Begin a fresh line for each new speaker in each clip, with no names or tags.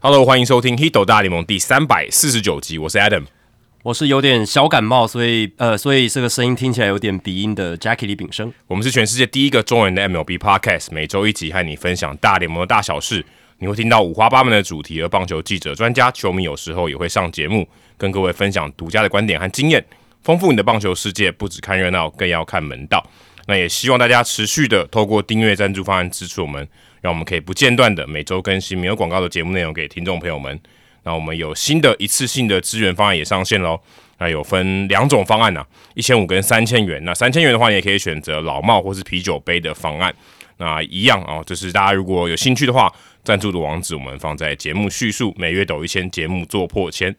Hello，欢迎收听《h i t o 大联盟》第三百四十九集，我是 Adam。
我是有点小感冒，所以呃，所以这个声音听起来有点鼻音的 Jackie 李炳生。
我们是全世界第一个中文的 MLB Podcast，每周一集和你分享大联盟的大小事。你会听到五花八门的主题，而棒球记者、专家、球迷有时候也会上节目，跟各位分享独家的观点和经验，丰富你的棒球世界。不只看热闹，更要看门道。那也希望大家持续的透过订阅赞助方案支持我们，让我们可以不间断的每周更新没有广告的节目内容给听众朋友们。那我们有新的一次性的资源方案也上线喽。那有分两种方案呐、啊，一千五跟三千元。那三千元的话，你也可以选择老帽或是啤酒杯的方案。那一样啊、哦，就是大家如果有兴趣的话，赞助的网址我们放在节目叙述，每月抖一千，节目做破千。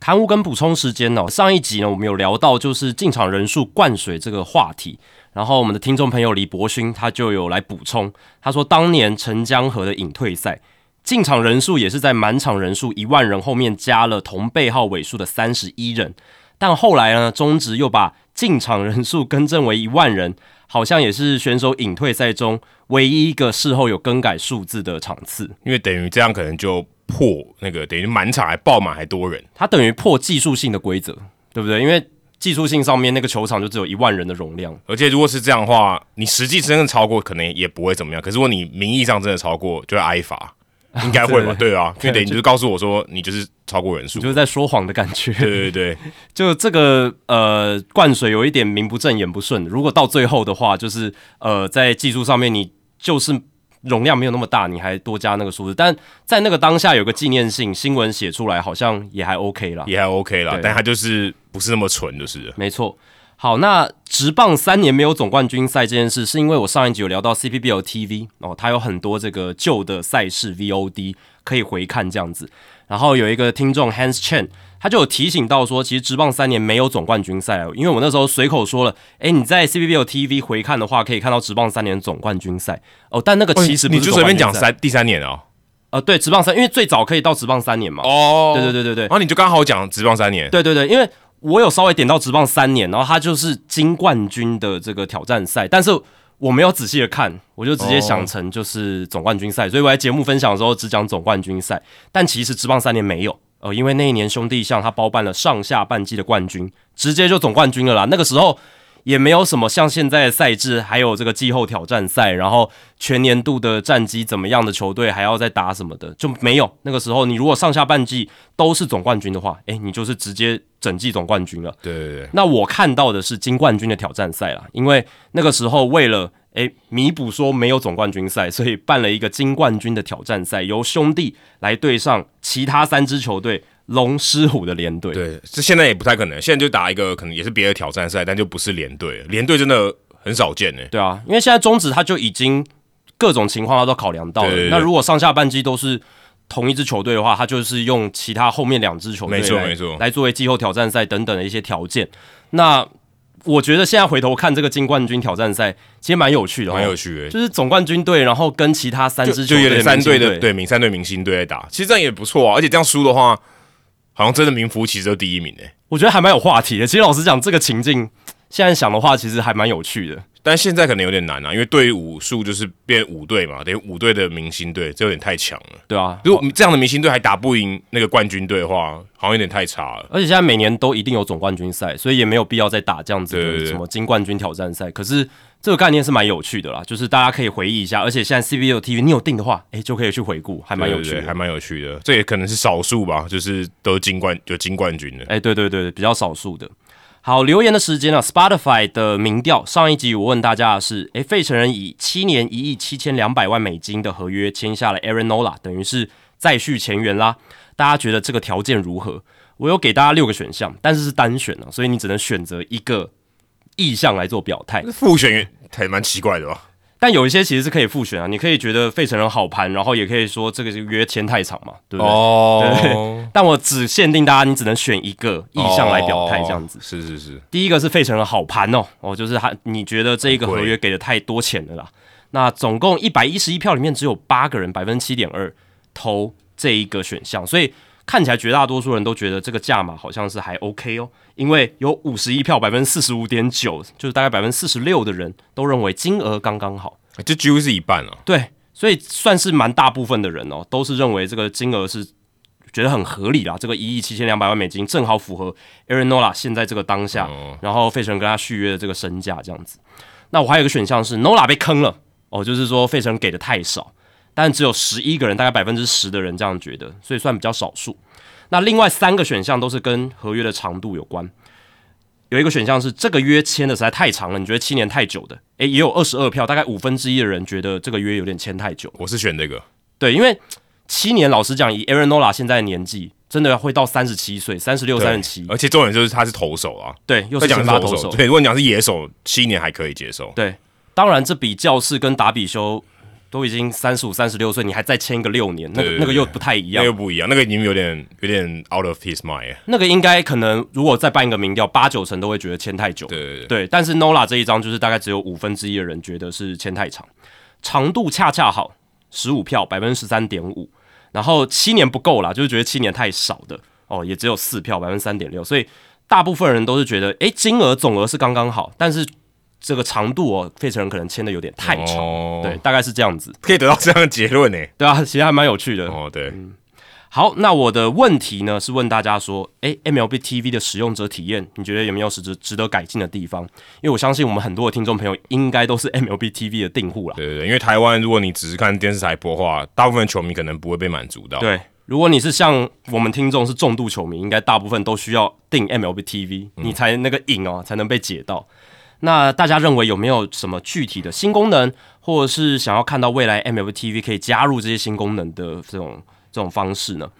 刊物跟补充时间哦，上一集呢我们有聊到就是进场人数灌水这个话题，然后我们的听众朋友李博勋他就有来补充，他说当年陈江河的引退赛进场人数也是在满场人数一万人后面加了同背号尾数的三十一人，但后来呢中职又把进场人数更正为一万人，好像也是选手引退赛中唯一一个事后有更改数字的场次。
因为等于这样可能就破那个，等于满场还爆满还多人。
它等于破技术性的规则，对不对？因为技术性上面那个球场就只有一万人的容量，
而且如果是这样的话，你实际真正超过可能也不会怎么样。可是如果你名义上真的超过，就会挨罚，应该会吧？对啊，因为等于你就是告诉我说你就是超过人数。
就是在说谎的感觉。
对对对，
就这个呃，灌水有一点名不正言不顺。如果到最后的话，就是呃，在技术上面你就是容量没有那么大，你还多加那个数字，但在那个当下有个纪念性，新闻写出来好像也还 OK 啦。
也还 OK 啦
对，
但他就是不是那么纯，就是了
没错。好，那职棒三年没有总冠军赛这件事，是因为我上一集有聊到 CPBL TV 哦，它有很多这个旧的赛事 VOD 可以回看这样子。然后有一个听众 Hans Chen，他就有提醒到说，其实职棒三年没有总冠军赛哦，因为我那时候随口说了，诶，你在 CPBL TV 回看的话，可以看到职棒三年总冠军赛哦，但那个其实不
你
是
就
总
随
冠
便
军
讲
赛
三第三年哦。
呃，对，职棒三，因为最早可以到职棒三年嘛。
哦
对对对对对
然，后你就刚好讲职棒三年，
对对对，因为我有稍微点到职棒三年，然后他就是金冠军的这个挑战赛，但是我没有仔细的看，我就直接想成就是总冠军赛，所以我在节目分享的时候只讲总冠军赛，但其实职棒三年没有。呃，因为那一年兄弟象他包办了上下半季的冠军，直接就总冠军了啦。那个时候也没有什么像现在的赛制，还有这个季后挑战赛，然后全年度的战绩怎么样的球队还要再打什么的，就没有。那个时候你如果上下半季都是总冠军的话，诶，你就是直接整季总冠军了。
对对对，
那我看到的是金冠军的挑战赛啦，因为那个时候为了诶弥补说没有总冠军赛，所以办了一个金冠军的挑战赛，由兄弟来对上其他三支球队龙狮虎的联队。
对，这现在也不太可能，现在就打一个可能也是别的挑战赛，但就不是连队了，连队真的很少见欸呢。
对啊，因为现在中职它就已经各种情况它都考量到了。
对对对
那如果上下半季都是同一支球队的话，它就是用其他后面两支球队
没错
来
没错
来作为季后挑战赛等等的一些条件。那我觉得现在回头看这个金冠军挑战赛，其实蛮有趣的、哦，
蛮有趣的。
就是总冠军队，然后跟其他三支球
就
队
有点三队
队
的对明三队明星队在打，其实这样也不错啊。而且这样输的话，好像真的名副其实就第一名欸诶。
我觉得还蛮有话题的。其实老实讲，这个情境现在想的话，其实还蛮有趣的。
但现在可能有点难啊，因为队伍数就是变五队嘛，等于五队的明星队，这有点太强了。
对啊，
如果这样的明星队还打不赢那个冠军队的话，好像有点太差了。
而且现在每年都一定有总冠军赛，所以也没有必要再打这样子
对对
的
对
什么金冠军挑战赛。可是这个概念是蛮有趣的啦，就是大家可以回忆一下。而且现在 C B U T V 你有订的话，哎、就可以去回顾，还蛮有趣
对对对
的
还。蛮有趣的。这也可能是少数吧，就是都金冠有金冠军的。
哎、对对对，比较少数的。好，留言的时间啊，Spotify 的民调，上一集我问大家的是，哎，费城人以七年一亿七千两百万美金的合约签下了 Aaron Nola，等于是再续前缘啦。大家觉得这个条件如何？我有给大家六个选项，但是是单选啊，所以你只能选择一个意向来做表态。
复选也还蛮奇怪的吧？
但有一些其实是可以复选啊，你可以觉得费城人好盘，然后也可以说这个是约签太长嘛，对不对？
哦，
但我只限定大家，你只能选一个意向来表态这样子。
哦是是是，
第一个是费城人好盘哦，哦，就是他，你觉得这一个合约给的太多钱了啦。那总共一百一十一票里面，只有八个人，百分之七点二投这一个选项，所以看起来绝大多数人都觉得这个价码好像是还 OK 哦，因为有五十一票，百分之四十五点九，就是大概百分之四十六的人都认为金额刚刚好。
哎这几乎是一半了、啊
对，所以算是蛮大部分的人哦，都是认为这个金额是觉得很合理啦。这个一亿七千两百万美金正好符合 Aaron Nola 现在这个当下，然后费城跟他续约的这个身价这样子。那我还有一个选项是 Nola 被坑了哦，就是说费城给的太少，但只有十一个人，大概百分之十的人这样觉得，所以算比较少数。那另外三个选项都是跟合约的长度有关。有一个选项是这个约签的实在太长了，你觉得七年太久的，诶，也有二十二票，大概五分之一的人觉得这个约有点签太久。
我是选这个，
对，因为七年，老实讲，以 Aaron Nola 现在的年纪，真的会到三十七岁，三十
哦
六、三十七，
而且重点就是他是投手啊，
对，又
再
是
讲
先
是
发
投
投
手，
手，
对，如果你讲是野手，七年还可以接受，
对，当然这比教士跟达比修都已经三十五、三十六岁，你还再签一个六年，那
对
个
对
那个又不太一
那
样
又。不一样，那个已经有点有点 out of his mind，了
那个应该可能，如果再办一个民调，八九成都会觉得签太久。
对对对，
对，但是 Nola 这一张就是大概只有五分之一的人觉得是签太长，长度恰恰好十五票，百分之十三点五，然后七年不够啦，就是觉得七年太少的哦，也只有四票，百分之三点六，所以大部分人都是觉得，诶，金额总额是刚刚好，但是这个长度哦，费城人可能签的有点太长，
哦
对，，大概是这样子，
可以得到这样的结论呢，
对啊，其实还蛮有趣的。
哦，对，
好，那我的问题呢是问大家说，诶 m l b TV 的使用者体验，你觉得有没有值值得改进的地方？因为我相信我们很多的听众朋友应该都是 MLB TV 的订户啦。
对对对，因为台湾如果你只是看电视台播的话，大部分球迷可能不会被满足到，
对，如果你是像我们听众是重度球迷，应该大部分都需要订 MLB TV，你才那个瘾哦才能被解到。那大家认为有没有什么具体的新功能，或者是想要看到未来 MLB TV 可以加入这些新功能的这种这种方式呢？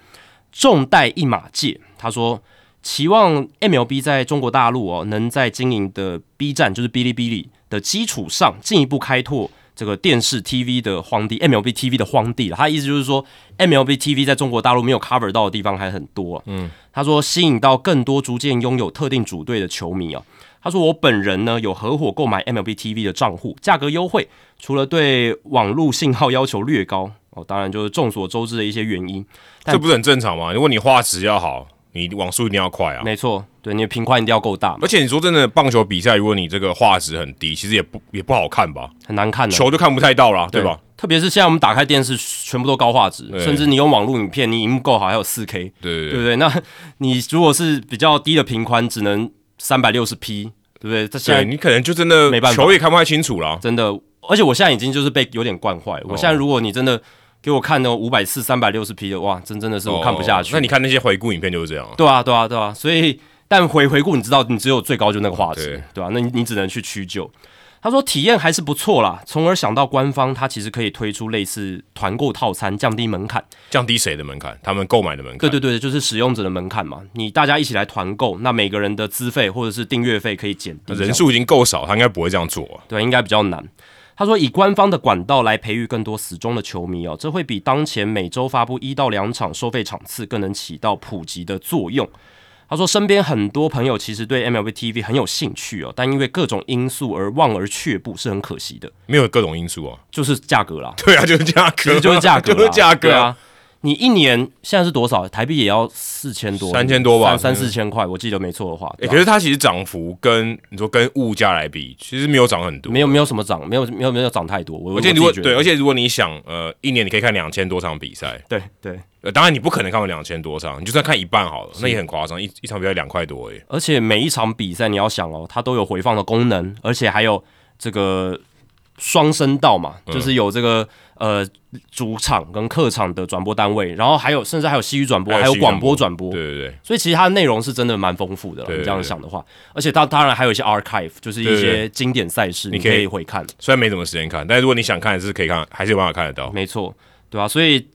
重贷一马界他说，期望 MLB 在中国大陆哦能在经营的 B 站就是哔哩哔哩的基础上，进一步开拓这个电视 TV 的荒地，MLB TV 的荒地了。他的意思就是说，MLB TV 在中国大陆没有 cover 到的地方还很多、嗯，他说吸引到更多逐渐拥有特定组队的球迷哦。他说：“我本人呢有合伙购买 MLB TV 的账户，价格优惠，除了对网络信号要求略高哦，当然就是众所周知的一些原因，但
这不是很正常吗？如果你画质要好，你网速一定要快啊。
没错，对你的频宽一定要够大嘛，
而且你说真的，棒球比赛如果你这个画质很低，其实也不也不好看吧，
很难看的，
球就看不太到啦，对吧？？
特别是现在我们打开电视，全部都高画质，
对
甚至你用网络影片，你荧幕够好，还有四 K，
对对
对
对
不对？那你如果是比较低的频宽，只能三百六十 P，对不对？这现
对，
在
你可能就真的
没办法
球也看不太清楚啦。
真的，而且我现在已经就是被有点惯坏。
哦
我现在如果你真的给我看那五百四、三百六十 P 的，哇，真真的是我看不下去。
哦那你看那些回顾影片就是这样啊，
对啊，对啊，对啊，所以但回回顾，你知道你只有最高就那个画质
对，
对啊吧、那你你只能去屈就。他说体验还是不错啦，从而想到官方它其实可以推出类似团购套餐，降低门槛。
降低谁的门槛？他们购买的门槛。
对对对，就是使用者的门槛嘛，你大家一起来团购，那每个人的资费或者是订阅费可以减低。
那人数已经够少，他应该不会这样做啊。
对，应该比较难。他说，以官方的管道来培育更多死忠的球迷哦，这会比当前每周发布一到两场收费场次更能起到普及的作用。他说，身边很多朋友其实对 MLB TV 很有兴趣哦，但因为各种因素而望而却步，是很可惜的。
没有各种因素啊。
就是价格啦，
对啊，就是价
其
格啊，
实就是价格啦，
就是价
对
格。
啊。你一年现在是多少？台币也要四千多，嗯
3000多吧
三三四千块，我记得没错的话。
欸
对啊
可是它其实涨幅跟你说跟物价来比，其实没有涨很多。
没有没有什么涨，没有没有没有涨太多。我
而
我
且
自己
如果
觉得
对，而且如果你想，呃，一年你可以看两千多场比赛，
对对，
呃，当然你不可能看完两千多场，你就算看一半好了，那也很夸张，一一场比赛两块多哎。
而且每一场比赛你要想哦，它都有回放的功能，而且还有这个双声道嘛，就是有这个呃主场跟客场的转播单位，然后还有甚至还有西语转播，
还有
还有
西语
广播
转
转播
对。对对，
所以其实它的内容是真的蛮丰富的啦，
对
你这样
对对
想的话，而且它当然还有一些 archive，就是一
对对
些经典赛事，你
可以
可以回看。
虽然没什么时间看，但是如果你想看，还是可以看，还是有办法看得到。
没错，对啊，所以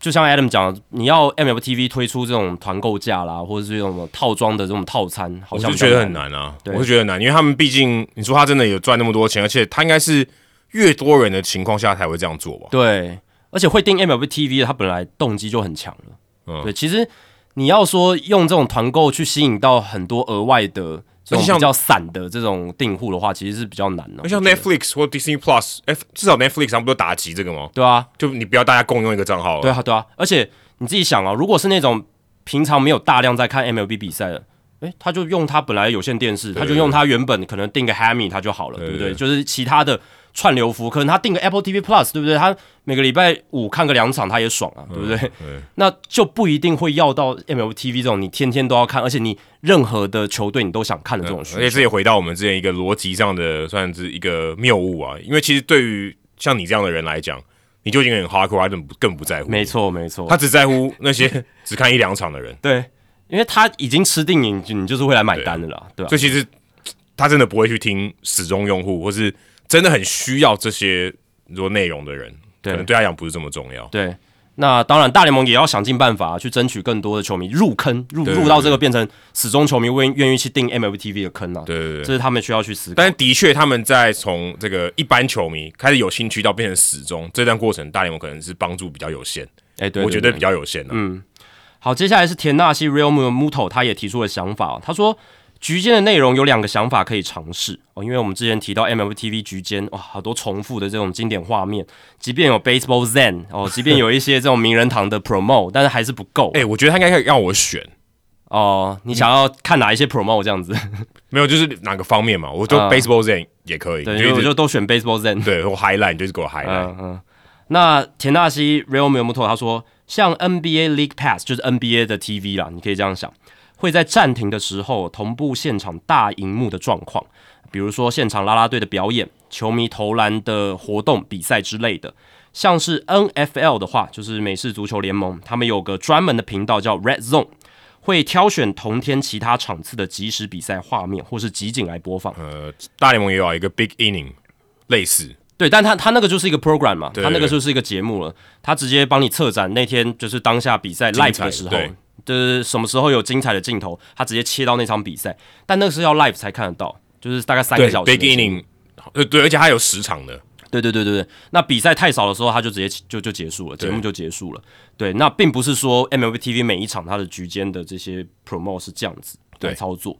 就像 Adam 讲的，你要 MLTV 推出这种团购价啦，或者是这种套装的这种套餐，好
我
像
是
比较
觉得很。难啊，
对
我是觉得很难，因为他们毕竟你说他真的有赚那么多钱，而且他应该是越多人的情况下才会这样做吧？
对，而且会订 MLB TV 的，他本来动机就很强了。
嗯
对，其实你要说用这种团购去吸引到很多额外的这
而
种
且像
比较散的这种订户的话，其实是比较难的、
那像 Netflix 或 Disney Plus，哎，至少 Netflix 他们不都打击这个吗？
对啊，
就你不要大家共用一个账号了
对啊，对啊，而且你自己想啊，如果是那种平常没有大量在看 MLB 比赛的，诶，他就用他本来有线电视，他就用他原本可能订个 Hammy 他就好了，对不对？就是其他的串流服务，可能他订个 Apple TV Plus，对不对？他每个礼拜五看个两场，他也爽啊，对不对？
嗯对
那就不一定会要到 MLB TV 这种你天天都要看，而且你任何的球队你都想看的这种需
而且
求。
这也回到我们之前一个逻辑上的，算是一个谬误啊。因为其实对于像你这样的人来讲，你就已经很 hardcore，他更不更不在乎。
没，错，没错，
他只在乎那些只看一两场的人。
对，因为他已经吃定你，你你就是会来买单的啦，对吧、啊
所以其实他真的不会去听始终用户，或是真的很需要这些如果内容的人，
对
可能对他来讲不是这么重要。
对，那当然，大联盟也要想尽办法去争取更多的球迷入坑，入
对对
入到这个变成始终球迷愿愿意去订 MLB TV 的坑啊。
对对对
这是他们需要去思考。
但的确，他们在从这个一般球迷开始有兴趣到变成死忠这段过程，大联盟可能是帮助比较有限，
哎，对，
我觉得
对
比较有限的、嗯，
好，接下来是田纳西 Real Muto，他也提出了想法哦、他说。局间的内容有两个想法可以尝试哦，因为我们之前提到 MLB TV 局间哇，好多重复的这种经典画面，即便有 Baseball Zen 哦，即便有一些这种名人堂的 promo，但是还是不够
哎、我觉得他应该可以让我选，
哦。你想要看哪一些 promo 这样子？
没有就是哪个方面嘛，我就
啊
baseball zen 也可以，
对，
你
因为
就
我
一直
就都选 Baseball Zen。
对我 highlight 你就是给我 highlight，、
嗯嗯，那田纳西 Real Muto 他说，像 NBA League Pass 就是 NBA 的 TV 啦，你可以这样想，会在暂停的时候同步现场大荧幕的状况，比如说现场啦啦队的表演、球迷投篮的活动、比赛之类的。像是 NFL 的话，就是美式足球联盟，他们有个专门的频道叫 Red Zone，会挑选同天其他场次的即时比赛画面或是集锦来播放。
呃，大联盟也有一个 big inning 类似，
对，但他他那个就是一个 program 嘛，
对
他那个就是一个节目了，他直接帮你策展那天就是当下比赛 live
彩
的时候
对，
就是什么时候有精彩的镜头，他直接切到那场比赛，但那个是要 live 才看得到，就是大概三个
对
小时。
big inning，呃对，而且它有时长的，
对对对对对，那比赛太少的时候，他就直接就就结束了，节目就结束了。对，那并不是说 MLB TV 每一场它的局间的这些 promo 是这样子
对
来操作。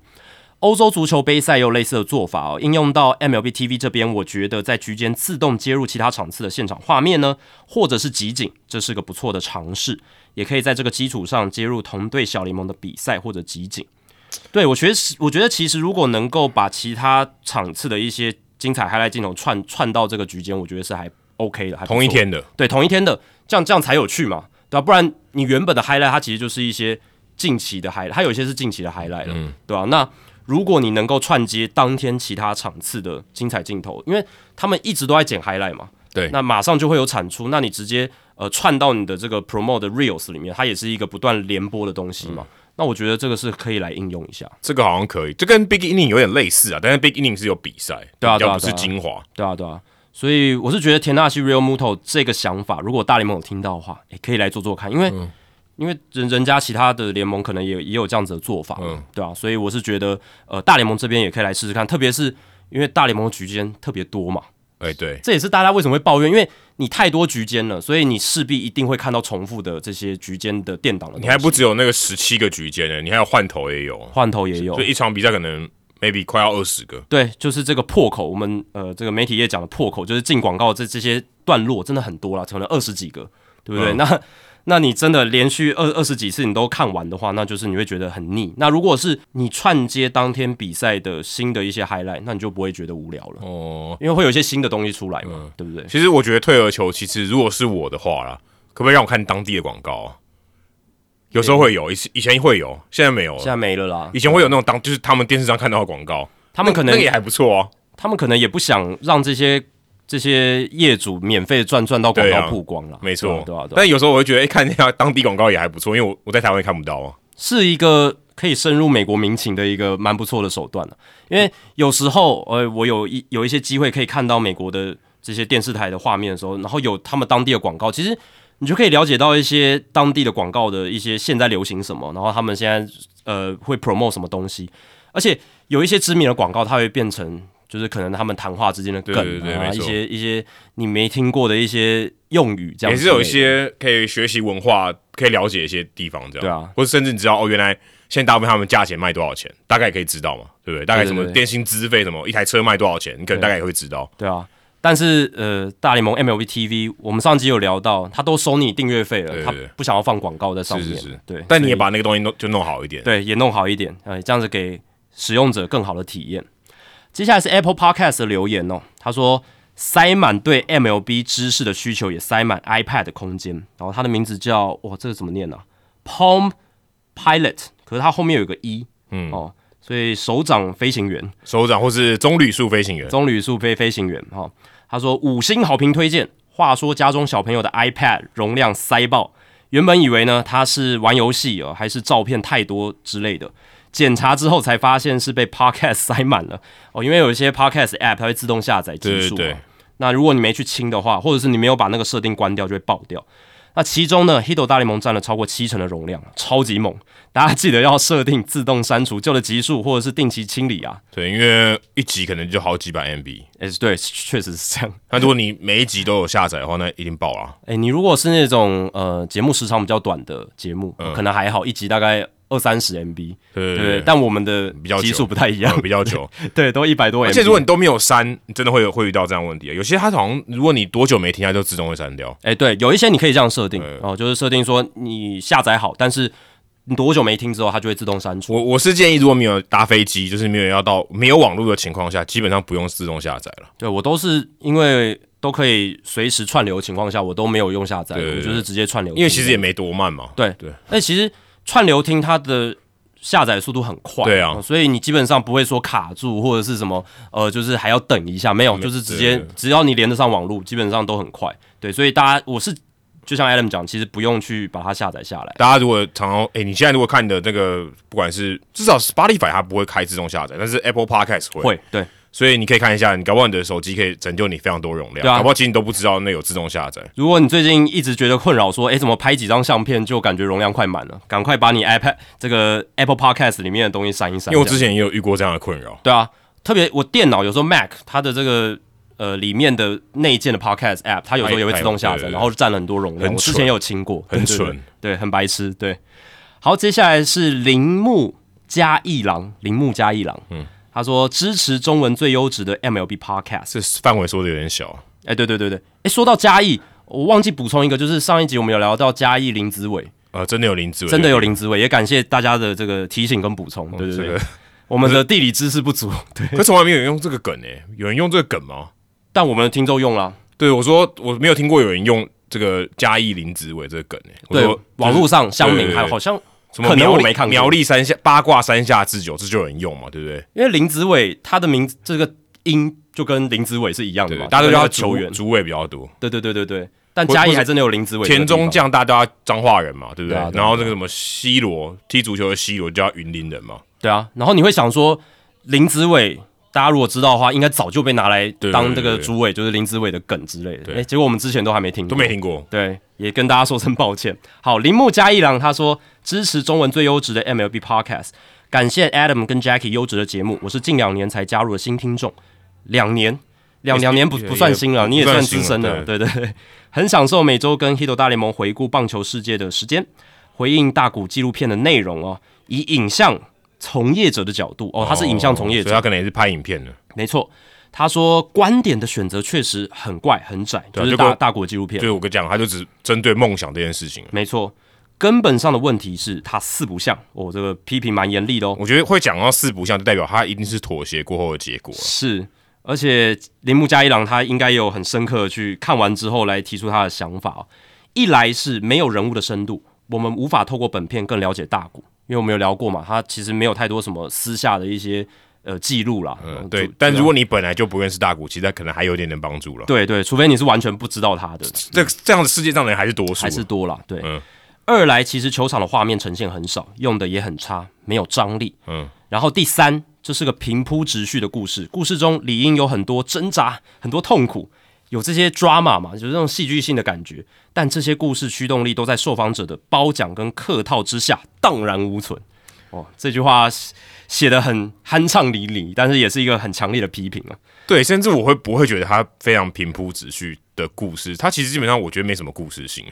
欧洲足球杯赛也有类似的做法哦，应用到 MLB TV 这边，我觉得在局间自动接入其他场次的现场画面呢，或者是集锦，这是个不错的尝试，也可以在这个基础上接入同队小联盟的比赛或者集锦。对我觉得是，我觉得其实如果能够把其他场次的一些精彩 highlight 镜头串串到这个局间，我觉得是还 OK 的，还不错
同一天的，
对同一天的，这样这样才有趣嘛，对吧、不然你原本的 highlight 它其实就是一些近期的 highlight，它有一些是近期的 highlight 了，对吧、那如果你能够串接当天其他场次的精彩镜头，因为他们一直都在剪 highlight 嘛，
对
那马上就会有产出，那你直接呃串到你的这个 promo 的 reels 里面，它也是一个不断连播的东西嘛。那我觉得这个是可以来应用一下。
这个好像可以，这跟 big inning 有点类似啊，但是 big inning 是有比赛，
对啊
比
对
较
啊
不是
对啊
精华，
对啊，对啊，所以我是觉得田纳西 Real Muto 这个想法，如果大联盟有听到的话，也可以来做做看，因为、
嗯
因为人人家其他的联盟可能也也有这样子的做法，
嗯
对啊，所以我是觉得呃大联盟这边也可以来试试看，特别是因为大联盟的局间特别多嘛，
哎、对，
这也是大家为什么会抱怨，因为你太多局间了，所以你势必一定会看到重复的这些局间的电档的东西，
你还不只有那个十七个局间呢，你还有换头也有，
换头也有
所。以一场比赛可能 maybe 快要二十个，
对，就是这个破口，我们呃这个媒体业讲的破口，就是进广告这这些段落真的很多了，可能二十几个，对不对？
嗯
那那你真的连续二二十几次你都看完的话，那就是你会觉得很腻。那如果是你串接当天比赛的新的一些 highlight，那你就不会觉得无聊了，
哦，嗯
因为会有一些新的东西出来嘛，对不对？
其实我觉得退而求其次，如果是我的话啦，可不可以让我看当地的广告、啊？有时候会有，以以前会有，现在没有
现
了。
在没了啦，
以前会有那种当，就是他们电视上看到的广告，
他们可能
哦那个也还不错啊。
他们可能也不想让这些这些业主免费赚赚到广
对啊
告曝光了、
没错，
对啊对啊对啊
但有时候我会觉得，哎、看一下当地广告也还不错，因为我我在台湾也看不到啊。
是一个可以深入美国民情的一个蛮不错的手段了、因为有时候，呃，我有一有一些机会可以看到美国的这些电视台的画面的时候，然后有他们当地的广告，其实你就可以了解到一些当地的广告的一些现在流行什么，然后他们现在呃会 promote 什么东西，而且有一些知名的广告，它会变成。就是可能他们谈话之间的梗啊，
对对对没错
一些一些你没听过的一些用语，这样
也
子
是有一
类的
些可以学习文化，可以了解一些地方这样。
对啊，
或者甚至你知道哦，原来现在大部分他们价钱卖多少钱，大概可以知道嘛，对不对？大概
对对
什么
对
电信资费，什么一台车卖多少钱，你可能大概也会知道。
对啊，但是呃，大联盟 MLB TV，我们上集有聊到，他都收你订阅费了，
对
他
对
不想要放广告在上
是
面，
是是
对。
但你也
所以
把那个东西弄就弄好一点。
对也弄好一点，呃，这样子给使用者更好的体验。接下来是 Apple Podcast 的留言哦，他说塞满对 MLB 知识的需求，也塞满 iPad 的空间。然后他的名字叫哇，这个怎么念呢、啊、？Palm Pilot，可是它后面有一个 e，嗯哦，所以首长飞行员，
首长或是棕榈树飞行员，
棕榈树飞飞行员哈、哦。他说五星好评推荐。话说家中小朋友的 iPad 容量塞爆，原本以为呢他是玩游戏哦，还是照片太多之类的。检查之后才发现是被 Podcast 塞满了哦，因为有一些 Podcast app 它会自动下载技术嘛。哦
对对对
那如果你没去清的话，或者是你没有把那个设定关掉，就会爆掉。那其中呢，Hito 大联盟占了超过七成的容量，超级猛！大家记得要设定自动删除旧的集数，或者是定期清理啊。
对，因为一集可能就好几百 MB，
哎，对，确实是这样。
那如果你每一集都有下载的话，那一定爆啊 啦。
哎，你如果是那种呃节目时长比较短的节目，可能还好，一集大概二三十 MB，
嗯对
对不对？但我们的
比较久
集数不太一样
嗯，比较久。
对，都一百多 MB。
而且如果你都没有删，你真的会有会遇到这样的问题。有些它好像如果你多久没听，它就自动会删掉。
哎、对，有一些你可以这样设定
嗯
哦，就是设定说你下载好，但是你多久没听之后，它就会自动删除。
我我是建议，如果没有搭飞机，就是没有要到没有网络的情况下，基本上不用自动下载了。
对我都是因为都可以随时串流的情况下，我都没有用下载，
对对
我就是直接串流听。
因为其实也没多慢嘛。
对
对。
那哎其实串流听它的下载速度很快，
对啊
哦所以你基本上不会说卡住或者是什么，呃，就是还要等一下，没有，就是直接
嗯对
只要你连得上网络，基本上都很快。对，所以大家我是就像 Adam 讲，其实不用去把它下载下来。
大家如果常常，哎、你现在如果看你的那个，不管是至少 Spotify 它不会开自动下载，但是 Apple Podcast 会，
会，对，
所以你可以看一下，你搞不好你的手机可以拯救你非常多容量，
对啊啊
搞不好其实你都不知道那有自动下载。
如果你最近一直觉得困扰，说，哎诶，怎么拍几张相片就感觉容量快满了？赶快把你 iPad 这个 Apple Podcast 里面的东西删一删。
因为我
这样
之前也有遇过这样的困扰，
对啊，特别我电脑有时候 Mac 它的这个呃里面的内建的 Podcast App，它有时候也会自动下
哎
载，
对
然后占了很多容量。
很
我之
蠢
前也有清过，对
很
对
蠢
对，对，很白痴，对。好，接下来是铃木加一郎，铃木加一郎，嗯，他说支持中文最优质的 MLB Podcast。
这范围说的有点小，
哎，对对对对，哎，说到嘉义，我忘记补充一个，就是上一集我们有聊到嘉义林子伟，
呃，真的有林子，
真的有林子伟，也感谢大家的这个提醒跟补充，对对
这
对，
个，
我们的地理知识不足，对，
可从来没有人用这个梗诶、有人用这个梗吗？
但我们的听众用了，
对，我说我没有听过有人用这个嘉义林子伟这个梗诶、我
对
说，
网络上乡
对
民
对
还有
对
好像
什么
可能
苗
我
栗
没看过
苗栗山下八卦山下智久，这就有人用嘛，对不对？
因为林子伟他的名字这个音就跟林子伟是一样的
对
嘛，，
大家都
就
叫他
是球
竹
员，
竹尾比较多。
对对对对对，但
或
嘉
或
义
是
还真的有林子伟这个
田
地方，
中将大家都叫彰化人嘛，对不对？
对啊对啊
然后那个什么 C 罗踢足球的 C 罗就叫云林人嘛，
对啊，然后你会想说林子伟。大家如果知道的话，应该早就被拿来
对
当
对
这个
对
主委，就是林子伟的梗之类的。
对
哎、结果我们之前都还没听，
都没。听过。
对，也跟大家说声抱歉。好，铃木加一郎他说支持中文最优质的 MLB Podcast，感谢 Adam 跟 Jackie 优质的节目，我是近两年才加入的新听众，两年。两
也
两年不
也
不算新了，
也
你也
不
算
算
资
新
深
了
了，对对对，很享受每周跟 Hito 大联盟回顾棒球世界的时间，回应大谷纪录片的内容哦，以影像从业者的角度哦，他是影像从业
哦
者
所以，他可能也是拍影片的，
没错，他说观点的选择确实很怪很窄，
对啊
就是
就跟
大
我
大谷纪录片
就，是我跟你讲，他就只针对梦想这件事情。
没错，根本上的问题是他四不像，我、这个批评蛮严厉的哦。
我觉得会讲到四不像，就代表他一定是妥协过后的结果了。啊
是，而且铃木加一郎他应该也有很深刻的去看完之后来提出他的想法、哦。一来是没有人物的深度，我们无法透过本片更了解大谷，因为我们有聊过嘛，他其实没有太多什么私下的一些呃记录啦。
嗯，
呃
对
主。
但
主
如果你本来就不认识大谷，其实可能还有一点点帮助了。
对对，除非你是完全不知道他的，
这这样的世界上的人还是多数啊
还，是多啦，对，
嗯
二来其实球场的画面呈现很少，用的也很差，没有张力。
嗯，
然后第三，这是个平铺直叙的故事，故事中理应有很多挣扎，很多痛苦，有这些 drama 嘛，就是这种戏剧性的感觉。但这些故事驱动力都在受访者的褒奖跟客套之下荡然无存。哦，这句话写写得很酣畅淋漓，但是也是一个很强烈的批评啊。
对，甚至我会不会觉得他非常平铺直叙的故事？他其实基本上我觉得没什么故事性，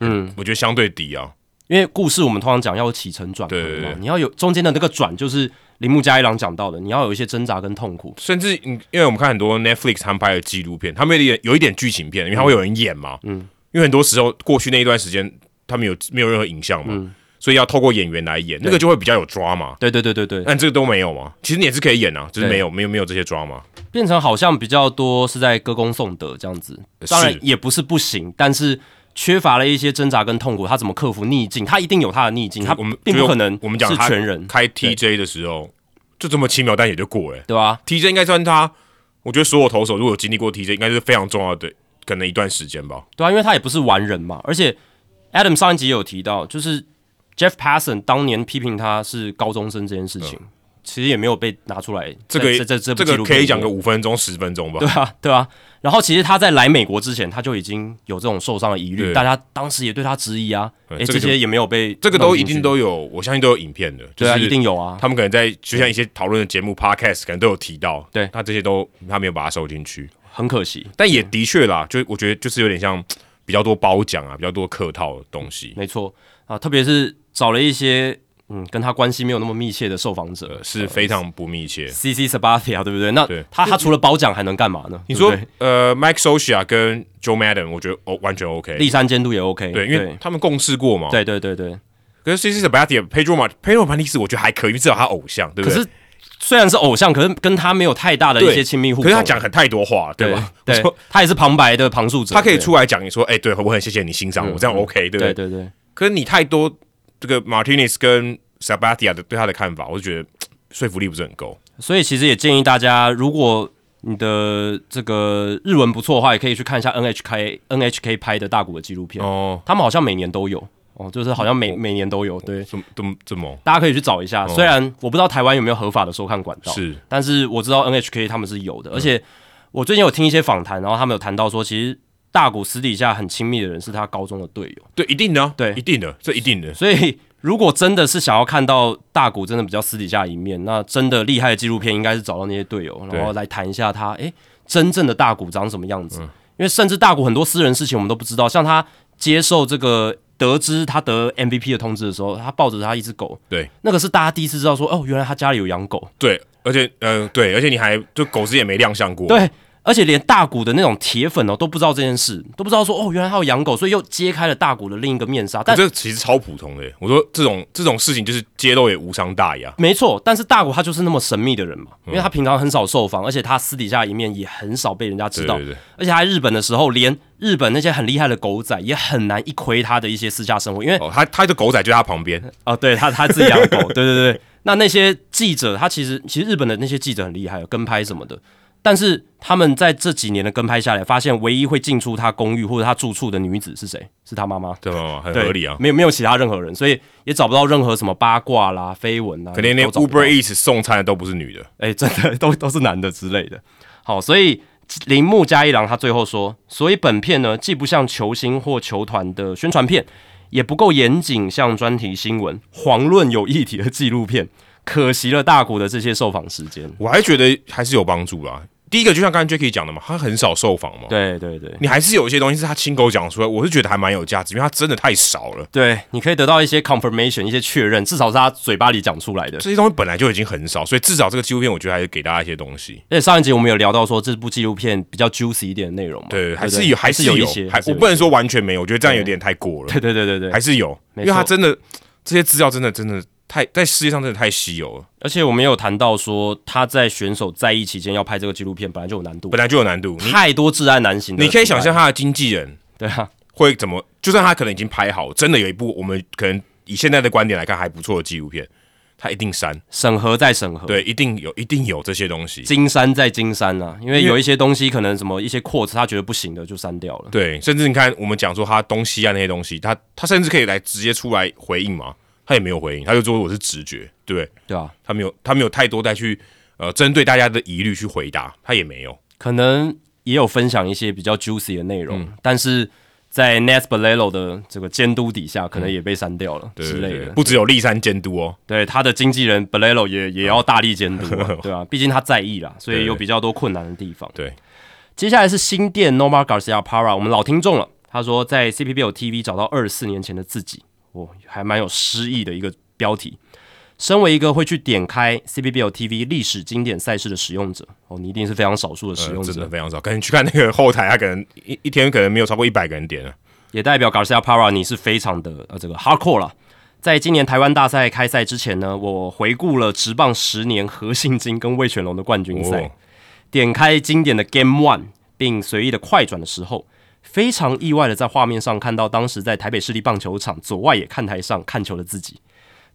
嗯，我觉得相对低啊。
因为故事我们通常讲要有起承转合
对对
嘛
对，
你要有中间的那个转，就是铃木加一郎讲到的，你要有一些挣扎跟痛苦。
甚至嗯，因为我们看很多 Netflix 他们拍的纪录片，他们有一点有一点剧情片，因为他会有人演嘛，嗯，因为很多时候过去那一段时间他们有没有任何影像嘛，所以要透过演员来演，那个就会比较有抓嘛。
对对对对对，
但这个都没有嘛，其实你也是可以演啊，只是没有没有没有这些抓嘛。
变成好像比较多是在歌功颂德这样子，当然也呃不是不行，但是缺乏了一些挣扎跟痛苦。他怎么克服逆境？他一定有他的逆境，他
我们
并
就
不可能
我们讲
是
他
全人，
开 TJ 的时候，就这么轻描淡写就过了欸。
对啊吧？
TJ 应该算他，我觉得所有投手如果有经历过 TJ，应该是非常重要的，可能一段时间吧。
对啊，因为他也不是完人嘛。而且 Adam 上一集也有提到，就是 Jeff Passan 当年批评他是高中生这件事情，其实也没有被拿出来。
这个
嗯这这
这
这部纪
个
录
可
片
以
里
讲
面
个五分钟十分钟吧。
对啊，对啊。然后其实他在来美国之前，他就已经有这种受伤的疑虑，
对
大家当时也对他质疑啊。
对
哎、
这个
这
就
些也没有被
这个都一定
弄进去
都有，我相信都有影片的，就
对啊，
是
一定有啊。
他们可能在就像一些讨论的节目、podcast 可能都有提到，
对
他这些都他没有把它收进去，
很可惜，
但也的确啦，就我觉得就是有点像比较多褒奖啊，比较多客套的东西，
没错啊，特别是找了一些嗯跟他关系没有那么密切的受访者
呃，是非常不密切。
C C Sabathia，对不对？那
对
他他除了褒奖还能干嘛呢？
你说
对不对
呃，Mike Socia 跟 Joe Madden，我觉得哦完全 OK，
立山监督也 OK，
对，因为他们共事过嘛。
对对对对对。
可是 CC Sabathia、Pedro Mart、Pedro Martinez，我觉得还可以，因为至少他偶像，对不
可
对？
是虽然是偶像，可是跟他没有太大的一
对
些亲密互
可
动。
是他讲很太多话，
对
吧？ 我
对
说，
他也是旁白的旁述者，
他可以
对嗯
出来讲，你说，哎，对我很谢谢你欣赏我，这样 OK，对不
对
对？
对对。
可是你太多这个 Martinez 跟 Sabathia 的对他的看法，我就觉得嘖说服力不是很够。
所以其实也建议大家，如果你的这个日文不错的话，也可以去看一下 NHK NHK 拍的大谷的纪录片，
哦，
他们好像每年都有哦，就是好像每、每年都有，对，
这么这么这么
大家可以去找一下。虽然我不知道台湾有没有合法的收看管道，
哦是
但是我知道 NHK 他们是有的，而且我最近有听一些访谈，然后他们有谈到说，其实大谷私底下很亲密的人是他高中的队友，
对，一定的啊，
对
一定的，这一定的。
所以。如果真的是想要看到大谷真的比较私底下一面，那真的厉害的纪录片应该是找到那些队友，
对
然后来谈一下他，诶，真正的大谷长什么样子？因为甚至大谷很多私人事情我们都不知道，像他接受这个得知他得 MVP 的通知的时候，他抱着他一只狗，
对
那个是大家第一次知道说，哦，原来他家里有养狗，
对，而且呃，对，而且你还就狗子也没亮相过，
对，而且连大谷的那种铁粉哦都不知道这件事，都不知道说哦，原来他有养狗，所以又揭开了大谷的另一个面纱。但
这其实超普通的。我说这种这种事情就是揭露也无伤大雅，
没错，但是大谷他就是那么神秘的人嘛，
嗯
因为他平常很少受访，而且他私底下一面也很少被人家知
对
道。
对对，
而且他在日本的时候，连日本那些很厉害的狗仔也很难一窥他的一些私下生活，因为
哦，他他的狗仔就在他旁 边，
哦，对他他自己养狗， 对对对。那那些记者，他其实其实日本的那些记者很厉害，有跟拍什么的。但是他们在这几年的跟拍下来，发现唯一会进出他公寓或者他住处的女子是谁？是他妈妈。
对吗？很
对
合理啊。
没有没有其他任何人，所以也找不到任何什么八卦啦、绯闻啊，
可能连
都找不到
Uber Eats 送餐的都不是女的，
哎、真的 都都是男的之类的。好，所以铃木加一郎他最后说，所以本片呢既不像球星或球团的宣传片，也不够严谨，像专题新闻、遑论有议题的纪录片。可惜了大谷的这些受访时间。
我还觉得还是有帮助啦。第一个就像刚才 Jacky 讲的嘛，他很少受访嘛，
对对对
你还是有一些东西是他亲口讲出来，我是觉得还蛮有价值，因为他真的太少了。
对，你可以得到一些 confirmation，一些确认，至少是他嘴巴里讲出来的。
这些东西本来就已经很少，所以至少这个纪录片，我觉得还是给大家一些东西。
而且上一集我们有聊到说这部纪录片比较 juicy 一点的内容嘛，
对，
不
还是有，
还
是
有一
有
些，
还
是
我
有一
不
些
能说完全没有，我觉得这样有点太过了，
对对对对对，
还是有，因
没
为他
错
真的这些资料真的真的太在世界上真的太稀有了，
而且我们也有谈到说，他在选手在役期间要拍这个纪录片，本来就有难度，
本来就有难度。你
太多挚爱难行的
你可以想象
阻碍，
他的经纪人
对啊，
会怎么，就算他可能已经拍好，真的有一部我们可能以现在的观点来看还不错的纪录片，他一定删，
审核再审核，，
对，一定有，一定有这些东西。
金山再金山啊，因为
因为
有一些东西可能什么一些 quotes 他觉得不行的就删掉了，
对，甚至你看，我们讲说他东西啊那些东西，他他甚至可以来直接出来回应嘛，他也没有回应，他就说我是直觉，对不对？
对啊，
他没有他没有太多再去呃针对大家的疑虑去回答，他也没有。
可能也有分享一些比较 juicy 的内容，但是在 Nas Balelo 的这个监督底下，可能也被删掉了、
对
之
对
类
对，
的。
不只有立山监督哦，
对他的经纪人 Balelo 也也要大力监督啊、 对啊，毕竟他在意啦，所以有比较多困难的地方。
对
接下来是新店 Norma Garcia Para，我们老听众了。他说在 CPBL TV 找到二十四年前的自己，哦，还蛮有诗意的一个标题。身为一个会去点开 CPBL TV 历史经典赛事的使用者，哦，你一定是非常少数的使
呃
用
真
者，
的非常少。可能你去看那个后台，他可能一一天可能没有超过一百个人点了。
也代表 Garcia Para 你是非常的呃这个 hardcore 啦。在今年台湾大赛开赛之前呢，我回顾了职棒十年何信金跟魏全龙的冠军赛，
哦
点开经典的 Game One，并随意的快转的时候，非常意外的在画面上看到当时在台北市立棒球场左外野看台上看球的自己，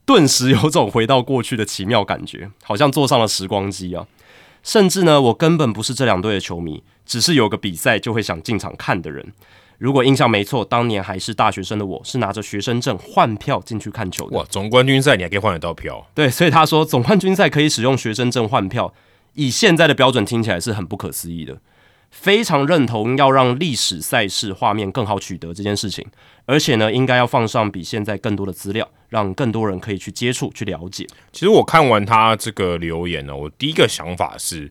顿时有种回到过去的奇妙感觉，好像坐上了时光机啊！甚至呢，我根本不是这两队的球迷，只是有个比赛就会想进场看的人。如果印象没错，当年还是大学生的我是拿着学生证换票进去看球的。
哇，总冠军赛你还可以换得到票，
对，所以他说总冠军赛可以使用学生证换票，以现在的标准听起来是很不可思议的。非常认同要让历史赛事画面更好取得这件事情，而且呢，应该要放上比现在更多的资料，让更多人可以去接触、去了解。
其实我看完他这个留言呢，我第一个想法是，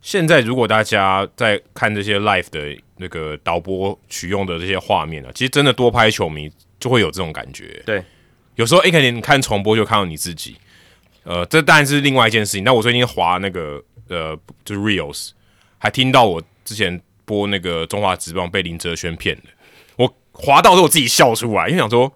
现在如果大家在看这些 live 的那个导播取用的这些画面啊，其实真的多拍球迷就会有这种感觉。
对，
有时候一可能你看重播就看到你自己，呃，这当然是另外一件事情。那我最近滑那个呃，就是 reels，还听到我之前播那个中华职棒被林哲轩骗的，我滑到都我自己笑出来，因为想说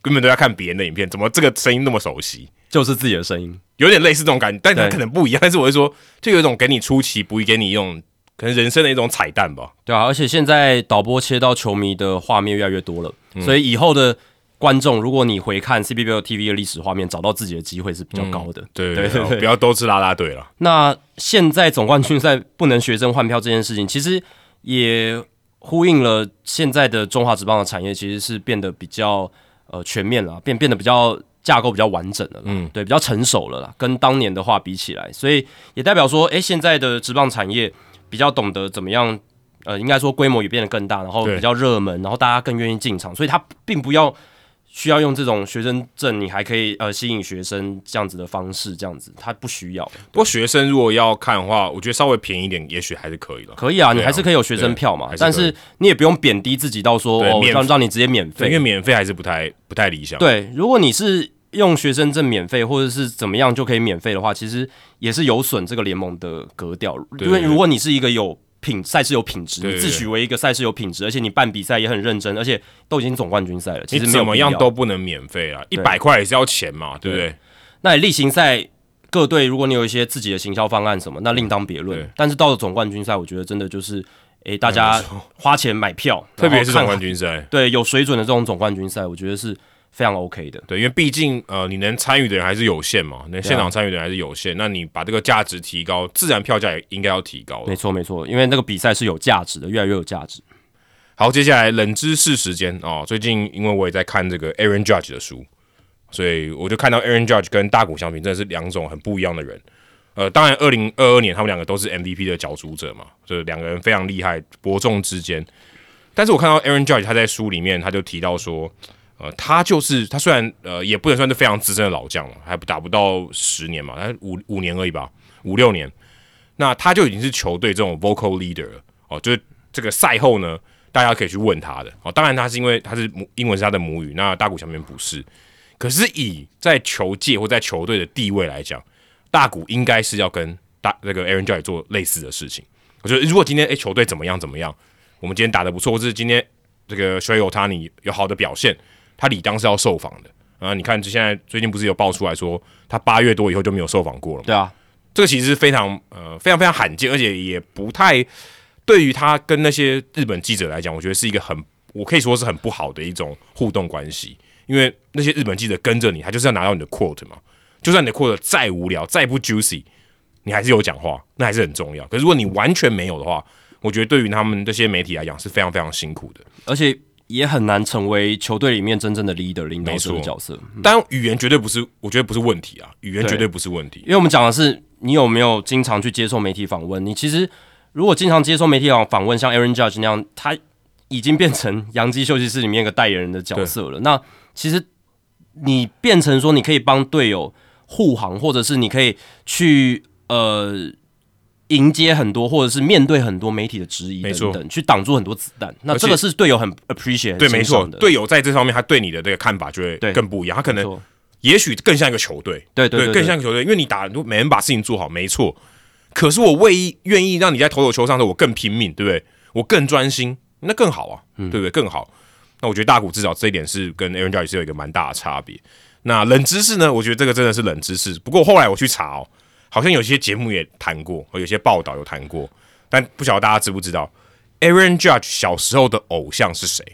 根本都在看别人的影片，怎么这个声音那么熟悉？
就是自己的声音，
有点类似这种感觉，但它
对
可能不一样。但是我会说，就有一种给你出其不意，给你一种可能人生的一种彩蛋吧。
对啊，而且现在导播切到球迷的画面越来越多了，所以以后的观众，如果你回看 CBBL TV 的历史画面，找到自己的机会是比较高的。
对
对
对
对
对，不要都是啦啦队了。
那现在总冠军赛不能学生换票这件事情，其实也呼应了现在的中华职棒的产业其实是变得比较呃全面了，变变得比较架构比较完整了，嗯，对，比较成熟了啦，跟当年的话比起来，所以也代表说，诶，现在的职棒产业比较懂得怎么样。呃，应该说规模也变得更大，然后
对
比较热门，然后大家更愿意进场，所以它并不要需要用这种学生证，你还可以呃吸引学生这样子的方式，这样子它不需要。
不过学生如果要看的话，我觉得稍微便宜一点，也许还是可以了。
可以啊，你
对啊
还是可以有学生票嘛
对，还是
但
可以
是你也不用贬低自己到说
对
哦，
免
让让你直接免
对，因为
费。
免费还是不太不太理想。，
对，如果你是用学生证免费或者是怎么样就可以免费的话，其实也是有损这个联盟的格调。
对
因为如果你是一个有品赛事有品质，
对
你自诩为一个赛事有品质，而且你办比赛也很认真，而嗯且都已经总冠军赛了，其
你
实没有
怎么
必要
样都不能免费啊，一百块也是要钱嘛，对不对？
那例行赛各队，如果你有一些自己的行销方案什么，那另当别论
对。
但是到了总冠军赛，我觉得真的就是，诶、大家花钱买票，
特别是
然后
总
看
冠军赛，
对有水准的这种总冠军赛，我觉得是非常 OK 的。
对，因为毕竟呃，你能参与的人还是有限嘛，能
啊
现场参与的人还是有限。那你把这个价值提高，自然票价也应该要提高了
没。错没错，因为那个比赛是有价值的，越来越有价值。
好，接下来冷知识时间哦。最近因为我也在看这个 Aaron Judge 的书，所以我就看到 Aaron Judge 跟大谷翔平真的是两种很不一样的人。呃，当然，二零二二年他们两个都是 MVP 的角逐者嘛，就是两个人非常厉害，伯仲之间。但是我看到 Aaron Judge 他在书里面他就提到说，呃，他就是他虽然呃也不能算是非常资深的老将了，还打不到十年嘛，他五五年而已吧，五六年，那他就已经是球队这种 vocal leader 了哦，就是这个赛后呢，大家可以去问他的哦。当然，他是因为他是母英文是他的母语，那大谷翔平不是。可是以在球界或在球队的地位来讲，大谷应该是要跟大那个 Aaron Judge 做类似的事情。我觉得如果今天诶、球队怎么样怎么样，我们今天打得不错，或是今天这个 s h e y o t a n 有好的表现，他理当是要受访的。啊，你看，现在最近不是有爆出来说，他八月多以后就没有受访过了嘛？
对啊，
这个其实是非常呃非常非常罕见，而且也不太对于他跟那些日本记者来讲，我觉得是一个很我可以说是很不好的一种互动关系，因为那些日本记者跟着你，他就是要拿到你的 quote 嘛，就算你的 quote 再无聊再不 juicy，你还是有讲话，那还是很重要。可是如果你完全没有的话，我觉得对于他们这些媒体来讲是非常非常辛苦的。
而且也很难成为球队里面真正的 leader 领导者的
没错
角色，
当然，语言绝对不是，我觉得不是问题啊，语言
对
绝对不是问题。
因为我们讲的是你有没有经常去接受媒体访问。你其实如果经常接受媒体访访问，像 Aaron Judge 那样，他已经变成洋基休息室里面一个代言人的角色了。那其实你变成说，你可以帮队友护航，或者是你可以去呃迎接很多，或者是面对很多媒体的质疑
没错
等等，去挡住很多子弹。那
而且
这个是队友很 appreciate
对，
很
没
欣赏
错，
的
队友在这方面他对你的这个看法就会
对
更不一样，他可
没
能
错
也许更像一个球队，
对对对对
更像一个球队，因为你打，如果每人把事情做好，没错。可是我为意愿意让你在投手球上的时候，我更拼命，对不对？我更专心，那
嗯
更好啊，对不对？更好。那我觉得大谷至少这一点是跟 Aaron Judge 是有一个蛮大的差别。那冷知识呢？我觉得这个真的是冷知识。不过后来我去查哦，好像有些节目也谈过，有些报道有谈过，但不晓得大家知不知道，Aaron Judge 小时候的偶像是谁？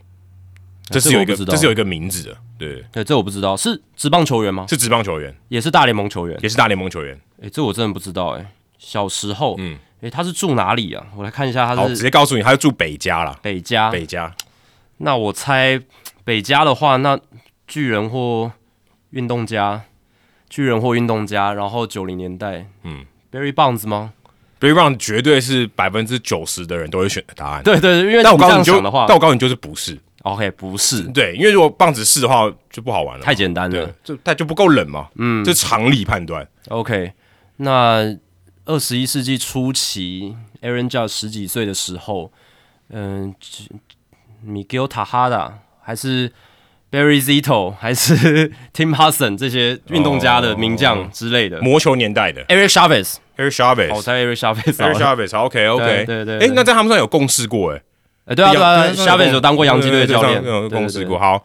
这是有一个，
啊这个我不知道
这是有一个名字的，对，
对，这我不知道，是职棒球员吗？
是职棒球员，
也是大联盟球员？
也是大联盟球员。
诶，这我真的不知道诶，小时候，嗯，诶，他是住哪里啊？我来看一下，
好，
他
直
是啊
接告诉你，他是住北加啦，
北加。
北加。
那我猜北加的话，那巨人或运动家，巨人或运动家，然后九零年代，嗯，Barry Bonds 吗？
Barry Brown 绝对是百分之九十的人都会选的答案。
对对对，因为
但我
你
告
这
诉
样
你就，
想的话
但我告诉你就是不是。
，OK，不是，
对，因为如果棒子是的话，就不好玩了嘛。
太嗯简单
对
了。，
这它就不够冷嘛。嗯，这常理判断。
OK，那二十一世纪初期，Aaron Judge 十几岁的时候，嗯、米 m i g u e l Tejada 还是 Barry Zito 还是 Tim Hudson 这些运动家的名
哦
将之类的、
魔球年代的
e r i c Chavez，
Harry
哦
Chavez。
我猜 Eric Chavez，好
Harry
了
Chavez OK OK，
对对对
哎
对，
那在他们上有共事过哎，
哎对啊对啊
洋
，Chavez 有当过洋基队的教
对
练，
对对有
对
共
对
事
对
过。好，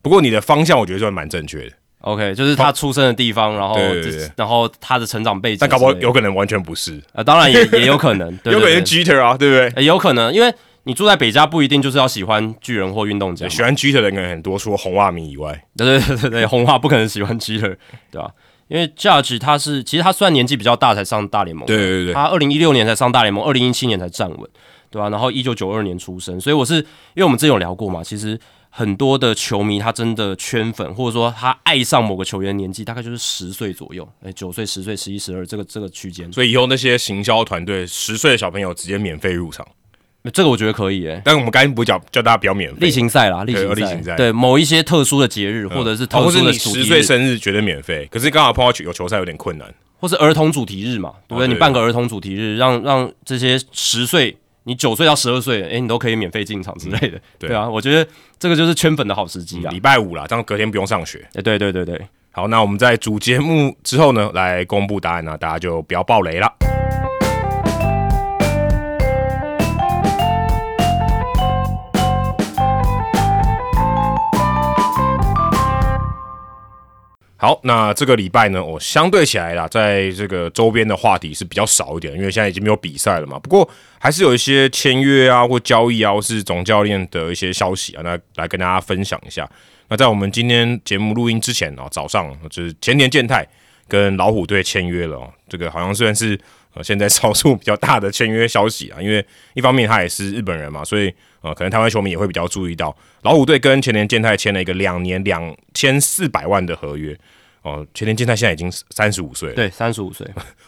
不过你的方向我觉得算蛮正确的，
OK，就是他出生的地方，然后
对对对
这
对
然后他的成长背景之
但
类的，
搞不好有可能完全不是，
呃，当然也也有可 能，对
有可
对对
能是 Jeter 啊，对不对？
欸有可能，因为你住在北加不一定就是要喜欢巨人或运动家嘛，
喜欢 Jeter 的人很多，除了红袜迷以外，
对对对对对，红袜不可能喜欢 g i l e r 对吧、因为 Judge 他是其实他虽然年纪比较大才上大联盟，
对对对对，
他二零一六年才上大联盟，二零一七年才站稳，对吧、然后一九九二年出生，所以我是因为我们之前有聊过嘛，其实很多的球迷他真的圈粉，或者说他爱上某个球员的年纪大概就是十岁左右，哎，九岁、十岁、十一、十二这个这个区间，
所以以后那些行销团队十岁的小朋友直接免费入场，
这个我觉得可以哎、
但我们刚才不是叫叫大家不要免费
例，行赛啦，例
对哦
行
例行赛
赛，对某一些特殊的节日，或者是
哦
特
或是
殊
你
的主题
十
日
岁，生日绝对免费，可是刚好碰到球有球赛有点困难，
或是儿童主题日嘛，对不
哦对
对？你办个儿童主题日，让让这些十岁，你九岁到十二岁，哎，你都可以免费进场之类的，
嗯对嗯
对啊，我觉得这个就是圈粉的好时机啊
礼。拜五啦，这样隔天不用上学。
哎，对对对对，
好，那我们在主节目之后呢，来公布答案呢、大家就不要爆雷了。好，那这个礼拜呢，我、相对起来啦，在这个周边的话题是比较少一点，因为现在已经没有比赛了嘛。不过还是有一些签约啊，或交易啊，或是总教练的一些消息啊，那来跟大家分享一下。那在我们今天节目录音之前哦，早上 就是前田健太跟老虎队签约了哦，这个好像算是呃现在少数比较大的签约消息啊， 因为一方面他也是日本人嘛，所以呃可能台湾球迷也会比较注意到老虎队跟前田健太签了一个两年两千四百万的合约。哦，前田健太现在已经三十五岁了，
对，三十五岁，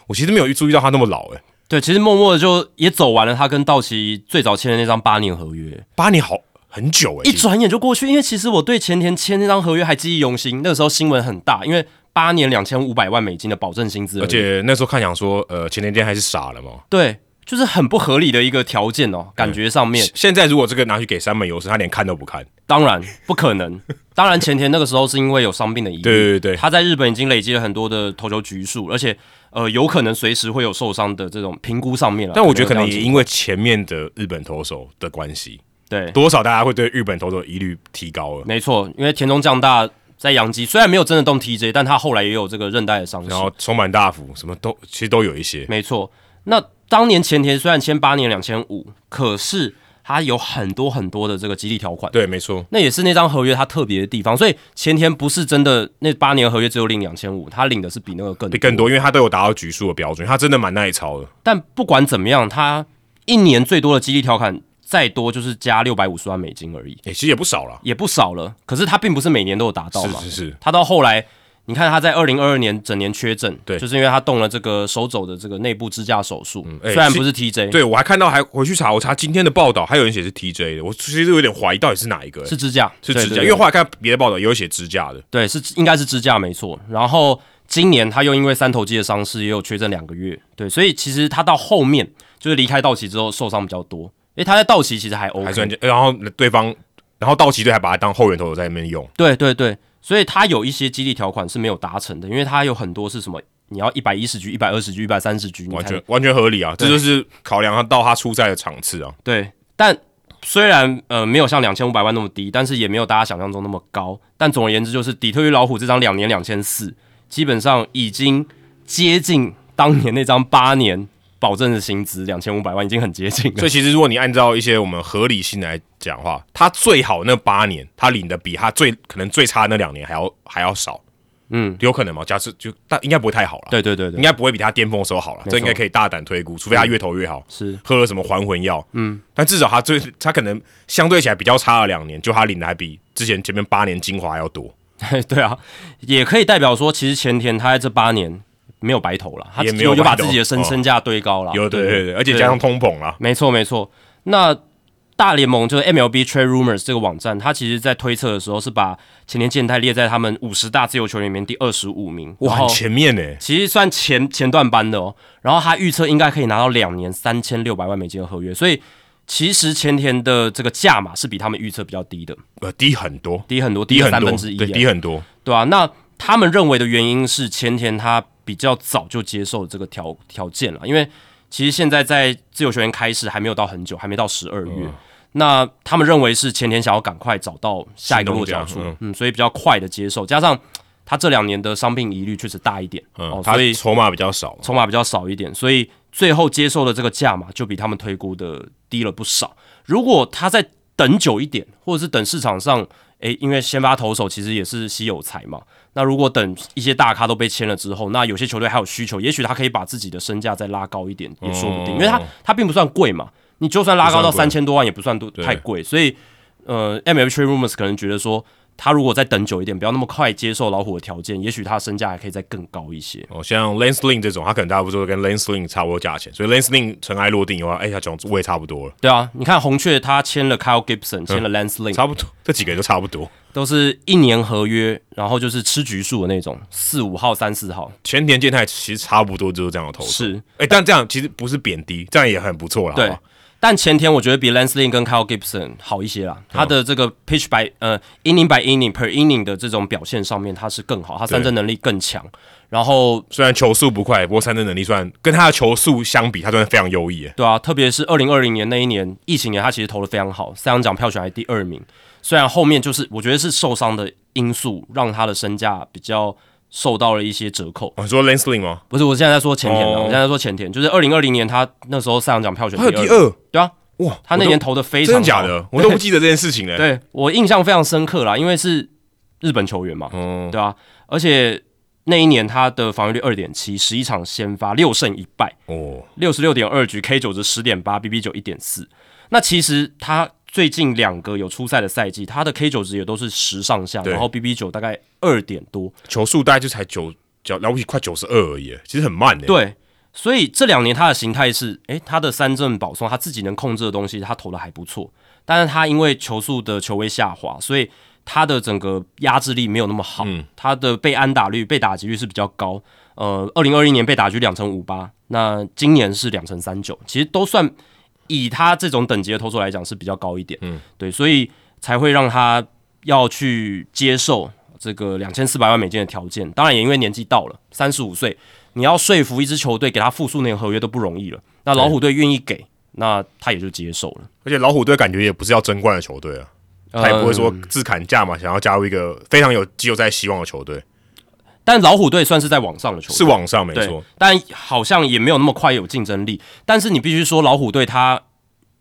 我其实没有注意到他那么老哎诶，
对，其实默默的就也走完了他跟道奇最早签的那张八年合约，
八年好很久诶，
一
其实
转眼就过去。因为其实我对前田签那张合约还记忆犹新，那个时候新闻很大，因为八年两千五百万美金的保证薪资而已，
而且那时候看想说，呃，前田健太是傻了嘛？
对，就是很不合理的一个条件哦，感觉上面。
现在如果这个拿去给三本优势，他连看都不看。
当然不 可能。当然，前田那个时候是因为有伤病的疑虑，
对对对，
他在日本已经累积了很多的投球局数，而且呃，有可能随时会有受伤的这种评估上面了。啊
但我觉得可能
有这
也
样
因为前面的日本投手的关系，
对，
多少大家会对日本投手的疑虑提高了。
没错，因为田中将大在洋基虽然没有真的动 TJ，但他后来也有这个韧带的伤势
然。后充满大幅，什么都其实都有一些。
没错，那当年前田虽然签八年两千五，可是他有很多很多的这个激励条款。
对，没错，
那也是那张合约它特别的地方，所以前田不是真的那八年合约只有领两千五，他领的是比那个更
比更多，因为他都有达到局数的标准，他真的蛮耐操的。
但不管怎么样，他一年最多的激励条款再多就是加六百五十万美金而已，
也、其实也不少啦。
也不少了。可是他并不是每年都有达到
是
嘛。
是是，
他到后来，你看他在二零二二年整年缺阵，
对
就是因为他动了这个手肘的这个内部支架手术，
哎
虽然
是
不是 TJ，
对我还看到还回去查，我查今天的报道，还有人写是 TJ 的，我其实有点怀疑到底是哪一个、
是支架，
是
对
支
对
架，
对
因为后来看别的报道也有写支架的，
对，是应该是支架没错。然后今年他又因为三头肌的伤势也有缺阵两个月，对，所以其实他到后面就是离开道奇之后受伤比较多。诶，他在道奇其实还 OK，
还算。然后对方，然后道奇队还把他当后援投手在那边用，
对对对，所以他有一些激励条款是没有达成的，因为他有很多是什么，你要一百一十局、一百二十局、一百三十局，你
完
才
全完全合理啊，这就是考量到他出赛的场次啊。
对。但虽然呃没有像两千五百万那么低，但是也没有大家想象中那么高。但总而言之，就是底特律老虎这张两年两千四，基本上已经接近当年那张八年保证的薪资两千五百万，已经很接近了
所以。其实如果你按照一些我们合理性来讲的话，他最好那八年，他领的比他最可能最差那两年还要还要少，
嗯，
有可能嘛？假设就但应该不会太好了，
对对对
应
对，
该不会比他巅峰的时候好了，
错
这应该可以大胆推估，除非他越投越好，
是
喝了什么还魂药，嗯，但至少他最他可能相对起来比较差了两年，就他领的还比之前前面八年精华还要多，
对啊，也可以代表说，其实前田他在这八年没有白投了，他
也没有
就把
白投
自己的身
哦
身价堆高了。
有对对对，而且
对
加上通膨啦，啊
没错，没错。那大联盟就是 MLB Trade Rumors 这个网站，它其实在推测的时候是把前田健太列在他们五十大自由球员里面第二十五名，
哇，
然后
很前面呢、
其实算前前段班的哦。然后他预测应该可以拿到两年三千六百万美金的合约，所以其实前田的这个价码是比他们预测比较低的，
呃，低很多，
低很多，
低很
三
多，
分之一啊，
对，低很多，
对啊，那他们认为的原因是前田他比较早就接受这个条条件了，因为其实现在在自由球员开始还没有到很久，还没到十二
嗯
月。那他们认为是前田想要赶快找到下一个落脚处
行动这样，
嗯所以比较快的接受，加上他这两年的伤病疑虑确实大一点，
嗯
哦，，
他
所以
筹码比较少嘛，
筹码比较少一点，所以最后接受的这个价码就比他们推估的低了不少。如果他再等久一点，或者是等市场上，诶，因为先发投手其实也是稀有才嘛，那如果等一些大咖都被签了之后，那有些球队还有需求，也许他可以把自己的身价再拉高一点，也说不定，因为他他并不算贵嘛，你就算拉高到
不算
三千多万也不算多太贵，所以呃，MLB Trade Rumors 可能觉得说。他如果再等久一点，不要那么快接受老虎的条件，也许他的身价还可以再更高一些。
哦，像 Lance Lynn 这种，他可能大部分都跟 Lance Lynn 差不多价钱，所以 Lance Lynn 尘埃落定以后，哎、他讲我也差不多了，
对啊，你看红雀他签了 Kyle Gibson，签了 Lance Lynn，、
差不多，这几个人都差不多。
都是一年合约，然后就是吃局数的那种，四五号、三四号，
前田健太其实差不多就是这样的投手，
是
哎、但这样其实不是贬低，这样也很不错了，好
对
吧。
但前天我觉得比 Lance Lynn 跟 Kyle Gibson 好一些啦，他的这个 pitch by 呃 inning by inning per inning 的这种表现上面，他是更好，他三振能力更强，然后
虽然球速不快，不过三振能力算跟他的球速相比，他算是非常优异耶。
对啊，特别是二零二零年那一年疫情年，他其实投的非常好，三项奖票选还第二名。虽然后面就是我觉得是受伤的因素，让他的身价比较受到了一些折扣。
哦，你说 Lance Lynn 吗？
不是，我现在在说前田的，啊
哦
我现在在说前田，就是二零二零年他那时候赛扬奖票选
他有
第
第
二，
二，
对啊，
哇，
他那
我都
年投的非常
真
好
的假？的？我都不记得这件事情嘞。，
对我印象非常深刻啦，因为是日本球员嘛，
嗯，
对啊，而且那一年他的防御率二点七，十一场先发六胜一败，
哦，
六十六点二局，K 九值十点八，BB 九一点四。那其实他最近两个有出赛的赛季，他的 K 九值也都是十上下，
对
然后 BB 九大概二点多，
球速大概就才九，了了不起快九十二而已耶，其实很慢的。，
对，所以这两年他的形态是，诶，他的三振保送，他自己能控制的东西，他投的还不错。但是他因为球速的球位下滑，所以他的整个压制力没有那么好，
嗯
他的被安打率、被打击率是比较高。呃，二零二一年被打击两成五八，那今年是两成三九，其实都算以他这种等级的投手来讲是比较高一点。嗯，对，所以才会让他要去接受这个两千四百万美金的条件。当然，也因为年纪到了，三十五岁，你要说服一支球队给他复数年合约都不容易了。那老虎队愿意给，那他也就接受了。
而且老虎队感觉也不是要争冠的球队啊。他也不会说
嗯
自砍价嘛，想要加入一个非常有季后赛希望的球队，
但老虎队算是在往上的球队，
是往上没
对
错，，
但好像也没有那么快有竞争力。但是你必须说，老虎队他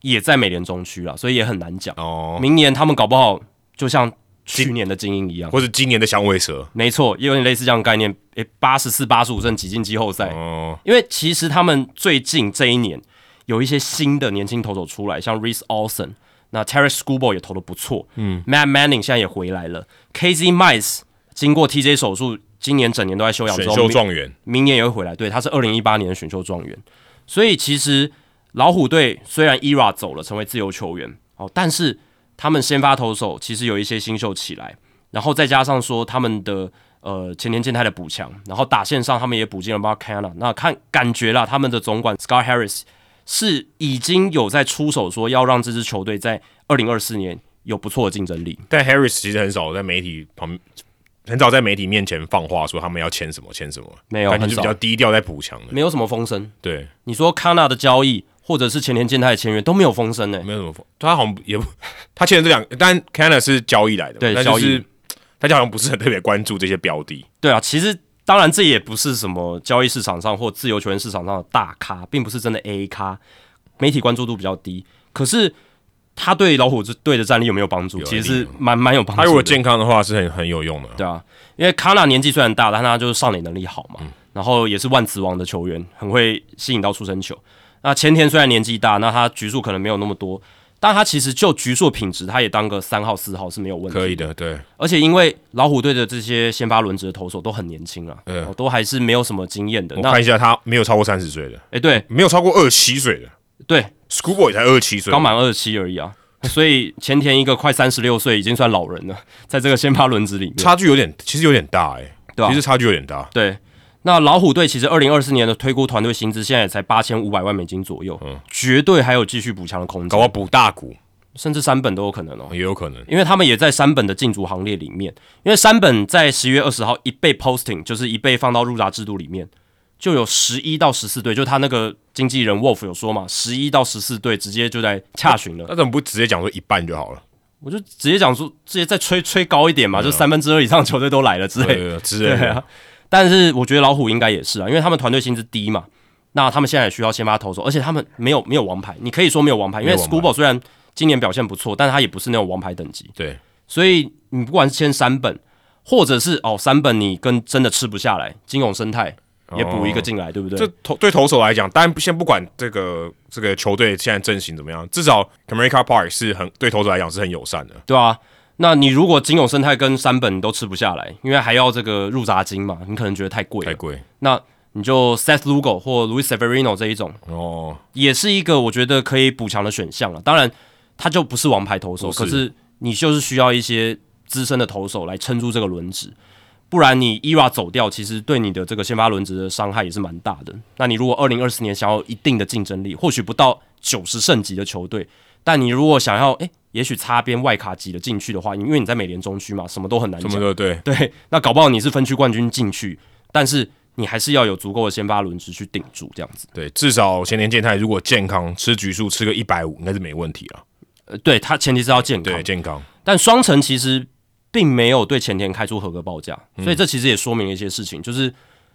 也在美联中区啊，所以也很难讲。
哦，
明年他们搞不好就像去年的精英一样，
或是今年的响尾蛇，
没错，也有点类似这样的概念。诶，八十四、八十五胜挤进季后赛，
哦，
因为其实他们最近这一年有一些新的年轻投手出来，像 Reese Olson，那 Terry Scooball 也投的不错，嗯，Matt Manning 现在也回来了，KZ Mice 经过 TJ 手术，今年整年都在休养
选
中，
秀
明
状元，
明年也会回来，对，他是二零一八年的选秀状元，所以其实老虎队虽然 ERA 走了，成为自由球员，哦，但是他们先发投手其实有一些新秀起来，然后再加上说他们的呃前田健太的补强，然后打线上他们也补进了 Mark Canna，那看感觉啦，他们的总管 Scott Harris 是已经有在出手说要让这支球队在二零二四年有不错的竞争力，
但 Harris 其实很少在媒体旁，很少在媒体面前放话说他们要签什么签什么，
没有
感觉
很
就
少
比较低调在补强的，
没有什么风声。
对，
你说康纳的交易或者是前田健太的签约都没有风声呢、欸
没有什么风，他好像也不，他签的这两个，但 Canna 是交易来的，
对
但就是
交易
大家好像不是很特别关注这些标的，
对啊，其实当然这也不是什么交易市场上或自由球员市场上的大咖，并不是真的 A 咖，媒体关注度比较低。可是他对老虎队的战力有没有帮助？
有
其
一
实
定
是蛮蛮有帮助
他
的。
如果健康的话是很很有用的。
对啊，因为卡纳年纪虽然大，但他就是上垒能力好嘛，
嗯
然后也是万磁王的球员，很会吸引到出生球。那前田虽然年纪大，那他局数可能没有那么多，但他其实就局数品质，他也当个三号、四号是没有问题。
可以的，对，
而且因为老虎队的这些先发轮值的投手都很年轻啊，
嗯
哦都还是没有什么经验的。
我
那
看一下，他没有超过三十岁的，
哎，对
没有超过二七岁的
对，
，Schoolboy 才二七岁，
刚满二十七而已啊， 所以前田一个快三十六岁已经算老人了， 在这个先发轮值里面。
差距有点，其实有点大哎、
对啊
其实差距有点大，
对，那老虎队其实二零二四年的推估团队薪资现在也才八千五百万美金左右，绝对还有继续补强的空
嗯搞不好
间，
补大股
甚至三本都有可能哦。
也有可能。
因为他们也在山本的竞逐行列里面，因为山本在十一月二十号一被 posting，就是一被放到入闸制度里面，就有十一到十四队，就他那个经纪人 Wolf 有说嘛，十一到十四队直接就在洽询了，
那怎么不直接讲说一半就好了？
我就直接讲说，直接再吹吹高一点嘛，就三分之二以上球队都来了之类的。
啊对，之类的。
啊但是我觉得老虎应该也是啊，因为他们团队薪资低嘛，那他们现在也需要先发投手，而且他们没有没有王牌，你可以说没有王牌，因为
没有王牌
Scubo 虽然今年表现不错，但他也不是那种王牌等级，
对，
所以你不管是签三本，或者是哦三本你跟真的吃不下来，金永生态也补一个进来，对不对？
哦这投对投手来讲，当然先不管这个这个球队现在阵型怎么样，至少 c o m e r i c a Park 是很对投手来讲是很友善的。
对啊，那你如果金永生态跟三本你都吃不下来，因为还要这个入闸金嘛，你可能觉得太贵
太
了，
贵
那你就 Seth Lugo 或 Luis Severino 这一种，
哦，
也是一个我觉得可以补强的选项了。当然，他就不是王牌投手，
不是
可是你就是需要一些资深的投手来撑住这个轮值，不然你 ERA 走掉，其实对你的这个先发轮值的伤害也是蛮大的。那你如果二零二四年想要有一定的竞争力，或许不到九十胜级的球队，但你如果想要诶，也许擦边外卡挤得进去的话，因为你在美联中区嘛，什么都很难
这
讲
么。多对，
对，那搞不好你是分区冠军进去，但是你还是要有足够的先发轮值去顶住这样子。
对，至少前田健太如果健康，吃局数吃个一百五应该是没问题啊。
呃，对他前提是要健康
对，，健康
但双城其实并没有对前田开出合格报价，
嗯
所以这其实也说明了一些事情，就是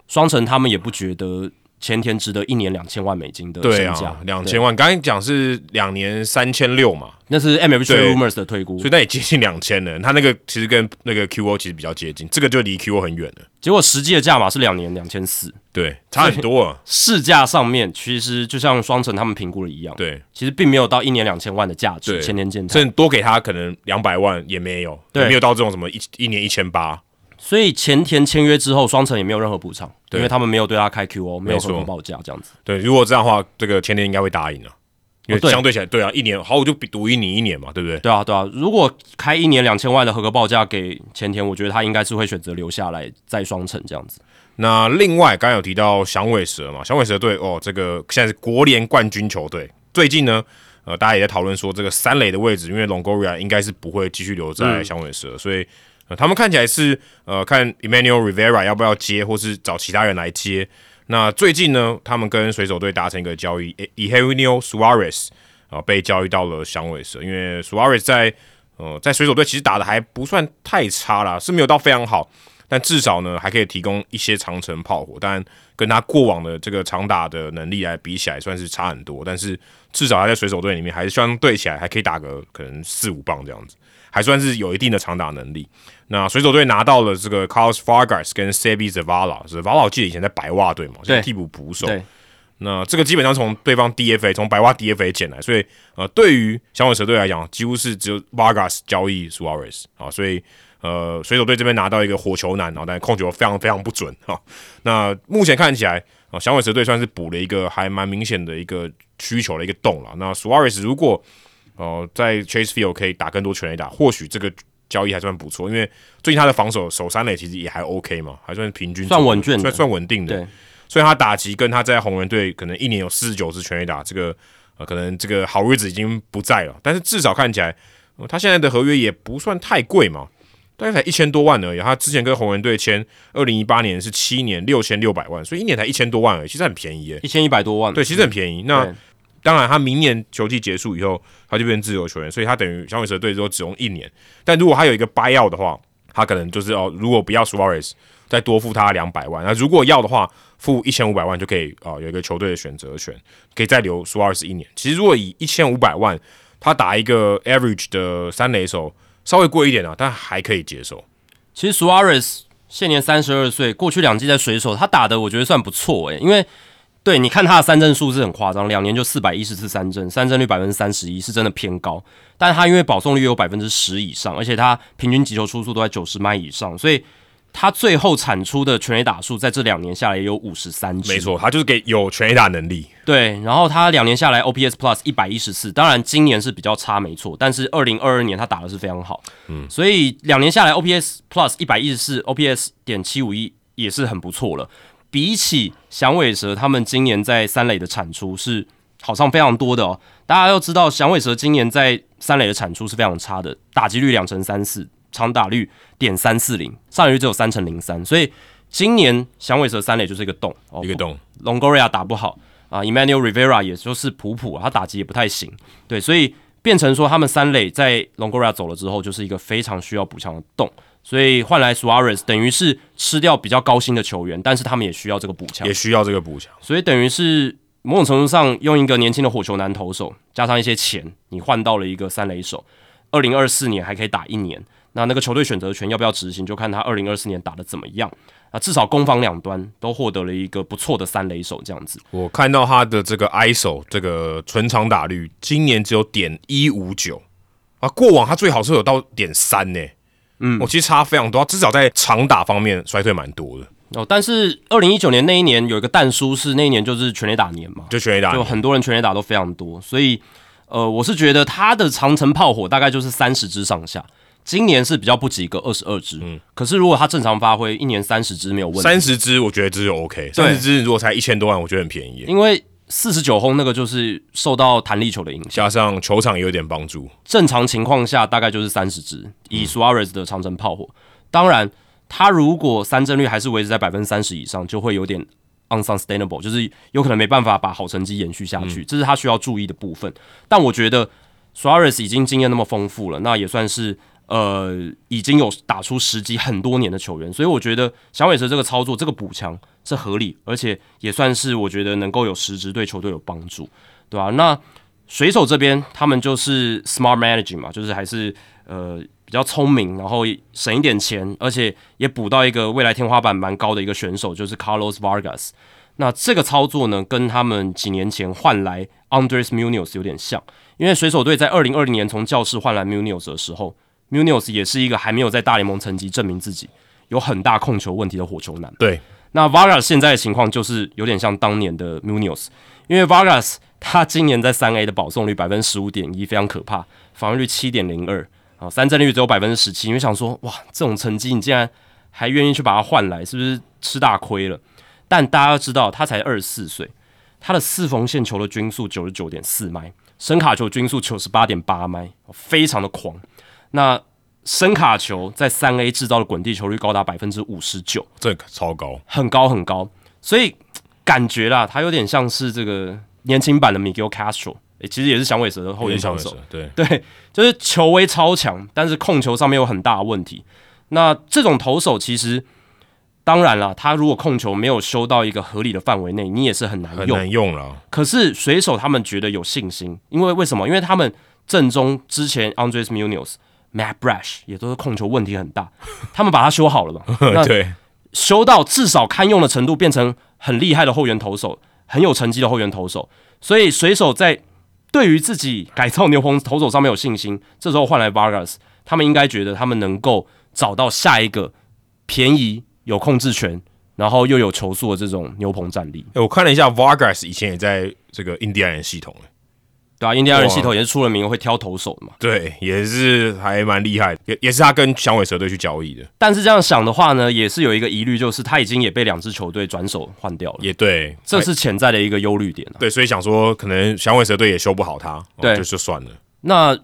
双城他们也不觉得前田值得一年两千万美金的
对
身价
啊，，两千万。刚才讲是两年三千六嘛，
那是 MLB
对
Trade Rumors 的推估
所以，那也接近两千了。他那个其实跟那个 QO 其实比较接近，这个就离 QO 很远了。
结果实际的价码是两年两千四，
对，差很多啊。
市价上面其实就像双城他们评估的一样，
对，
其实并没有到一年两千万的价值，
对
前田健太，
甚至多给他可能两百万也没有，
对
也没有到这种什么一一年一千八。
所以前田签约之后，双城也没有任何补偿，
对
因为他们没有对他开 QO，没有
没错
合格报价这样子。
对，如果这样的话，这个前年应该会答应啊，因
哦
为
对
相对起来，对啊，一年好，我就比赌一你一年嘛，对不对？
对啊，对啊，如果开一年两千万的合格报价给前田，我觉得他应该是会选择留下来在双城这样子。
那另外刚刚有提到响尾蛇嘛，响尾蛇队哦，这个现在是国联冠军球队。最近呢，呃，大家也在讨论说这个三垒的位置，因为 Longoria 应该是不会继续留在响尾蛇，所以、呃、他们看起来是呃看 Emmanuel Rivera 要不要接，或是找其他人来接。那最近呢，他们跟水手队达成一个交易，E h e n i o Suarez 啊、被交易到了响尾蛇，因为 Suarez 在呃在水手队其实打的还不算太差啦，是没有到非常好，但至少呢还可以提供一些长城炮火，当然跟他过往的这个长打的能力来比起来算是差很多，但是至少他在水手队里面还是相对起来还可以打个可能四五棒这样子，还算是有一定的长打能力。那水手队拿到了这个 Carlos Fargas 跟 Sebi Zavala，Zavala 我记得以前在白袜队嘛，现在替补捕手，
对，
那这个基本上从对方 DFA 从白袜 DFA 捡来，所以呃，对于响尾蛇队来讲，几乎是只有 Vargas 交易 Suarez 啊，所以呃，水手队这边拿到一个火球男，然哦后但控球非常非常不准哈、那目前看起来啊，响尾蛇队算是补了一个还蛮明显的一个需求的一个洞了。那 Suarez 如果呃在 Chase Field 可以打更多全垒打，或许这个交易还算不错，因为最近他的防守守三垒其实也还 OK 嘛，还算平均，
算稳健的
算算稳定的。
对
所以他打击跟他在红人队可能一年有四十九支全垒打，这个呃可能这个好日子已经不在了，但是至少看起来、呃他现在的合约也不算太贵嘛，大概才一千多万而已。他之前跟红人队签，二零一八年是七年六千六百万，所以一年才一千多万而已，其实很便宜耶。
一千一百多万。
对，其实很便宜。那
对
当然，他明年球季结束以后，他就变成自由球员，所以他等于小鬼蛇队之后只用一年。但如果他有一个 buy out 的话，他可能就是哦，如果不要 Suarez，再多付他两百万。那如果要的话，付一千五百万就可以啊、有一个球队的选择权，可以再留 Suarez 一年。其实如果以一千五百万，他打一个 average 的三垒手，稍微贵一点啊，但还可以接受。
其实 Suarez 现年三十二岁，过去两季在水手，他打的我觉得算不错欸诶、因为对，你看他的三振数是很夸张，两年就四百一十次三振，三振率百分之三十一，是真的偏高。但是他因为保送率有百分之十以上，而且他平均击球出速都在九十迈以上，所以他最后产出的全垒打数在这两年下来也有五十三支，
没错，他就是给有全垒打能力。
对，然后他两年下来 OPS Plus 一百一十四，当然今年是比较差，没错，但是二零二二年他打的是非常好，嗯，所以两年下来 OPS Plus 一百一十四，OPS 点七五一也是很不错了。比起响尾蛇他们今年在三垒的产出是好上非常多的哦。大家要知道，响尾蛇今年在三垒的产出是非常差的，打击率两成三四，长打率点三四零，上垒率只有三成零三，所以今年响尾蛇三垒就是一个洞，哦
一个洞。
Longoria 打不好啊，Emmanuel Rivera 也就是普普，他打击也不太行，对，所以变成说他们三垒在 Longoria 走了之后，就是一个非常需要补强的洞，所以换来 Suarez 等于是吃掉比较高薪的球员，但是他们也需要这个补强
也，需要这个补强。
所以等于是某种程度上用一个年轻的火球男投手，加上一些钱，你换到了一个三垒手，二零二四年还可以打一年。那那个球队选择权要不要执行，就看他二零二四年打的怎么样。啊，至少攻防两端都获得了一个不错的三垒手，这样子。
我看到他的这个 ISO 这个纯长打率，今年只有点一五九啊，过往他最好是有到点三呢。嗯，我、其实差非常多，他至少在长打方面衰退蛮多的，
哦，但是二零一九年那一年有一个蛋叔是那一年就是全垒打年嘛，
就全垒打
就很多人全垒打都非常多，所以呃，我是觉得他的长城炮火大概就是三十支上下。今年是比较不及格，二十二支。可是如果他正常发挥，一年三十支没有问题，
嗯三十支，我觉得这就 OK。三十支如果才一千多万，我觉得很便宜耶，
因为四十九轰那个就是受到弹力球的影响。
加上球场也有点帮助。
正常情况下大概就是三十支，以 Suarez 的长城炮火。当然，他如果三振率还是维持在百分之三十以上，就会有点 unsustainable，就是有可能没办法把好成绩延续下去，这是他需要注意的部分。但我觉得 Suarez 已经经验那么丰富了，那也算是。呃，已经有打出时机很多年的球员，所以我觉得响尾蛇这个操作，这个补强是合理，而且也算是我觉得能够有实质对球队有帮助，对吧、那水手这边他们就是 smart managing 嘛，就是还是呃比较聪明，然后省一点钱，而且也补到一个未来天花板蛮高的一个选手，就是 Carlos Vargas。那这个操作呢，跟他们几年前换来 Andres Munoz 有点像，因为水手队在二零二零年从教室换来 Munoz 的时候，Munoz 也是一个还没有在大联盟层级证明自己有很大控球问题的火球男。
对，
那 Vargas 现在的情况就是有点像当年的 Munoz，因为 Vargas 他今年在三 A 的保送率百分之十五点一，非常可怕，防御率七点零二啊，三振率只有百分之十七。你会想说，哇，这种成绩你竟然还愿意去把它换来，是不是吃大亏了？但大家要知道，他才二十四岁，他的四缝线球的均速九十九点四迈，深卡球均速九十八点八迈，哦非常的狂。那深卡球在三 A 制造的滚地球率高达百分之五十九，
这个超高。
很高很高，所以感觉啦，他有点像是这个年轻版的 Miguel Castro，、诶其实也是响尾蛇的后援
想
投手，
对，
对，就是球威超强，但是控球上面有很大的问题。那这种投手其实，当然啦，他如果控球没有修到一个合理的范围内，你也是很难
很
用。
难用了。
可是水手他们觉得有信心，因为为什么？因为他们正中之前 Andres Munoz、Matt Brash 也都是控球问题很大，他们把它修好了嘛。 那
对，
修到至少堪用的程度，变成很厉害的后援投手，很有成绩的后援投手。所以水手在对于自己改造牛棚投手上面有信心，这时候换来 Vargas，他们应该觉得他们能够找到下一个便宜、有控制权，然后又有球速的这种牛棚战力，
哎我看了一下，Vargas 以前也在这个印第安人系统，
对啊，印第安人系统也是出了名会挑投手的嘛。
对，也是还蛮厉害的，也也是他跟响尾蛇队去交易的，
但是这样想的话呢，也是有一个疑虑，就是他已经也被两支球队转手换掉了，
也对，
这是潜在的一个忧虑点啊。
对，所以想说，可能响尾蛇队也修不好他，哦
对
就就算了。
那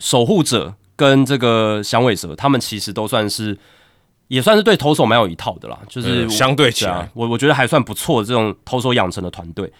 守护者跟这个响尾蛇，他们其实都算是也算是对投手蛮有一套的啦，就是我、
嗯相对起
对
来
啊，我我觉得还算不错，这种投手养成的团队。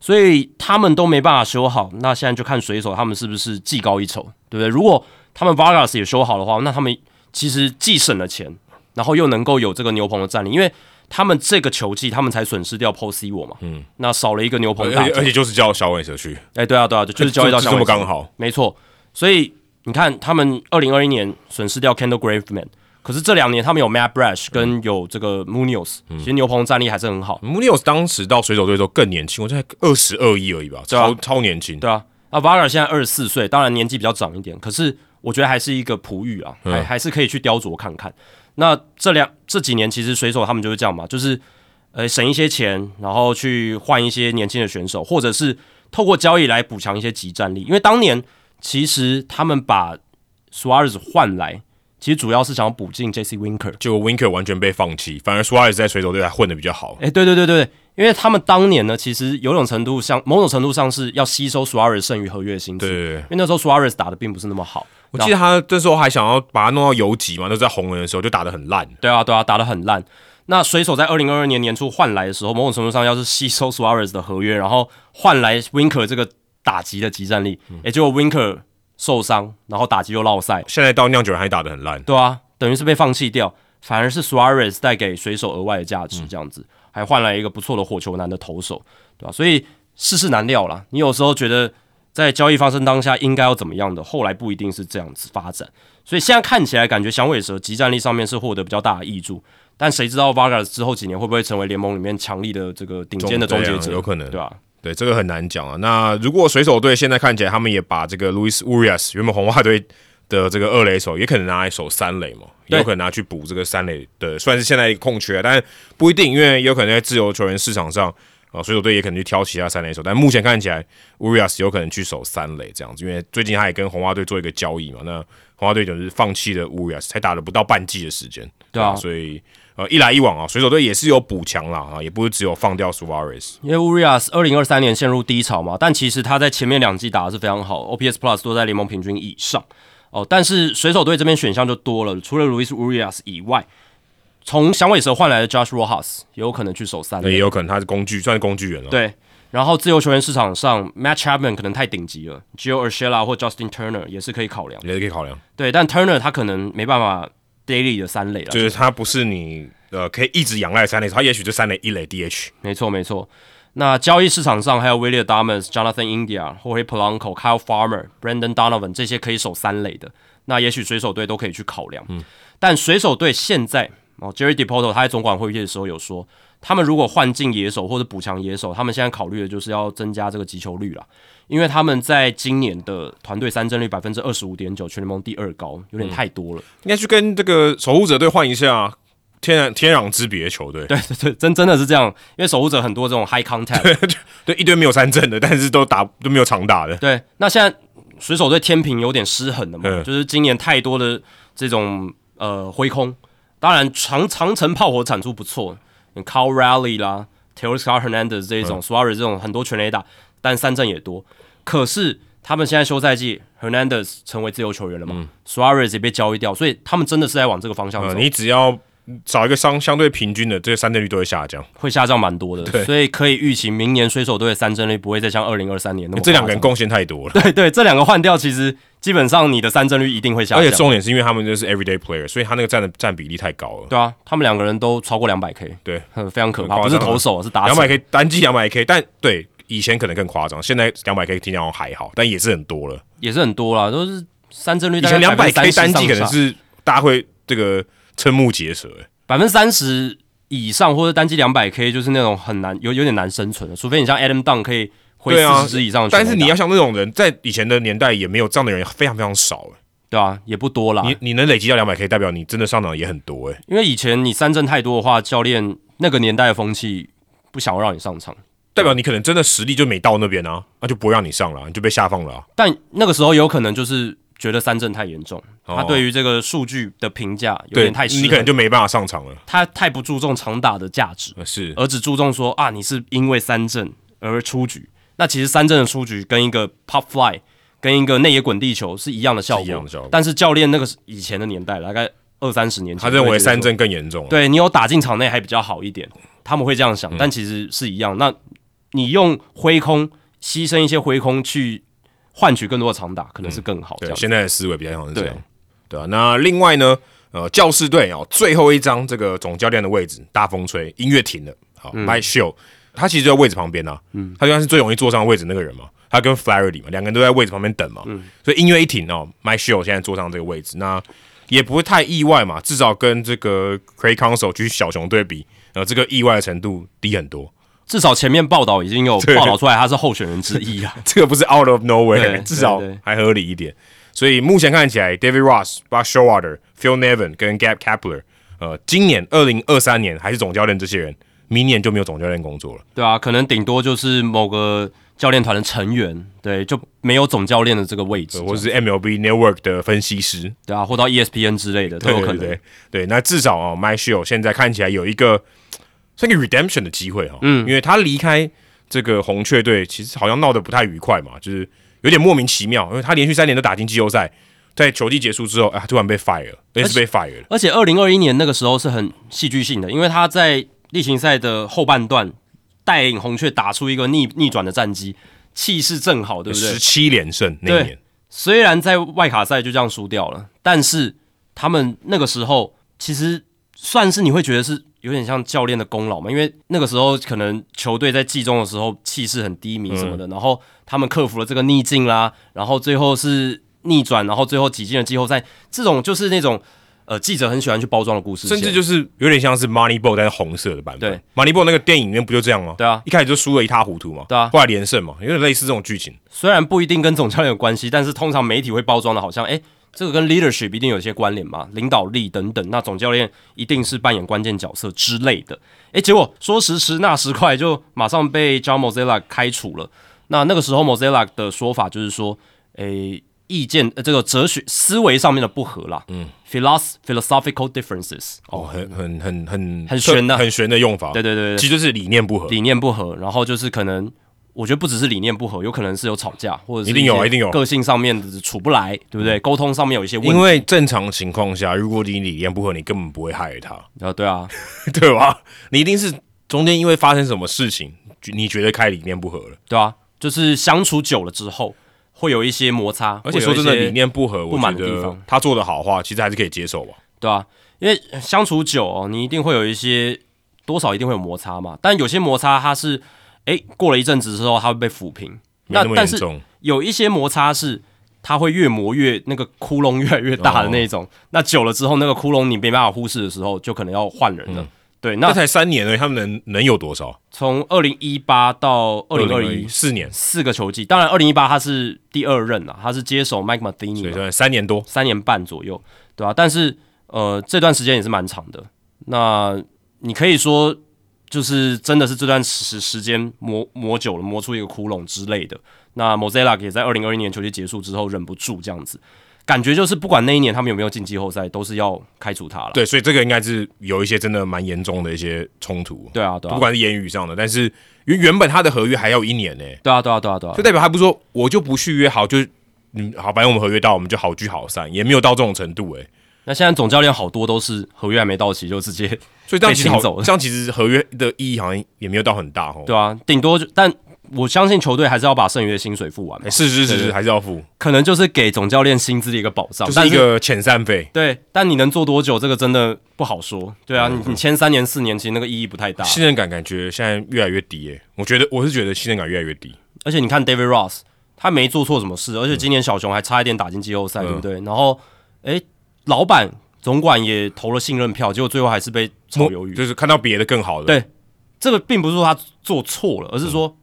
所以他们都没办法修好。那现在就看水手他们是不是技高一筹，对不对？如果他们 Vargas 也修好的话，那他们其实既省了钱，然后又能够有这个牛棚的战力，因为他们这个球季他们才损失掉 Posey 我嘛，嗯，那少了一个牛棚
而
大将
且而且就是叫小伟蛇去，
哎、对啊，对啊，就就是交易到
就
小
这
伟
么
手
刚好，
没错。所以你看，他们二零二一年损失掉 Kendall Graveman，可是这两年他们有 Matt Brash 跟有这个 Munoz，、其
嗯
实牛棚战力还是很好。
穆尼奥斯当时到水手队的时候更年轻，我才二十二一而已吧，
啊
超超年轻。
对啊，那 v a r a 现在二十四岁，当然年纪比较长一点，可是我觉得还是一个璞玉啊，还、还是可以去雕琢看看。那这两这几年其实水手他们就是这样嘛，就是呃省一些钱，然后去换一些年轻的选手，或者是透过交易来补强一些集战力。因为当年其实他们把 Suarez 换来，其实主要是想要补进 J.C. Winker。
结果 Winker 完全被放弃，反而苏亚雷斯在水手队还混得比较好。
哎、对对对对，对因为他们当年呢，其实有种程度上，某种程度上是要吸收 Suarez 剩余合约的薪资，
对对对
因为那时候 Suarez 打的并不是那么好，
我记得他这时候还想要把他弄到游击嘛，那时候在红人的时候就打得很烂。
对啊，对啊，打得很烂。那水手在二零二二年年初换来的时候，某种程度上要是吸收 Suarez 的合约，然后换来 Winker 这个打击的集战力，也、结果 Winker 受伤，然后打击又落赛，
现在到酿酒人还打得很烂，
对啊，等于是被放弃掉，反而是 Suarez 带给水手额外的价
嗯
值，这样子、还换来一个不错的火球男的投手，对吧、所以世事难料啦，你有时候觉得在交易发生当下应该要怎么样的，后来不一定是这样子发展。所以现在看起来，感觉响尾蛇集战力上面是获得比较大的益处，但谁知道 Vargas 之后几年会不会成为联盟里面强力的这个顶尖的终结者？
啊有可能
对。吧、
对，这个很难讲啊。那如果水手队现在看起来，他们也把这个 Luis Urias 原本红袜队的这个二垒手，也可能拿来守三垒嘛，也有
对
可能拿去补这个三垒的，算是现在一个空缺啊，但不一定，因为也有可能在自由球员市场上。啊，水手队也可能去挑其他三垒手，但目前看起来，Urias 有可能去守三垒这样子，因为最近他也跟红袜队做一个交易嘛，那红袜队就是放弃了 Urias，才打了不到半季的时间，
对啊
所以呃一来一往啊，水手队也是有补强啦啊，也不是只有放掉 Suarez，
因为 Urias 二零二三年陷入低潮嘛，但其实他在前面两季打的是非常好，OPS Plus 都在联盟平均以上哦。但是水手队这边选项就多了，除了 Luis Urias 以外，从响尾蛇换来的 Josh Rojas 也有可能去守三
那也
垒。
有可能他是工具，算是工具人了。，
对，然后自由球员市场上，Matt Chapman 可能太顶级了，Gio Urshela 或 Justin Turner 也是可以考量。
也是可以考量，
对，但 Turner 他可能没办法 daily 的三垒了，
就是他不是你呃可以一直仰赖的三垒手，他也许就三垒一垒 DH。
没错，没错。那交易市场上还有 Willie Adamas、Jonathan India、Jorge Polanco、Kyle Farmer、Brandon Donovan 这些可以守三垒的，那也许水手队都可以去考量。但水手队现在哦，Jerry Depoto 他在总管会议的时候有说，他们如果换进野手或者补强野手，他们现在考虑的就是要增加这个击球率啦，因为他们在今年的团队三振率百分之二十五点九，全联盟第二高，有点太多了。
应该去跟这个守护者队换一下，天然天壤之别的球队，对
对对对，真真的是这样，因为守护者很多这种 high contact，
一堆没有三振的，但是都打都没有长打的，
对，那现在水手队天平有点失衡了嘛，
嗯
就是今年太多的这种呃挥空，当然长长城炮火产出不错，Cal Rally 啦，Taylor Scott Hernandez 这一
嗯
种、Suarez 这种很多全垒打，但三振也多。可是他们现在休赛季，Hernandez 成为自由球员了嘛、s u a r e z 也被交易掉，所以他们真的是在往这个方向
呃，嗯
走，
你只要找一个相相对平均的，这个三振率都会下降。
会下降蛮多的。所以可以预期明年水手队的三振率不会再像二零二三年那么
这两个
夸
人
张。
贡献太多了，
对对，这两个换掉，其实基本上你的三振率一定会下
而
降。
且重点是因为他们就是 everyday player，所以他那个占的占比例太高了。
对啊，他们两个人都超过两百 K，
对，
很非常可怕，
很夸
不
张
是
啊
投手，是打
两
手
百。K 单季两百 K，但对以前可能更夸张，现在两百 K 听起来好像还好，但也是很多了。
也是很多啦，都是三振率
以
大概
前两百 K
30%
单季可能
上下
是大家会这个瞠目结舌，欸
百分之三十以上，或者单季两百 K 就是那种很难有有点难生存的，除非你像 Adam Dunn 可以挥
对啊
四十支以上的全垒
但
打，
是你要像那种人，在以前的年代也没有这样的人非常非常少，欸
对啊，啊也不多啦，
你你能累积到两百 K，代表你真的上场也很多哎。
因为以前你三振太多的话，教练那个年代的风气不想要让你上场，
代表你可能真的实力就没到那边啊，那就不会让你上了啊，你就被下放了啊。
但那个时候有可能就是觉得三振太严重，他
哦
对于这个数据的评价有
对，
点太失衡，
你可能就没办法上场了。
他太不注重长打的价值。
呃是，
而只注重说啊，你是因为三振而出局。那其实三振的出局跟一个 pop fly 跟一个内野滚地球是一样的效果，
是一样的效果
但是教练那个是以前的年代，大概二三十年前，
他认为三
就会觉得说，
振更严重啊。嗯
对你有打进场内还比较好一点，他们会这样想，但其实是一样。那你用挥空牺牲一些挥空去换取更多的长打，可能是更好
嗯
这
对，
样。
现在的思维比较像是这
对
样，对啊。那另外呢，呃，教士队哦，最后一张这个总教练的位置，大风吹，音乐停了，好，Mike
嗯
Show，他其实就在位置旁边呐、啊，嗯，他就算是最容易坐上位置那个人嘛，他跟 Flaherty 嘛，两个人都在位置旁边等嘛，
嗯
所以音乐一停哦，Mike Show 现在坐上这个位置，那也不会太意外嘛，至少跟这个 Craig Council 去小熊队比，呃，这个意外的程度低很多，
至少前面报道已经有
对
报道出来他是候选人之一啊。
这个不是 out of
对
nowhere，至少
对对
还合理一点。所以目前看起来，David Ross、Buck Showalter、Phil Nevin 跟 Gab Kapler，呃，今年二零二三年还是总教练这些人，明年就没有总教练工作了。
对啊，可能顶多就是某个教练团的成员，对，就没有总教练的这个位置
呃，或者是 MLB Network 的分析师，
对啊，或到 ESPN 之类的都
对对
有可
对
能。
对对那至少哦 m y s h i e l 现在看起来有一个算一个 redemption 的机会哈、哦，嗯，因为他离开这个红雀队，其实好像闹得不太愉快嘛，就是有点莫名其妙，因为他连续三年都打进季后赛，在球季结束之后，啊，突然被 fire，了而且是被 fire 了。
而且二零二一年那个时候是很戏剧性的，因为他在例行赛的后半段带领红雀打出一个逆逆转的战绩，气势正好，对不对
十？七连胜那一年，
虽然在外卡赛就这样输掉了，但是他们那个时候其实算是你会觉得是有点像教练的功劳嘛，因为那个时候可能球队在季中的时候气势很低迷什么的，然后他们克服了这个逆境啦，然后最后是逆转，然后最后挤进了季后赛，这种就是那种呃记者很喜欢去包装的故事线，
甚至就是有点像是 Moneyball，但是红色的版本
对。
Moneyball 那个电影里面不就这样吗？
对啊
一开始就输得一塌糊涂嘛，
对啊
后来连胜嘛，有点类似这种剧情。
虽然不一定跟总教练有关系，但是通常媒体会包装的好像，哎，这个跟 leadership 一定有一些关联嘛，领导力等等。那总教练一定是扮演关键角色之类的。哎，结果说时迟那时快，就马上被 John Mozilla 开除了。那那个时候 Mozilla 的说法就是说，诶，意见、呃、这个哲学思维上面的不合啦，嗯，philos philosophical differences，
哦，很很很很
很悬的
很悬的用法。
对对对对
其实就是理念不合，
理念不合，然后就是可能。我觉得不只是理念不合，有可能是有吵架，或者是
一定有啊
些
一定有嗯
个性上面的处不来，对不对？沟通上面有一些问题，
因为正常情况下，如果你理念不合，你根本不会害他，
啊，对啊，
对吧？你一定是中间因为发生什么事情，你觉得开理念不合了。
对啊，就是相处久了之后会有一些摩擦，
而且
会
说
有一
真的，
些
理念不合，我
不
觉
满的地
得
方
他做的好的话，其实还是可以接受吧。
对啊，因为呃相处久、哦，你一定会有一些多少一定会有摩擦嘛，但有些摩擦它是诶，过了一阵子之后它会被抚平，
没
那
那么
但
严
是
重，
有一些摩擦是它会越磨越那个窟窿越来越大的那种，那久了之后那个窟窿你没办法忽视的时候，就可能要换人了。对，
那
那
才三年而已，他们能能有多少？
从二零一八到二零二一
四年，
四个球季，当然二零一八他是第二任啊，他是接手 Mike Matheny
所
嘛
以算三年多。
三年半左右，对吧、但是呃，这段时间也是蛮长的。那你可以说，就是真的是这段时时间磨磨久了，磨出一个窟窿之类的。那 Mozilla 也在二零二一年球季结束之后忍不住这样子，感觉就是不管那一年他们有没有进季后赛，都是要开除他了。
对，所以这个应该是有一些真的蛮严重的一些冲突，
对啊，对
不
啊，
管是言语上的，但是因为原本他的合约还有一年呢、
对啊，对啊，对啊，对啊
就，代表他不是说我就不续约好，就是嗯好，反正我们合约到我们就好聚好散，也没有到这种程度哎、
那现在总教练好多都是合约还没到期就直接，
所以这样其实
被请走
好，
了
这样其实合约的意义好像也没有到很大哦。
对啊，顶多就但。我相信球队还是要把剩余的薪水付完嘛
哎，是是是
对
是，
对
还是要付，
可能就是给总教练薪资的一个保障，
就
但
是一个遣散费。
对，但你能做多久，这个真的不好说。对
嗯
啊，你你签三年四年，其实那个意义不太大。
信任感感觉现在越来越低、欸，我觉得我是觉得信任感越来越低。
而且你看 David Ross，他没做错什么事，而且
嗯
今年小熊还差一点打进季后赛，对不对？然后，诶，老板总管也投了信任票，结果最后还是被炒鱿鱼。
就是看到别的更好的，
对这个并不是说他做错了，而是说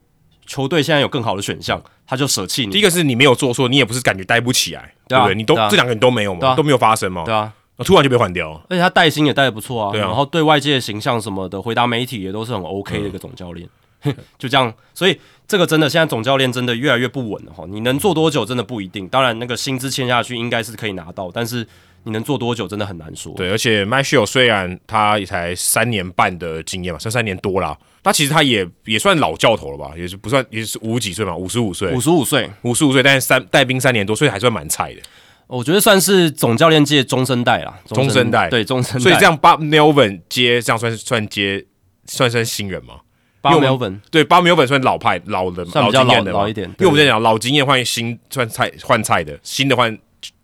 球队现在有更好的选项，他就舍弃
第一
你。
个是你没有做错，你也不是感觉待不起来，
对啊
不对？你都
对啊
这两个你都没有
对
嘛，
啊
都没有发生嘛，
对啊，
啊突然就被换掉了。
而且他带薪也带的不错啊，
对啊
然后对外界的形象什么的，回答媒体也都是很 OK 的一个总教练，
嗯
就这样。所以这个真的，现在总教练真的越来越不稳了哈。你能做多久真的不一定，当然那个薪资签下去应该是可以拿到，但是你能做多久真的很难说。
对，而且 m a s h i e l 虽然他也才三年半的经验嘛，算三年多啦，他其实他也也算老教头了吧，也是不算也是五十几岁嘛，五十五岁
五，十五岁，
五十五岁，但是三带兵三年多，所以还算蛮菜的。
我觉得算是总教练界中生代啦，
中生代
对中生代。
所以这样 Bob Nelvin 接这样算算接算算新人吗？
巴
因为
梅
我
尔
们
本
对巴米欧本算老派老的嘛
算比较
经验
老
的嘛
老一点
因为我们
对
在讲老经验换新换菜换菜的，新的换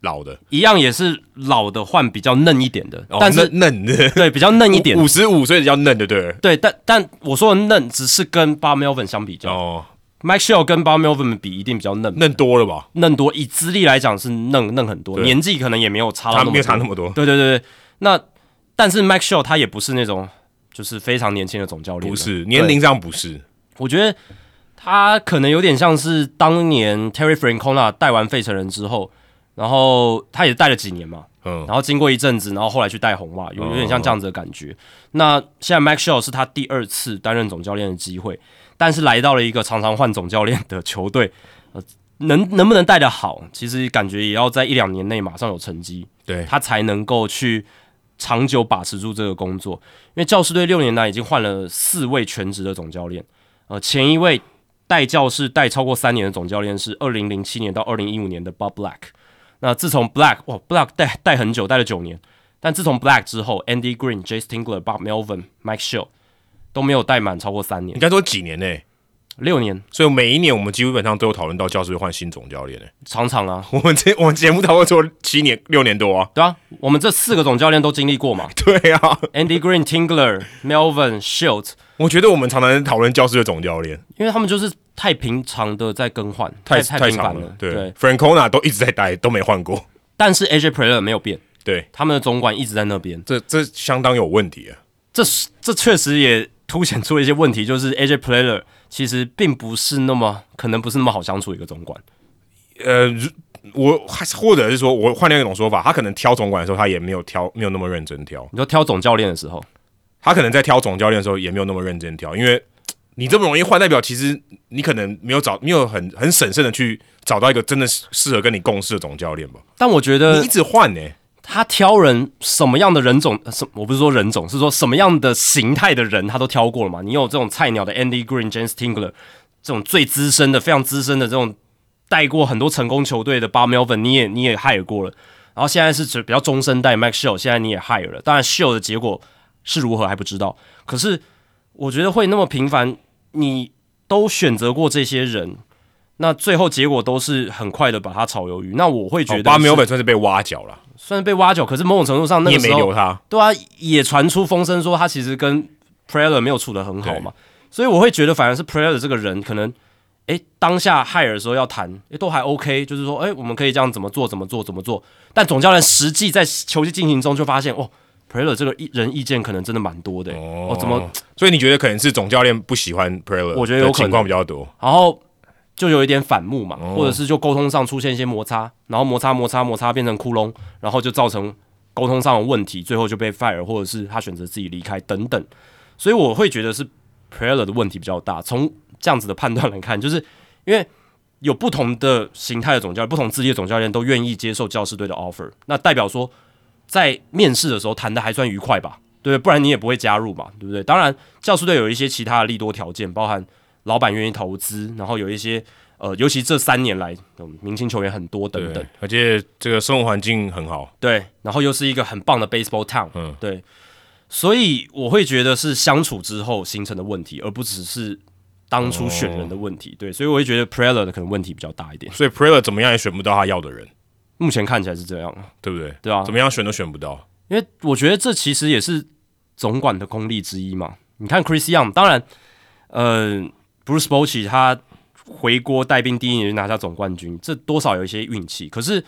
老的，
一样也是老的换比较嫩一点的，
哦
但是
嫩嫩 的
对比较嫩一点
五，十五岁的叫嫩的，对了
对，但但我说的嫩只是跟巴梅尔本相比较、
哦，
m i k e Shell 跟巴梅尔本比一定比较嫩，
嫩多了吧？
嫩多，以资历来讲是嫩嫩很多，
对
年纪可能也没有差到
他
那么
没有差那
多
么多，
对对对对，那但是 Max Shaw 他也不是那种就是非常年轻的总教练，
不，是年龄上不是，
我觉得他可能有点像是当年 Terry Francona 带完费城人之后，然后他也带了几年嘛，
嗯，
然后经过一阵子，然后后来去带红袜，有有点像这样子的感觉。那现在 Max Shaw 是他第二次担任总教练的机会，但是来到了一个常常换总教练的球队， 呃，能能不能带得好，其实感觉也要在一两年内马上有成绩，
对，
他才能够去长久把持住这个工作。因为教师队六年来已经换了四位全职的总教练，呃，前一位带教士带超过三年的总教练是二零零七年到二零一五年的 Bob Black。那自从 Black 哇 Black 带带很久，带了九年，但自从 Black 之后，Andy Green、Jace Tingler、Bob Melvin、Mike Shell 都没有带满超过三
应
年，
该说几年内，
六年
所以每一年我们基本上都有讨论到教师会换新总教练呢。
常常啊，
我们这我们节目讨论做七年六年多啊，
对啊，我们这四个总教练都经历过嘛
对啊，
，Andy Green、Tingler、Melvin、Shield，
我觉得我们常常讨论教师的总教练，
因为他们就是太平常的在更换，
太
太频繁
长
了。
对 f r a n c o n a 都一直在待，都没换过，
但是 AJ p r e l e r 没有变，
对，
他们的总管一直在那边，
这这相当有问题啊。
这是这确实也凸显出一些问题，就是 AJ p r e l e r 其实并不是那么可能不是那么好相处的一个总管。
呃，如我还是或者是说我换另一种说法，他可能挑总管的时候，他也没有挑，没有那么认真挑，
你说挑总教练的时候，
他可能在挑总教练的时候也没有那么认真挑，因为嘖你这么容易换，代表其实你可能没有找，没有很很审慎的去找到一个真的适适合跟你共事的总教练吧。
但我觉
你
得
一直换呢、欸
他挑人什么样的人种，呃什我不是说人种，是说什么样的形态的人他都挑过了嘛。你有这种菜鸟的 Andy Green、James Tingler，这种最资深的、非常资深的这种带过很多成功球队的 b a Melvin，你也你也 hire 过了。然后现在是指比较中生代 Max Shield，现在你也 hire 了，当然 Shield 的结果是如何还不知道。可是我觉得会那么频繁，你都选择过这些人，那最后结果都是很快的把他炒鱿鱼。那我会觉
哦
得
巴米
是
欧本算是被挖角了，
算是被挖角，可是某种程度上那
你也
个
没
时候
留他。
对啊，也传出风声说他其实跟 Preller 没有处得很好嘛，所以我会觉得反而是 Preller 这个人可能，诶，当下害尔的时候要谈，诶，都还 OK，就是说，诶，我们可以这样怎么做怎么做怎么做，但总教练实际在球技进行中就发现，哦，Preller 这个意人意见可能真的蛮多的、哦，怎么，？
所以你觉得可能是总教练不喜欢 Preller？
我觉得有可能
情况比较多。
然后就有一点反目嘛，
哦
或者是就沟通上出现一些摩擦，然后摩擦摩擦摩擦变成窟窿，然后就造成沟通上的问题，最后就被 fire，或者是他选择自己离开等等。所以我会觉得是 Preller 的问题比较大。从这样子的判断来看，就是因为有不同的形态的总教练、不同资历的总教练都愿意接受教师队的 offer，那代表说在面试的时候谈的还算愉快吧，对不对？不然你也不会加入嘛，对不对？当然，教师队有一些其他的利多条件，包含老板愿意投资，然后有一些呃，尤其这三年来，嗯明星球员很多等等
对。，而且这个生活环境很好，
对，然后又是一个很棒的 baseball town，
嗯
对，所以我会觉得是相处之后形成的问题，而不只是当初选人的问题，对，所以我会觉得 Preller 的可能问题比较大一点，
所以 Preller 怎么样也选不到他要的人，
目前看起来是这样，
对不对？
对啊
怎，么样选都选不到。
因为我觉得这其实也是总管的功力之一嘛。你看 Chris Young，当然，呃，Bruce Bochy 他回国带兵第一年就拿下总冠军，这多少有一些运气。可是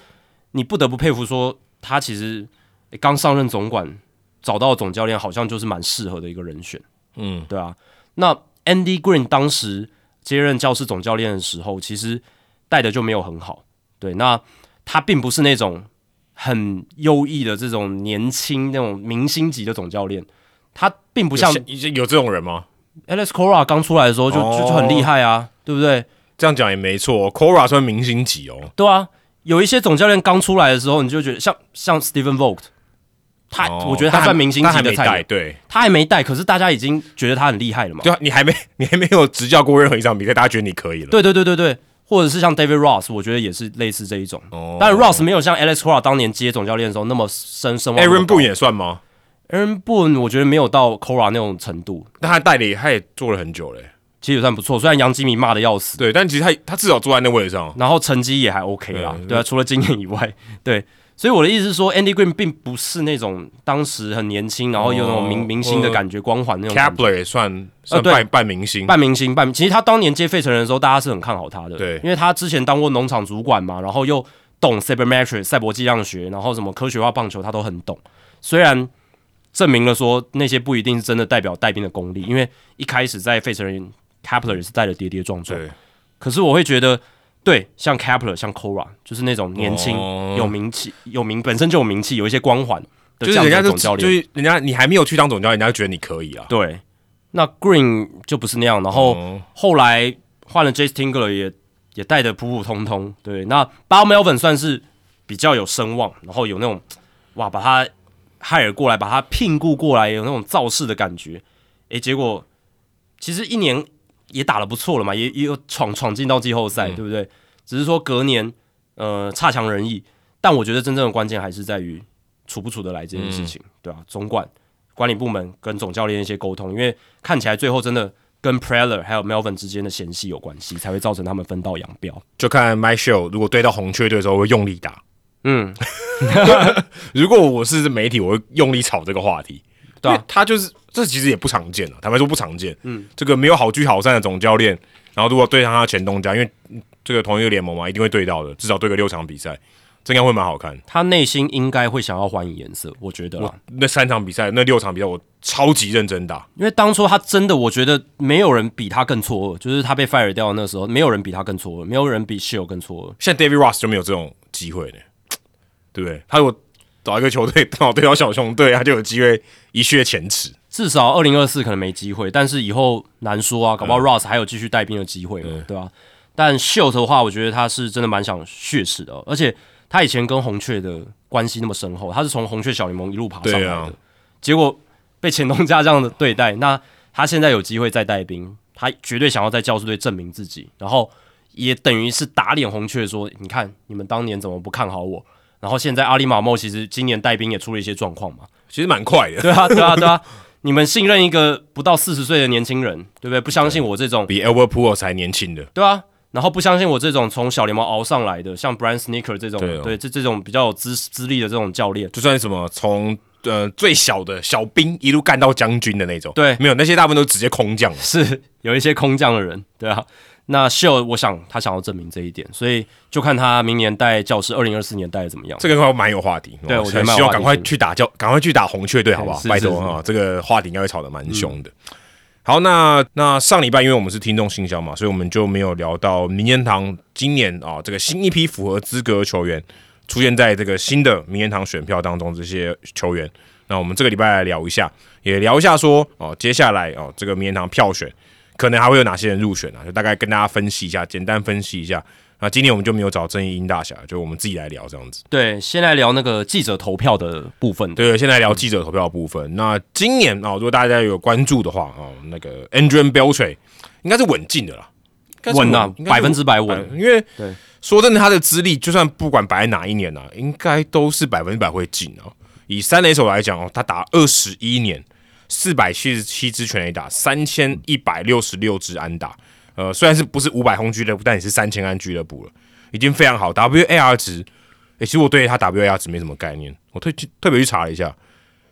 你不得不佩服说，他其实诶刚上任总管，找到总教练好像就是蛮适合的一个人选。
嗯，
对啊。那 Andy Green 当时接任教师总教练的时候，其实带的就没有很好。对，那他并不是那种很优异的这种年轻那种明星级的总教练，他并不
不
像
有哦这种人吗？
Alex Cora 刚出来的时候就就就很厉害啊，对不对？
这样讲也没错、哦、，Cora 算明星级哦。
对啊，有一些总教练刚出来的时候，你就觉得像像 Steven Vogt。他，
哦
我觉得他
但还
算明星
但
级
还
的
没
菜
带，
鸟，
对
他还没带，可是大家已经觉得他很厉害了嘛。
对啊，你还没 你还没有执教过任何一场比赛，大家觉得你可以了。
对对对对对，或者是像 David Ross，我觉得也是类似这一种。
哦
但 Ross 没有像 Alex Cora 当年接总教练的时候那么深深望那么
Aaron
高
Boone 哎也算吗？
Aaron Boone 我觉得没有到 Cora 那种程度，
但他代理他也做了很久嘞、
其实也算不错。虽然杨基米骂的要死，
对，但其实他他至少坐在那位置上，
然后成绩也还 OK 啦，
对
对啊，除了经验以外， 对。所以我的意思是说，Andy Green 并不是那种当时很年轻，然后有那种明
哦
明星的感觉、光环那种感觉
Kepler 也算算
呃对
半、半明星，
半明星半明。其实他当年接费城人的时候，大家是很看好他的，
对
因为他之前当过农场主管嘛，然后又懂 sabermetrics 赛博计量学，然后什么科学化棒球，他都很懂。虽然证明了说那些不一定是真的代表带兵的功力，因为一开始在费城人 Kepler 也是带的跌跌撞撞，
对，
可是我会觉得。对，像 Kepler、像 Cora，就是那种年轻、
哦
有名气、有名本身就有名气、有一些光环的
就
这
是人家
样子的
就
总教练。
就是人家你还没有去当总教练，人家就觉得你可以啊。
对，那 Green 就不是那样，然后
哦
后来换了 Jace Tingler 也也带的普普通通，对，那 b a l Melvin 算是比较有声望，然后有那种哇把他海尔过来，把他聘雇过来，有那种造势的感觉，诶，结果其实一年也打得不错了嘛，也也有闯闯进到季后赛，对不对？只是说隔年呃差强人意，但我觉得真正的关键还是在于处不处得来这件事情，对啊，总管管理部门跟总教练一些沟通，因为看起来最后真的跟 Preller 还有 Melvin 之间的嫌隙有关系，才会造成他们分道扬镳。
就看 My Show 如果对到红雀队的时候会用力打。
嗯，
如果我是媒体，我会用力炒这个话题。
对啊
因为他就是这其实也不常见啊，坦白说不常见。嗯，这个没有好聚好散的总教练，然后如果对上他的前东家，因为这个同一个联盟嘛，一定会对到的，至少对个六场比赛，这应该会蛮好看。
他内心应该会想要还以颜色，我觉得啦，
那三场比赛，那六场比赛，我超级认真打。
因为当初他真的，我觉得没有人比他更错愕，就是他被 fire 掉的那时候，没有人比他更错愕，没有人比 Shield 更错愕。
现在 David Ross 就没有这种机会了，对不对？他如果找一个球队刚好对到小熊队，他就有机会一雪前耻。
至少二零二四可能没机会，但是以后难
嗯
说啊，搞不好 Ross 还有继续带兵的机会嘛，对吧、但 Shield 的话，我觉得他是真的蛮想血耻的哦，而且他以前跟红雀的关系那么深厚，他是从红雀小联盟一路爬上来
对
的，
啊
结果被前东家这样的对待，那他现在有机会再带兵，他绝对想要在教师队证明自己，然后也等于是打脸红雀说，你看你们当年怎么不看好我？然后现在阿里马莫其实今年带兵也出了一些状况嘛，
其实蛮快的，
对啊，对啊，对啊！你们信任一个不到四十岁的年轻人，对不对？不相信我这种，
比 Albert p u o l 才年轻的。
对啊，然后不相信我这种从小联盟熬上来的，像 Brian Sneaker 这种，
对
对,、
哦
这这种比较有资资历的这种教练，
就算什么从呃最小的小兵一路干到将军的那种，
对
没有那些大部分都直接空降了。
是有一些空降的人，对啊。那秀，我想他想要证明这一点，所以就看他明年带教师，二零二四年带的怎么样。
这个蛮有话题，哦
对我觉得蛮有
希望
话
赶
题
快
性
去打叫，赶快去打红雀队，好不好？
是
拜
是嗯
托
是
啊，这个话题应该会吵得蛮凶的。好，那那上礼拜因为我们是听众信箱嘛，所以我们就没有聊到名人堂今年啊这个新一批符合资格的球员出现在这个新的名人堂选票当中，这些球员。那我们这个礼拜来聊一下，也聊一下说哦，接下来哦这个名人堂票选可能还会有哪些人入选啊？就大概跟大家分析一下，简单分析一下。那今天我们就没有找郑义英大侠，就我们自己来聊这样子。
对，先来聊那个记者投票的部分。
对，现在
嗯
聊记者投票的部分。那今年啊、哦，如果大家有关注的话啊、哦，那个 Andrew Beltre 应该是稳进的啦，应该是
稳啊
应该是
百分之百稳
百呃因为
对
说真的，他的资历就算不管摆在哪一年啊，应该都是百分之百会进啊。以三垒手来讲哦，他打二十一年，四百七十七支全垒打，三千一百六十六支安打。呃，虽然是不是五百轰俱乐部，但也是三千安俱乐部了，已经非常好。WAR 值，诶，其实我对他 WAR 值没什么概念，我特特别去查了一下，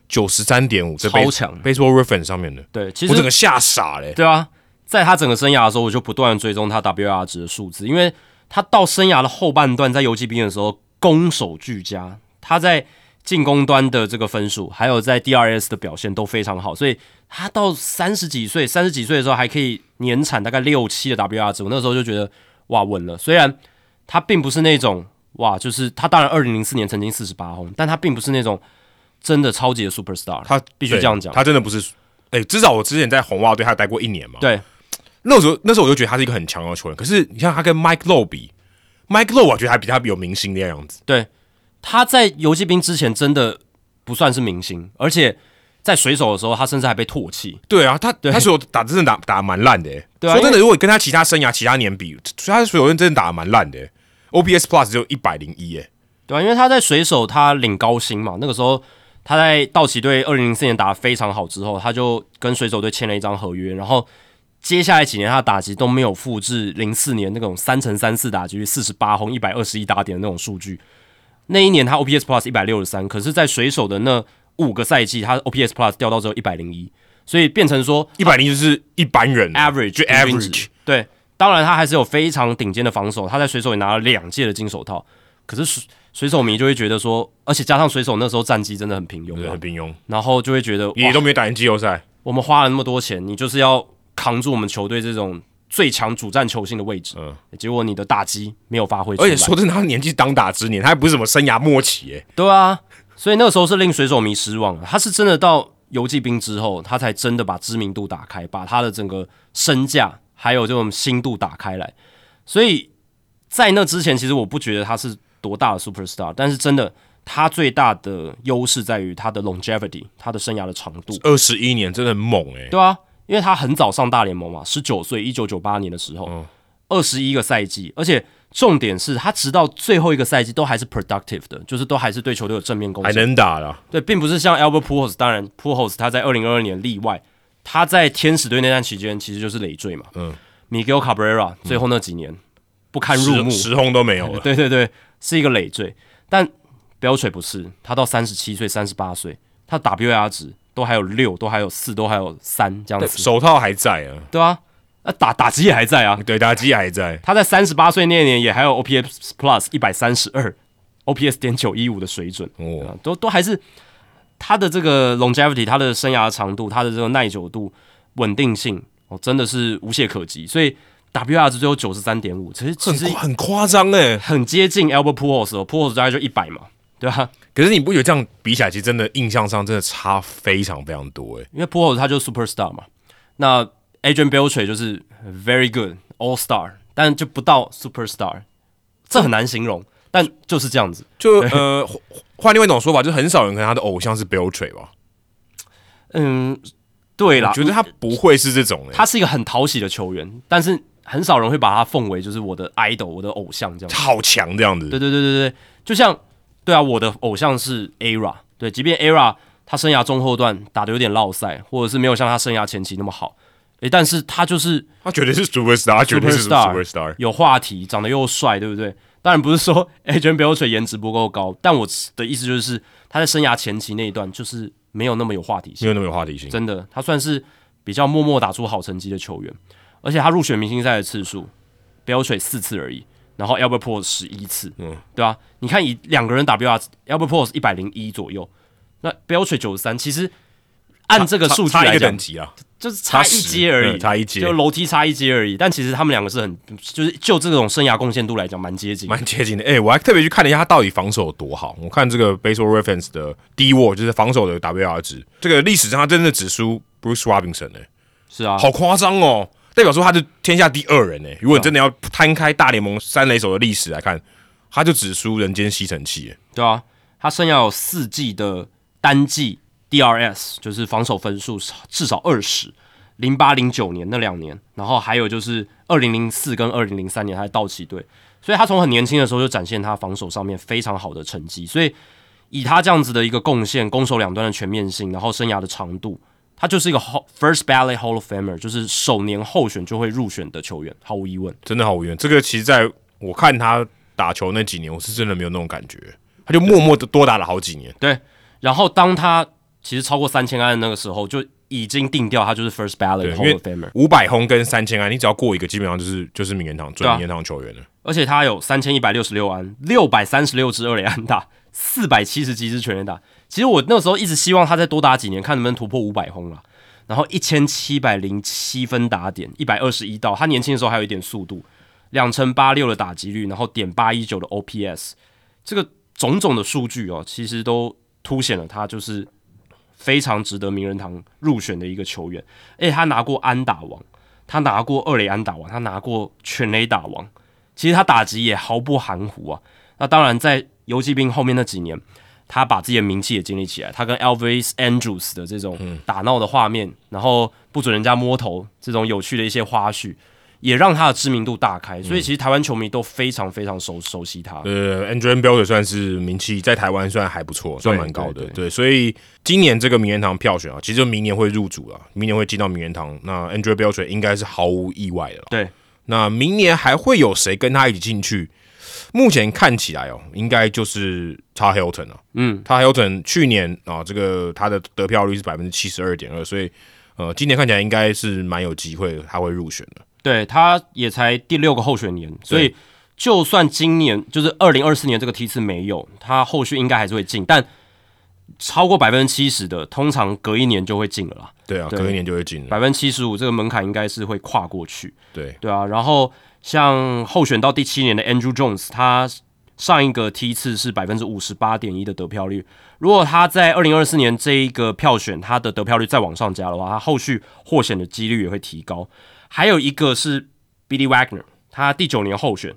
九十三点五，这
超
base-
强
Baseball Reference 上面的，
对，其
我整
实
个吓傻嘞、
对啊，在他整个生涯的时候，我就不断地追踪他 WR 值的数字，因为他到生涯的后半段，在游击兵的时候攻守俱佳，他在进攻端的这个分数，还有在 DRS 的表现都非常好，所以他到三十几岁、三十几岁的时候还可以年产大概六七的 WR 值，我那时候就觉得哇稳了。虽然他并不是那种哇，就是他当然二零零四年曾经四十八轰，但他并不是那种真的超级的 super star，
他
必须
对
这样讲
他真的不是，诶，至少我之前在红袜队他有待过一年嘛，
对。
那时候那时候我就觉得他是一个很强的球员，可是你看他跟 Mike Low 比，Mike Low 我觉得还比他有明星的样子。
对，他在游击兵之前真的不算是明星，而且在水手的时候，他甚至还被唾弃。
对啊，他他所有打真的打打得蛮烂的、欸。
对啊
说真的，如果跟他其他生涯其他年比，他所有人真的打得蛮烂的、欸 OPS Plus 只有一百零一，哎，
对啊，因为他在水手他领高薪嘛，那个时候他在道奇队二零零四年打得非常好之后，他就跟水手队签了一张合约，然后接下来几年他的打击都没有复制零四年那种三乘三四打击四十八轰一百二十一打点的那种数据。那一年他 OPS Plus 一百六十三，可是，在水手的那五个赛季，他 OPS Plus 掉到只有一百零一，所以变成说
一百零就是一般人
average
就
平均值
average。
对，当然他还是有非常顶尖的防守，他在水手也拿了两届的金手套。可是水水手迷就会觉得说，而且加上水手那时候战绩真的很平庸
对，
啊
很，平庸，
然后就会觉得
也
哇
都没有打进季后赛。
我们花了那么多钱，你就是要扛住我们球队这种最强主战球星的位置，
嗯
结果你的打击没有发挥出
而
来，
且说真的，他年纪当打之年，他还不是什么生涯末期，哎，
对啊，所以那个时候是令水手迷失望了。他是真的到游击兵之后，他才真的把知名度打开，把他的整个身价还有这种心度打开来。所以在那之前，其实我不觉得他是多大的 superstar，但是真的他最大的优势在于他的 longevity，他的生涯的长度。
二十一年真的很猛，哎，
对啊，因为他很早上大联盟嘛，十九岁，一九九八年的时候
嗯，
二十一个赛季，而且重点是他直到最后一个赛季都还是 productive 的，就是都还是对球队有正面贡
还
献。
能打了。
对，并不是像 Albert Pujols，当然 Pujols 他在二零二二年例外，他在天使队那段期间其实就是累赘嘛。
嗯
，Miguel Cabrera 最后那几年、不堪入目，
十十轰都没有了，
对对对，是一个累赘。但标锤不是，他到三十七岁、三十八岁，他 WAR 值都还有六，都还有四，都还有三这样子，
手套还在啊，
对啊，那打打击也还在啊，
对，打击还在，
他在三十八岁那年也还有 OPS Plus 一百三十二，OPS 点九一五的水准，
哦
啊都都还是他的这个 longevity，他的生涯长度，他的这个耐久度、稳定性，哦，真的是无懈可击。所以 WR 值只有九十三点五，其实其
很
实
夸很夸张哎。
很接近 Albert Pujols 哦，Pujols 大概就一百嘛，对啊吧、
可是你不觉得这样比起来，其实真的印象上真的差非常非常多哎。
因为 Pujols 他就是 super star 嘛，那 Adrian Beltre 就是 very good all star，但就不到 super star，这很难形容，但就是这样子。
就呃，换换另外一种说法，就是很少人可能他的偶像是 Bill Trey 吧？
嗯，对啦
我，觉得他不会是这种哎，
他是一个很讨喜的球员，但是很少人会把他奉为就是我的 idol，我的偶像这样
他。好强这样子
对。对对对对，就像对啊，我的偶像是 ERA，对，即便 ERA 他生涯中后段打的有点落赛，或者是没有像他生涯前期那么好，诶，但是他就是
他绝对是 superstar，他绝对是
Superstar
superstar。
有话题，长得又帅，对不对？当然不是说 Adrian Beltre 颜值不够高，但我的意思就是他在生涯前期那一段就是没有那么有话题性
没。有那么有话题性，
真的，他算是比较默默打出好成绩的球员，而且他入选明星赛的次数 b e l t r 四次而已，然后 Albert p o r 十一次，嗯，对啊，你看以两个人 WR，Albert p o r 一百零一左右，那 b e l t r 九十三，其实按这个数据
差差一
来
个
讲
等，级啊，
就是差一
差十
阶而已，
嗯差一阶
就楼梯差一阶而已。但其实他们两个是很，就是就这种生涯贡献度来讲，蛮接近的。
蛮接近的。哎、我还特别去看了一下他到底防守有多好。我看这个 Baseball Reference 的 D w 就是防守的 WR 值，这个历史上他真的只输 Bruce Robinson 哎、
是啊，
好夸张哦！代表说他是天下第二人哎、如果你真的要摊开大联盟三垒手的历史来看，他就只输人间吸尘器、哎
对啊，他生涯有四季的单季 DRS，就是防守分数至少二十。零八零九年那两年，然后还有就是二零零四跟二零零三年他在道奇队，所以他从很年轻的时候就展现他防守上面非常好的成绩。所以以他这样子的一个贡献，攻守两端的全面性，然后生涯的长度，他就是一个 Hall- First Ballot Hall of Famer，就是首年候选就会入选的球员，毫无疑问。
真的好无缘。这个其实在我看他打球那几年，我是真的没有那种感觉，他就默默的多打了好几年。
对，然后当他其实超过三千安的那个时候，就已经定调他就是 First Ballot
对，因
Hall
为
of Famer，
五百轰跟三千安，你只要过一个，基本上就是就是名人堂
对
准
啊
名人堂球员了。
而且他有三千一百六十六安、六百三十六支二垒安打、四百七十几支全垒打。其实我那时候一直希望他再多打几年，看能不能突破五百轰啦。然后一千七百零七分打点，一百二十一道，他年轻的时候还有一点速度，两成八六的打击率，然后点八一九的 OPS，这个种种的数据哦，其实都凸显了他就是非常值得名人堂入选的一个球员。而且他拿过安打王，他拿过二垒安打王，他拿过全垒打王，其实他打击也毫不含糊啊。那当然，在游击兵后面那几年，他把自己的名气也建立起来。他跟 Elvis Andrews 的这种打闹的画面，然后不准人家摸头这种有趣的一些花絮，也让他的知名度大开，所以其实台湾球迷都非常非常熟熟悉他。
呃 a n d r e w 标准算是名气在台湾算还不错，算蛮高的。
对对
所以今年这个名人堂票选啊，其实就明年会入主了，明年会进到名人堂。那 a n d r e w 标准应该是毫无意外的了。
对，
那明年还会有谁跟他一起进去？目前看起来哦，应该就是他 Hilton 了、嗯，他 Hilton 去年啊，这个他的得票率是百分之七十二点二，所以呃，今年看起来应该是蛮有机会他会入选的。
对他也才第六个候选年，所以就算今年就是二零二四年这个梯次没有，他后续应该还是会进，但超过百分之七十的，通常隔一年就会进了啦。
对啊，
对
隔一年就会进了。
百分之七十五这个门槛应该是会跨过去，
对，
对啊。然后像候选到第七年的 Andrew Jones，他上一个梯次是百分之五十八点一的得票率，如果他在二零二四年这一个票选他的得票率再往上加的话，他后续获选的几率也会提高。还有一个是 Billy Wagner，他第九年候选，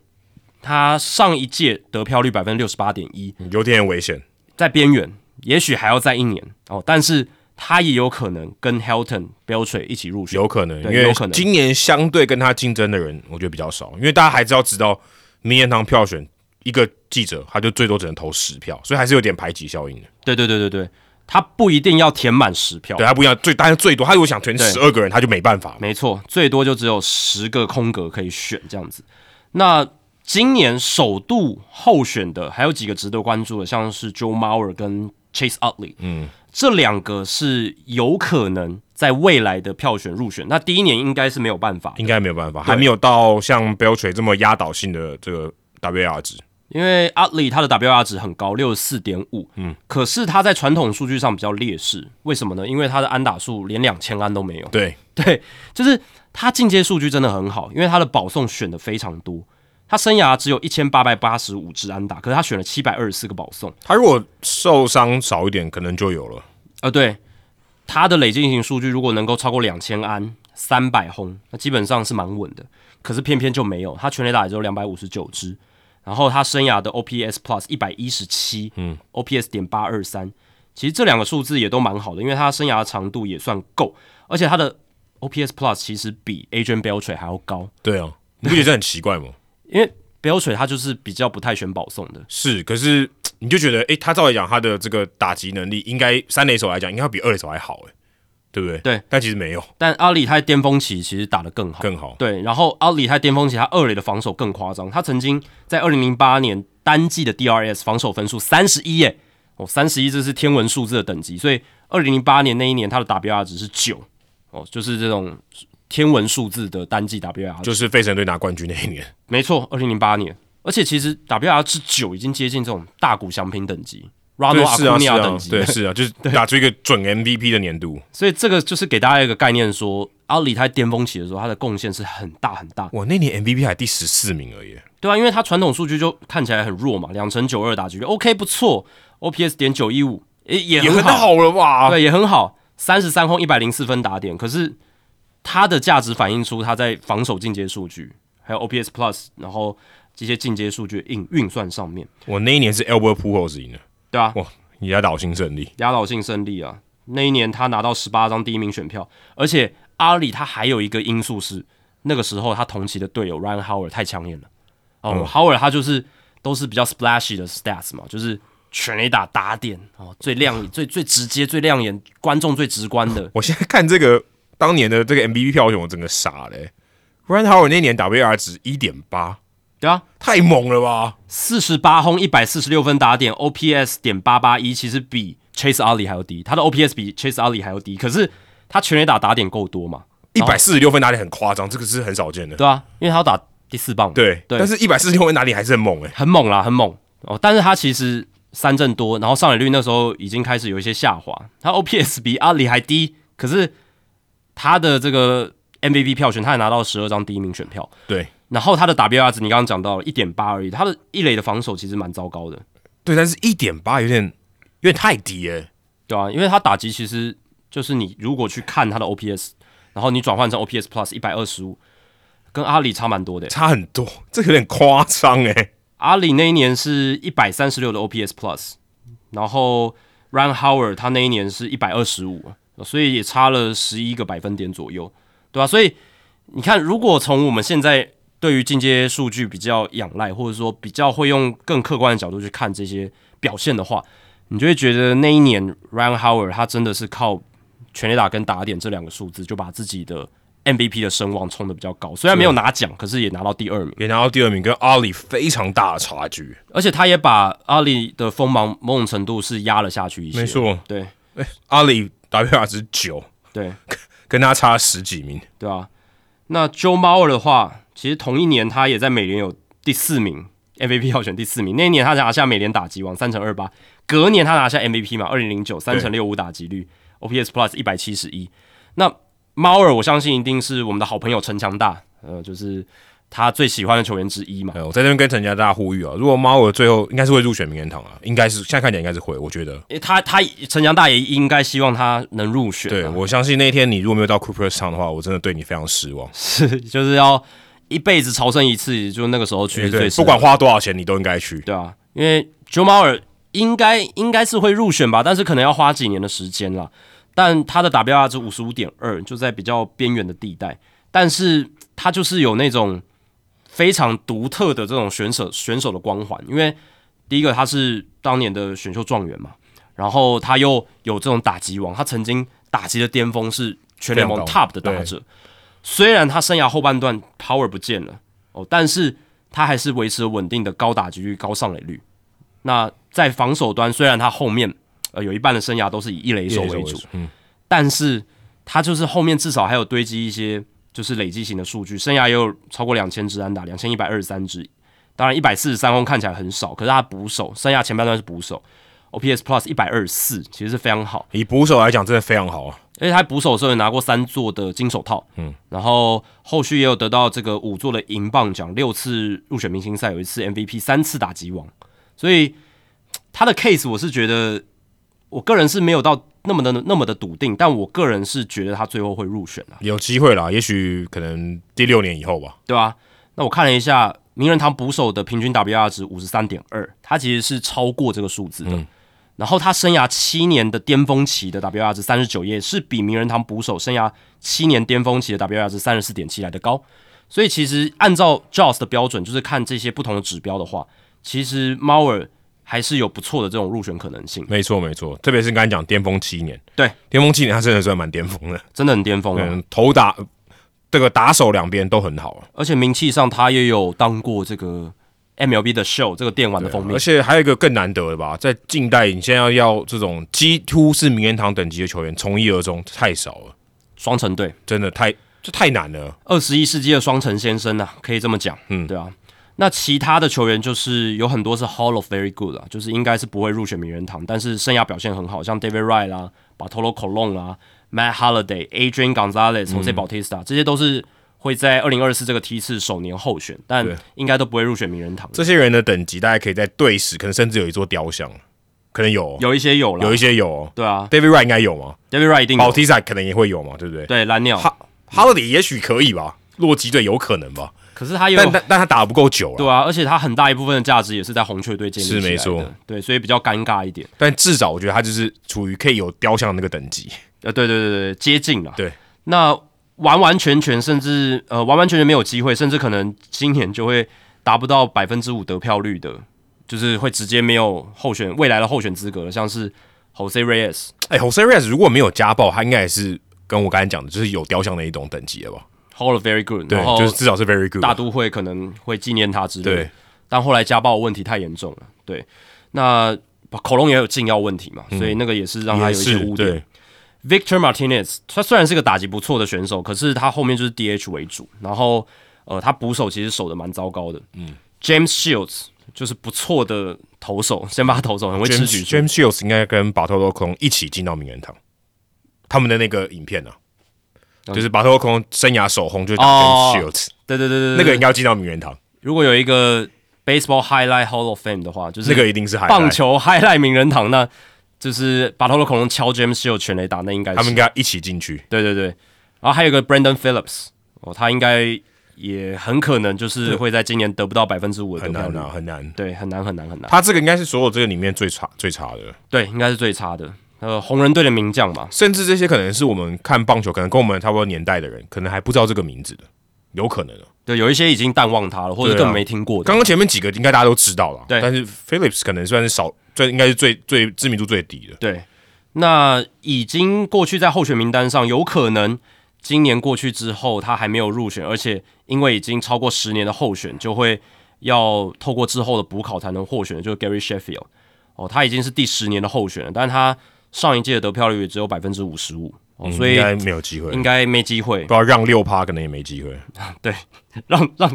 他上一届得票率百分之六十八点一，
有点危险。
在边缘，也许还要再一年哦，但是他也有可能跟 Helton、Beltray 一起入选。
有可能，因
对
为
有可能
今年相对跟他竞争的人，我觉得比较少，因为大家还是要知道，名人堂票选一个记者他就最多只能投十票，所以还是有点排挤效应的。
对对对对对，他不一定要填满十票
对，他不一样，最但是最多，他如果想填
对
十二个人，他就没办法嘛。
没错，最多就只有十个空格可以选这样子。那今年首度候选的还有几个值得关注的，像是 Joe Mauer 跟 Chase Utley，嗯，这两个是有可能在未来的票选入选。那第一年应该是没有办法，
应该没有办法，还没有到像 Beltray 这么压倒性的这个 WR 值。
因为阿里他的 WR 值很高，六十四点五，嗯，可是他在传统数据上比较劣势，为什么呢？因为他的安打数连两千安都没有，
对，
对，就是他进阶数据真的很好，因为他的保送选的非常多，他生涯只有一千八百八十五支安打，可是他选了七百二十四个保送，
他如果受伤少一点，可能就有了。
呃，对，他的累进型数据如果能够超过两千安、三百轰，那基本上是蛮稳的。可是偏偏就没有，他全垒打也只有两百五十九支，然后他生涯的 OPS Plus 一百一十七，嗯，OPS 点八二三，其实这两个数字也都蛮好的，因为他生涯的长度也算够，而且他的 OPS Plus 其实比 Adrian Beltre 还要高，
对啊，你不觉得这很奇怪吗？
因为 Beltre 他就是比较不太选保送的，
是，可是你就觉得，诶、他照理讲他的这个打击能力，应该三垒手来讲，应该要比二垒手还好、诶，欸对不对？
对，
但其实没有
但阿里他在巅峰期其实打得更好，
更好。
对，然后奥里他巅峰期，他二垒的防守更夸张。他曾经在二零零八年单季的 DRS 防守分数三十一耶，哦，三十一这是天文数字的等级。所以二零零八年那一年他的 WR 值是九，哦，就是这种天文数字的单季 WR 值。
就是费城队拿冠军那一年，
没错，二零零八年。而且其实 WR 值九已经接近这种大谷翔平等级 r a n
对
o
是啊，是
Acuna
啊
等，级的
对，是啊， 就是打出一个准 MVP 的年度。
所以这个就是给大家一个概念说，奥里他巅峰期的时候，他的贡献是很大很大的
哇，那年 MVP 还第十四名而已，欸
对啊，因为他传统数据就看起来很弱嘛，两成九二打击率，OK 不错，OPS 点九一五，也也
也
很
很
好，
好了啊吧？
对，也很好，三十三轰一百零四分打点，可是他的价值反映出他在防守进阶数据，还有 OPS Plus，然后这些进阶数据的运运算上面，
我那一年是 Albert Pujols 赢了，
对啊，
哇，压倒性胜利。
压倒性胜利啊！那一年他拿到十八张第一名选票，而且阿里他还有一个因素是，那个时候他同期的队友 Ryan Howard 太抢眼了。哦、h o w a r d 他就是都是比较 splashy 的 stats 嘛，就是全垒打打点哦，最亮、最最直接、最亮眼，观众最直观 的。
我现在看这个当年的这个 MVP 票选，我整个傻嘞、r a n Howard 那年 WR 值一点八，
对啊，
太猛了吧？
四十八轰，一百四十六分打点，OPS 点八八一，其实比 Chase Ali 还要低，他的 OPS 比 Chase Ali 还要低，可是他全垒打打点够多嘛？
一百四十六分打脸很夸张，这个是很少见的。
对啊，因为他要打第四棒嘛。
对，
对
但是一百四十六分打脸还是很猛哎、
很猛啦，很猛哦。但是他其实三振多，然后上垒率那时候已经开始有一些下滑，他 OPS 比阿里还低，可是他的这个 MVP 票选，他也拿到十二张第一名选票。
对
然后他的 WR 值，你刚刚讲到了一点八而已，他的一垒的防守其实蛮糟糕的，
对，但是一点八有点有点太低哎、
对啊，因为他打击其实就是你如果去看他的 OPS，然后你转换成 OPS Plus 一百二十五，跟阿里差蛮多的。
差很多， 这个有点夸张哎。
阿里那一年是一百三十六的 OPS Plus，然后 Ryan Howard 他那一年是一百二十五，所以也差了十一个百分点左右，对吧、所以你看，如果从我们现在对于进阶数据比较仰赖，或者说比较会用更客观的角度去看这些表现的话，你就会觉得那一年 Ryan Howard 他真的是靠全垒打跟打点这两个数字，就把自己的 MVP 的声望冲得比较高。虽然没有拿奖，可是也拿到第二名，
也拿到第二名，跟阿里非常大的差距。
而且他也把阿里的锋芒某种程度是压了下去一些。
没，错，
对
阿里 WR 值九，
对
跟他差十几名。
对啊。那 Joe Mauer 的话，其实同一年他也在美联有第四名 MVP 要选第四名，那一年他拿下美联打击王三乘二八，隔年他拿下 MVP 嘛，二零零九三乘六五打击率，OPS Plus 一百七十一。那 Mauer 我相信一定是我们的好朋友陈强大，呃，就是他最喜欢的球员之一嘛。
哎，我在这边跟陈家大家呼吁啊，如果猫儿最后应该是会入选名人堂啊，应该是现在看起来应该是会，我觉得。
因为他他陈强大也应该希望他能入选、啊
对，，我相信那天你如果没有到 Cooperstown 的话，我真的对你非常失望。
是就是要一辈子朝圣一次，就那个时候去是最
哎对，
适合
不管花多少钱，你都应该去。
对啊，因为 Joe Mauer 应该应该是会入选吧，但是可能要花几年的时间啦。但他的 WR 值五十五点二，就在比较边缘的地带，但是他就是有那种非常独特的这种选手选手的光环，因为第一个他是当年的选秀状元嘛，然后他又有这种打击王，他曾经打击的巅峰是全联盟
非常
top
高
的打者，虽然他生涯后半段 power 不见了哦，但是他还是维持了稳定的高打击率、高上垒率。那在防守端，虽然他后面呃有一半的生涯都是以一垒手为主，，
嗯，
但是他就是后面至少还有堆积一些就是累积型的数据，生涯也有超过两千支安打，两千一百二十三支，当然一百四十三轰看起来很少，可是他捕手生涯前半段是捕手，OPS Plus 一百二十四，其实是非常好，
以捕手来讲，真的非常好啊。
而且他捕手的时候也拿过三座的金手套，嗯，然后后续也有得到这个五座的银棒奖，六次入选明星赛，有一次 MVP，三次打击王，所以嘖他的 case 我是觉得，我个人是没有到那么的那么的笃定，但我个人是觉得他最后会入选啦，啊
有机会啦，也许可能第六年以后吧。
对吧、那我看了一下名人堂捕手的平均 WR 值五十三点二，他其实是超过这个数字的。然后他生涯七年的巅峰期的 WR 值三十九，也是比名人堂捕手生涯七年巅峰期的 WR 值三十四点七来的高。所以其实按照 JOS 的标准，就是看这些不同的指标的话，其实 Mauer 还是有不错的这种入选可能性，
没错，没错，特别是刚才讲巅峰七年，
对，
巅峰七年他真的算蛮巅 峰的，
真的很巅峰、啊。
嗯，投打这个打手两边都很好啊，
而且名气上他也有当过这个 MLB 的 Show 这个电玩的封面
而，且还有一个更难得的吧，在近代你现在要这种几乎是名人堂等级的球员从一而终太少了，
双城队。
真的太这太难了，
二十一世纪的双城先生啊，可以这么讲，嗯，对啊。那其他的球员就是有很多是 Hall of Very Good 啊，就是应该是不会入选名人堂，但是生涯表现很好，像 David Wright 啦、Bartolo Colon 啦、Matt Holiday、Adrian Gonzalez、Jose
嗯
Bautista，、这些都是会在二零二四这个梯次首年候选，但
对
应该都不会入选名人堂。
这些人的等级大概可以在队史，可能甚至有一座雕像，可能有哦
有一些有了，
有一些有哦
对啊
，David Wright 应该有吗？
，David Wright 一定
保
有，
提萨可能也会有嘛，对不对？
对蓝鸟，
哈哈勒迪也许可以吧，洛基队有可能吧，
可是他有
但但但他打得不够久
对
了，
啊，而且他很大一部分的价值也是在红雀队建立
是
起
没
来
错
的，对，所以比较尴尬一点。
但至少我觉得他就是处于可以有雕像的那个等级。
呃，对对对对，接近了。
对，
那完完全全甚至呃完完全全没有机会，甚至可能今年就会达不到百分之五得票率的，就是会直接没有候选未来的候选资格了，像是 Jose Reyes。
哎，Jose Reyes 如果没有家暴，他应该也是跟我刚才讲的，就是有雕像的一种等级了吧？
Hall of Very Good，
对
然，后
就是至少是 very good 吧。
大都会可能会纪念他之类的
对。，
但后来家暴问题太严重了，对，那口龙也有禁药问题嘛，所以那个也是让
嗯
他
也
有一些
是
污点。
对，
Victor Martinez，他虽然是个打击不错的选手，可是他后面就是 DH 为主，然后呃，他捕手其实守的蛮糟糕的。嗯，James Shields 就是不错的投手，先发投手很会
James
吃局数。
James Shields 应该跟巴托洛空一起进到名人堂，他们的那个影片啊。就是巴托洛空生涯首轰就是打
嗯哦
James Shields，
对对对对，对
那个应该要进到名人堂，
如果有一个 Baseball Highlight Hall of Fame 的话，就是
那个一定是 highlight
棒球 Highlight 名人堂，那就是把头的恐龙敲 James Shields 全垒打，那应该是
他们应该一起进去。
对对对。然后还有一个 Brandon Phillips，哦，他应该也很可能就是会在今年得不到百分之五的
很
得票
难
率
啊，，很难。
对，很难很难很难。
他这个应该是所有这个里面最差最差的，
对，应该是最差的。呃，红人队的名将嘛，
甚至这些可能是我们看棒球，可能跟我们差不多年代的人，可能还不知道这个名字的，有可能哦。
对，有一些已经淡忘他了，或者
对啊
根本没听过的。
刚刚前面几个应该大家都知道了，
对
但是 Phillips 可能算是少，最应该是最最知名度最低的。
对，那已经过去在候选名单上，有可能今年过去之后他还没有入选，而且因为已经超过十年的候选，就会要透过之后的补考才能获选，就是 Gary Sheffield。哦，他已经是第十年的候选了，但他上一届的得票率也只有百分之五十五，哦所以
嗯应该没有机会，
应
不
该没机会
知道让六趴可能也没机会。
让让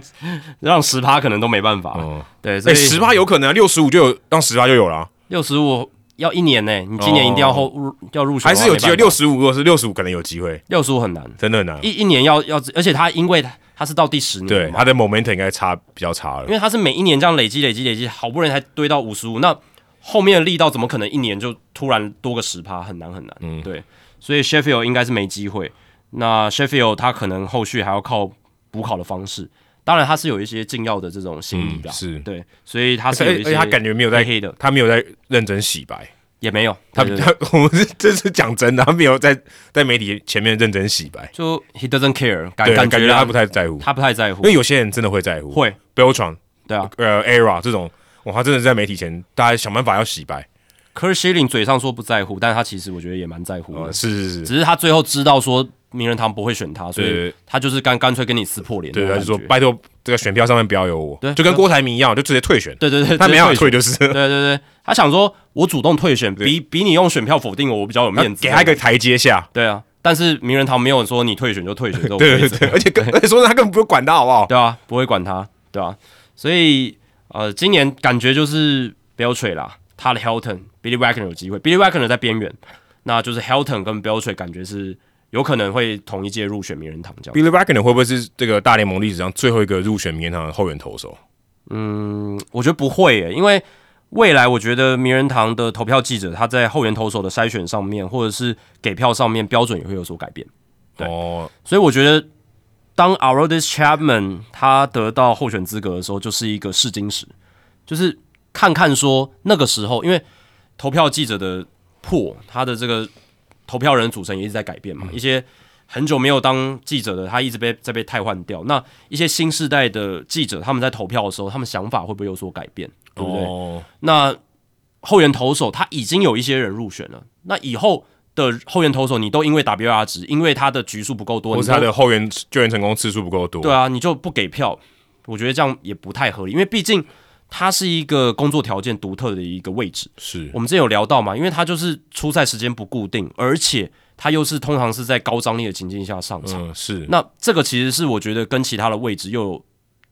让十趴可能都没办法。
嗯，
对，所
哎，
以
十趴有可能，六十五就有，让十趴就有了啊，
六十五要一年呢、你今年一定要后、入要入
哦
选
还
的话，
是有机会。
没办
六十五如果是六十五，可能有机会，
法六十五很难，
真的很难。
一一年要要，而且他因为他他是到第十年
对，
了嘛，
他的 momentum 应该差比较差
因
了。
为他是每一年这样累积累积累积，好不容易才堆到五十五，那后面的力道怎么可能一年就突然多个十趴，很难很难。嗯，对，所以 Sheffield 应该是没机会。那 Sheffield 他可能后续还要靠补考的方式，当然他是有一些禁药的这种心理
嗯
的，，
是，
对，所以他
而
是有
且
一
而
些
且他感觉没有在
黑黑的，
他没有在认真洗白，
也没有，
他
对对对
他 我们是这是讲真的，他没有在在媒体前面认真洗白，
就 he doesn't care，感
对，
感
感
觉
觉他
他
不太在乎，
他不太在乎
因，为有些人真的会在乎，
会
b e l t r o n
对啊。
呃 ERA 这种，哇，他真的是在媒体前，大家想办法要洗白，
Kurt Schilling 嘴上说不在乎，但是他其实我觉得也蛮在乎的，
呃，是是是，
只是他最后知道说名人堂不会选他，所
对
以
对
他就是干干脆跟你撕破脸那
对，
种
他
感
就
觉。
说拜托这个选票上面不要有
对
我，就跟郭台铭一样，就直接退选，
对对对，
他没
有
办法退就是，
对对对，他想说我主动退选，比比你用选票否定我，我比较有面子。
给他一个台阶下，
对啊，但是名人堂没有说你退选就退选这 种
对
规
对
则，
对，而且 更而且说真的他根本不用管他好不好？
对啊，不会管他，对啊，所以呃，今年感觉就是 Beltray 啦，他的 Helton、Billy Wagner 有机会，Billy Wagner 在边缘，那就是 Helton 跟 Beltray 感觉是有可能会同一届入选名人堂这样。
Billy Wagner 会不会是这个大联盟历史上最后一个入选名人堂的后援投手？
我觉得不会耶，因为未来我觉得名人堂的投票记者他在后援投手的筛选上面，或者是给票上面标准也会有所改变，对
哦，
所以我觉得。当 a r o d i s Chapman 他得到候选资格的时候，就是一个试金石，就是看看说那个时候，因为投票记者的破，他的这个投票人组成也一直在改变
嗯
嘛，一些很久没有当记者的，他一直被在被汰换掉。那一些新世代的记者，他们在投票的时候，他们想法会不会有所改变，对不对？
哦，
那后援投手他已经有一些人入选了，那以后的后援投手你都因为 WR 值，因为他的局数不够多，
或
你
是他
都
的后援救援成功次数不够多？
对啊，你就不给票，我觉得这样也不太合理，因为毕竟他是一个工作条件独特的一个位置。
是
我们之前有聊到嘛，因为他就是出赛时间不固定，而且他又是通常是在高张力的情境下上场，
嗯是，
那这个其实是我觉得跟其他的位置又有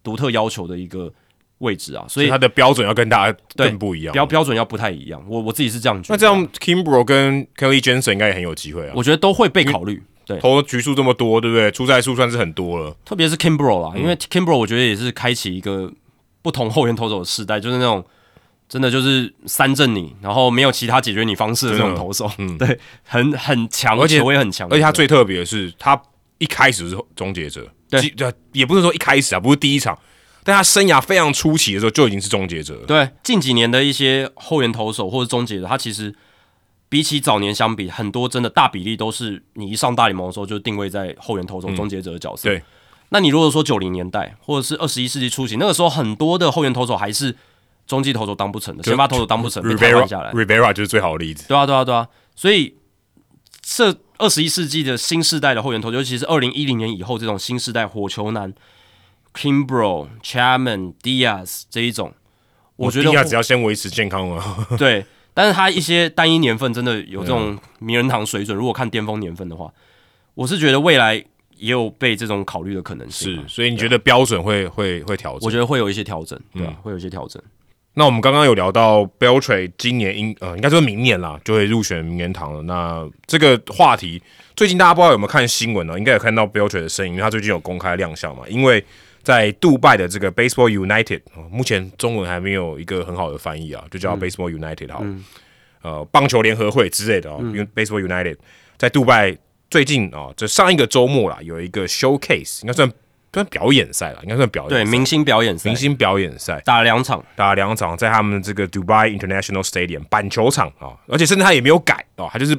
独特要求的一个位置啊，所
所以
以
他的标准要跟大家
对
更不一样。
标标准要不太一样，我我自己是这样觉得。
那这样 Kimbro 跟 Kelly Jensen 应该也很有机会啊。
我觉得都会被考虑。对，
投局数这么多，对不对？出赛数算是很多了。
特别是 k i m b r o
嗯
啦，因为 k i m b r o 我觉得也是开启一个不同后援投手的时代，就是那种真的就是三振你，然后没有其他解决你方式的那种
真的嗯
投手， 对，很很强，
而且
球也很强，
而且他最特别的是，他一开始是终结者，
对
几，呃也不是说一开始啊，不是第一场，但他生涯非常初期的时候就已经是终结者了。
对近几年的一些后援投手或者终结者，他其实比起早年相比，很多真的大比例都是你一上大联盟的时候就定位在后援投手、终结者的角色。
嗯对，
那你如果说九零年代或者是二十一世纪初期，那个时候很多的后援投手还是中继投手当不成的，先发投手当不成，被汰换下来
Rivera。Rivera 就是最好的例子。
对啊，对啊，对啊。所以这二十一世纪的新世代的后援投，尤其是二零一零年以后这种新世代火球男 k i m b r o Chapman、Diaz 这一种，我觉得
哦一下只要先维持健康啊，
对，但是他一些单一年份真的有
嗯
这种名人堂水准。如果看巅峰年份的话，我是觉得未来也有被这种考虑的可能性
是
啊。，
所以你觉得标准会会会调
我
整？
觉得会有一些调整，对
嗯
啊，会有一些调整。
那我们刚刚有聊到 Beltray 今年应呃应该说明年啦就会入选名人堂了。那这个话题最近大家不知道有没有看新闻呢？应该有看到 Beltray 的身影，因为他最近有公开亮相嘛。因为在杜拜的这
嗯
个 Baseball United，、呃目前中文还没有一个很好的翻译啊，就
嗯
叫 Baseball United 好了。呃棒球联合会之类的
嗯
哦，因为 Baseball United 在杜拜最近啊、哦，这上一个周末啦，有一个 showcase，应该算算表演赛了，应该算表演
对
赛
明星表演赛，
明星哎表演赛。
打了两场，
打两场，在他们这个 Dubai International Stadium 板球场啊、而且甚至他也没有改哦，他就是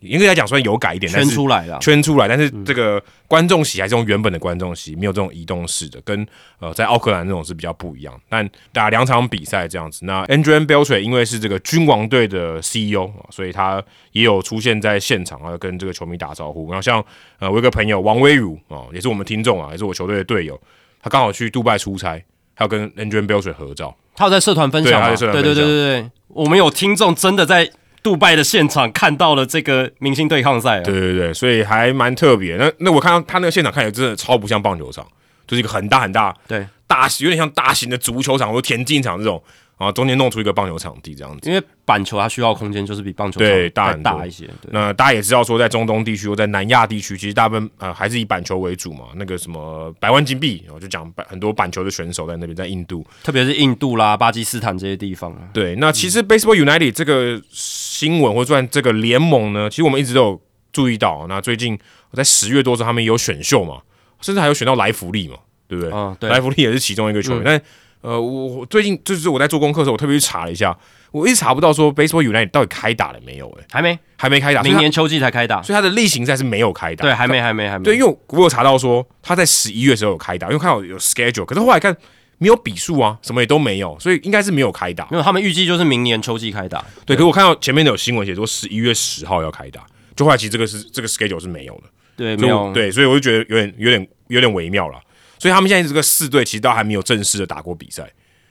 严格来讲算有改一点，但
圈
是
出来了。啊
圈出来，但是这个观众席还是用原本的观众席，没有这种移动式的，跟呃在奥克兰那种是比较不一样。但打两场比赛这样子，那 Andrew Beltre 因为是这个君王队的 CEO，啊所以他也有出现在现场啊，跟这个球迷打招呼。然后像呃我有一个朋友王威如哦，也是我们听众啊，也是我球队的队友，他刚好去杜拜出差，他要跟 Andrew Beltre 合照。
他有在社团分享
对他
嘛，
在社团
对
分
对对
享
对对，我们有听众真的在杜拜的现场看到了这个明星对抗赛哦，
对对对，所以还蛮特别。那那我看到他那个现场看起来真的超不像棒球场，就是一个很大很大
对，
大型，有点像大型的足球场或者田径场这种，然后中间弄出一个棒球场地这样子。
因为板球它需要的空间就是比棒球
对
场
大
再
很
大
多
一些，对。
那大家也知道说，在中东地区或在南亚地区，其实大部分呃还是以板球为主嘛。那个什么百万金币，我就讲板很多板球的选手在那边，在印度。
特别是印度啦、巴基斯坦这些地方啊，
对，那其实 Baseball United 这个新闻或者算这个联盟呢，其实我们一直都有注意到。那最近呃在十月多的时候，他们也有选秀嘛，甚至还有选到莱福利嘛，对不对？
嗯，对，嗯
莱福利也是其中一个球员。但呃，我我最近就是我在做功课的时候，我特别去查了一下，我一直查不到说 Baseball United 到底开打了没有、欸？
还没，
还没开打，
明
所以
年秋季才开打
它，所以他的例行赛是没有开打。
对，还没，还没，还没，
对，因为我我有查到说他在十一月的时候有开打，因为看到有 schedule，可是后来看没有笔数啊，什么也都没有，所以应该是没有开打。
没有，他们预计就是明年秋季开打，
对，可是我看到前面有新闻写说十一月十号要开打，就后来其实这个是这个 schedule 是没有的，
对，
所
没
以我
有，
对，所以我就觉得有点有点有点微妙了。所以他们现在这个四队其实都还没有正式的打过比赛，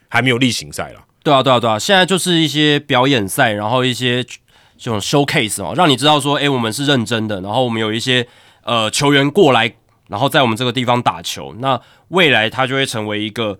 还没有例行赛啦。
对啊，对啊，对啊，现在就是一些表演赛，然后一些这种 showcase 哦，让你知道说，哎，我们是认真的，然后我们有一些呃球员过来，然后在我们这个地方打球，那未来它就会成为一个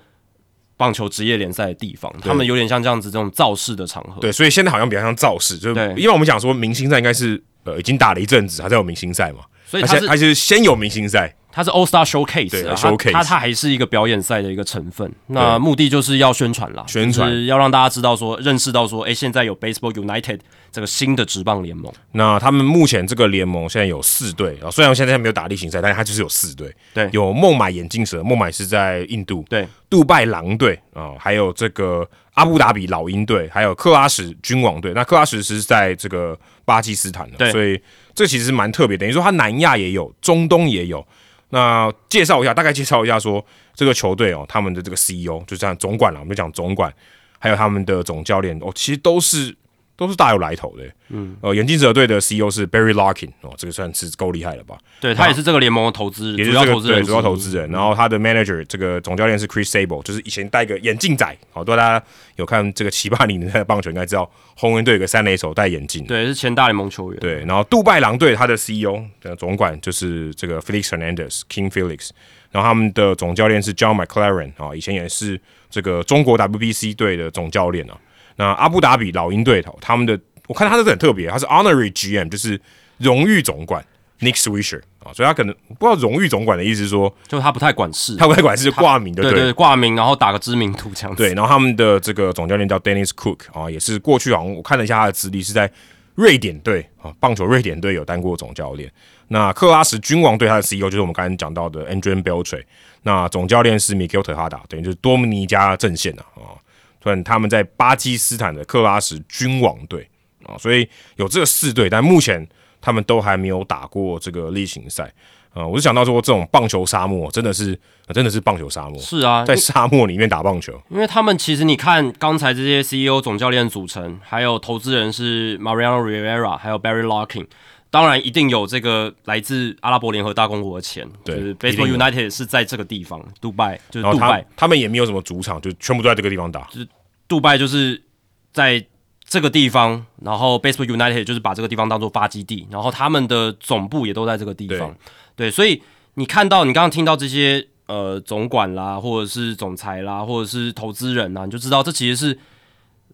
棒球职业联赛的地方，他们有点像这样子这种造势的场合，
对，所以现在好像比较像造势，就是
对
因为我们讲说明星赛应该是呃已经打了一阵子，还在有明星赛嘛，
所以
而
它
且
是
而且是先有明星赛，
它是 All Star Showcase，
对
啊它
Showcase
它它还是一个表演赛的一个成分。那目的就是要宣传啦，
宣传
就是要让大家知道说，认识到说，哎、现在有 Baseball United 这个新的职棒联盟。
那他们目前这个联盟现在有四队啊，虽然现在没有打例行赛，但是他就是有四队。
对
有孟买眼镜蛇，孟买是在印度，
对，
杜拜狼队啊、还有这个阿布达比老鹰队，还有克拉什君王队。那克拉什是在这个巴基斯坦
对
的，所以这其实蛮特别，等于说它南亚也有，中东也有。那介绍一下，大概介绍一下说这个球队哦，他们的这个 CEO 就这样总管了，我们就讲总管，还有他们的总教练哦，其实都是都是大有来头的。嗯，呃，眼镜蛇队的 CEO 是 Barry Larkin 哦，这个算是够厉害了吧？
对，他也是这个联盟的投资
也
人，
是
主
这
要
个
投资
对
人，嗯
主要投。资人。然后他的 manager 这个总教练是 Chris Sable，就是以前戴个眼镜仔，好、多大家有看这个七八零年代的棒球应该知道，红人队有个三垒手戴眼镜。
对，是前大联盟球员。
对，然后杜拜狼队他的 CEO 的呃总管就是这个 Felix Hernandez King Felix，然后他们的总教练是 John McLaren 啊、以前也是这个中国 WBC 队的总教练啊。那阿布达比老鹰队头他们的，我看他这个很特别，他是 Honorary GM，就是荣誉总管 Nick Swisher 啊、所以他可能不知道荣誉总管的意思是说
就他不太管事，
他不太管是挂名的
对
队。
对，挂名然后打个知名度这样子。
对，然后他们的这个总教练叫 Dennis Cook 啊，也是过去好像我看了一下他的资历是在瑞典队啊，棒球瑞典队有当过总教练。那克拉什君王队他的 CEO 就是我们刚才讲到的 Andrew Beltre，那总教练是 Mikhail t e h a d a 等于就是多米尼加阵线啊啊，算他们在巴基斯坦的克拉什君王队啊，所以有这四队，但目前他们都还没有打过这个例行赛。呃，我就想到说，这种棒球沙漠真的是、呃真的是棒球沙漠，
是啊，
在沙漠里面打棒球。
因为他们其实你看刚才这些 CEO 总教练组成，还有投资人是 Mariano Rivera，还有 Barry Larkin，当然一定有这个来自阿拉伯联合大公国的钱，就
对
是
一定
Baseball
有
United 是在这个地方，杜拜就是
然
杜
后他
拜，
他们也没有什么主场，就全部都在这个地方打。
杜拜就是在这个地方，然后 Baseball United 就是把这个地方当做发基地，然后他们的总部也都在这个地方，对，所以你看到你刚刚听到这些呃总管啦，或者是总裁啦，或者是投资人啊啦，你就知道这其实是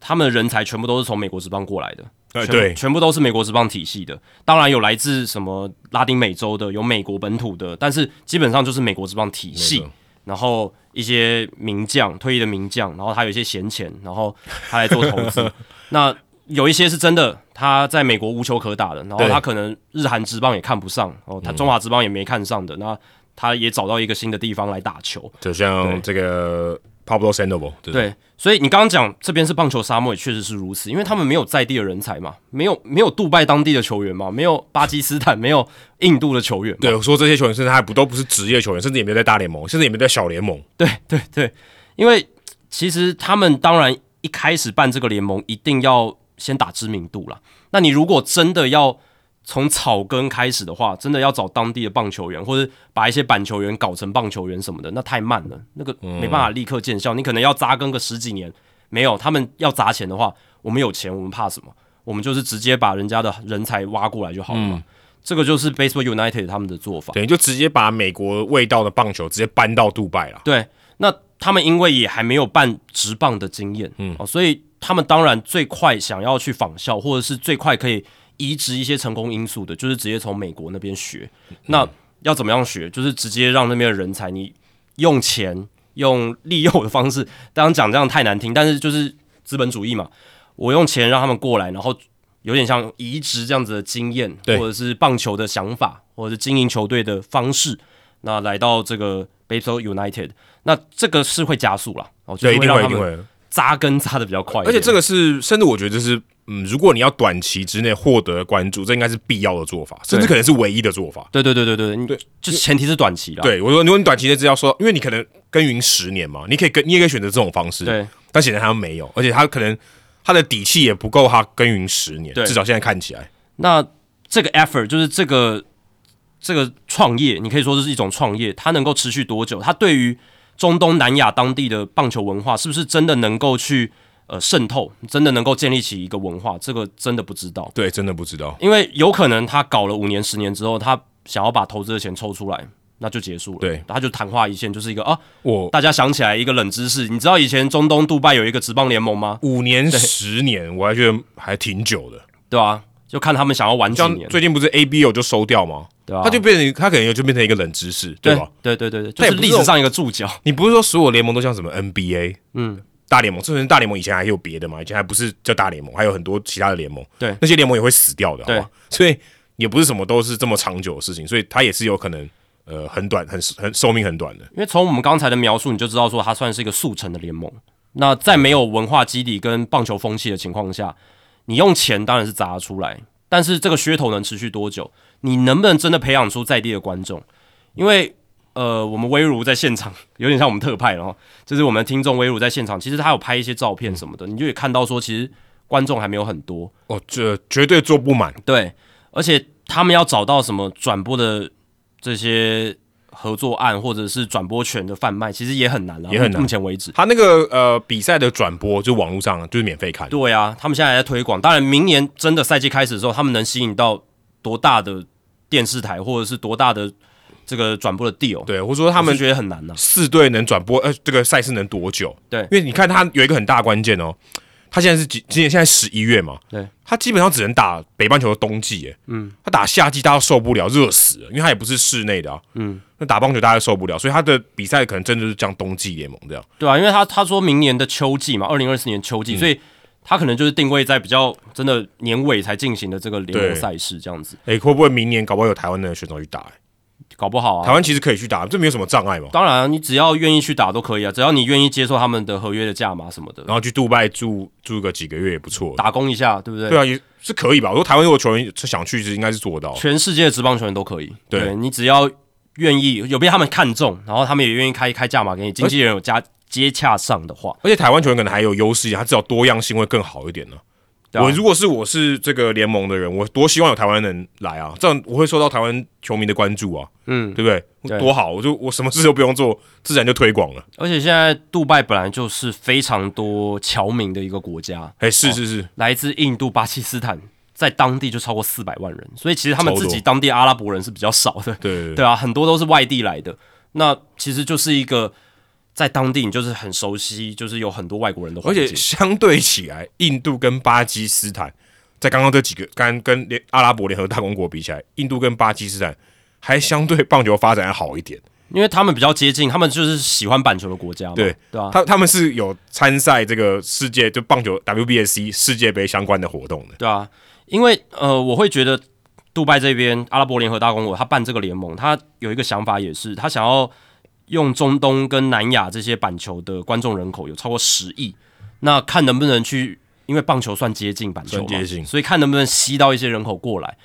他们的人才全部都是从美国职棒过来的。
呃，
全部
对，
全部都是美国职棒体系的。当然有来自什么拉丁美洲的，有美国本土的，但是基本上就是美国职棒体系
没错。
然后一些名将，退役的名将，然后他有一些闲钱，然后他来做投 资。那有一些是真的，他在美国无球可打的，然后
对
他可能日韩职棒也看不上，哦，他中华职棒也没看上的，那他也找到一个新的地方来打球。
就像
对
这个 Pablo Sandoval，对不对
对，所以你刚刚讲这边是棒球沙漠，也确实是如此，因为他们没有在地的人才嘛，没有没有杜拜当地的球员嘛，没有巴基斯坦，没有印度的球员嘛，
对，我说这些球员甚至还不都不是职业球员，甚至也没有在大联盟，甚至也没有在小联盟。
对对对，因为其实他们当然一开始办这个联盟，一定要先打知名度啦。那你如果真的要从草根开始的话，真的要找当地的棒球员，或者把一些板球员搞成棒球员什么的，那太慢了，那个没办法立刻见效。你可能要扎根个十几年。没有，他们要砸钱的话，我们有钱，我们怕什么？我们就是直接把人家的人才挖过来就好了嘛。这个就是 Baseball United 他们的做法。
等于就直接把美国味道的棒球直接搬到杜拜了。
对，那他们因为也还没有办直棒的经验，嗯、哦，所以他们当然最快想要去仿效，或者是最快可以移植一些成功因素的，就是直接从美国那边学。那要怎么样学？就是直接让那边的人才，你用钱、用利诱的方式，当然讲这样太难听，但是就是资本主义嘛，我用钱让他们过来，然后。有点像移植这样子的经验，
对
或者是棒球的想法，或者是经营球队的方式，那来到这个 Baseball United，那这个是会加速啦，哦，就
对，
是
一定
让
会，
他
一定
们哎
会。
扎根扎的比较快一点，
而且这个是，甚至我觉得这是，嗯，如果你要短期之内获得关注，这应该是必要的做法，甚至可能是唯一的做法。
对对对对对，你
对
就是前提是短期啦，
对，我说，如果你短期内只要说，因为你可能耕耘十年嘛，你可以跟，你也可以选择这种方式。
对，
但显然他们没有，而且他可能他的底气也不够，他耕耘十年，
对
至少现在看起来，
那这个 effort 就是这个这个创业，你可以说这是一种创业，它能够持续多久？它对于中东南亚当地的棒球文化是不是真的能够去呃渗透，真的能够建立起一个文化？这个真的不知道。
对，真的不知道。
因为有可能他搞了五年、十年之后，他想要把投资的钱抽出来，那就结束了。
对
他就昙花一现，就是一个啊，
我
大家想起来一个冷知识，你知道以前中东杜拜有一个职棒联盟吗？
五年、十年，我还觉得还挺久的。
对吧、就看他们想要玩几
像
年，
最近不是 ABO 就收掉吗？
对吧、
它就变成他可能就变成一个冷知识，啊对
对
吧？
对对对对，就
但也
是
不是
历史上一个注脚。
你不是说所有联盟都像什么 NBA，嗯，大联盟，甚至大联盟以前还有别的嘛，以前还不是叫大联盟，还有很多其他的联盟，
对
那些联盟也会死掉的，好
对
吧？所以也不是什么都是这么长久的事情，所以它也是有可能呃很短，很很寿命很短的，
因为从我们刚才的描述，你就知道说它算是一个速成的联盟。那在没有文化基底跟棒球风气的情况下，你用钱当然是砸得出来，但是这个噱头能持续多久？你能不能真的培养出在地的观众？因为呃，我们微如在现场 有点像我们特派了哈，就是我们听众微如在现场，其实他有拍一些照片什么的，你就也看到说，其实观众还没有很多。
哦，这绝对做不满，
对，而且他们要找到什么转播的这些合作案，或者是转播权的贩卖，其实也很难了、啊
也很难
目前为止，
他那个呃比赛的转播就网络上就是免费看，
对啊，他们现在还在推广。当然，明年真的赛季开始的时候，他们能吸引到多大的电视台，或者是多大的这个转播的 deal？
对，或者说他
他
们
觉得很难啊呐、
四队能转播呃这个赛事能多久？
对
因为你看他有一个很大关键哦，他现在是几今年现在十一月嘛，
对，
他基本上只能打北半球的冬季，耶，嗯，他打夏季大家都受不了，热死了，因为他也不是室内的啊，嗯，那打棒球大家都受不了，所以他的比赛可能真的就是像冬季联盟这样，
对啊，因为他他说明年的秋季嘛，二零二四年秋季，
嗯
所以他可能就是定位在比较真的年尾才进行的这个联
对
盟赛事这样子，
哎、会不会明年搞不好有台湾的选手去打、哎
搞不好啊，
台湾其实可以去打，这没有什么障碍嘛，
当然啊、你只要愿意去打都可以啊，只要你愿意接受他们的合约的价码什么的，
然后去杜拜住住个几个月也不错，
打工一下，对不对？
对啊，也是可以吧？我说台湾如果球员想去，是应该是做得到，
全世界的职棒球员都可以，
对
你只要愿意，有被他们看中，然后他们也愿意开开价码给你，经纪人有加接洽上的话，
而且台湾球员可能还有优势啊一点，他至少多样性会更好一点呢、
对啊
我如果是我是这个联盟的人，我多希望有台湾人来啊，这样我会受到台湾球迷的关注啊，
嗯，
对不对？
对
多好，我就我什么事都不用做，自然就推广了。
而且现在杜拜本来就是非常多侨民的一个国家，
哎，是是是，
来自印度、巴基斯坦，在当地就超过四百万人，所以其实他们
超多
自己当地阿拉伯人是比较少的，
对对对
对啊，很多都是外地来的。那其实就是一个在当地，你就是很熟悉，就是有很多外国人的
而
环境。
且相对起来，印度跟巴基斯坦在刚刚这几个刚跟联阿拉伯联合大公国比起来，印度跟巴基斯坦还相对棒球发展还好一点。
因为他们比较接近，他们就是喜欢板球的国家嘛，
对
对啊，
他他们是有参赛这个世界就棒球 WBSC 世界杯相关的活动的。
对啊，因为呃，我会觉得杜拜这边阿拉伯联合大公国，他办这个联盟，他有一个想法也是，他想要用中东跟南亚这些板球的观众人口有超过十亿，那看能不能去，因为棒球算接近板球嘛
算接近，
所以看能不能吸到一些人口过来。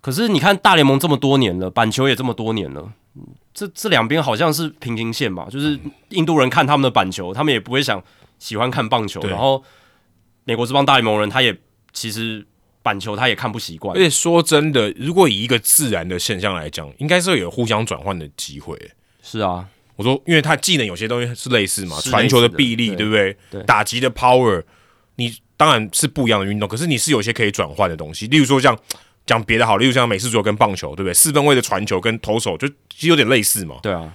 可是你看大联盟这么多年了，板球也这么多年了，嗯这这两边好像是平行线嘛，就是
嗯
印度人看他们的板球，他们也不会想喜欢看棒球，
对
然后美国这帮大联盟人，他也其实板球他也看不习惯
而，且说真的，如果以一个自然的现象来讲，应该是会有互相转换的机会。
是啊，
我说，因为他技能有些东西是类似嘛，
是
传球的
类似的
臂力，
对
对不对？
对
打击的 power，你当然是不一样的运动，可是你是有些可以转换的东西，例如说像讲别的好，例如像美式足球跟棒球，对不对？四分位的传球跟投手就其实有点类似嘛。
对啊。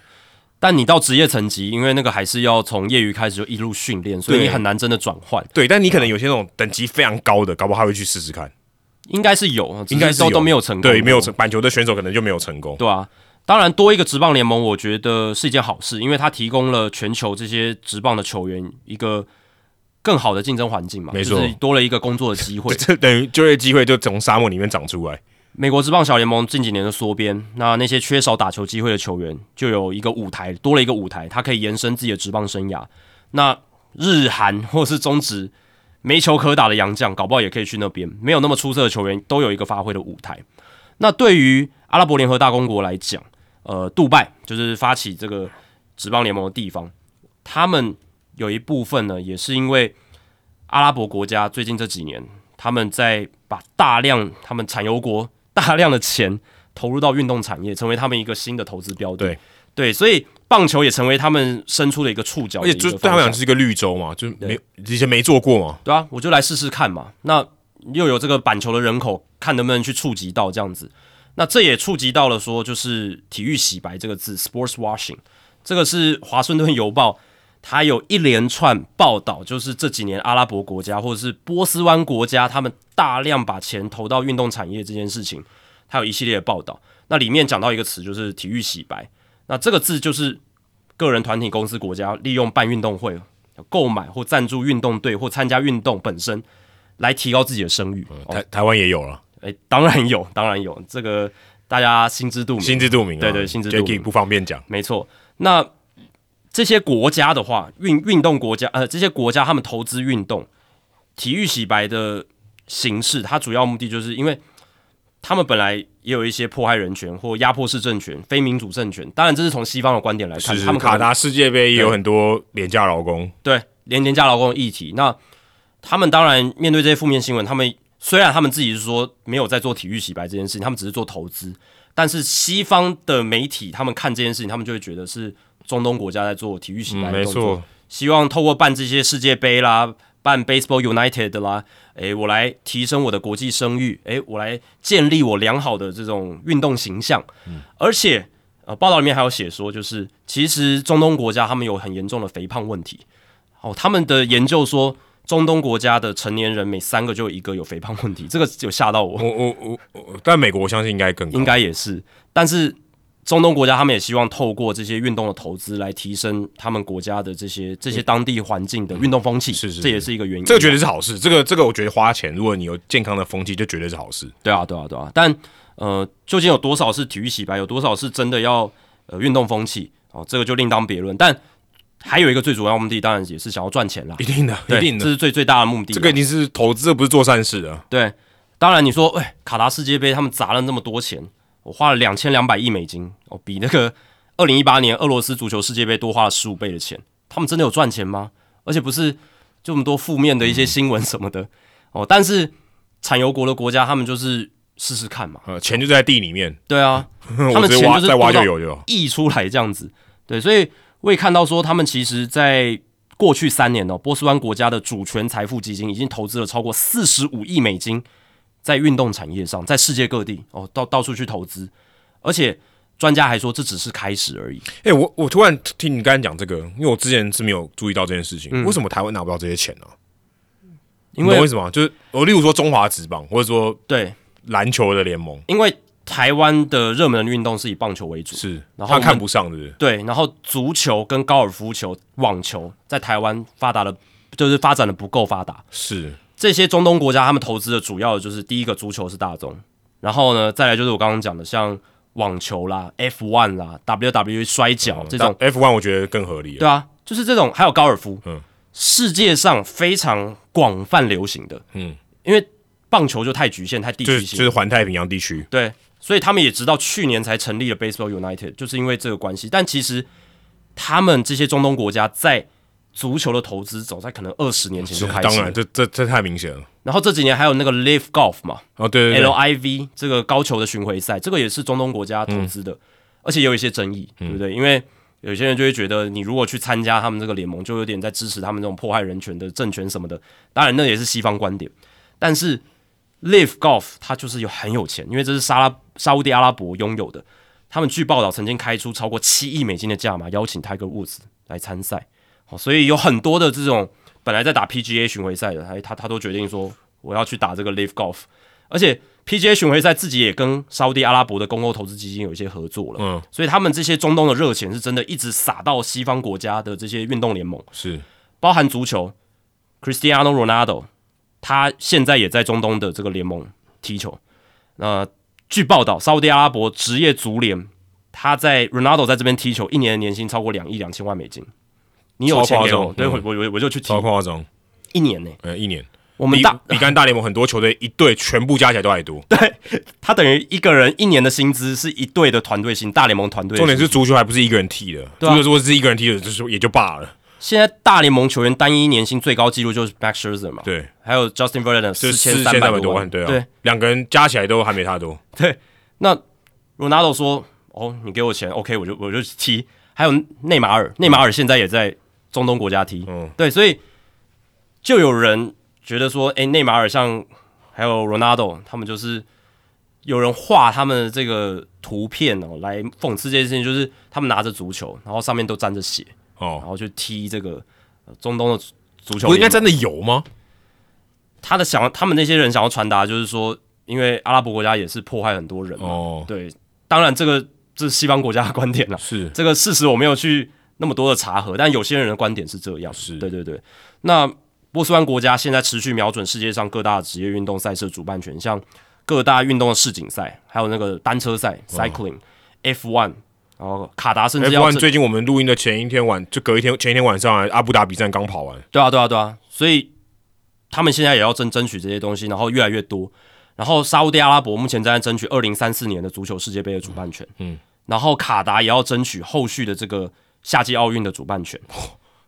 但你到职业层级，因为那个还是要从业余开始就一路训练，所以
对
你很难真的转换，
对，但你
啊
可能有些那种等级非常高的，搞不好他会去试试看，
应该是有，
应该是
只是都都没有成功，
对，没有成板球的选手可能就没有成功。
对啊，当然多一个职棒联盟，我觉得是一件好事，因为它提供了全球这些职棒的球员一个更好的竞争环境嘛，
没错。
就是多了一个工作的机会
这等于就业机会就从沙漠里面长出来，
美国职棒小联盟近几年的缩编，那那些缺少打球机会的球员就有一个舞台，多了一个舞台，他可以延伸自己的职棒生涯。那日韩或是中职没球可打的洋将，搞不好也可以去那边。没有那么出色的球员都有一个发挥的舞台。那对于阿拉伯联合大公国来讲，呃，杜拜就是发起这个职棒联盟的地方，他们有一部分呢，也是因为阿拉伯国家最近这几年，他们在把大量他们产油国大量的钱投入到运动产业，成为他们一个新的投资标的。
对
对，所以棒球也成为他们伸出的一个触角
而
的一
且
个
就
方向，
对他们讲是一个绿洲嘛，就没以前没做过嘛。
对啊，我就来试试看嘛。那又有这个板球的人口，看能不能去触及到这样子。那这也触及到了说，就是体育洗白这个字 （sports washing），这个是华盛顿邮报它有一连串报道，就是这几年阿拉伯国家或者是波斯湾国家，他们大量把钱投到运动产业这件事情，它有一系列的报道。那里面讲到一个词，就是体育洗白。那这个字就是个人、团体、公司、国家利用办运动会、购买或赞助运动队或参加运动本身，来提高自己的声誉。哦，
台台湾也有了，
哎、当然有，当然有，这个大家心知肚明。
心知肚明啊。
对对心知肚明
Jacky 不方便讲。
没错。那这些国家的话，运运动国家，呃，这些国家他们投资运动、体育洗白的形式，它主要目的就是因为他们本来也有一些迫害人权或压迫式政权、非民主政权。当然，这是从西方的观点来看，
是
他们可
卡
能
达世界杯也有
对
很多廉价劳工，
对廉廉价劳工的议题。那他们当然面对这些负面新闻，他们虽然他们自己是说没有在做体育洗白这件事情，他们只是做投资，但是西方的媒体他们看这件事情，他们就会觉得是中东国家在做体育洗白的
嗯没
动作
错，
希望透过办这些世界杯啦，办 Baseball United 啦，诶，我来提升我的国际声誉，诶，我来建立我良好的这种运动形象。而且，呃，报道里面还有写说，就是其实中东国家他们有很严重的肥胖问题。哦，他们的研究说，中东国家的成年人每三个就有一个有肥胖问题，这个有吓到我。
我我我我，但美国我相信应该更高
应该也是。但是中东国家他们也希望透过这些运动的投资来提升他们国家的这些这些当地环境的运动风气，
是是
这也是一个原因。
这个绝对是好事。这个这个，我觉得花钱，如果你有健康的风气，就绝对是好事。
对啊，对啊，对啊。但呃，究竟有多少是体育洗白，有多少是真的要呃运动风气哦，这个就另当别论。但还有一个最主要目的，当然也是想要赚钱啦
一。定的，一
对
定
这
的，
是最最大的目的啦。
这个一定是投资，这不是做善事的。
对，当然你说，哎、卡达世界杯他们砸了那么多钱，我花了两千两百亿美金，哦，比那个二零一八年俄罗斯足球世界杯多花了十五倍的钱，他们真的有赚钱吗？而且不是这么多负面的一些新闻什么的、哦，但是产油国的国家他们就是试试看嘛，
呃，钱就在地里面，
对啊，他
我
们
直
钱
接挖，
就是
再挖
多
就
到
有就有。
溢出来这样子。对，所以我也看到说，他们其实在过去三年哦，波斯湾国家的主权财富基金已经投资了超过四十五亿美金在运动产业上，在世界各地哦，到到处去投资，而且专家还说这只是开始而已。
哎、我我突然听你刚才讲这个，因为我之前是没有注意到这件事情。为什么台湾拿不到这些钱呢、
嗯因
你懂为
为
什么？就是哦我例如说中华职棒，或者说
对，
篮球的联盟，
因为台湾的热门的运动是以棒球为主，
是
然后
他
我们
看不上，对不对？
对，然后足球跟高尔夫球、网球在台湾发达的，就是发展的不够发达。
是
这些中东国家他们投资的主要的就是第一个足球是大宗，然后呢，再来就是我刚刚讲的，像网球啦、F1 啦、WWE 摔
嗯
跤这种，
F one 我觉得更合理了。
对啊，就是这种，还有高尔夫，
嗯
世界上非常广泛流行的，
嗯，
因为棒球就太局限、太啊地
就是
区
就
性，
是环太平洋地区，
对，所以他们也直到去年才成立了 Baseball United，就是因为这个关系。但其实他们这些中东国家在足球的投资早在可能二十年前就开
当
始了
然，，这这这太明显了。
然后这几年还有那个 Live Golf 嘛，
哦，对对对
LIV 这个高球的巡回赛，这个也是中东国家投资的，
嗯
而且也有一些争议，对不对？因为有些人就会觉得，你如果去参加他们这个联盟，就有点在支持他们这种迫害人权的政权什么的。当然，那也是西方观点，但是 Live Golf 它就是有很有钱，因为这是沙拉沙烏地阿拉伯拥有的。他们据报道曾经开出超过七亿美金的价码，邀请 Tiger Woods 来参赛。哦，所以有很多的这种本来在打 PGA 巡回赛的，哎他他他都决定说我要去打这个 Live Golf，而且 PGA 巡回赛自己也跟沙烏地阿拉伯的公共投资基金有一些合作了。
嗯，
所以他们这些中东的热钱是真的一直撒到西方国家的这些运动联盟。
是
包含足球，Cristiano Ronaldo，他现在也在中东的这个联盟踢球。那、据报道，沙特阿拉伯职业足联，他在 Ronaldo 在这边踢球，一年的年薪超过两亿两千万美金。你有钱
超夸
给
张
我，对
嗯
我我我我就去踢
超夸张，
一年呢、
呃，一年。
我们
比
大
比干大联盟很多球队一队全部加起来都还多，
他等于一个人一年的薪资是一队的团队薪，大联盟团队的
重点
薪
是足球还不是一个人踢的，
对啊
足球如果是一个人踢的，就是也就罢了。
现在大联盟球员单一年薪最高纪录就是 Max Scherzer 嘛，，
对，
还有 Justin Verlander
就
四
是四千
三
三
百
百多
万，
万，对啊，
对，
两个人加起来都还没他多。
对，那 Ronaldo 说：“哦，你给我钱，OK，我就我就踢。”还有内马尔，内马尔现在也在中东国家踢。
嗯
对，所以就有人觉得说：“诶，内马尔像还有 Ronaldo，他们就是有人画他们的这个图片哦，来讽刺这件事情，就是他们拿着足球，然后上面都沾着血，然
哦，
后去踢这个呃中东的足足球
不是应
联盟。
该真的有吗？
他的想，他们那些人想要传达就是说，因为阿拉伯国家也是迫害很多人嘛，
哦，
对，当然这个这是西方国家的观点了，
是
这个事实我没有去那么多的查核，但有些人的观点是这样，
是
对对对。那波斯湾国家现在持续瞄准世界上各大职业运动赛事的主办权，像各大运动的世锦赛，还有那个单车赛 （cycling）、F1，然后卡达甚至
F
要
one
这
哎最近我们录音的前一天晚，就隔一天前一天晚上啊，阿布达比站刚跑完，
对啊，对啊，对啊，所以他们现在也要争争取这些东西，然后越来越多。然后沙烏地阿拉伯目前正在争取二零三四年的足球世界杯的主办权，
嗯
然后卡达也要争取后续的这个夏季奥运的主办权。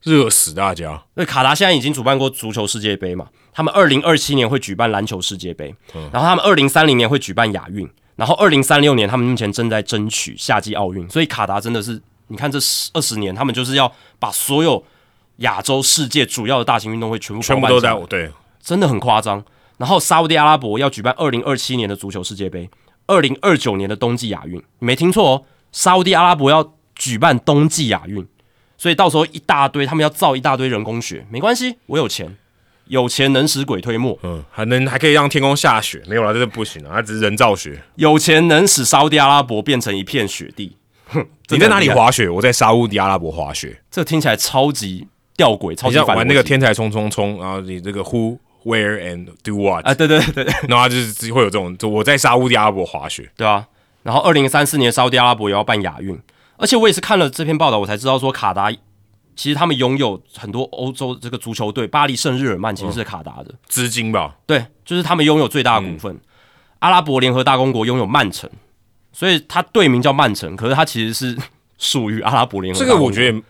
热死大家。
因为卡达现在已经主办过足球世界杯嘛，他们二零二七年会举办篮球世界杯，
嗯
然后他们二零三零年会举办亚运，然后二零三六年他们目前正在争取夏季奥运，所以卡达真的是，你看这十二十年，他们就是要把所有亚洲、世界主要的大型运动会全部
全部
包办
都
下
在
来
我对，
真的很夸张。然后沙烏地阿拉伯要举办二零二七年的足球世界杯，二零二九年的冬季亚运，你没听错哦，沙烏地阿拉伯要举办冬季亚运，所以到时候一大堆，他们要造一大堆人工雪，没关系，我有钱，有钱能使鬼推磨，
嗯，还能还可以让天空下雪，没有啦，这是不行啊，它只是人造雪。
有钱能使沙烏地阿拉伯变成一片雪地。
你
真
在
的很
哪里
厉害？
滑雪？我在沙乌地阿拉伯滑雪，
这听起来超级吊诡，超
好
级
像
反
玩那个
逻辑
天才冲冲冲，然后你这个 who where and do what，
啊，对对对对
然后它就是会有这种，就我在沙乌地阿拉伯滑雪，
对啊，然后二零三四年沙烏地阿拉伯也要办亚运，而且我也是看了这篇报道，我才知道说卡达其实他们拥有很多欧洲这个足球队，巴黎圣日耳曼其实是卡达的，
资金吧，
对，就是他们拥有最大的股
嗯
份。阿拉伯联合大公国拥有曼城，所以它队名叫曼城，可是它其实是 属于阿拉伯联合
这
大
个
公
嗯我
国。
觉得也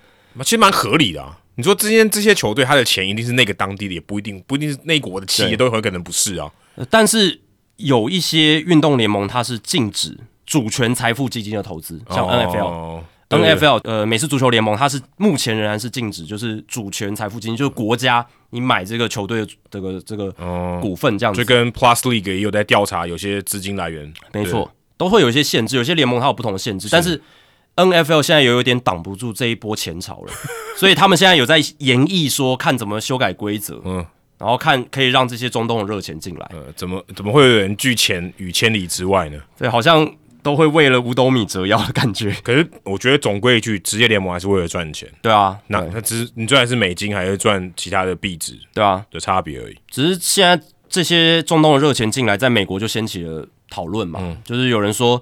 其实蛮合理的啊。你说之间这些球队，他的钱一定是那个当地的，也不一定，不一定是那国的企业
对
都有可能不是啊。
呃但是有一些运动联盟它是禁止主权财富基金的投资，像 NFL、
哦对对对
NFL 呃美式足球联盟，它是目前仍然是禁止，就是主权财富基金，就是国家你买这个球队的这个这个股份这样子，
就跟 Plus League 也有在调查有些资金来源，
没错，都会有一些限制，有些联盟它有不同的限制，但是 NFL 现在也有点挡不住这一波前潮了，所以他们现在有在研议说看怎么修改规则，嗯，然后看可以让这些中东的热钱进来，
呃，怎么怎么会有人拒钱于千里之外呢？
对，好像都会为了五斗米折腰的感觉，
可是我觉得总归一句，职业联盟还是为了赚钱。
对啊，
那那只你赚的是美金还是赚其他的币值
对啊，
的差别而已。
只是现在这些中东的热钱进来，在美国就掀起了讨论嘛，就是有人说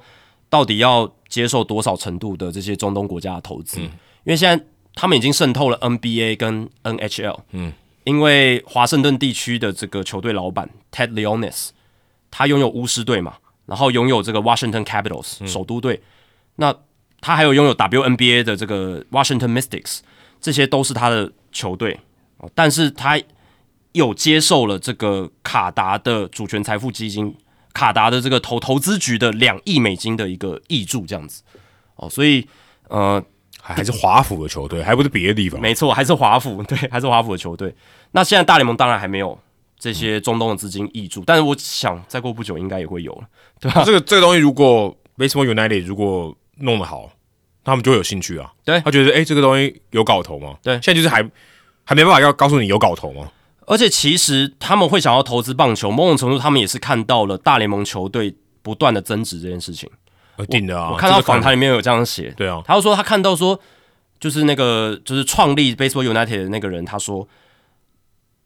到底要接受多少程度的这些中东国家的投资，因为现在他们已经渗透了 NBA 跟 NHL，
嗯，
因为华盛顿地区的这个球队老板 Ted Leonis，他拥有巫师队嘛，然后拥有这个 Washington Capitals、首都队，那他还有拥有 WNBA 的这个 Washington Mystics，这些都是他的球队，哦但是他有接受了这个卡达的主权财富基金，卡达的这个投投资局的两亿美金的一个益助，这样子哦，所以呃，
还还是华府的球队，还不是别的地方。
没错，还是华府， 对，还是华府的球队。那现在大联盟当然还没有这些中东的资金挹注，但是我想再过不久应该也会有了。
这个这个东西，如果 Baseball United 如果弄得好，他们就会有兴趣啊。
对
他觉得哎、诶这个东西有搞头吗？
对
现在就是还还没办法要告诉你有搞头吗？
而且其实他们会想要投资棒球，某种程度他们也是看到了大联盟球队不断的增值这件事情。
一定的啊，
我看到
这个
访谈里面有这样写，
对啊，
他就说他看到说，就是那个就是创立 Baseball United 的那个人，他说，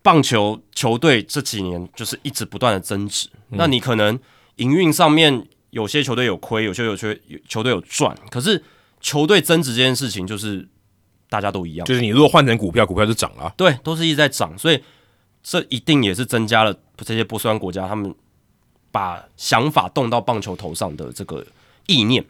棒球球队这几年就是一直不断的增值。那你可能营运上面有些球队有亏，有些有些有球队有赚，可是球队增值这件事情就是大家都一样，
就是你如果换成股票，股票就涨了啊、
对，都是一直在涨，所以这一定也是增加了这些波斯湾国家他们把想法动到棒球头上的这个意念。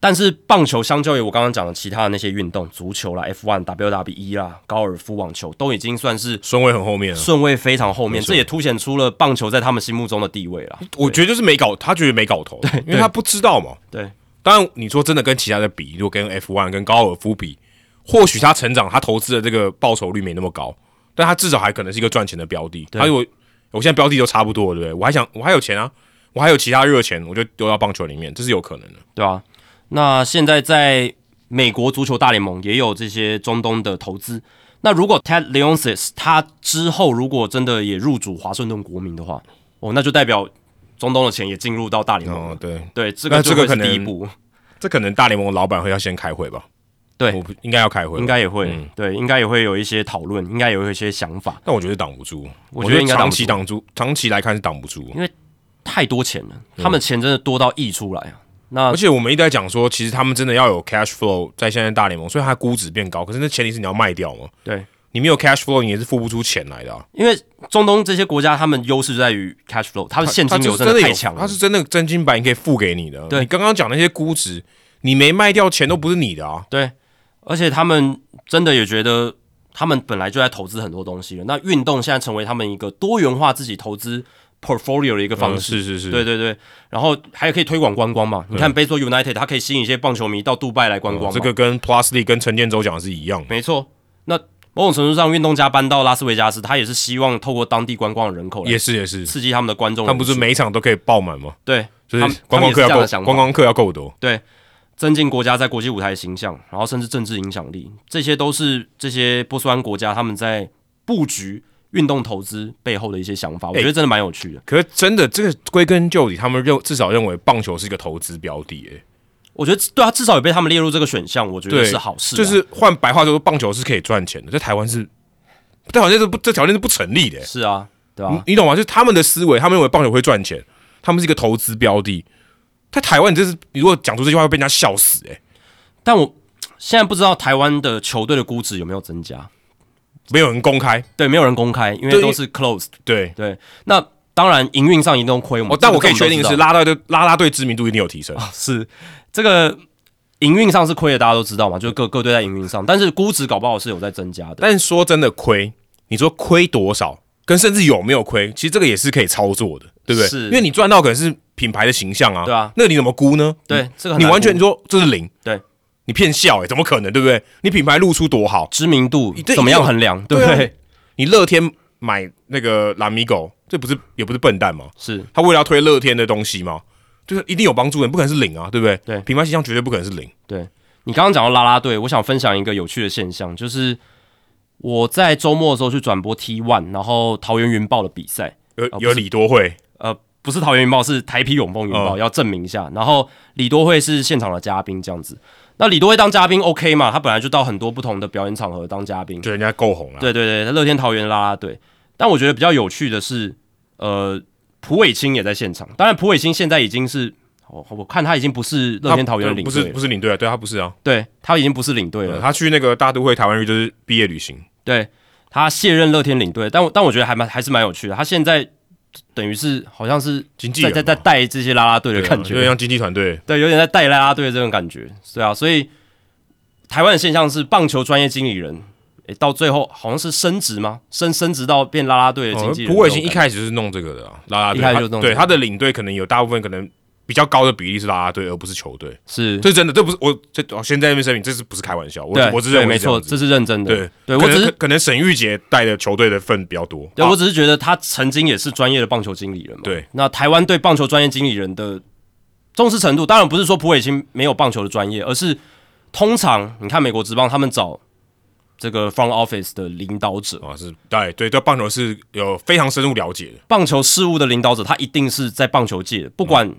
但是棒球相较于我刚刚讲的其他的那些运动，足球啦、F1、WWE E 啦、高尔夫、网球，都已经算是
顺位很后面啊。
顺位非常后面，
错
这也凸显出了棒球在他们心目中的地位啦。
我觉得就是没搞，他觉得没搞头，因为他不知道嘛。
对，
当然，你说真的跟其他的比，如果跟 F1 跟高尔夫比，或许他成长，他投资的这个报酬率没那么高，但他至少还可能是一个赚钱的标的。他如果我现在标的都差不多了，对不对？我还想，我还有钱啊，我还有其他热钱，我就丢到棒球里面，这是有可能的。
对啊，那现在在美国足球大联盟也有这些中东的投资。那如果 Ted Leonsis 他之后如果真的也入主华盛顿国民的话，哦，那就代表中东的钱也进入到大联盟了。
哦，对，
对，这个
那
就
这个
会是
可能
第一步，
这可能大联盟老板会要先开会吧？
对
我不应该要开会，嗯
应。该也会、对，应该也会有一些讨论，应该也会有一些想法，
但我觉得挡不住，我
觉得应该
长
挡不住
期挡住，长期来看是挡不住。
太多钱了，他们钱真的多到溢出来啊。那
嗯而且我们一直在讲说，其实他们真的要有 cash flow，在现在大联盟，所以它估值变高。可是那前提是你要卖掉嘛，
对，
你没有 cash flow，你也是付不出钱来的、啊。
因为中东这些国家，他们优势在于 cash flow，他的现金
它
流
就是
真
真的
太
有
强了
它。是真的真金白银可以付给你的。
对
你刚刚讲那些估值，你没卖掉，钱都不是你的啊。
对，而且他们真的也觉得，他们本来就在投资很多东西了。那运动现在成为他们一个多元化自己投资 portfolio 的一个方
嗯
式。
是是是，
对对对，然后还可以推广观光嘛？你看 Baseball United，它可以吸引一些棒球迷到杜拜来观光嘛、
哦这个跟 Plus D 跟陈建州讲的是一样的。
没错。那某种程度上，运动家搬到拉斯维加斯，他也是希望透过当地观光的人口来
也是也是，
刺激他们的观众人
他
数。
们不是每一场都可以爆满吗？
对，
就
他们
是观光客要
他们也是这样
够，
的想法
观光客要够多。
对，增进国家在国际舞台的形象，然后甚至政治影响力，这些都是这些波斯湾国家他们在布局运动投资背后的一些想
哎
法。我觉得真的蛮有趣的。
可是真的，这个归根究底，他们认至少认为棒球是一个投资标的、欸。
我觉得对啊，至少也被他们列入这个选项，我觉得
对，
是好事啊、
就是换白话说，棒球是可以赚钱的，在台湾是，这条件是不，这条件是不成立的、
是啊，对
你
啊，
你懂吗？就是他们的思维，他们认为棒球会赚钱，他们是一个投资标的。在台湾，你这是你如果讲出这句话，会被人家笑死、欸。
但我现在不知道台湾的球队的估值有没有增加。
没有人公开。
对，没有人公开，因为
对
都是 closed。
对，
对，那当然营运上一定都亏。我们
哦，但我可以确定
这
的是，
个根本
拉拉队拉拉队知名度一定有提升。
不知道是这个营运上是亏的，大家都知道嘛，就是各各队在营运上，但是估值搞不好是有在增加的。
但是说真的，亏，你说亏多少，跟甚至有没有亏，其实这个也是可以操作的，对不对？
是
因为你赚到可能是品牌的形象啊，
对啊
那你怎么估呢？
对，这个很
你
难
完全
估
你说这是零，
对
你骗笑哎、怎么可能对不对？你品牌露出多好，
知名度
这
怎么样
一定有哦
衡量，对不
对啊
对？
你乐天买那个蓝米狗，这不是也不是笨蛋吗？
是
他为了要推乐天的东西吗？就是一定有帮助的，不可能是零啊，对不对？
对
品牌形象绝对不可能是零。
对。你刚刚讲到啦啦队，我想分享一个有趣的现象，就是我在周末的时候去转播 T One，然后桃园云豹的比赛，
有
哦不是
有李多惠，
呃，不是桃园云豹，是台啤永丰云
嗯
豹，要证明一下。然后李多惠是现场的嘉宾，这样子。那李多惠当嘉宾 OK 嘛？他本来就到很多不同的表演场合当嘉宾，
就人家够红了。
对对对，乐天桃园啦啦队。但我觉得比较有趣的是，呃，蒲伟清也在现场。当然，蒲伟清现在已经是，哦，我看他已经不是乐天桃园的
他
领
不是
队了，
不是领队啊，对他不是啊，
对他已经不是领队了。
嗯他去那个大都会台湾日就是毕业旅行，
对他卸任乐天领队，但我但我觉得还蛮还是蛮有趣的。他现在等于是好像是
经纪
在
人
在
嘛
在带这些啦啦队的
对啊
感
有点
觉，
像经纪团队，
对，有点在带啦啦队的这种感觉，对啊。所以台湾的现象是，棒球专业经理人，诶，到最后好像是升职吗？升升职到变啦啦队的经纪
哦不
人这种
过
感
已
觉。
经一开始就是弄这个的啊，拉拉队，
一开始
他
就弄这
对
个
他的领队可能有大部分可能比较高的比例是拉拉队，而不是球队，
是
这是真的，这不是我这我先在那边声明，这是不是开玩笑？我
嗯对，
我只
对
认为
没
是这样
错，
子
这是认真的。
对
对
可
我
能
只是
可能沈玉杰带的球队的份比较多，
对，
啊
我只是觉得他曾经也是专业的棒球经理人嘛。
对，
那台湾对棒球专业经理人的重视程度，当然不是说普伟清没有棒球的专业，而是通常你看美国职棒他们找这个 front office 的领导者，
啊是对对对棒球是有非常深入了解的，
棒球事务的领导者，他一定是在棒球界的，不管、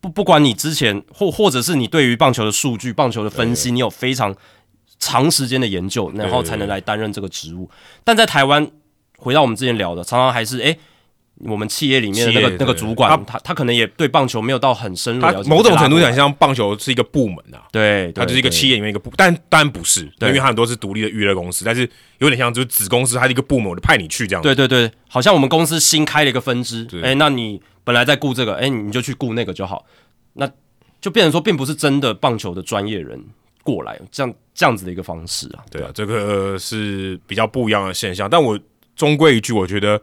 不不管你之前或或者是你对于棒球的数据、棒球的分析，你有非常长时间的研究，然后才能来担任这个职务。但在台湾，回到我们之前聊的，常常还是诶，我们企业里面的那
企
个
业
那个
对
主管，他他可能也对棒球没有到很深入
他
了解，
某种程度上
被拉过来
像棒球是一个部门啊，
对，
它就是一个企
业
业里面一个部，但当然不是，因
对
为它很多是独立的娱乐公司，但是有点像就是子公司，它是一个部门，我就派你去这样。
对对对，好像我们公司新开了一个分支，
对
哎，那你本来在顾这个，哎，你就去顾那个就好，那就变成说，并不是真的棒球的专业人过来，这样这样子的一个方式啊，
对啊，这个是比较不一样的现象。但我终归一句，我觉得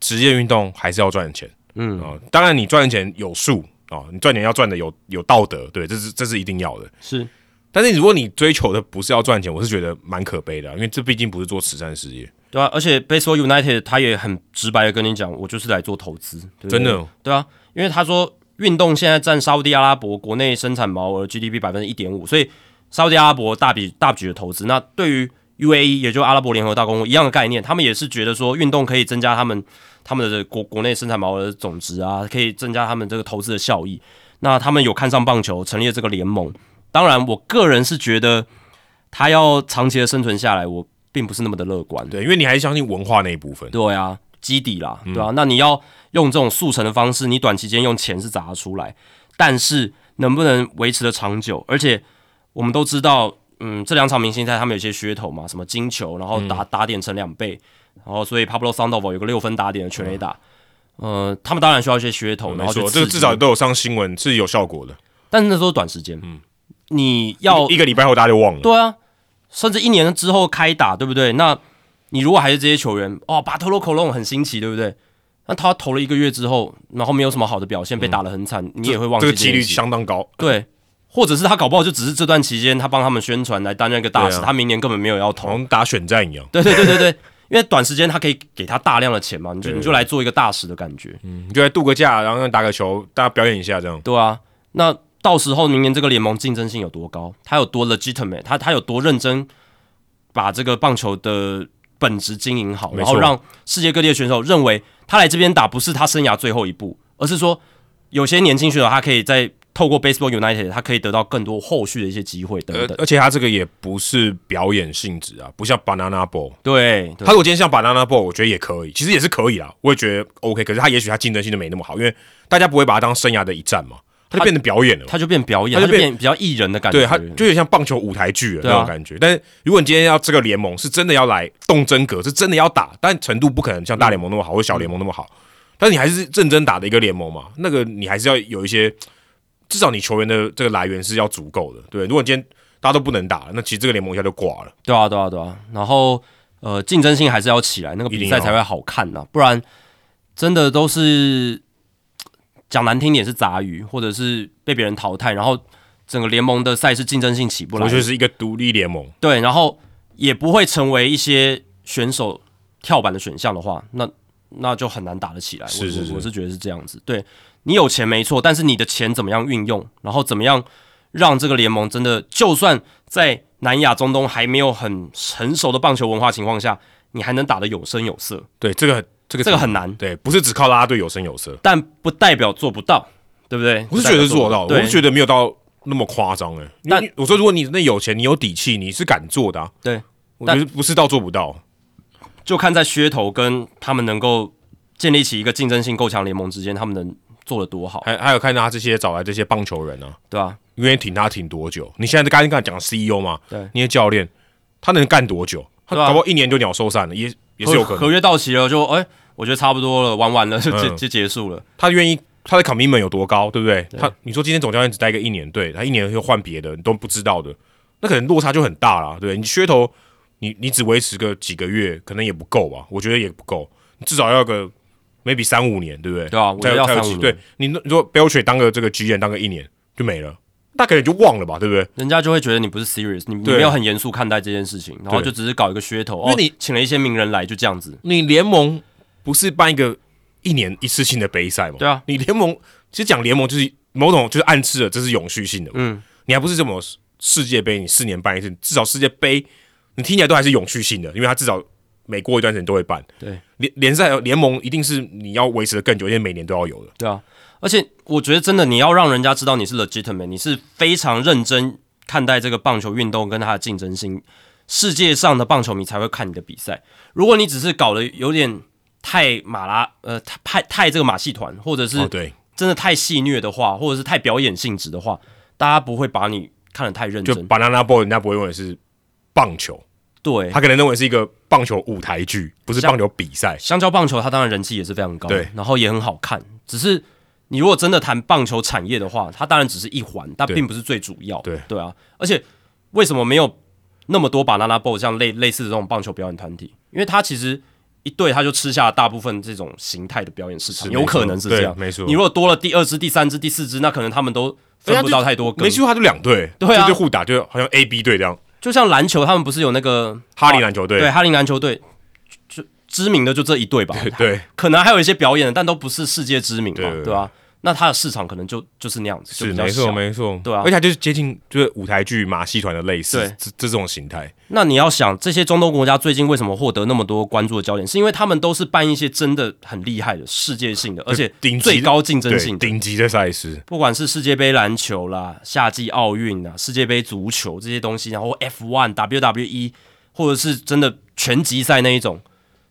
职业运动还是要赚钱。嗯啊、当然你赚钱有数啊、你赚钱要赚的有有道德，对，这是这是一定要的。
是
但是如果你追求的不是要赚钱，我是觉得蛮可悲的啊、因为这毕竟不是做慈善事业，
对啊，而且 Baseball United 他也很直白的跟你讲，我就是来做投资，对不对
真的，哦
对啊，因为他说运动现在占沙烏地阿拉伯国内生产毛额 GDP 百分之一点五，所以沙烏地阿拉伯大笔大举的投资。那对于 UAE 也就是阿拉伯联合大公国一样的概念，他们也是觉得说运动可以增加他们他们的国国内生产毛额的总值啊，可以增加他们这个投资的效益。那他们有看上棒球，成立了这个联盟。当然，我个人是觉得他要长期的生存下来，我并不是那么的乐观。
对，因为你还是相信文化那一部分。
对啊，基底啦，
嗯
对啊，那你要用这种速成的方式，你短期间用钱是砸得出来，但是能不能维持的长久？而且我们都知道，嗯，这两场明星赛他们有些噱头嘛，什么金球，然后
嗯
打、打点成两倍，然后所以 Pablo Sandoval 有个六分打点的全垒打。呃，他们当然需要一些噱头，
嗯
然
没
后去
错，这个
刺激
至少，都有上新闻，是有效果的。
但是那都是短时间。嗯，你要
一个礼拜后大家就忘了。
对啊，甚至一年之后开打，对不对？那你如果还是这些球员，哦，巴特洛口隆很新奇，对不对？那他投了一个月之后，然后没有什么好的表现，被打得很惨，你也会忘
嗯
记
这个
件
几率
事情
相当高。
对，或者是他搞不好就只是这段期间他帮他们宣传来担任一个大使，
对啊
他明年根本没有要
好
投。
像打选战一样，
对对对对对，因为短时间他可以给他大量的钱嘛，你就你就来做一个大使的感觉。
你就来度个假，然后打个球，大家表演一下这样。
对啊，那到时候明年这个联盟竞争性有多高？他有多 legitimate？他他有多认真把这个棒球的本质经营好，
没错
然后让世界各地的选手认为他来这边打不是他生涯最后一步，而是说有些年轻选手他可以在透过 Baseball United，他可以得到更多后续的一些机会等
呃
等。，
而且他这个也不是表演性质啊，不像 Banana Ball。
对，
他
对
如果今天像 Banana Ball，我觉得也可以，其实也是可以啦，我也觉得 OK。可是他也许他竞争性就没那么好，因为大家不会把他当生涯的一战嘛，他就变成表演了。
他就变表演，
他
他
就
就
变
变比较艺人的感觉。
对，他就有点像棒球舞台剧了
对
那
啊
种感觉。但是如果你今天要这个联盟是真的要来动真格，是真的要打，但程度不可能像大联盟那么好，或小联盟那么好。但你还是认真打的一个联盟嘛，那个你还是要有一些，至少你球员的这个来源是要足够的。对，如果你今天大家都不能打，那其实这个联盟一下就挂了。
对啊，对啊，对啊。然后呃，竞争性还是要起来，那个
一定哦
比
要
赛才会好看呐、不然真的都是讲难听点是杂鱼，或者是被别人淘汰，然后整个联盟的赛事竞争性起不来
我。就是一个独立联盟，
对，然后也不会成为一些选手跳板的选项的话，那那就很难打得起来。
是是
我
是
我我是觉得是这样子。对你有钱没错，但是你的钱怎么样运用，然后怎么样让这个联盟真的，就算在南亚、中东还没有很成熟的棒球文化情况下，你还能打得有声有色，
对这个这个
这个很难，
对，不是只靠拉拉队有声有色。
但不代表做不到，对不对？
我是觉得做到，
不
我
代表
是觉得没有到那么夸张哎。
但
但我说，如果你那有钱，你有底气，你是敢做的、啊。
对对，
我觉
但
得不是到做不到，
就看在噱头跟他们能够建立起一个竞争性够强联盟之间，他们能做得多好，
还还有看到他这些找来这些棒球人啊，
对吧、
愿意挺他挺多久？你现在刚刚讲 CEO 嘛，
对
那些教练他能干多久？他
对啊
搞不好一年就鸟兽散了，也也是有可
合合
能。
约到期了就哎、我觉得差不多了，玩完了就结、
嗯
就结束了。
他愿意他的 commitment 有多高，对不对？他你说今天总教练只带个一年，对他一年又换别的，你都不知道的，那可能落差就很大啦，对不对？你噱头你你只维持个几个月，可能也不够吧？我觉得也不够，你至少要个 maybe 三五年，对不对？
对啊我觉
才
得
有
要
才有
三
机
五
对
年
你如果 b e l t r 当个这个 G 人当个一年就没了，那可能就忘了吧，对不对？
人家就会觉得你不是 serious，你你
对
没有很严肃看待这件事情，然后
对
就只是搞一个噱头，
因为你
哦、请了一些名人来就这样子，
你联盟不是办一个一年一次性的杯赛吗？
对啊，
你联盟其实讲联盟就是某种就是暗示了这是永续性的，嗯，你还不是这么世界杯，你四年办一次，至少世界杯你听起来都还是永续性的，因为它至少每过一段时间都会办。
对，
联联赛联盟一定是你要维持的更久，因为每年都要有的。
对啊。而且我觉得真的你要让人家知道你是 legitimate，你是非常认真看待这个棒球运动跟它的竞争性，世界上的棒球迷才会看你的比赛。如果你只是搞得有点太马拉呃太太太这个马戏团，或者是
哦，对，
真的太戏谑的话，或者是太表演性质的话，大家不会把你看得太认
就
真。
banana ball 人家不会认为是棒球，
对，
他可能认为是一个棒球舞台剧，不是
像
棒球比赛。
香蕉棒球它当然人气也是非常高，
对
然后也很好看。只是你如果真的谈棒球产业的话，它当然只是一环，但
对
并不是最主要。
对
对啊，而且为什么没有那么多 banana boat 像类类似的这种棒球表演团体？因为它其实一队它就吃下了大部分这种形态的表演市场，
是
有可能是这样。
没错对没错
你如果多了第二支、第三支、第四支，那可能他们都分不到太多
没
根。
去他就两队，
对啊
就就互打，就好像 A B 队这样。
就像篮球，他们不是有那个
哈林篮球队，
对哈林篮球队，就就知名的就这一队吧？
对，
可能还有一些表演，但都不是世界知名嘛，
对对
对吧、那它的市场可能就就是那样子，就是比较
没错
小。
没错，
对啊
而且它就是接近就是舞台剧马戏团的类似
对
这这种形态，
那你要想，这些中东国家最近为什么获得那么多关注的焦点，是因为他们都是办一些真的很厉害的、世界性的，而且
顶级
最高竞争
对，
性的。
顶级的赛事，
不管是世界杯篮球啦、夏季奥运啊、世界杯足球这些东西，然后 F1、WWE，或者 E，是真的拳击赛那一种，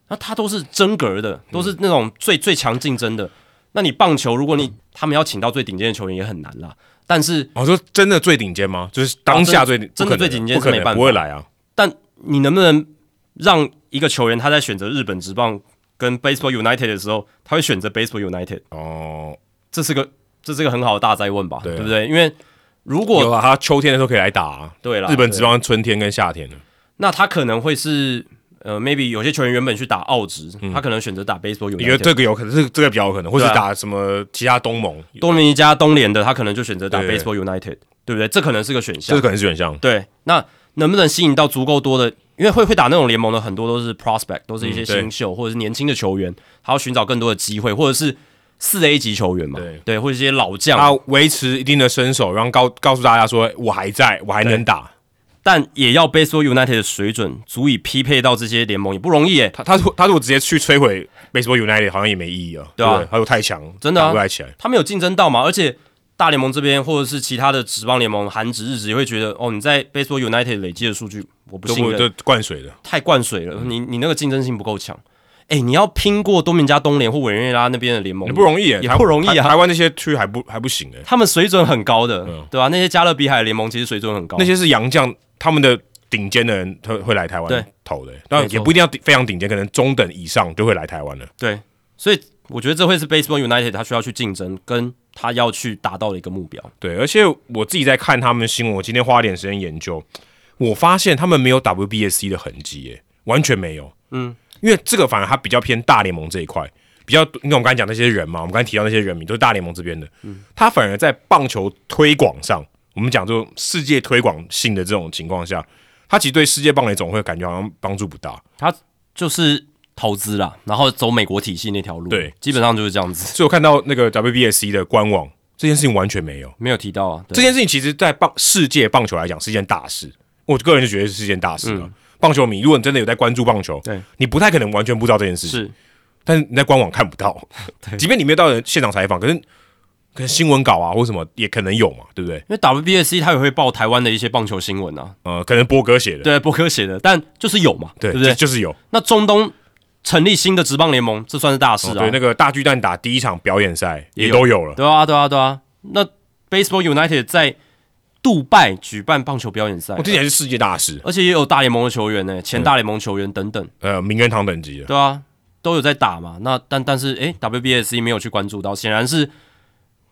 那它都是真格的，
嗯
都是那种最、最强竞争的。那你棒球，如果你他们要请到最顶尖的球员也很难啦，但是
我哦说真的最顶尖吗？就是当下最
啊真
不
的
可能
最顶尖
不可
是没
能
办法
不会来啊，
但你能不能让一个球员他在选择日本职棒跟 Baseball United 的时候，他会选择 Baseball United？
哦，
这是个这是个很好的大灾问吧，
对啊
不对？因为如
有
果
啊，他秋天的时候可以来打啊，
对啦
日本职棒春天跟夏天的，
那他可能会是呃，maybe 有些球员原本去打澳职，他可能选择打 Baseball
你觉得
United。
这个有可能，这个这个比较有可能，或是
对啊
打什么其他东盟，
多米尼加东联的，他可能就选择打
对
Baseball United，对不对？这可能是个选
这
项
个。可能是选项，
对，那能不能吸引到足够多的？因为会会打那种联盟的很多都是 prospect，都是一些
嗯对
新秀、或者是年轻的球员，他要寻找更多的机会，或者是四 A 级球员嘛，
对
或者一些老将，
他维持一定的身手，然后告告诉大家说我还在，我还能打，
但也要 Baseball United 的水准足以匹配到这些联盟，也不容易耶。
他他如果他如果直接去摧毁 Baseball United 好像也没意义啊，
对啊
不他又太强，
真的啊
打不太起来。
他们有竞争到嘛，而且大联盟这边或者是其他的职棒联盟、韩职、日职也会觉得，哦，你在 Baseball United 累积的数据，我不
都
信
不
任，哦
就灌水的，
太灌水了，你你那个竞争性不够强。哎，你要拼过多明加东联或委内瑞拉那边的联盟，
也不容易耶，
也
台
不容易
台
啊哦
台。湾那些区还不还不行哎，
他们水准很高的，对吧、那些加勒比海联盟其实水准很高，
嗯那些是洋将，他们的顶尖的人他会来台
对
湾投的耶，
没
但
错
也不一定要顶非常顶尖，可能中等以上就会来台湾了。
对，所以我觉得这会是 Baseball United 他需要去竞争，跟他要去达到的一个目标。
对，而且我自己在看他们的新闻，我今天花点时间研究，我发现他们没有 WBSC 的痕迹耶，完全没有。嗯，因为这个反而它比较偏大联盟这一块，比较因为我们刚才讲那些人嘛，我们刚才提到那些人名都是大联盟这边的，嗯，他反而在棒球推广上，我们讲这种世界推广性的这种情况下，他其实对世界棒垒总会感觉好像帮助不大，
他就是投资啦，然后走美国体系那条路，
对
基本上就是这样子。
所以我看到那个 WBSC 的官网这件事情完全没有。
没有提到啊，
这
对
件事情其实，在棒世界棒球来讲是一件大事，我个人就觉得是一件大事了。啊棒球迷，如果你真的有在关注棒球，
嗯对
你不太可能完全不知道这件事情，
是
但是你在官网看不到， 即便你没有到人现场采访，可是可能新闻稿啊或什么也可能有嘛，对不对？
因为 WBSC 他也会报台湾的一些棒球新闻啊，
呃，可能波哥写的，
对，博客写的，但就是有嘛，
对
不对
就？就是有，
那中东成立新的职棒联盟，这算是大事啊。
哦对，那个大巨蛋打第一场表演赛
也
也
有
都有了。
对啊，对啊，对啊。那 Baseball United 在杜拜举办棒球表演赛啊
我，嗯之前是世界大师，
而且也有大联盟的球员呢、前大联盟球员等等，
呃，名人堂等级的。
对啊，都有在打嘛。那但但是，诶 w b s c 没有去关注到，显然是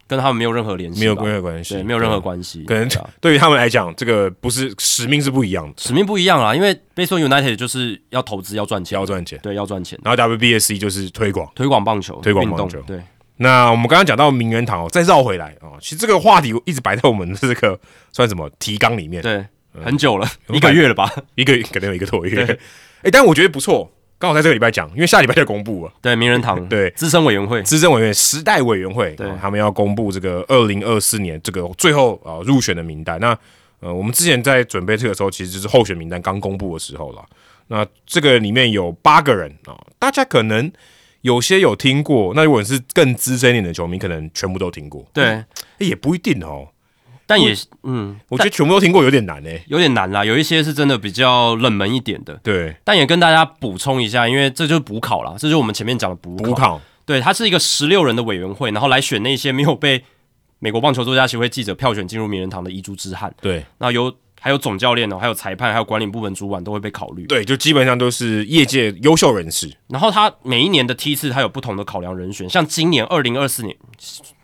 跟他们没有任何联系吧，
没有任何关系，
啊对，没有任何
对
关系，
可能
对啊
对于他们来讲，这个不是使命是不一样的，
使命不一样啊啦，因为 Baseball United 就是要投资，要赚钱，
要赚钱。
对，要赚钱，
然后 WBSC 就是推广。
推广棒球，
推广
运
棒
动
球
对，
那我们刚刚讲到名人堂哦，再绕回来哦，其实这个话题一直摆在我们的这个算什么提纲里面，
对，
嗯
很久了，一个月 了吧？
一个可能有一个多月。 哎，但我觉得不错，刚好在这个礼拜讲，因为下礼拜就公布了，
对，名人堂，
对
资深委 员会，
资政委员时代委员会，
对
哦他们要公布这个二零二四年这个最后啊、呃入选的名单。那呃，我们之前在准备这个时候，其实就是候选名单刚公布的时候了。那这个里面有八个人啊、哦大家可能有些有听过，那如果你是更资深一点的球迷，可能全部都听过，
对，
诶也不一定哦。
但也嗯，
我觉得全部都听过有点难欸诶、
有点难啦，有一些是真的比较冷门一点的，
对，
但也跟大家补充一下，因为这就是补考啦，这就是我们前面讲的补考。
补考
对，它是一个十六人的委员会，然后来选那些没有被美国棒球作家协会记者票选进入名人堂的遗珠之憾。
对
那有还有总教练哦，还有裁判，还有管理部门主管都会被考虑。
对，就基本上都是业界优秀人士。
然后他每一年的梯次，他有不同的考量人选，像今年二零二四年，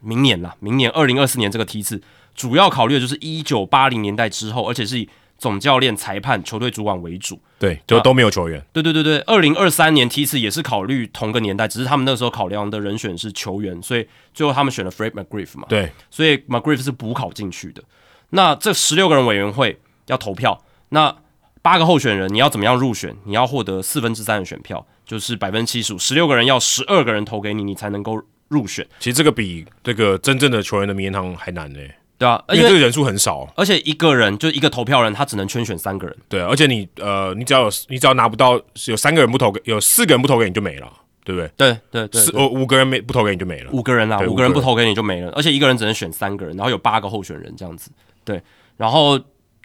明年啦，明年二零二四年这个梯次，主要考虑的就是一九八零年代之后，而且是以总教练、裁判、球队主管为主。
对，啊就都没有球员，
对对对对，二零二三年梯次也是考虑同个年代，只是他们那时候考量的人选是球员，所以最后他们选了 Fred McGriff 嘛，
对，
所以 McGriff 是补考进去的。那这十六个人委员会要投票，那八个候选人你要怎么样入选？你要获得四分之三的选票，就是百分之七十五，十六个人要十二个人投给你，你才能够入选，
其实这个比这个真正的球员的名人堂还难呢、欸
对啊，
因
因
为这
为
个人数很少，
而且一个人就一个投票人，他只能圈选三个人，
对，而且你呃，你只要有你只要拿不到有三个人不投给，有四个人不投给你就没了，对不对？
对对对
四呃五个人没不投给你就没了，
五个人啦，
对五
五个
个
人不
人
投给你就没了，而且一个人只能选三个人，然后有八个候选人这样子，对，然后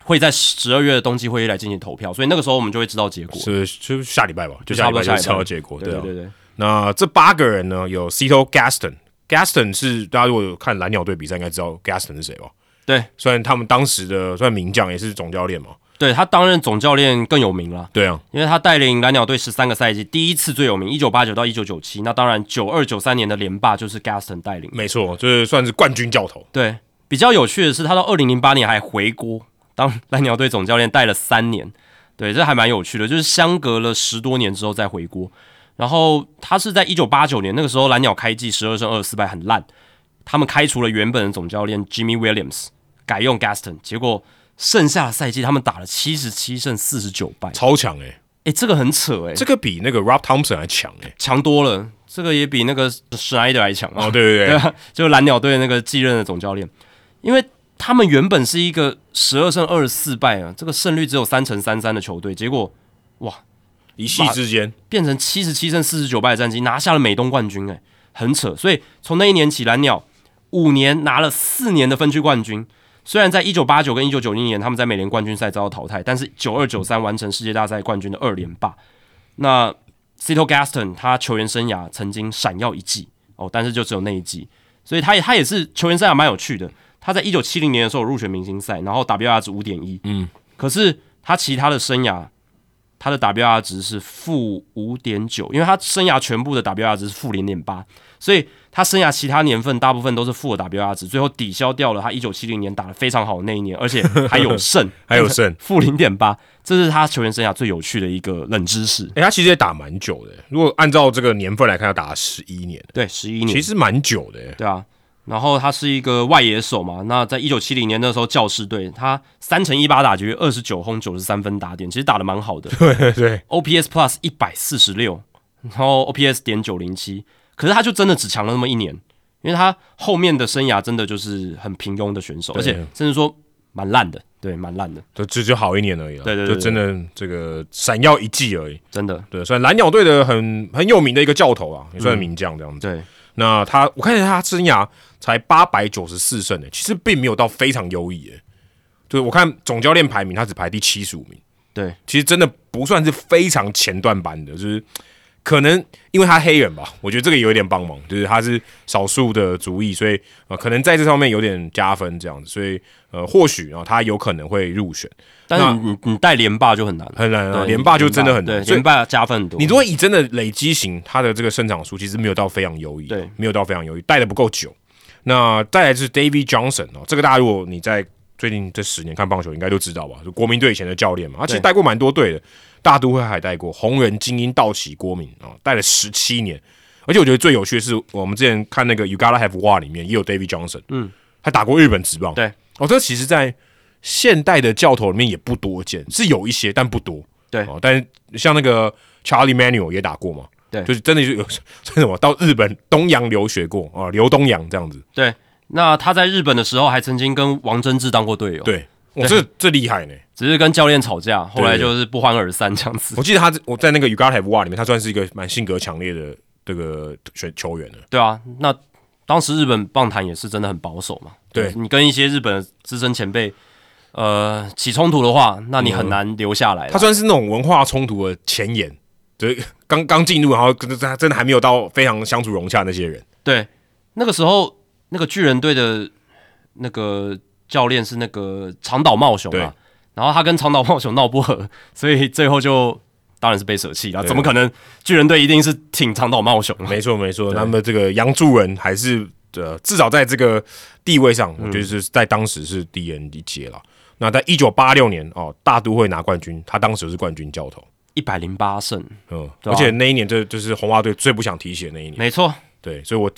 会在十二月的冬季会议来进行投票，所以那个时候我们就会知道结果，
是就下礼拜吧，就
差
下
不
礼
多
拜就
下礼拜
知道结果，
对
啊。
对对，
那这八个人呢，有 Cito Gaston。Gaston 是大家如果有看蓝鸟队比赛，应该知道 Gaston 是谁吧？
对，
虽然他们当时的算名将，也是总教练嘛。
对他担任总教练更有名啦，
对啊，
因为他带领蓝鸟队十三个赛季，第一次最有名，一九八九到一九九七，那当然九二九三年的连霸就是 Gaston 带领，
没错，就是算是冠军教头。
对，比较有趣的是，他到二零零八年还回国当蓝鸟队总教练，带了三年。对，这还蛮有趣的，就是相隔了十多年之后再回国。然后他是在一九八九年那个时候，蓝鸟开季十二胜二十四败，很烂。他们开除了原本的总教练 Jimmy Williams，改用 Gaston，结果剩下的赛季他们打了七十七胜四十九败，
超强诶、
哎，这个很扯哎、
这个比那个 Rob Thompson 还强诶、
强多了，这个也比那个史莱德还强嘛
哦，对对
对
对，
啊，就是蓝鸟队那个继任的总教练，因为他们原本是一个十二胜二十四败啊，这个胜率只有三成三三的球队，结果
一夕之间，
变成七十七胜四十九败的战绩，拿下了美东冠军、哎，很扯。所以从那一年起，蓝鸟五年拿了四年的分区冠军。虽然在一九八九跟一九九零年他们在美联冠军赛遭到淘汰，但是九二九三完成世界大赛冠军的二连霸。那 Cito Gaston 他球员生涯曾经闪耀一季哦，但是就只有那一季，所以他也他也是球员生涯蛮有趣的。他在一九七零年的时候有入选明星赛，然后 WR 值五点一，嗯，可是他其他的生涯他的 WR 值是负五点九，因为他生涯全部的 WR 值是负零点八，所以他生涯其他年份大部分都是负的 WR 值，最后抵消掉了他一九七零年打得非常好的那一年，而且还有胜，
还有胜。
负零点八，这是他球员生涯最有趣的一个冷知识。
哎、他其实也打蛮久的、如果按照这个年份来看，他打了十一年，
对，十一
其
年，
实蛮久的、 欸。
对啊。然后他是一个外野手嘛，那在一九七零年那时候教士队，他三乘一八打局，二十九轰，九十三分打点，其实打得蛮 好的。
对对对，
OPS Plus 一百四十六，然后 OPS 点九零七，可是他就真的只强了那么一年，因为他后面的生涯真的就是很平庸的选手，而且甚至说蛮烂的，对，蛮烂的，
就只就好一年而已了。啊
对对对
就真的这个闪耀一季而已。
真的，
对，算蓝鸟队的很很有名的一个教头啊，也
嗯
算名将这样子。
对，
那他，我看一下他生涯才八百九十四胜诶、欸其实并没有到非常优异诶。欸就是我看总教练排名，他只排第七十五名。
对，
其实真的不算是非常前段班的，就是可能因为他黑人吧，我觉得这个有一点帮忙，就是他是少数的族裔，所以呃，可能在这上面有点加分这样子，所以呃，或许啊、他有可能会入选，
但是你你带连霸就很难了，
很难啊，
对
连霸就真的很
对
难，所以
连霸加分很多。
你如果以真的累积型，他的这个胜场数其实没有到非常优异，
对，
没有到非常优异，带的不够久。那再来是 David Johnson 哦，这个大家如果你在最近这十年看棒球，应该都知道吧？就国民队以前的教练嘛，他其实带过蛮多队的，大都会还带过红人、精英、道奇、郭明啊、哦，带了十七年。而且我觉得最有趣的是，我们之前看那个《You Gotta Have One》里面也有 David Johnson，嗯，他打过日本职棒，
对，
哦，这其实在现代的教头里面也不多见，是有一些，但不多，
对
哦，但是像那个 Charlie Manuel 也打过嘛，
对
就是真的就有 真的什么到日本东洋留学过啊，刘东洋这样子，
对，那他在日本的时候还曾经跟王贞治当过队友，，
对，我这这厉害呢，
只是跟教练吵架，后来
对对
就是不欢而散这样子。
我记得他我在那个 You Gotta Have One 里面，他算是一个蛮性格强烈的这个选球员了。
对啊，那当时日本棒坛也是真的很保守嘛，
对
你跟一些日本的资深前辈。呃，起冲突的话，那你很难留下来啦。
他算是那种文化冲突的前沿，就是刚刚进入，然后跟他真的还没有到非常相处融洽那些人。
对，那个时候那个巨人队的那个教练是那个长岛茂雄
对
啊，然后他跟长岛茂雄闹不和， 所以最后就当然是被舍弃了。
对啊
怎么可能？巨人队一定是挺长岛茂雄的。啊
没错，没错。那么这个杨助人还是呃，至少在这个地位上，
嗯
我觉得是在当时是低人一截了。那在一九八六年哦，大都会拿冠军，他当时是冠军教头，
一百零八胜，
嗯，
对
而
啊嗯
且那一年这就是红袜队最不想提起的那一年，
没错
对，所以我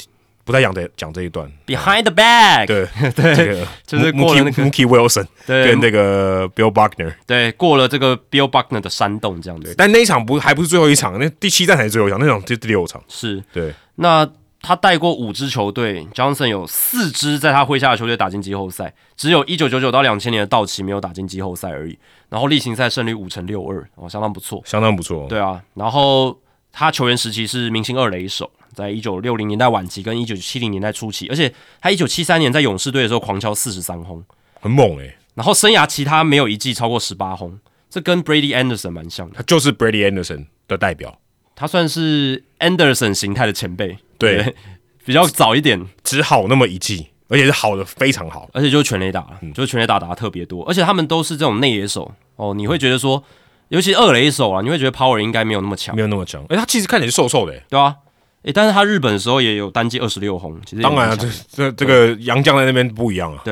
不太想再讲这一 段。
，Behind the back，
对对，这个
就是过了
Mookie
那个
Mookie Wilson
对
跟那个 Bill Buckner，
对过了这个 Bill Buckner 的山洞这样子，
但那一场不还不是最后一场，那第七站才是最后一场，那场就第六场。
是
对，
那他带过五支球队，Johnson 有四支在他麾下的球队打进季后赛，只有一九九九到两千年的道奇没有打进季后赛而已。然后例行赛胜率五成六二，哦，相当不错。
相当不错。
对啊，然后他球员时期是明星二垒手，在一九六零年代晚期跟一九七零年代初期，而且他一九七三年在勇士队的时候狂敲四十三轰，
很猛欸诶、
然后生涯其他没有一季超过十八轰，这跟 Brady Anderson 蛮像的，
他就是 Brady Anderson 的代表，
他算是 Anderson 形态的前辈，
对，
比较早一点。
只好那么一季，而且是好的非常好。
而且就是全垒打了，就是全垒打打的特别多，而且他们都是这种内野手哦，你会觉得说，尤其二垒手啊，你会觉得 power 应该没有那么强
没，有那么强，哎、他其实看起来瘦瘦的、诶
对啊，诶，但是他日本的时候也有单季二十六红，其实也
当然、啊，
蛮
这
强
这这个杨绛在那边不一样啊。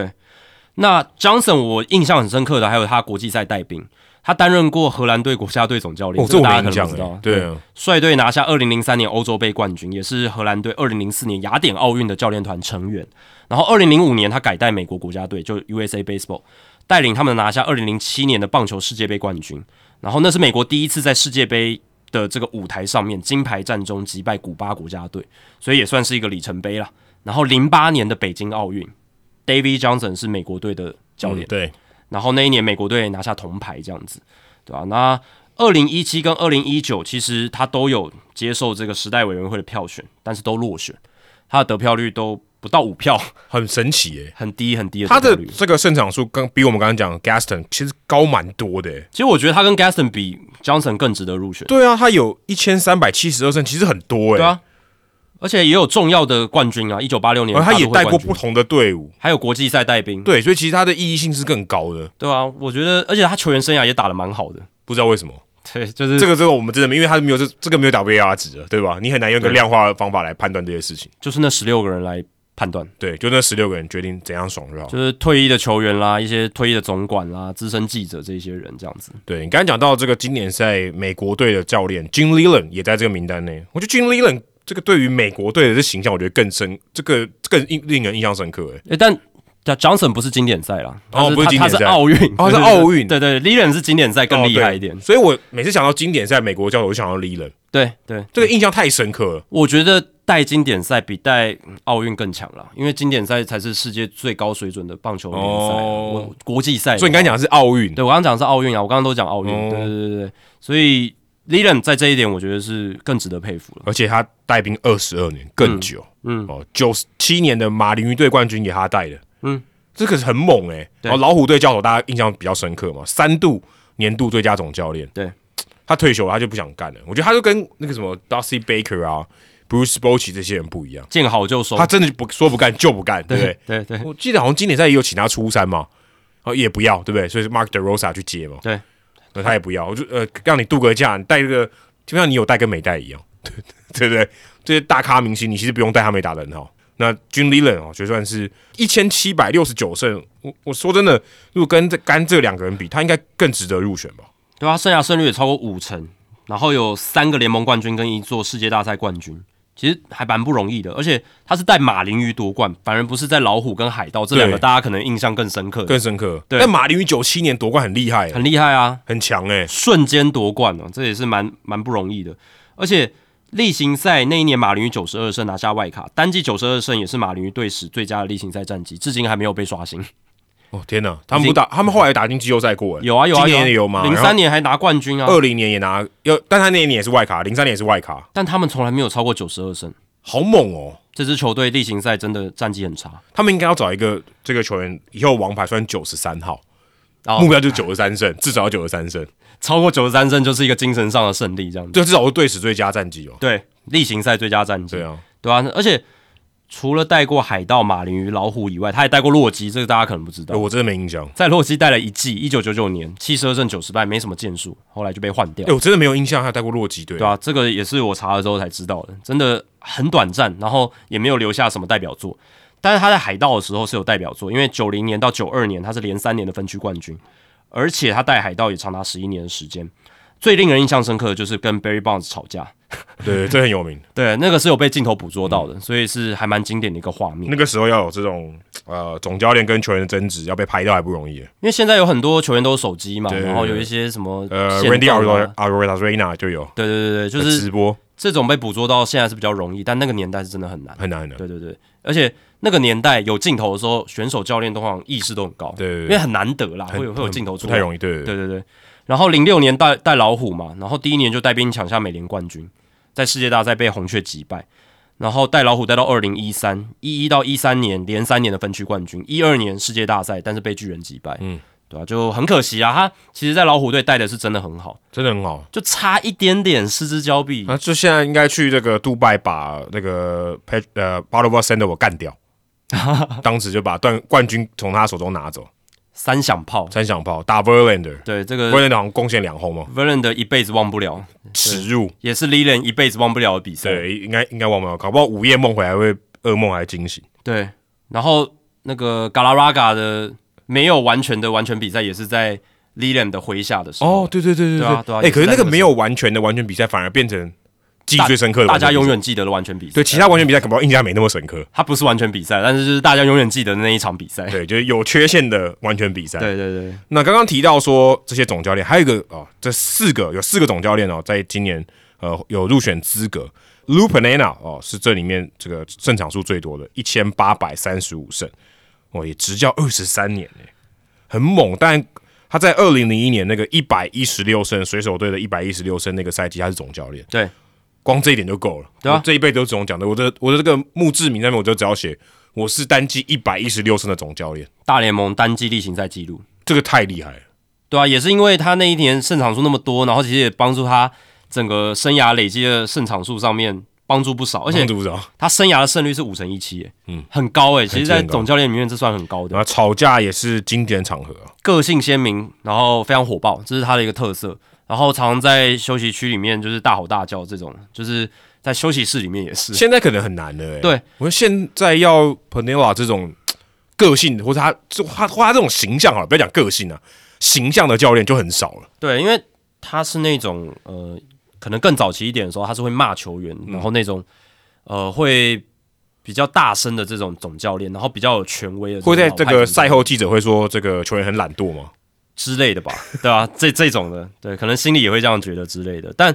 那 Johnson 我印象很深刻的还有他国际赛带兵，他担任过荷兰队国家队总教练，
哦，
这
这我
个大家
没
可
印象
能不知
诶、
道，
对，啊，
率队拿下二零零三年欧洲杯冠军，也是荷兰队二零零四年雅典奥运的教练团成员。然后二零零五年他改带美国国家队，就 USA Baseball，带领他们拿下二零零七年的棒球世界杯冠军。然后那是美国第一次在世界杯的这个舞台上面金牌战中击败古巴国家队，所以也算是一个里程碑啦。然后零八年的北京奥运，David Johnson 是美国队的教练
嗯。对，
然后那一年美国队拿下铜牌这样子，对吧、那二零一七跟二零一九其实他都有接受这个时代委员会的票选，但是都落选，他的得票率都不到五票，
很神奇诶、
很低很低的
他
得
的
票率。
这个胜场数跟比我们刚刚讲的 Gaston 其实高蛮多的、诶
其实我觉得他跟 Gaston 比，Johnson 更值得入选，
对啊，他有一千三百七十二胜，其实很多欸诶、
对啊，而且也有重要的冠军啊，一九八六年
然后哦他也
大都会
带过
冠军嗯
不同的队伍，
还有国际赛带兵，
对，所以其实他的意义性是更高的。
对啊，我觉得，而且他球员生涯也打得蛮好的，
不知道为什么，
对，就是
这个这个我们真的没，因为他没有这这个没有 WAR 值的，对吧？你很难用一个
对
量化的方法来判断这些事情。
就是那十六个人来判断。
对，就那十六个人决定怎样爽就好。
就是退役的球员啦，一些退役的总管啦、资深记者这些人这样子。
对你刚才讲到这个今年在美国队的教练 Jim Leland 也在这个名单内，我觉得 Jim Leland 这个对于美国队的这形象，我觉得更深，这个更印令人印象深刻。哎，
诶、但但 Johnson 不是经典赛啦，
哦
他
不是
他
经典赛
他是奥运，
哦是奥运
对对 l i l a n 是经典赛更厉害一点。
哦对所以我每次想到经典赛美国教头，我就想到 Leland，
对对，
这个印象太深刻了。
我觉得带经典赛比带嗯奥运更强啦，因为经典赛才是世界最高水准的棒球联赛啊、
哦
我国际赛。
所以你刚才讲的是奥运，
对我刚刚讲的是奥运啊，我刚刚都讲奥运，
哦
对对对对，所以 l i l a n 在这一点我觉得是更值得佩服了。
而且他带兵二十二年，更久。
嗯
哦，九十七年的马林鱼队冠军也他带的。
嗯，
这个很猛哎、欸。
对
然后老虎队教头大家印象比较深刻嘛，三度年度最佳总教练。
对，
他退休了，他就不想干了。我觉得他就跟那个什么 Darcy Baker 啊、Bruce Bochy 这些人不一样，
见好就收。
他真的不说不干就不干，对不对？
哦对对
我记得好像今年赛也有请他出山嘛，哦也不要，对不对？所以是 Mark De Rosa 去接嘛，
对，
那他也不要，我就呃让你度个假，你带一个，就像你有带跟没带一样， 对对对不对？这些大咖明星你其实不用带，他们也打得很好。那 j u n l e l a n 哦，就算是一千七百六十九胜，我我说真的，如果跟这干这两个人比，他应该更值得入选吧？
对啊，生涯胜率也超过五成，然后有三个联盟冠军跟一座世界大赛冠军，其实还蛮不容易的。而且他是带马林鱼夺冠，反而不是在老虎跟海盗这两个
对
大家可能印象更深刻，
更深刻。
对
但马林鱼九七年夺冠很厉害，
很厉害啊。
很强哎、
瞬间夺冠哦，这也是蛮蛮不容易的。而且例行赛那一年，马林鱼九十二胜拿下外卡，单季九十二胜也是马林鱼队史最佳的例行赛战绩，至今还没有被刷新。
哦天哪，他们不打，他们后来打进季后赛过哎、
有啊有啊，
今年也
有
有吗？
零三年还拿冠军啊，
二零年也拿，要，但他那一年也是外卡，零三年也是外卡，
但他们从来没有超过九十二胜。
好猛哦！
这支球队例行赛真的战绩很差，
他们应该要找一个这个球员，以后王牌算九十三号，
哦
目标就是九十三胜，至少要九十三胜，
超过九十三胜就是一个精神上的胜利，这样子。
这至少是队史最佳战绩哦。
对，例行赛最佳战绩
对。啊，
对啊，而且除了带过海盗、马林鱼、老虎以外，他还带过洛基，这个大家可能不知道
哎。我真的没印象，
在洛基待了一季，一九九九年七十二胜九十败，没什么建树，后来就被换掉
哎，。我真的没有印象他带过洛基队
对。啊，这个也是我查了之后才知道的，真的很短暂，然后也没有留下什么代表作。但是他在海盗的时候是有代表作，因为九零年到九二年他是连三年的分区冠军，而且他带海盗也长达十一年的时间。最令人印象深刻的就是跟 Barry Bonds 吵架，
对，这很有名。
对，那个是有被镜头捕
嗯
捉到的，所以是还蛮经典的一个画面。
那个时候要有这种呃总教练跟球员的争执，要被拍到还不容易。
因为现在有很多球员都有手机嘛，
对对
然后有一些什么
呃
限
，Randy
动啊
Arroyo Arroyo 就有
对对对对，就是
直播，
这种被捕捉到现在是比较容易，但那个年代是真的很难。
很难很难。
对对对，而且那个年代有镜头的时候，选手教练通常意识都很高，
对对对
因为很难得啦，
很
会有会有镜头出
不太
易。
容易。对对
对对对，然后零六年带带老虎嘛，然后第一年就带兵抢下美联冠军，在世界大赛被红雀击败，然后带老虎带到二零一三一一到一三年连三年的分区冠军，一二年世界大赛但是被巨人击败，嗯
嗯，
对啊，就很可惜啊，他其实在老虎队带的是真的很好，
真的很好。
就差一点点失之交臂，
啊，就现在应该去这个杜拜把那个 Pat 呃 b a r b a s a n d e r 我干 掉，当时就把冠冠军从他手中拿走。
三响炮，
三响炮打 Verlander，Verlander
对这个
好像贡献两轰嘛，
Verlander 一辈子忘不了，
耻辱。
也是 l i l a n 一辈子忘不了的比赛。
对，应该应该忘不了，搞不好午夜梦回来会噩梦还惊醒。
对然后那个 Galarraga 的没有完全的完全比赛，也是在 l i l a n 的麾下的时候，
哦，对对对
对啊对啊
哎，可是那
也是在那个时
个
候
没有完全的完全比赛，反而变成记忆最深刻的
大
完全
家
比赛，
永远记得的完全比赛。
对其他完全比赛，搞不好印象没那么深 刻。
它不是完全比赛，但是就是大家永远记得的那一场比赛。
对，就是有缺陷的完全比赛。
对对对，
那刚刚提到说这些总教练，还有一个哦，这四个有四个总教练哦，在今年呃有入选资格。Lou Pinella 哦是这里面这个胜场数最多的，一千八百三十五胜，哦也执教二十三年呢，很猛。但他在二零零一年那个一百一十六胜水手队的一百一十六胜那个赛季，他是总教练，
对，
光这一点就够了。
对啊
我这一辈子都总讲的，我的我的这个墓志铭上面我就只要写我是单季一百一十六胜的总教练，
大联盟单季例行赛纪录。
这个太厉害了。
对啊，也是因为他那一年胜场数那么多，然后其实也帮助他整个生涯累积的胜场数上面帮助不少，而且
知不知道？
他生涯的胜率是五成一七，嗯，很高哎、其实，在
很高
总教练里面这算很高的
然。后吵架也是经典场合啊、
个性鲜明，然后非常火爆，这是他的一个特色。然后常常在休息区里面就是大吼大叫，这种就是在休息室里面也是。
现在可能很难了、欸，
对，
我觉得现在要 Panella 这种个性，或者他就他或他这种形象好了，不要讲个性啊，形象的教练就很少了。
对，因为他是那种呃，可能更早期一点的时候，他是会骂球员，然后那种呃会比较大声的这种总教练，然后比较有权威的，
会在这个赛后记者会说这个球员很懒惰吗？
之类的吧， 对啊，这这种的，对，可能心里也会这样觉得之类的，但。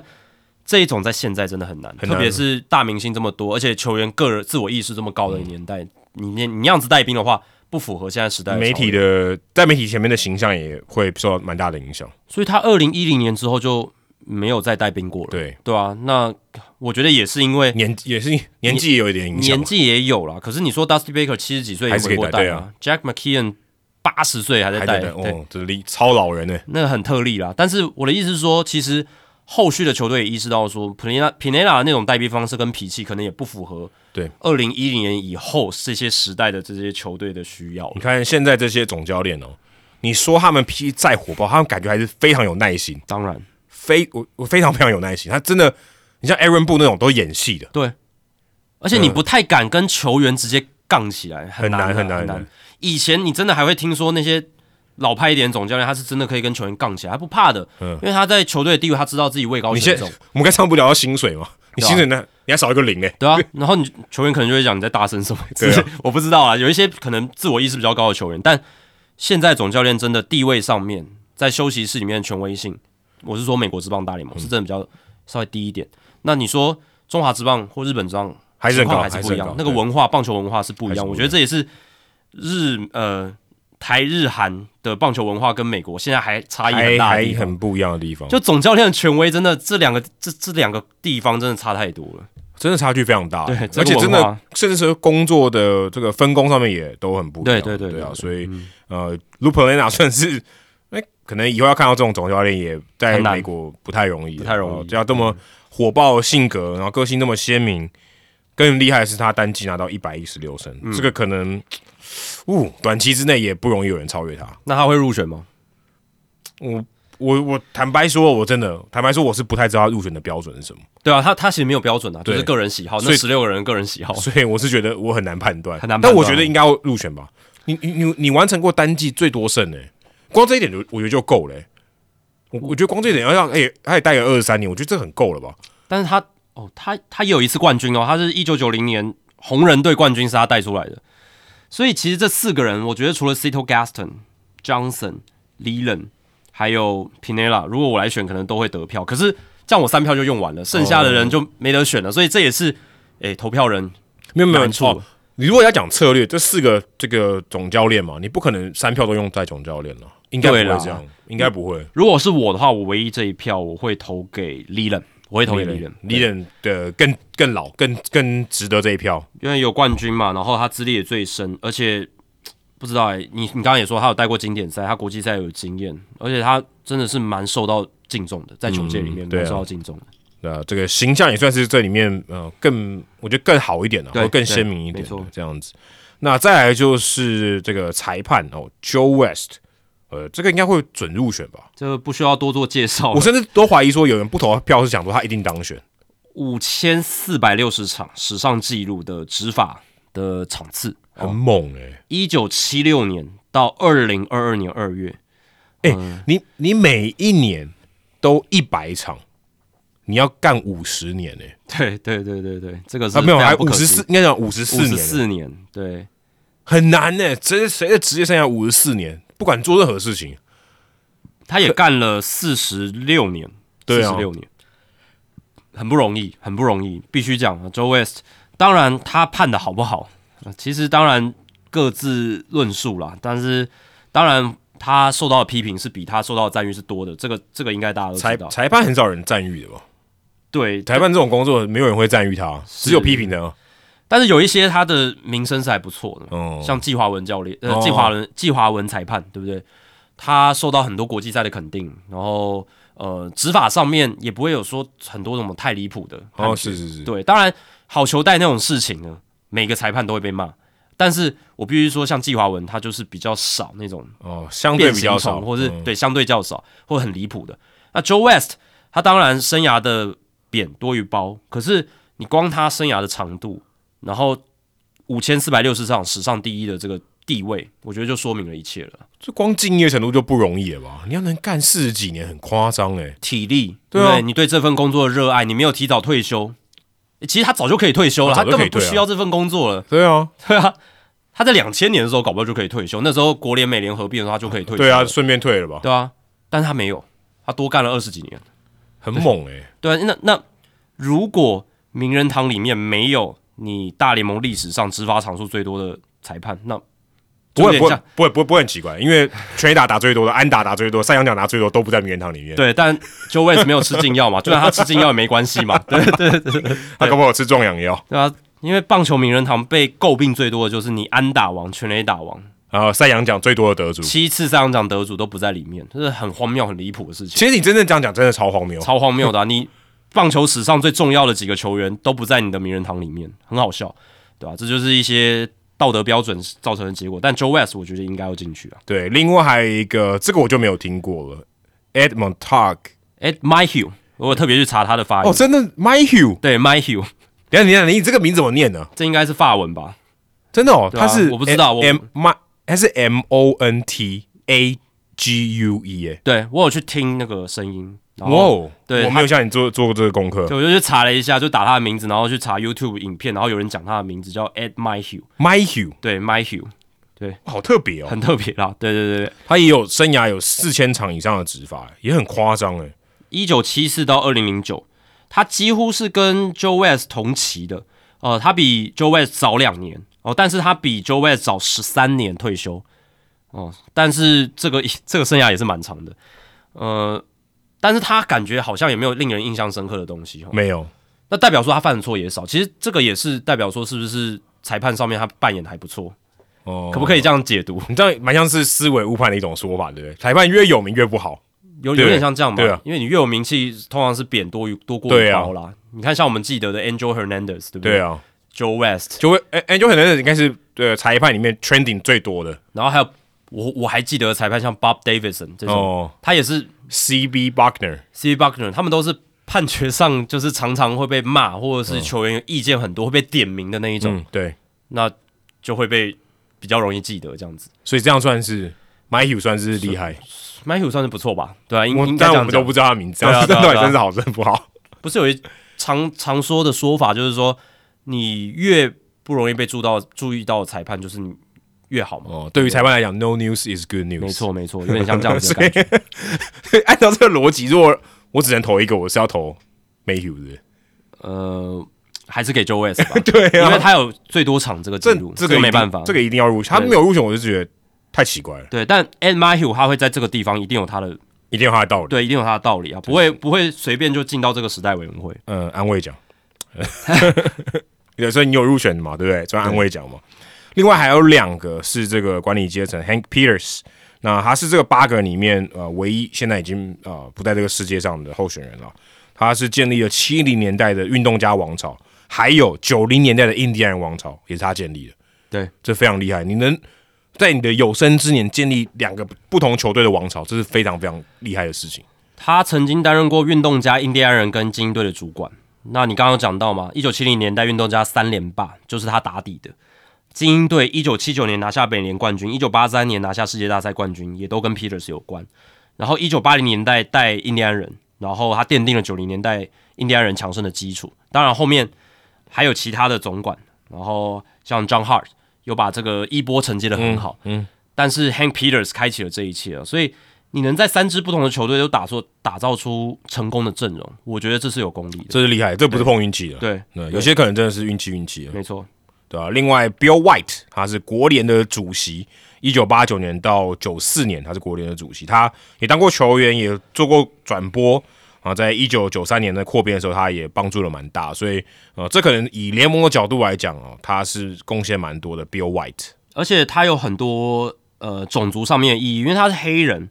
这一种在现在真的很难，
很难
特别是大明星这么多，而且球员个人自我意识这么高的年代，你你你那样子带兵的话，不符合现在时代
嗯媒体
的潮流，
的在媒体前面的形象也会受到蛮大的影响。
所以他二零一零年之后就没有再带兵过了，
对，
对啊，那我觉得也是因为
年也是年纪也有一点影响
年
嘛。
纪也有啦，可是你说 Dusty Baker 七十几岁也
还是可
回
以
过
带
带
对
啊
啊
，Jack McKeon 八十岁还在
还
带，
在哦
对，
哦，这离超老人呢、
那个很特例啦。但是我的意思是说，其实后续的球队也意识到说，普雷拉皮内拉那种带兵方式跟脾气，可能也不符合
对
二零一零年以后这些时代的这些球队的需要了
你。看现在这些总教练哦，你说他们脾气再火爆，他们感觉还是非常有耐心，
当然，
非我我非常非常有耐心。他真的，你像 Aaron 布那种都演戏的，
对，而且你不太敢跟球员直接杠起来，很难
很难
很
很难很
很难
难。
以前你真的还会听说那些老派一点的总教练，他是真的可以跟球员杠起来，他不怕的，因为他在球队的地位，他知道自己位高
嗯你
权
现
重。
我们刚上不聊到薪水嘛，你
对啊
薪水呢？你还少一个零哎、
对啊，然后你球员可能就会讲你在大声什么之类，
对啊
我不知道啊。有一些可能自我意识比较高的球员，但现在总教练真的地位上面，在休息室里面的权威性，我是说美国职棒大联盟是真的比较稍微低一点。那你说中华职棒或日本职棒
还是很
情况
高
还是
还是
不
很
一样
高，
那个文化棒球文化是不一
还是
样。
不一样
我觉得这也是日呃台日韩的棒球文化跟美国现在还差异很
还
大的
还
地方。
很不一样的地方，
就总教练的权威，真的这两个这这两个地方真的差太多了。
真的差距非常大，
对
而
这个
且真
文
的
化
甚至是工作的这个分工上面也都很不一样，
对对对
对啊，
对嗯
所以呃，Lu Polena 算是那、可能以后要看到这种总教练也在
很难
美国不太容易，
不太容易
哦只要这么火爆的性格，然后个性那么鲜明，更厉害的是他单季拿到一百一十六胜，
嗯
这个可能。呜、短期之内也不容易有人超越他。
那他会入选吗？
我我我坦白说，我真的坦白说，我是不太知道他入选的标准是什么，
对啊，他他其实没有标准啊，就
对
是个人喜好。那
所以
十六个人个人喜好，
所以我是觉得我很难判断，
很难判断
但我觉得应该要入选吧。你你你你完成过单季最多胜呢、欸光这一点就我觉得就够了、欸我我觉得光这一点要让哎、他也带个二十三年，我觉得这很够了吧？
但是他哦，他他也有一次冠军哦，他是一九九零年红人队冠军是他带出来的。所以其实这四个人，我觉得除了 Cito Gaston、Johnson、Leland 还有 Pinella，如果我来选，可能都会得票。可是这样我三票就用完了，剩下的
哦
人就没得选了。所以这也是诶、投票人
没有没有
难处
哦。你如果要讲策略，这四个这个总教练嘛，你不可能三票都用在总教练了，应该不
对啦
会这样，应该不会。
如果是我的话，我唯一这一票我会投给 Leland，我会投给 Leland。
李人的更更老、更更值得这一票。
因为有冠军嘛，然后他资历也最深，而且不知道哎、你你刚刚也说他有带过经典赛，他国际赛有经验，而且他真的是蛮受到敬重的，在球界里面
嗯对啊
蛮受到敬重的。
呃，这个形象也算是这里面呃更我觉得更好一点的，
对
或更鲜明一点
对没错
的这样子。那再来就是这个裁判哦，Joe West，呃，这个应该会准入选吧？
这个不需要多做介绍了。
我甚至都怀疑说有人不投票是想说他一定当选，
五千四百六十场史上纪录的执法的场次，
很猛哎、
一九七六年到二零二二年二月，嗯
你你每一年都一百场，你要干五十年哎、
对对对对对，这个是
啊没有，
非常
还
不
五
可
十
思
四
议，，
应该讲五十四
五十
年欸，
四年，对，
很难呢、谁谁的职业生涯五十四年，不管做任何事情，
他也干了四十六年，
对
四
啊
十六年，很不容易，很不容易，必须讲。Joe West，当然他判的好不好，呃其实当然各自论述啦，但是当然他受到的批评是比他受到的赞誉是多的，这个这个应该大家都
裁
知道。
裁判很少人赞誉的吧？
对，
裁判这种工作，没有人会赞誉他，只有批评他。
但是有一些他的名声是还不错的，
哦，
像季华文教练，呃，
哦
季华文季华文裁判，对不对？他受到很多国际赛的肯定，然后呃，执法上面也不会有说很多什么太离谱的判
哦，
决
是是是，
对，当然好球带那种事情呢，每个裁判都会被骂。但是我必须说，像季华文，他就是比较少那种
哦，相对
变
比
形
较少，
虫，或是、
嗯
对相对较少，或很离谱的。那 Joe West，他当然生涯的扁多于包，可是你光他生涯的长度，然后五千四百六十场史上第一的这个地位，我觉得就说明了一切了。
这光敬业程度就不容易了吧？你要能干四十几年，很夸张哎。
体力，
对
不
啊
对？你对这份工作的热爱，你没有提早退休，诶其实他早就可以退休了，
他
他
早就可
根本
以
不
退啊
需要这份工作了。
对啊，
对啊，他在两千年的时候搞不好就可以退休，那时候国联美联合并的时候他就可以退休。
对啊，，顺便退了吧，
对啊，但是他没有，他多干了二十几年。
很猛哎。
对啊，那那如果名人堂里面没有你大联盟历史上执法场数最多的裁判，那
不会
就
不
有点
会
像
不会不会不会很奇怪，因 为全垒打打最多的，安打打最多，三洋奖拿最多都不在名人堂里面。
对，但 Joe West 没有吃禁药 嘛，就算他吃禁药也没关系嘛，对对对
他搞不好吃壮阳药。
对啊，因为棒球名人堂被诟病最多的就是你安打王、全垒打王，
然后赛扬奖最多的得主。
七次赛扬奖得主都不在里面，这是很荒谬、很离谱的事情，
其实你真正这样讲，真的超荒谬。
超荒谬的、啊。你棒球史上最重要的几个球员都不在你的名人堂里面，很好笑，对吧、这就是一些道德标准造成的结果。但 Joe West 我觉得应该要进去啊。
对，另外还有一个，这个我就没有听过了。Edmond Tug，
哎，My Hugh，我有特别去查他的发音。
哦，真的 My Hugh，
对，My Hugh，
等一下，等一下，你这个名字怎么念呢？
这应该是法文吧？
真的哦，
啊
他是
我不知道我
M M 还是 M O N T A G U E 哎，
对我有去听那个声音，然
哇
后
哦，
对
我没有像你做做过这个功课
对，我就去查了一下，就打他的名字，然后去查 YouTube 影片，然后有人讲他的名字叫 Ed My Hugh，
，My Hugh
对，My Hugh
哇好特别哦，
很特别啦，对对对对，
他也有生涯有四千场以上的执法，也很夸张哎，
一九七四到二零零九，他几乎是跟 Joe West 同期的，呃，他比 Joe West 早两年哦，但是他比 Joe West 早十三年退休哦，但是这个 这个生涯也是蛮长的，呃，但是他感觉好像也没有令人印象深刻的东西哦，
没有，
那代表说他犯的错也少，其实这个也是代表说是不是裁判上面他扮演的还不错，
哦
可不可以这样解读？
你这样蛮像是思维误判的一种说法，对不对？裁判越有名越不好，
有
对
有点像这样吧，
对啊
因为你越有名气，通常是贬多于多过于
对啊
高啦。你看，像我们记得的 Angel Hernandez，对不
对
啊
啊，
，Joe West，
就会哎哎，就很能应该是对裁判里面 trending 最多的
然后还有我我还记得裁判像 Bob Davidson 这种，
哦
他也是
，C B Buckner，
C. Buckner，他们都是判决上就是常常会被骂，或者是球员意见很多会被点名的那一种，
嗯，对，
那就会被比较容易记得这样子。
所以这样算是 My Hugh 算是厉害。
Matthew 算是不错吧，对啊，应
我
应该
但
这
我
样
们都
讲
不。知道他名字，
对啊
这
对啊
到底
对啊
真是好，真是不好。
不是有一常常说的说法，就是说你越不容易被注到注意到裁判，就是你越好嘛。
哦，对于裁判来讲，no news is good news。
没，错，没 错，有点像这样子的感觉。
按照这个逻辑，如果我只能投一个，我是要投 Mayhew 的。
呃，还是给 Joe West 吧，
对
因为
啊，
他有最多场这个记
这
录，
这
个
个
没
一定
办法。
这个一定要入选。他
对
没有入选，我就觉得太奇怪了，
对，但 Ed Mahew 他会在这个地方一定有他的
一定有他的道理。
对，一定有他的道理啊，不会不会随便就进到这个时代委员会。
嗯，安慰奖。 对，所以你有入选的嘛，对不对？算安慰奖嘛。另外还有两个是这个管理阶层 Hank Peters，那他是这个八个里面呃唯一现在已经呃不在这个世界上的候选人了。他是建立了七零年代的运动家王朝，还有九零年代的印第安人王朝也是他建立的。
对，
这非常厉害。你能在你的有生之年建立两个不同球队的王朝，这是非常非常厉害的事情。
他曾经担任过运动家、印第安人跟精英队的主管。那你刚刚有讲到嘛，一九七零年代运动家三连霸就是他打底的。精英队一九七九年拿下美联冠军，一九八三年拿下世界大赛冠军，也都跟 Peters 有关。然后一九八零年代带印第安人，然后他奠定了九零年代印第安人强盛的基础。当然后面还有其他的总管，然后像 John Hart 又把这个一波承接的很好嗯，但是 Hank Peters 开启了这一切了，所以你能在三支不同的球队都打出打造出成功的阵容，我觉得这是有功力的。
这是厉害，这不是碰运气的。
对，
那有些可能真的是运气运气了。
没错，
对啊，另外，Bill White 他是国联的主席，一九八九年到九四年他是国联的主席，他也当过球员，也做过转播。啊，在一九九三年的扩编的时候，他也帮助了蛮大，所以呃，这可能以联盟的角度来讲哦，他是贡献蛮多的。Bill White
而且他有很多呃种族上面的意义，因为他是黑人，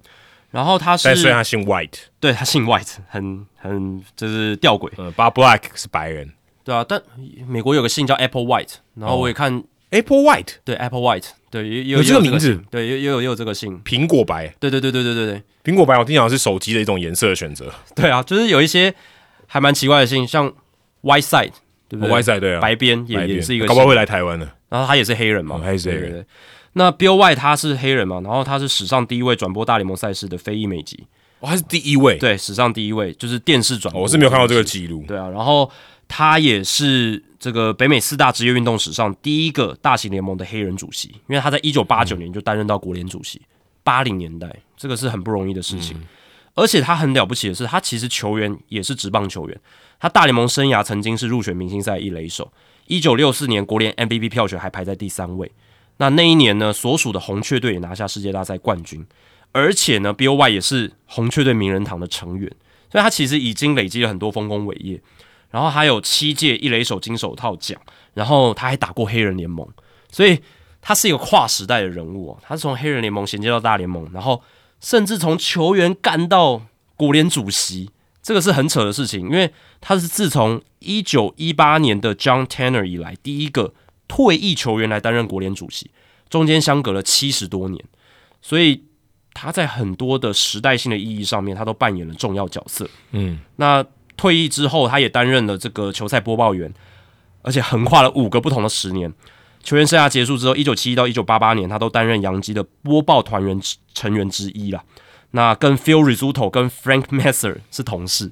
然后他
但
是
虽然他姓 White，
对他姓 White，很很就是吊诡，
呃，Bob Black 是白人
对啊，但美国有个姓叫 Apple White，然后我也看、
，Apple White
对 Apple White，对也也
有
有
这个名字
姓对也也有也有这个姓，
苹果白，
对对对对对对对
苹果白我听讲是手机的一种颜色的选择。
对啊，就是有一些还蛮奇怪的姓，像 White Side，对不对、
外赛对啊，
白边也
白
也
边
是一个
搞
姓
不，好会来台湾的。
然后他也是黑人嘛，
哦他也是黑人
对对对那 Bill White 他是黑人嘛，然后他是史上第一位转播大联盟赛事的非裔美籍，
哦，他是第一位，
对，史上第一位就是电视转播、
哦我是没有看到这个记录。
对啊，然后他也是这个北美四大职业运动史上第一个大型联盟的黑人主席，因为他在一九八九年就担任到国联主席，八零年代这个是很不容易的事情。而且他很了不起的是，他其实球员也是职棒球员，他大联盟生涯曾经是入选明星赛一垒手，一九六四年国联 MVP 票选还排在第三位。那那一年呢，所属的红雀队也拿下世界大赛冠军，而且呢，Bill White 也是红雀队名人堂的成员，所以他其实已经累积了很多丰功伟业。然后还有七届一垒手金手套奖，然后他还打过黑人联盟，所以他是一个跨时代的人物、哦，他是从黑人联盟衔接到大联盟，然后甚至从球员干到国联主席，这个是很扯的事情，因为他是自从一九一八年的 John Tanner 以来第一个退役球员来担任国联主席，中间相隔了七十多年，所以他在很多的时代性的意义上面，他都扮演了重要角色。
嗯，
那退役之后，他也担任了这个球赛播报员，而且横跨了五个不同的十年。球员生涯结束之后，一九七一到一九八八年，他都担任洋基的播报团员之成员之一啦。那跟 Phil Rizzuto 跟 Frank Messer 是同事。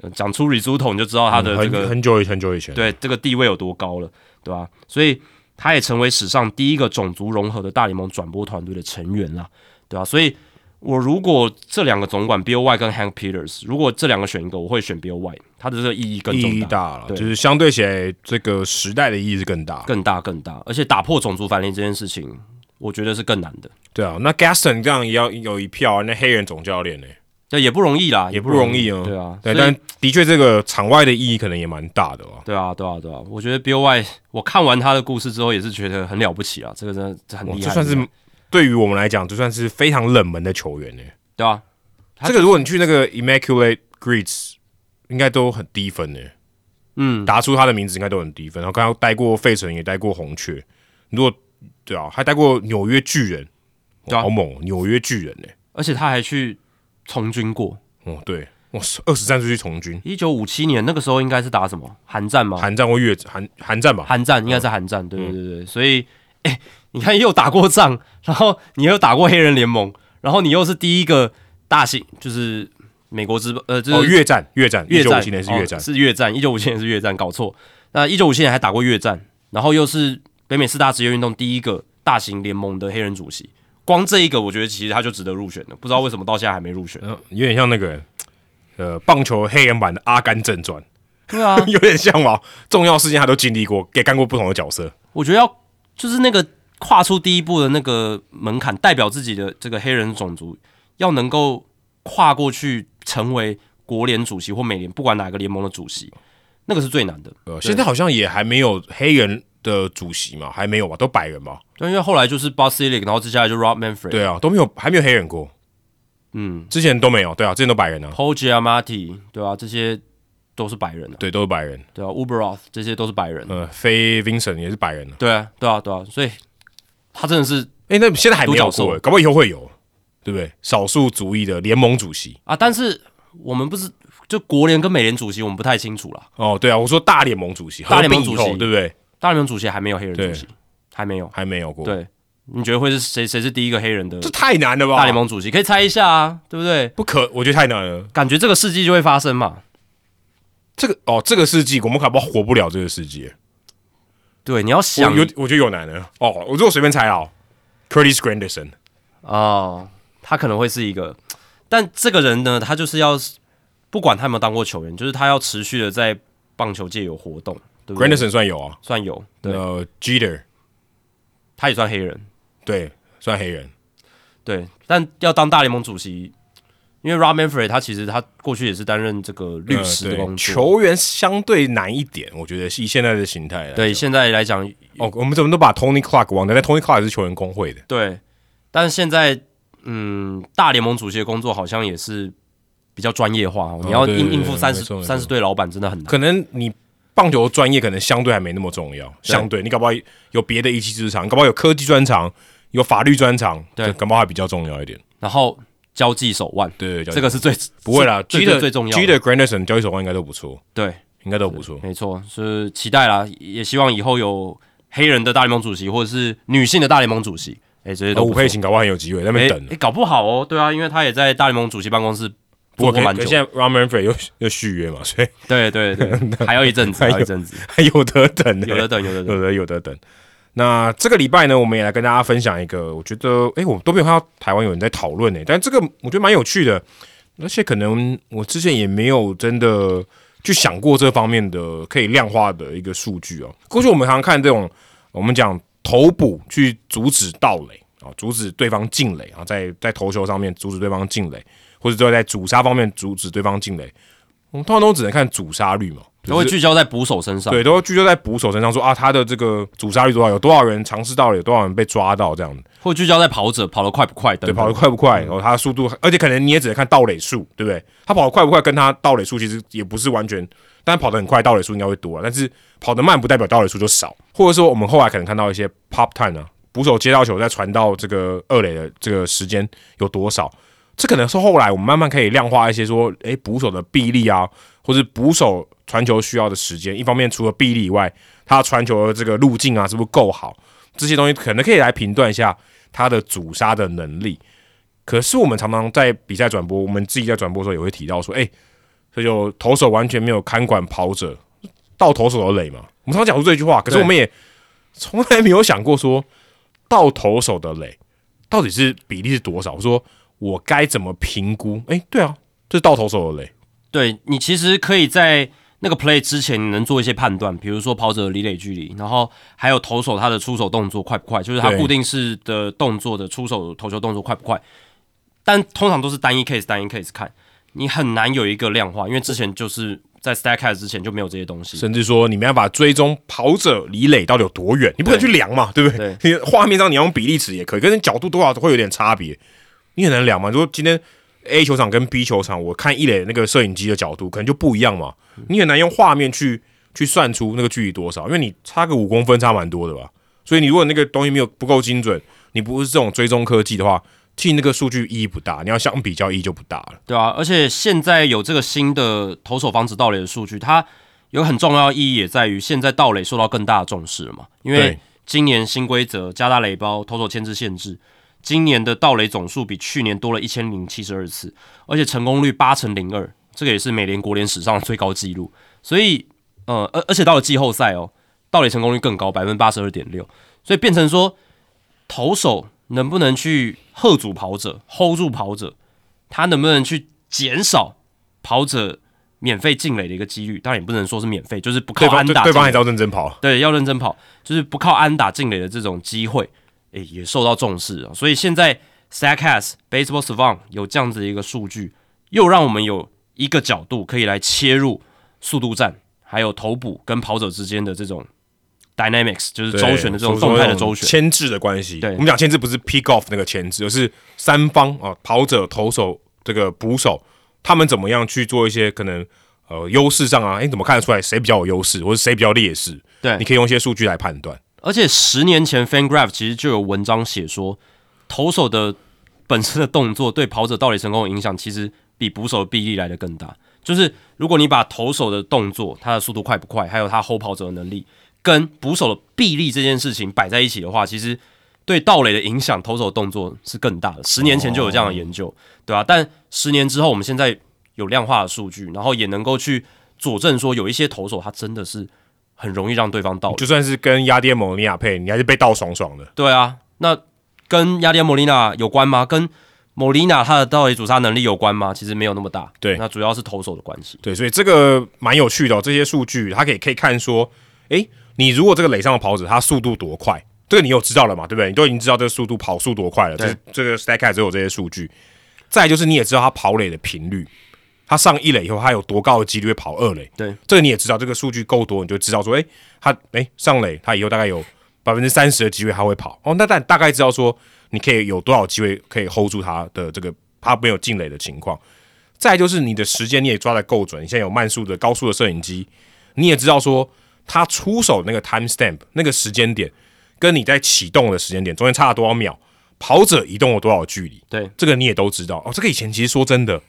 呃讲出 Rizzuto 你就知道他的这
嗯
个
很很久以很久以前，，
对这个地位有多高了，对吧、所以他也成为史上第一个种族融合的大联盟转播团队的成员啦，对吧、所以我如果这两个总管 Bill White 跟 Hank Peters，如果这两个选一个，我会选 Bill White，他的这个意义更
意
重
义
大。
大了，
对
就是相对起来，这个时代的意义是更大。
更大更大，而且打破种族藩篱这件事情，我觉得是更难的，
对啊，那 Gaston 这样也要有一票啊，那黑人总教练呢、
这也不容易啦，
也不
不
容
容
易哦。
对啊，
对，
所以
但的确这个场外的意义可能也蛮大的哦。
对啊，对啊，对啊！我觉得 Bill White，我看完他的故事之后，也是觉得很了不起啊，这个真的这很
哇
厉害，啊
这算是对于我们来讲，这算是非常冷门的球员呢、
对啊，他
这个如果你去那个 Immaculate Greets，应该都很低分呢、
嗯，
打出他的名字应该都很低分。然后刚刚待过费城，也待过红雀，如果对啊，还待过纽约巨人，
对啊
哇好猛、哦！纽约巨人呢、
而且他还去从军过，
哦对，哇，二十三岁去从军，
一九五七年那个时候应该是打什么韩战吗？
韩嗯战或越韩韩战吧，
韩战应该是韩战，对对对对，所以哎、你看又打过仗，然后你又打过黑人联盟，然后你又是第一个大型就是美国之呃就是、
哦越战越战，
越战
1957年是越战
哦，是越战，一九五七年是越战，搞错。那一九五七年还打过越战，然后又是北美四大职业运动第一个大型联盟的黑人主席。光这一个，我觉得其实他就值得入选了，不知道为什么到现在还没入选。
嗯，有点像那个呃棒球黑人版的《阿甘正传》
对啊，
有点像嘛。重要事件他都经历过，也干过不同的角色。
我觉得要就是那个跨出第一步的那个门槛，代表自己的这个黑人种族，要能够跨过去成为国联主席或美联，不管哪个联盟的主席，那个是最难的。
呃，现在好像也还没有黑人的主席嘛，还没有吧，都白人吧？
对，因为后来就是 b o s i l i c 然后接下来就 Rob Manfred，
对啊，都没有，还没有黑人过，
嗯
之前都没有。对啊，之前都白人啊，
，Paul Giamatti，对啊，这些都是白人啊，
对，都是白人。
对啊，Uberoth 这些都是白人，啊
呃，非 Vincent 也是白人啊。
对啊，对啊，对啊，所以他真的是
哎，那现在还没有
独角兽
过，搞不好以后会有，对不对？少数族裔的联盟主席。
啊，但是我们不是就国联跟美联主席，我们不太清楚啦。
哦，对啊，我说大联盟主席，
大联盟主席
合并以后对不对？
大联盟主席还没有黑人
对
主席，还没有。
还没有过，，
对，你觉得会是谁？谁是第一个黑人的
这太难了吧？
大联盟主席？可以猜一下啊，对不对？
不可，我觉得太难了。
感觉这个世纪就会发生嘛。
这个哦，这个世纪我们搞不好活不了这个世纪。
对，你要
我
想
有，我觉得有难了。哦，我如果随便猜啊，Curtis Granderson，
嗯哦，他可能会是一个，但这个人呢，他就是要不管他有没有当过球员，就是他要持续的在棒球界有活动，对不对
Granderson 算有啊。
算有，对，
呃，Jeter，
他也算黑人，
对，算黑人。
对，但要当大联盟主席，因为 Rob Manfred 他其实他过去也是担任这个律师
呃
的
对
工作，
球员相对难一点，我觉得是以现在的形态来。
对，现在来讲
哦，我们怎么都把 Tony Clark 忘了，但 Tony Clark 也是球员工会的。
对，但是现在，嗯，大联盟主席的工作好像也是比较专业化哦，你要
对
应
对
应付
对
三
没
十
错没错
三十队老板真的很难。
可能你棒球专业可能相对还没那么重要，相对你搞不好有别的一技之长，搞不好有科技专长，有法律专长，
对
这搞不好还比较重要一点。
然后交际手腕，
对，
这个是最
不会啦
最
，G
最
的
最重要的
G 的 Granderson 交易手腕应该都不错，
对，
应该都不错。
没错，是期待啦，也希望以后有黑人的大联盟主席或者是女性的大联盟主席，哎，这些
那
都
吴
不错
佩琴搞不好很有机哦会，在那边
哎
等。
哎，搞不好哦，对啊，因为他也在大联盟主席办公室
不过可
做过
以
蛮
可
久
以，现在 Ron Manfred 又又续约嘛，所以
对 对对，还要一阵子，还要一阵子，
还有得等呢，
有的等，有的 等，
有的有的等。那这个礼拜呢，我们也来跟大家分享一个，我觉得，哎、我都没有看到台湾有人在讨论呢，但这个我觉得蛮有趣的，而且可能我之前也没有真的去想过这方面的可以量化的一个数据哦。过去我们常看这种，我们讲投捕去阻止盗垒啊，阻止对方进垒啊，在在投球上面阻止对方进垒，或者说在主杀方面阻止对方进垒，我们通常都只能看主杀率嘛，是
都会聚焦在捕手身上。
对，都会聚焦在捕手身上说啊，他的这个阻杀率多少，有多少人尝试到了，有多少人被抓到这样子，
或聚焦在跑者跑得快不快等嗯
对，
等。
跑得快不快，然后他的速度，而且可能你也只能看盗垒数，对不对？他跑得快不快，跟他盗垒数其实也不是完全，但跑得很快，盗垒数应该会多啊，但是跑得慢不代表盗垒数就少，或者说我们后来可能看到一些 pop time 啊，捕手接到球再传到这个二垒的这个时间有多少，这可能是后来我们慢慢可以量化一些说，诶，捕手的臂力啊，或是捕手传球需要的时间。一方面除了臂力以外，他传球的这个路径啊是不是够好，这些东西可能可以来评断一下他的阻杀的能力。可是我们常常在比赛转播，我们自己在转播的时候也会提到说，诶，哎这就投手完全没有看管跑者到投手的垒嘛。我们常常讲出这句话，可是
对
我们也从来没有想过说到投手的垒到底是比例是多少。我说我该怎么评估？诶，对啊，这是到投手的垒。
对你其实可以在那个 play 之前，你能做一些判断，比如说跑者的离垒距离，然后还有投手他的出手动作快不快，就是他
对
固定式的动作的出手投球动作快不快。但通常都是单一 case 单一 case 看，你很难有一个量化，因为之前就是在 stackcast 之前就没有这些东西。
甚至说你没办法追踪跑者离垒到底有多远，你不能去量嘛，对不对？ 你画面上你要用比例尺也可以，跟角度多少会有点差别，你很难量嘛。如果今天 A 球场跟 B 球场，我看一垒那个摄影机的角度可能就不一样嘛，
嗯
你很难用画面去去算出那个距离多少，因为你差个五公分差蛮多的吧。所以你如果那个东西没有不够精准，你不是这种追踪科技的话，其实那个数据意义不大。你要相比较意义就不大了。
对啊，而且现在有这个新的投手防止盗垒的数据，它有很重要的意义，也在于现在盗垒受到更大的重视了嘛。因
对
为今年新规则加大垒包、投手牵制限制，今年的盗垒总数比去年多了一千零七十二次，而且成功率八成零二，这个也是美联国联史上的最高纪录。所以，呃，而而且到了季后赛哦，盗垒成功率更高，百分之八十二点六，所以变成说投手能不能去喝阻跑者、hold 住跑者，他能不能去减少跑者免费进垒的一个几率？当然也不能说是免费，就是不靠
对方
安
对
打
对方还是
进垒
要认真跑，
对要认真跑，就是不靠安打进垒的这种机会，诶也受到重视啊。所以现在 Stacks Baseball Savant 有这样子的一个数据，又让我们有一个角度可以来切入速度战，还有投捕跟跑者之间的这种 dynamics，就是
对
周旋的这
所
种
以说
动态的
那种
周旋。
牵制的关系。
对
我们讲牵制不是 pick off 那个牵制，而是三方啊，跑者、投手、这个捕手，他们怎么样去做一些可能呃优势上啊？哎，你怎么看得出来谁比较有优势，或者谁比较劣势？
对
你可以用一些数据来判断。
而且十年前 FanGraph 其实就有文章写说，投手的本身的动作对跑者盗垒成功的影响，其实比捕手的臂力来的更大。就是如果你把投手的动作、他的速度快不快，还有他 hold 跑者的能力，跟捕手的臂力这件事情摆在一起的话，其实对盗垒的影响，投手动作是更大的。十年前就有这样的研究，对吧、但十年之后，我们现在有量化的数据，然后也能够去佐证说，有一些投手他真的是很容易让对方盗垒。
就算是跟压跌蒙尼亚配，你还是被倒爽爽的。
对啊，那跟雅典莫莉娜有关吗？跟莫莉娜她的到底主杀能力有关吗？其实没有那么大。
对
那主要是投手的关系。
对，所以这个蛮有趣的、哦，这些数据它可以可以看说，诶，你如果这个垒上的跑者他速度多快，这个你有知道了嘛？对不对？你都已经知道这个速度跑速多快了，这
对
这个 Stack 只有这些数据。再来就是你也知道他跑垒的频率，他上一垒以后他有多高的几率会跑二垒，
对，
这个你也知道，这个数据够多，你就知道说，诶，他诶上垒他以后大概有百分之三十的机会他会跑哦，那但大概知道说你可以有多少机会可以 hold 住他的这个他没有进垒的情况。再就是你的时间你也抓得够准，你现在有慢速的、高速的摄影机，你也知道说他出手那个 time stamp 那个时间点，跟你在启动的时间点中间差了多少秒，跑者移动了多少距离，
对，
这个你也都知道哦。这个以前其实说真的，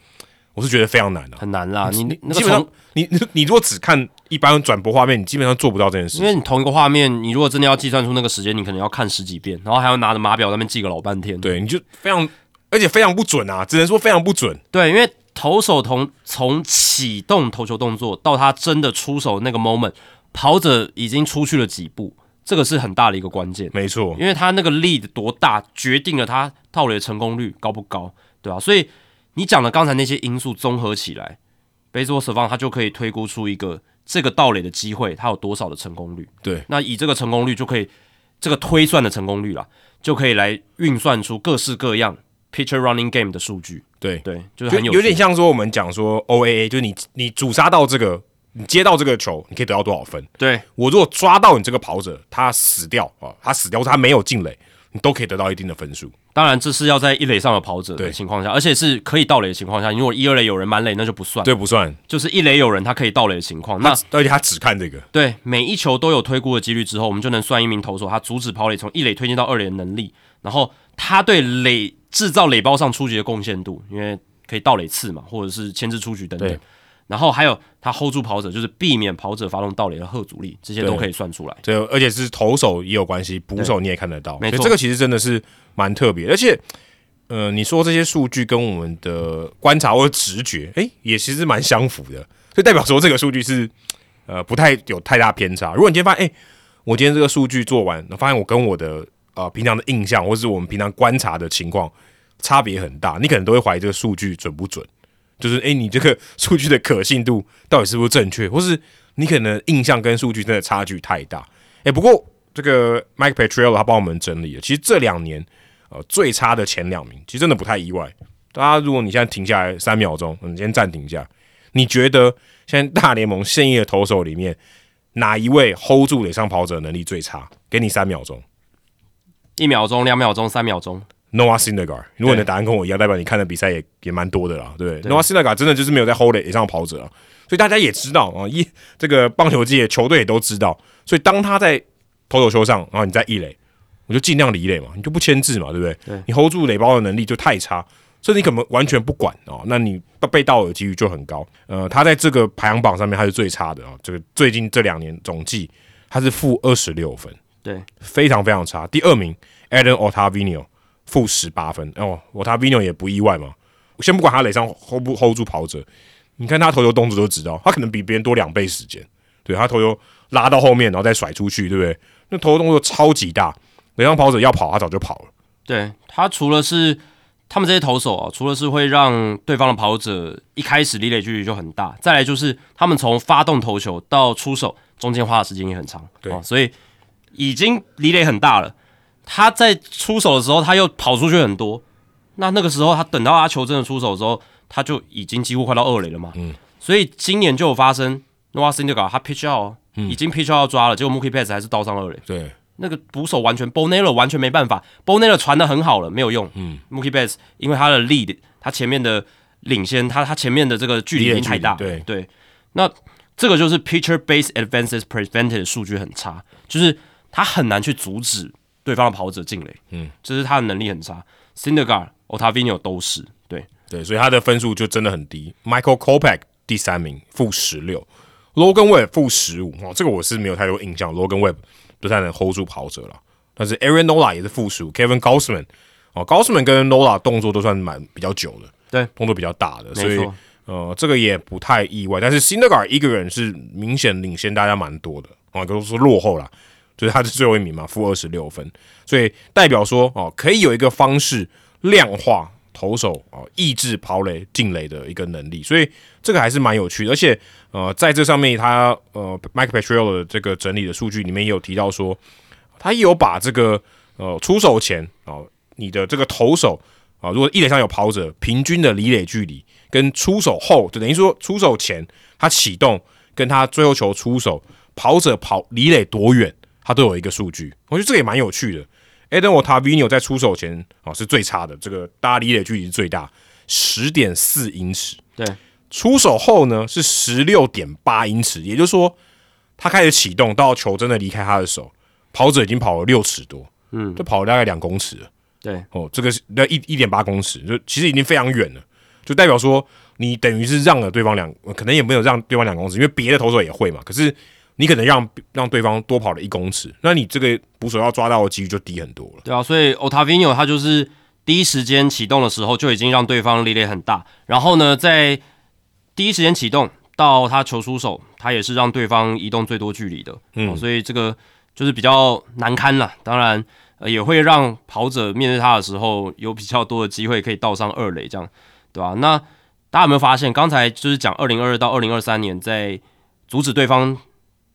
我是觉得非常难啊。
很难啦。你你那
基
个
本上
同，，
你你你如果只看一般转播画面，你基本上做不到这件事
因。为你同一个画面，你如果真的要计算出那个时间，你可能要看十几遍，然后还要拿着码表在那边记个老半天。
对，你就非常，而且非常不准啊，只能说非常不准。
对，因为投手从从启动投球动作到他真的出手那个 moment，跑者已经出去了几步，这个是很大的一个关键。
没错，
因为他那个 lead 多大，决定了他盗垒的成功率高不高，对吧、啊所以你讲的刚才那些因素综合起来，Baseball Savant 他就可以推估出一个这个盗垒的机会，它有多少的成功率。
对，
那以这个成功率就可以，这个推算的成功率啦，就可以来运算出各式各样 pitcher running game 的数据。
对，
对，就是
就
很有
有点
趣
像说我们讲说 OAA，就是你你主杀到这个你接到这个球，你可以得到多少分？
对，
我如果抓到你这个跑者，他死掉啊，他死掉，他没有进垒，你都可以得到一定的分数。
当然这是要在一垒上有跑者的
对
情况下，而且是可以盗垒的情况下。你如果一二垒有人满垒，那就不算。，
这不算，
就是一垒有人他可以盗垒的情况。那
而且他只看这个。
对每一球都有推估的几率之后，我们就能算一名投手他阻止跑垒从一垒推进到二垒的能力，然后他对垒制造垒包上出局的贡献度，因为可以盗垒次嘛，或者是牵制出局等等
对。
然后还有他 hold 住跑者，就是避免跑者发动盗垒的贺阻力，这些都
对
可以算出来。
这而且是投手也有关系，捕手你也看得到，
没
所
错
以这个其实真的是蛮特别，而且。呃，你说这些数据跟我们的观察或者直觉，诶，也其实蛮相符的，所以代表说这个数据是呃不太有太大偏差。如果你今天发现，诶，我今天这个数据做完，发现我跟我的呃平常的印象或是我们平常观察的情况差别很大，你可能都会怀疑这个数据准不准，就是诶，你这个 数据的可信度到底是不是正确，或是你可能印象跟数据真的差距太大。哎、不过这个 Mike Petriello 他帮我们整理了，其实这两年呃最差的前两名，其实真的不太意外。大家如果你现在停下来三秒钟，嗯，先暂停一下，你觉得现在大联盟现役的投手里面哪一位 hold 住垒上跑者的能力最差？给你三秒钟
一秒钟、两秒钟、三秒钟，
，Noah Syndergaard。如果你的答案跟我一样，代表你看的比赛也也蛮多的啦，对不对？Noah Syndergaard 真的就是没有在 hold 垒上跑者啊，所以大家也知道啊，一这个棒球界球队也都知道，所以当他在投手球上，然后你在一垒，我就尽量离垒嘛，你就不牵制嘛，对不对？你 hold 住垒包的能力就太差，所以你可能完全不管哦，那你被被盗的几率就很高。呃，他在这个排行榜上面他是最差的啊、这个最近这两年总计他是负二十六分，
对，
非常非常差。第二名 Adam Ottavino 负十八分，哦，Ottavino 也不意外嘛。我先不管他垒上 hold 不 hold 住跑者，你看他投球动作都知道，他可能比别人多两倍时间。对他头球拉到后面，然后再甩出去，对不对？那头动作超级大，垒上跑者要跑，他早就跑了。
对他除了是他们这些投手啊，除了是会让对方的跑者一开始离垒距离就很大，再来就是他们从发动投球到出手中间花的时间也很长，
对
哦所以已经离垒很大了。他在出手的时候，他又跑出去很多，那那个时候他等到他球真的出手的时候，他就已经几乎快到二垒了嘛，嗯，所以今年就有发生 Noah s i n d e g a 他 pitch out，、已经 pitch out 要抓了，结果 Mookie Betts 还是倒上二垒。
对
那个捕手完全 Bonello 完全没办法，Bonello 传的很好了，没有用。嗯，Mookie Betts 因为他的 lead，他前面的领先，他他前面的这个距离已经太大了，
离的距离
对。那这个就是 pitcher base advances prevented 的数据很差，就是他很难去阻止对方的跑者进垒，嗯，这是他的能力很差。Syndergaard、Ottavino 都是对，
对，所以他的分数就真的很低。Michael Kopech 第三名，负十六；Logan Webb 负十五。哦，这个我是没有太多印象。Logan Webb 不太能 hold 住跑者了，但是 Aaron Nola 也是负十五，Kevin Gausman 哦，Gausman 跟 Nola 动作都算蛮比较久的，
对
动作比较大的，
没
所以
错
呃，这个也不太意外。但是 s i n d e g a r 一个人是明显领先大家蛮多的啊，哦都是落后啦，就是他是最后一名嘛，负二十六分，所以代表说哦，可以有一个方式量化投手哦抑制跑垒进垒的一个能力，所以这个还是蛮有趣的。而且呃，在这上面他呃 Mike Petriello 的这个整理的数据里面也有提到说，他也有把这个呃出手前哦，你的这个投手啊、如果一垒上有跑者，平均的离垒距离跟出手后，就等于说出手前他启动跟他最后球出手，跑者跑离垒多远，他都有一个数据。我觉得这个也蛮有趣的。Adam o t a v i n o 在出手前啊、是最差的，这个大家离垒距离是最大，十点四英尺。
对，
出手后呢是十六点八英尺，也就是说他开始启动到球真的离开他的手，跑者已经跑了六尺多，嗯，就跑了大概两公尺了。
对，
哦，这个是那一一点八公尺，就其实已经非常远了，就代表说你等于是让了对方两，呃可能也没有让对方两公尺，因为别的投手也会嘛，可是你可能让让对方多跑了一公尺，那你这个捕手要抓到的几率就低很多了。
对啊，所以 Ottavino 他就是第一时间启动的时候就已经让对方力量很大，然后呢，在第一时间启动到他球出手，他也是让对方移动最多距离的，嗯、所以这个就是比较难堪了。当然、呃也会让跑者面对他的时候有比较多的机会可以倒上二垒，这样对吧、那大家有没有发现，刚才就是讲二零二二到二零二三年在阻止对方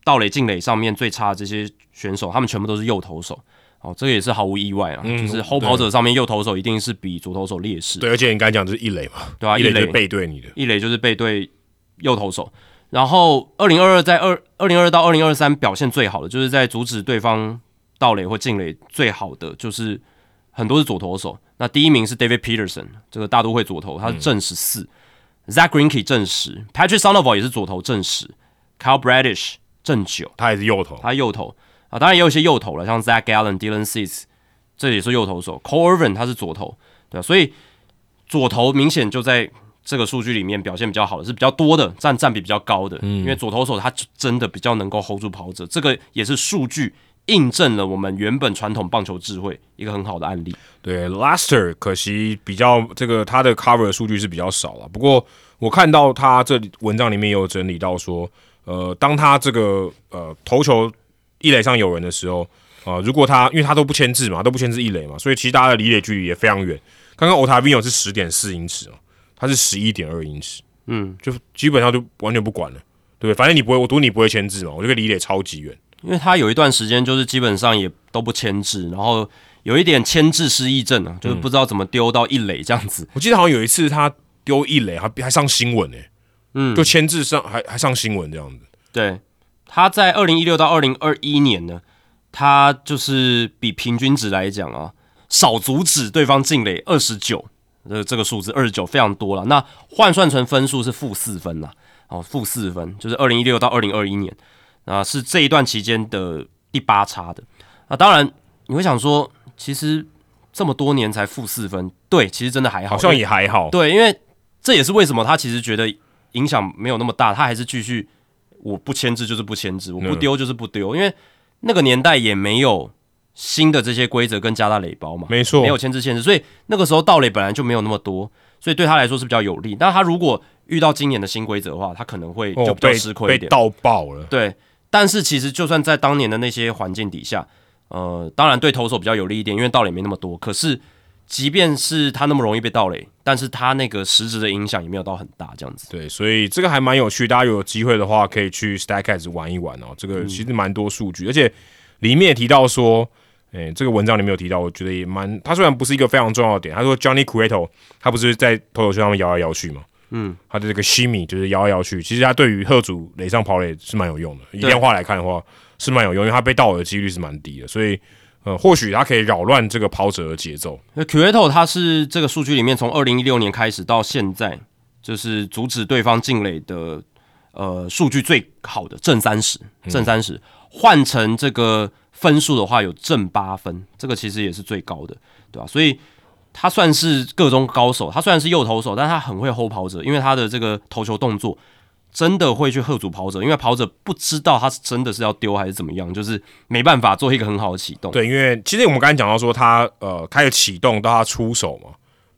盗垒进垒上面最差的这些选手，他们全部都是右投手。哦，这个也是毫无意外啊，就是后跑者上面右投手一定是比左投手劣势，
对，而且你刚才讲就是一垒嘛，
对啊，
一
一
垒就是
垒
背对你的，
一垒就是背对右投手。然后二零二二在二二零二到二零二三表现最好的，就是在阻止对方盗垒或进垒最好的，就是很多是左投手。那第一名是 David Peterson，这个大都会左投，他是正十四、Zach Greinke 正十，Patrick Sandoval 也是左投正十，Kyle Bradish 正九，
他也是右投，
他右投啊，当然也有一些右投了，像 Zach Gallen、Dylan Cease，这也是右投手，Cole Irvin 他是左投，对啊，所以左投明显就在这个数据里面表现比较好的，是比较多的，占占比比较高的，因为左投手他就真的比较能够 hold 住跑者，这个也是数据印证了我们原本传统棒球智慧一个很好的案例。
对，Laster 可惜比较这个他的 cover 数据是比较少了，不过我看到他这里文章里面也有整理到说，呃，当他这个呃投球一垒上有人的时候，啊、如果他因为他都不牵制嘛，都不牵制一垒嘛，所以其实大家的离垒距离也非常远。刚刚 Otavino 是十点四英尺哦，他是十一点二英尺，嗯，就基本上就完全不管了，对不对？反正你不会，我赌你不会牵制嘛，我这个离垒超级远。
因为他有一段时间就是基本上也都不牵制，然后有一点牵制失忆症啊，就是不知道怎么丢到一垒这样子。
我记得好像有一次他丢一垒，还还上新闻呢、嗯，就签字上还还上新闻这样子。
对，他在二零一六到二零二一年呢，他就是比平均值来讲啊，少阻止对方进垒二十九，呃，这个数字二十九非常多了。那换算成分数是负四分啦，哦，负四分就是二零一六到二零二一年啊，是这一段期间的第八差的。啊，当然你会想说，其实这么多年才负四分，对，其实真的还好，
好像也还好，
对，因为这也是为什么他其实觉得影响没有那么大，他还是继续我不牵制就是不牵制，我
嗯
不丢就是不丢，因为那个年代也没有新的这些规则跟加大垒包嘛，
没错
没有牵制限制，所以那个时候盗垒本来就没有那么多，所以对他来说是比较有利。但他如果遇到今年的新规则的话，他可能会就
哦，
比较
被
吃亏一
被
点。
盗爆了。
对，但是其实就算在当年的那些环境底下，呃，当然对投手比较有利一点，因为盗垒没那么多。可是，即便是他那么容易被盗垒，但是他那个实质的影响也没有到很大，这样子。
对，所以这个还蛮有趣，大家有机会的话可以去 Stacks 玩一玩哦。这个其实蛮多数据，而且里面也提到说，诶、这个文章里面有提到，我觉得也蛮，他虽然不是一个非常重要的点，他说 Johnny Cueto 他不是在投手球上面摇来摇去嘛，嗯，他的这个 shimmy 就是摇来摇去，其实他对于贺主垒上跑垒是蛮有用的，以量化来看的话是蛮有用，因为他被盗垒的几率是蛮低的，所以呃，或许他可以扰乱这个跑者的节奏，
那 Cueto 他呃是这个数据里面从二零一六年开始到现在，就是阻止对方进垒的呃数据最好的正三十，正三十换成这个分数的话有正八分，这个其实也是最高的，对吧、所以他算是各中高手，他虽然是右投手，但他很会 hold 跑者，因为他的这个投球动作真的会去吓阻跑者，因为跑者不知道他是真的是要丢还是怎么样，就是没办法做一个很好的启动。
对，因为其实我们刚才讲到说他呃开始启动到他出手嘛，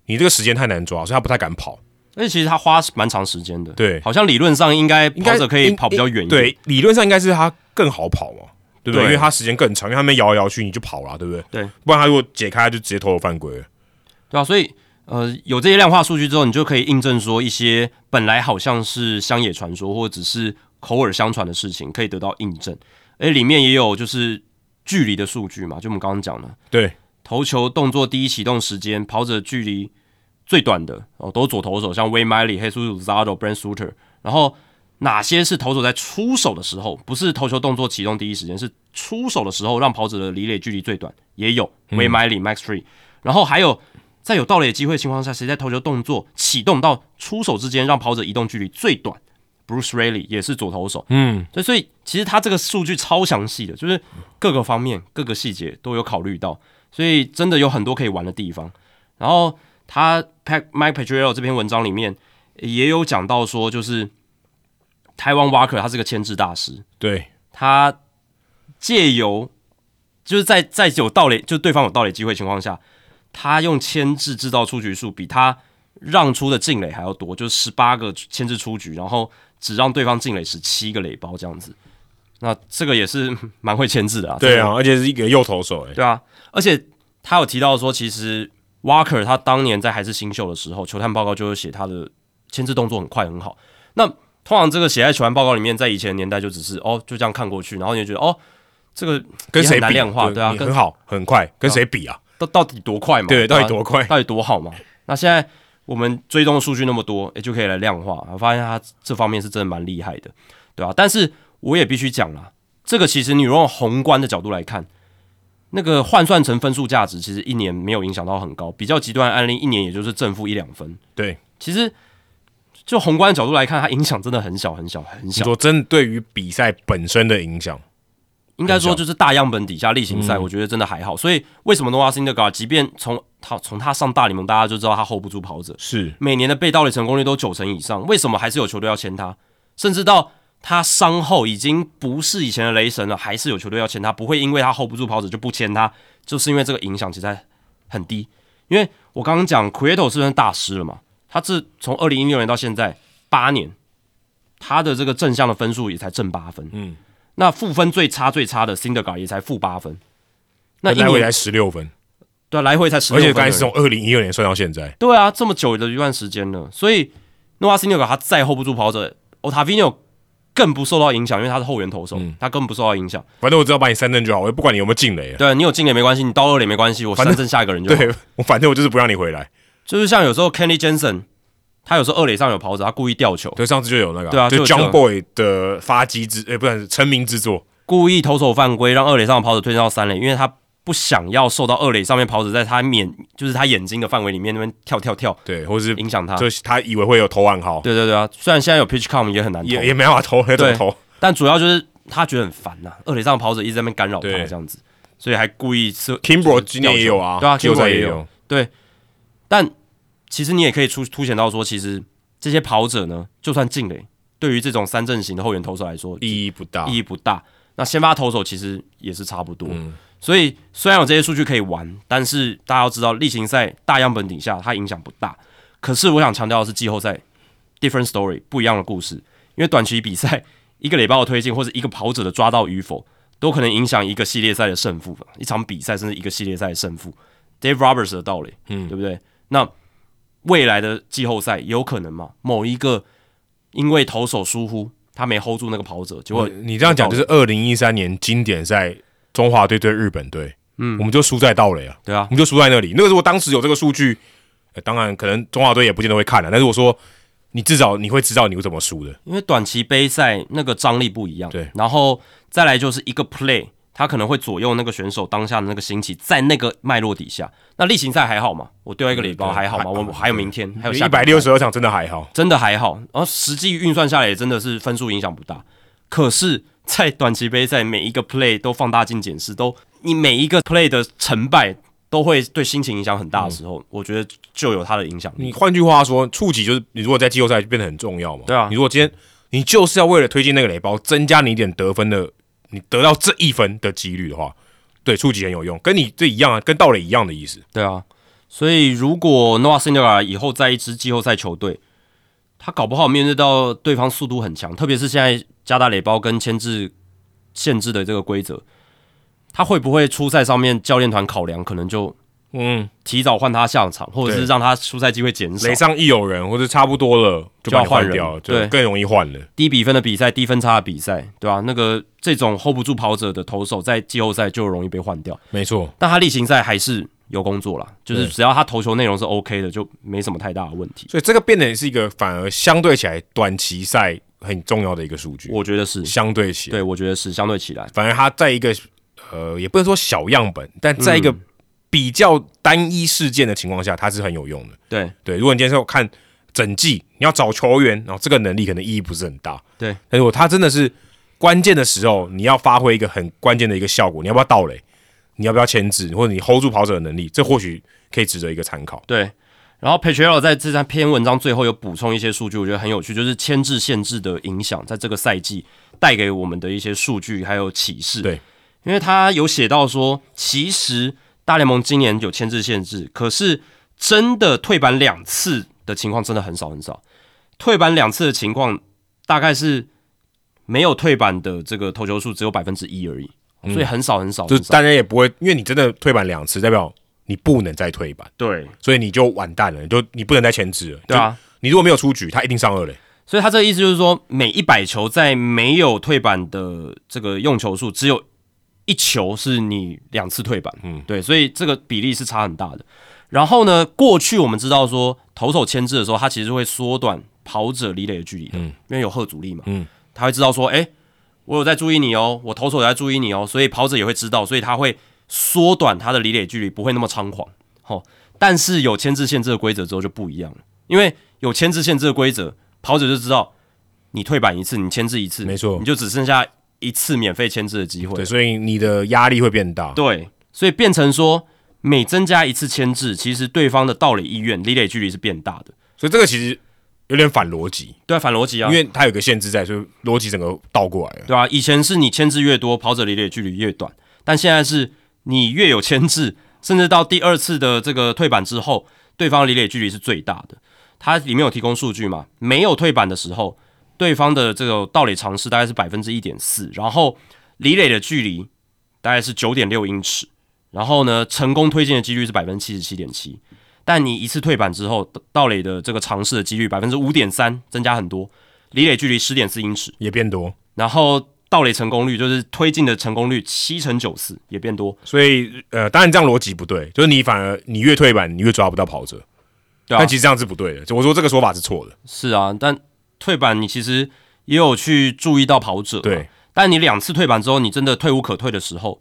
你这个时间太难抓，所以他不太敢跑。
而且其实他花蛮长时间的，
对
好像理论上应该
应该
跑者可以跑比较远一点，
对，理论上应该是他更好跑嘛，对不对？
对
因为他时间更长，因为他们摇来摇去你就跑了，对不对？
对，
不然他如果解开他就直接投有犯规了。
对啊，所以呃，有这些量化数据之后，你就可以印证说一些本来好像是乡野传说或者只是口耳相传的事情，可以得到印证。而里面也有就是距离的数据嘛，就我们刚刚讲的
对，
投球动作第一启动时间，跑者距离最短的哦，都是左投手，像 Way Miley、黑叔叔 Zado、Brand Suter。然后哪些是投手在出手的时候，不是投球动作启动第一时间，是出手的时候让跑者的离垒距离最短，也有 Way Miley、Max Free。然后还有在有盗垒机会的情况下，谁在投球动作启动到出手之间让跑者移动距离最短？Bruce Raley 也是左投手，嗯，对，所以其实他这个数据超详细的，就是各个方面、各个细节都有考虑到。所以真的有很多可以玩的地方。然后他 Pac- Mike Pedrero 这篇文章里面也有讲到说，就是台湾 Walker 他是个牵制大师，
对，
他借由就是在在有盗垒，就对方有盗垒机会情况下，他用牵制制造出局数比他让出的进垒还要多，就是十八个牵制出局，然后只让对方进垒十七个垒包这样子。那这个也是蛮会牵制的啊。
对啊，而且是一个右投手、欸，
对啊，而且他有提到说，其实 Walker 他当年在还是新秀的时候，球探报告就会写他的牵制动作很快很好。那通常这个写在球探报告里面，在以前的年代就只是哦就这样看过去，然后你就觉得哦这个
跟谁
也很难
比？
量化对啊
你
跟
很好，很快，跟谁比啊？
到到底多快嘛？
对，到底
啊
多快？
到底多好嘛？那现在我们追踪的数据那么多，也就可以来量化。我发现他这方面是真的蛮厉害的，对吧、但是我也必须讲啦，这个其实你如果用宏观的角度来看，那个换算成分数价值，其实一年没有影响到很高。比较极端的案例，一年也就是正负一两分。
对，
其实就宏观的角度来看，它影响真的很小很小很
你
小。
说针对于比赛本身的影响，
应该说就是大样本底下例行赛，我觉得真的还好。所以为什么 Noah Syndergaard 即便从他从他上大联盟，大家就知道他 hold 不住跑者，
是
每年的被盗垒成功率都九成以上，为什么还是有球队要签他？甚至到他伤后已经不是以前的雷神了，还是有球队要签他，不会因为他 hold 不住跑者就不签他，就是因为这个影响其实很低。因为我刚刚讲 Creato 是不是大师了嘛？他自从二零一六年到现在八年，他的这个正向的分数也才正八分，
嗯，
那负分最差最差的 s i n d e r g a r 也才负八分，那一
来回才
年
十六分，
对啊来回才十
而
六分而
且
已，
刚才是从二零一二年算到现在，
对啊，这么久的一段时间了，所以诺瓦斯纽卡他再 hold 不住跑者，Otavino 更不受到影响，因为他是后援投手，
嗯
他根本不受到影响。
反正我只要把你三振就好，我也不管你有没有进垒啊。
对你有进垒没关系，你到二垒没关系，我三振下一个人就好。
对我反正我就是不让你回来。
就是像有时候 Kenny Jensen，他有时候二垒上有跑者，他故意吊球，
对，上次就有那个啊，
对啊
就
就有
John
这个
Boy 的发迹之，哎，不然成名之作，
故意投手犯规，让二垒上的跑者推进到三垒，因为他不想要受到二垒上面跑者在他面就是他眼睛的范围里面那边跳跳跳
对，或是
影响他。
啊就是他以为会有投暗号，
对对对啊，虽然现在有 pitch com 也很难投，
也也没办法投那种
对
投，
但主要就是他觉得很烦呐、二垒上的跑者一直在那边干扰他
对
这样子，所以还故意是。
Kimbro 今年也有啊，
对啊
季后赛
Kimbrough
也
也有
有，
但其实你也可以出凸显到说，其实这些跑者呢，就算进垒，对于这种三阵型的后援投手来说，
意义不大。
意义不大。那先发投手其实也是差不多，所以虽然有这些数据可以玩，但是大家要知道，例行赛大样本底下它影响不大。可是我想强调的是，季后赛 different story 不一样的故事，因为短期比赛一个垒包的推进或者一个跑者的抓到与否，都可能影响一个系列赛的胜负，一场比赛甚至一个系列赛的胜负。Dave Roberts 的道理，嗯，对不对？那未来的季后赛有可能嘛？某一个因为投手疏忽，他没 hold 住那个跑者，结果
你这样讲就是二零一三年经典赛中华队对日本队，嗯，我们就输在盗垒啊，
对啊
我，们就输在那里。那个时候当时有这个数据，呃当然可能中华队也不见得会看啊了、但是我说你至少你会知道你怎么输的，
因为短期杯赛那个张力不一样，
对
然后再来就是一个 play，它可能会左右那个选手当下的那个心情，在那个脉络底下。那例行赛还好嘛？我丢一个礼
嗯
包
对
还好嘛？
还
我还有明天，还有下
一
个礼拜
百六十二场真的还好，
真的还好。然后实际运算下来，真的是分数影响不大。可是，在短期杯赛，每一个 play 都放大镜检视，都你每一个 play 的成败都会对心情影响很大的时
嗯
候，我觉得就有它的影响力。
你换句话说，触及就是你如果在季后赛就变得很重要嘛。
对啊
你如果今天你就是要为了推进那个垒包，增加你一点得分的，你得到这一分的几率的话，对触及很有用，跟你这一样啊，跟盗垒一样的意思。
对啊，所以如果 Noah s i n d e r 以后在一支季后赛球队，他搞不好面对到对方速度很强，特别是现在加大垒包跟牵制限制的这个规则，他会不会初赛上面教练团考量，可能就
嗯，
提早换他下场，或者是
对
让他出赛机会减少
垒？上一有人或者差不多了，就把你
就要换
换
人
掉了，就
对
更容易换了。
低比分的比赛、低分差的比赛，对啊吧、那个这种 hold 不住跑者的投手，在季后赛就容易被换掉。
没错，
但他例行赛还是有工作啦，就是
对
只要他投球内容是 OK 的，就没什么太大的问题。
所以这个变得是一个反而相对起来短期赛很重要的一个数据，
我觉得是，
相对起来。
对，我觉得是相对起来，
反而它在一个呃，也不能说小样本，但在一
嗯
个比较单一事件的情况下，它是很有用的。
对
对，如果你今天是要看整季，你要找球员，然后这个能力可能意义不是很大。
对，
但如果他真的是关键的时候，你要发挥一个很关键的一个效果，你要不要倒垒？你要不要牵制，或者你 hold 住跑者的能力，这或许可以值得一个参考。
对。然后 p a t r i o 在这三篇文章最后有补充一些数据，我觉得很有趣，就是牵制限制的影响，在这个赛季带给我们的一些数据还有启示。
对，
因为他有写到说，其实大联盟今年有牵制限制，可是真的退板两次的情况真的很少很少，退板两次的情况大概是没有退板的这个投球数只有百分之一而已，所以很少很少
嗯就
很
是
少。
大家也不会，因为你真的退板两次，代表你不能再退板，
对
所以你就完蛋了，你就你不能再牵制了。
对啊，
就，你如果没有出局，他一定上二垒。
所以他这个意思就是说，每一百球在没有退板的这个用球数，只有一球是你两次退板，嗯，对，所以这个比例是差很大的。然后呢，过去我们知道说投手牵制的时候，他其实会缩短跑者离垒的距离的，因为有后阻力嘛，
嗯
他会知道说，哎、我有在注意你哦，我投手有在注意你哦，所以跑者也会知道，所以他会缩短他的离垒距离，不会那么猖狂。哦，但是有牵制限制的规则之后就不一样了，因为有牵制限制的规则，跑者就知道你退板一次，你牵制一次，
没错
你就只剩下一次免费牵制的机会
对，。所以你的压力会变大。
对，所以变成说每增加一次牵制，其实对方的盗垒意愿、离垒距离是变大的。
所以这个其实有点反逻辑，
对啊，反逻辑啊，
因为它有一个限制在，所以逻辑整个倒过来了。
对啊，以前是你牵制越多，跑者离垒距离越短，但现在是你越有牵制， 甚至到第二次的这个退板之后，对方离垒距离是最大的。它里面有提供数据嘛？没有退板的时候，对方的这个盗垒尝试大概是百分之一点四，然后离垒的距离大概是九点六英尺，然后呢，成功推进的几率是百分之七十七点七。但你一次退板之后，盗垒的这个尝试的几率百分之五点三，增加很多，离垒距离十点四英尺，
也变多，
然后盗垒成功率就是推进的成功率七成九四也变多，
所以呃，当然这样逻辑不对，就是你反而你越退板，你越抓不到跑者，
对啊
但，其实这样是不对的。就我说这个说法是错的，
是啊，但退板你其实也有去注意到跑者，啊
对，
但你两次退板之后，你真的退无可退的时候，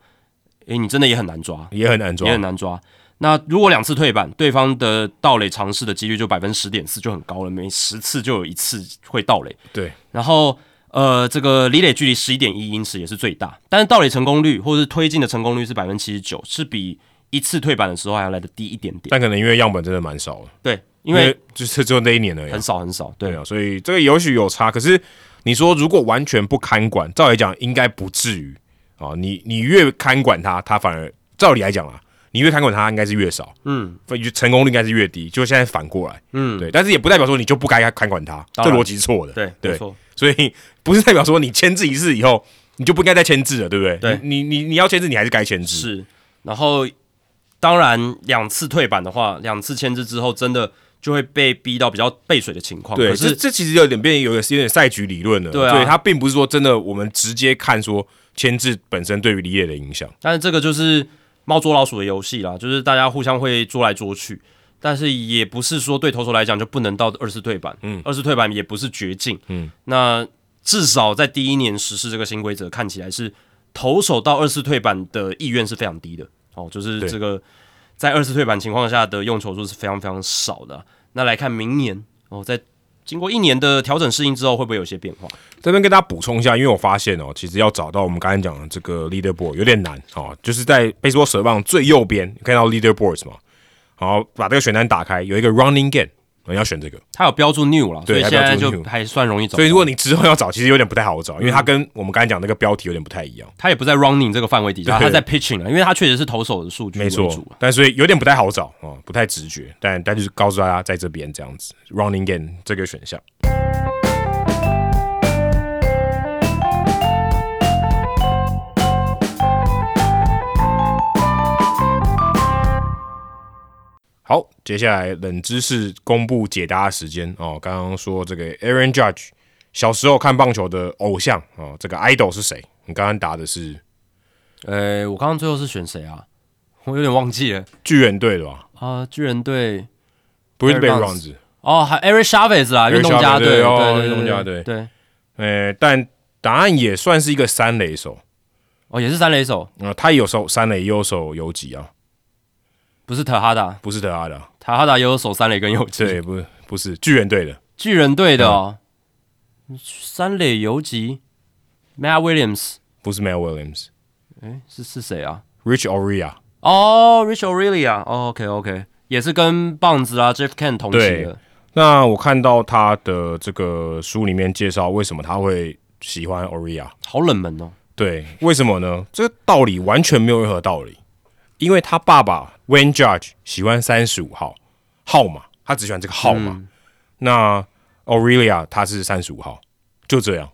诶，你真的也很难抓，
也很难抓
也。很难抓。那如果两次退板，对方的盗垒尝试的几率就百分之十点四，就很高了，每十次就有一次会盗垒。
对，
然后呃，这个离垒距离十一点一英尺也是最大，但是盗垒成功率或者是推进的成功率是百分之七十九，是比一次退板的时候还要来的低一点点。
但可能因为样本真的蛮少的，
对，因为
就是只有那一年而已啊
很。少很少，对
对啊，所以这个也许有差，可是你说如果完全不看管，照理讲应该不至于啊。你你越看管它，它反而照理来讲啊，你越看管它应该是越少，嗯，成功率应该是越低。就现在反过来，嗯，对，但是也不代表说你就不该看管它，这
当然
逻辑是错的，
对没
对，
错，
所以不是代表说你签字一次以后你就不应该再签字了，对不对？
对
你你你你要签字，你还是该签字，
是。然后当然两次退板的话，两次牵制之后，真的就会被逼到比较背水的情况。
对，
可
这
是
这其实有点变有点有点赛局理论了，
对啊
所以它并不是说真的我们直接看说签字本身对于理解的影响。
但是这个就是猫捉老鼠的游戏啦，就是大家互相会捉来捉去，但是也不是说对投手来讲就不能到二次退板，嗯，二次退板也不是绝境，嗯，那至少在第一年实施这个新规则，看起来是投手到二次退板的意愿是非常低的，哦，就是
对
这个在二次退板情况下的用球数是非常非常少的啊、那来看明年哦，在经过一年的调整适应之后，会不会有些变化？
这边跟大家补充一下，因为我发现哦，其实要找到我们刚才讲的这个 leaderboard 有点难哦，就是在 baseball 手棒最右边看到 leaderboards 嘛，好，把这个选单打开，有一个 running game，你要选这个。
它有标注 new 了，所
对
以
它
现
标注
在就
new
还算容易找到。
所以如果你之后要找，其实有点不太好找，因为它跟我们刚才讲那个标题有点不太一样，
他也不在 running 这个范围底下，
对
他在 pitching 啊，因为他确实是投手的数据为
没错
主啊。。
但所以有点不太好找哦，不太直觉。但但就是告诉大家在这边这样子 running game 这个选项。好，接下来冷知识公布解答的时间哦。刚刚说这个 Aaron Judge 小时候看棒球的偶像哦，这个 idol 是谁？你刚刚答的是
呃，我刚刚最后是选谁啊？ 我有点忘记了
巨人队的吧？
啊，巨人队
不是 b a
Barry
r o n
Bonds
z
哦，还 Eric Chavez 啊，
Eric
运动
Chavez，
家队，
对
对
哦
对对
运动家队
对对，
呃，但答案也算是一个三垒手。
哦，也是三垒手，
呃，他有时候三垒右手游击啊，
不是塔哈达，
不是德拉的啊，
塔哈达也有守三垒跟右击，
对，不是不是巨人队的，
巨人队的哦，
嗯
三垒游击，Matt Williams，
不是 Mel Williams。
诶，是是谁啊？
Rich Oria，
哦，Rich O'Reilly 啊，OK OK，也是跟棒子啊 Jeff Ken 同期
对
的，
那我看到他的这个书里面介绍为什么他会喜欢 Oria，
好冷门哦。
对，为什么呢？这个道理完全没有任何道理，因为他爸爸 Wayne Judge 喜欢三十五号号码，他只喜欢这个号码。
嗯
那 Aurelia 他是三十五号，就这样，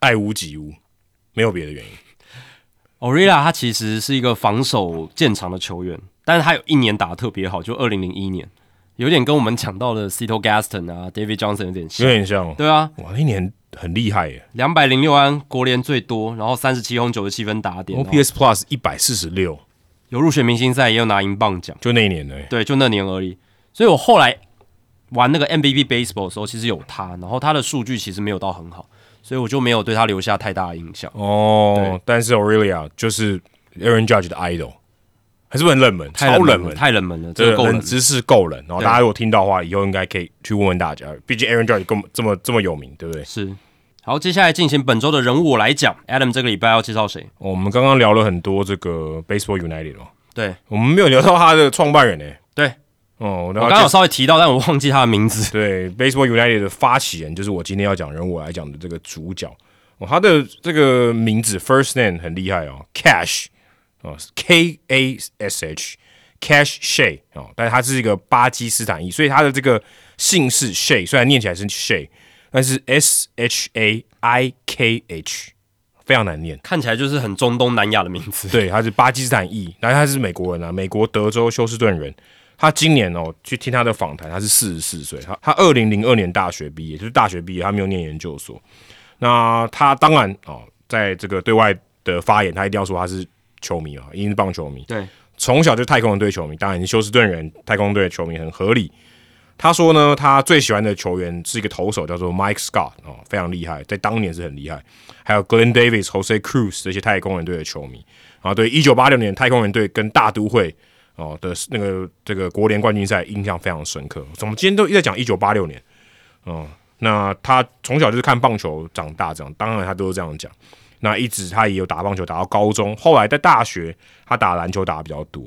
爱屋及乌，没有别的原因。
Orilla 他其实是一个防守见长的球员，但是他有一年打得特别好，就二零零一年，有点跟我们讲到的 Cito Gaston 啊、David Johnson 有点
有
像。
点像，
对啊，
哇，那一年很厉害耶
两百
哦
零六安国联最多，然后三十七轰九十七分打点。然后
，OPS Plus 一百四十六，
有入选明星赛，也有拿银棒奖，
就那一年呢、
对，就那年而已。所以我后来玩那个 MVP Baseball 的时候，其实有他，然后他的数据其实没有到很好，所以我就没有对他留下太大的印象。
哦，但是 Aurelia 就是 Aaron Judge 的 idol，还是不是很冷门，
太
超
冷
门，
太冷门了，这
这个
个够冷
冷
门。
知识够冷。然后
对
大家如果听到的话，以后应该可以去问问大家，毕竟 Aaron Judge 这么这么这么有名，对不对？
是。好，接下来进行本周的人物我来讲。Adam 这个礼拜要介绍谁？
哦我们刚刚聊了很多这个 Baseball United 哦，
对
我们没有聊到他的创办人呢、欸
对，
哦，然后
我刚刚有稍微提到，但我忘记他的名 字。
对 Baseball United 的发起人就是我今天要讲人物来讲的这个主角哦，他的这个名字 first name 很厉害哦，Cash 哦，K A S H Cash Shay 哦，但是他是一个巴基斯坦裔，所以他的这个姓氏 Shay 虽然念起来是 Shay，但是 S H A I K H 非常难念。
看起来就是很中东南亚的名字。
对，他是巴基斯坦裔，然后他是美国人啊，美国德州休斯顿人。他今年哦，去听他的访谈，他是四十四岁，他他二零零二年大学毕业，就是大学毕业，他没有念研究所。那他当然哦，在这个对外的发言，他一定要说他是球迷啊，英棒球迷。
对，
从小就太空人队球迷，当然休斯顿人太空队的球迷很合理。他说呢，他最喜欢的球员是一个投手，叫做 Mike Scott 哦，非常厉害，在当年是很厉害。还有 Glenn Davis、Jose Cruz 这些太空人队的球迷。然后对一九八六年太空人队跟大都会哦的那个这个国联冠军赛印象非常深刻。我们今天都一直在讲一九八六年，哦，那他从小就是看棒球长大，这样当然他都是这样讲。那一直他也有打棒球，打到高中，后来在大学他打篮球打的比较多。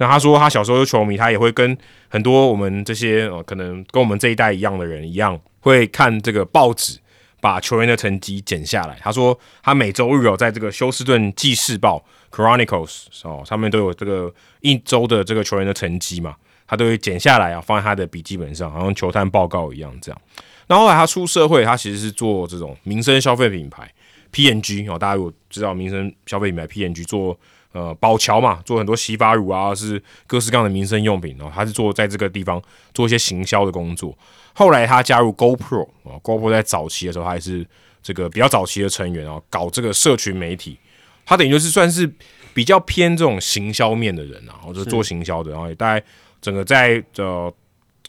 那他说他小时候是球迷，他也会跟很多我们这些呃可能跟我们这一代一样的人一样，会看这个报纸，把球员的成绩剪下来。他说他每周日哦，在这个休斯顿纪事报 （Chronicles） 哦上面都有这个一周的这个球员的成绩嘛，他都会剪下来啊，放在他的笔记本上，好像球探报告一样这样。那后来他出社会，他其实是做这种民生消费品牌 P&G 哦，大家如果知道民生消费品牌 P&G 做呃宝乔嘛，做很多洗发乳啊，是各式各样的民生用品哦，他是做在这个地方做一些行销的工作。后来他加入 GoPro 哦，GoPro 在早期的时候，他也是这个比较早期的成员哦，搞这个社群媒体，他等于就是算是比较偏这种行销面的人啊，然后就是做行销的，然后也大概整个在呃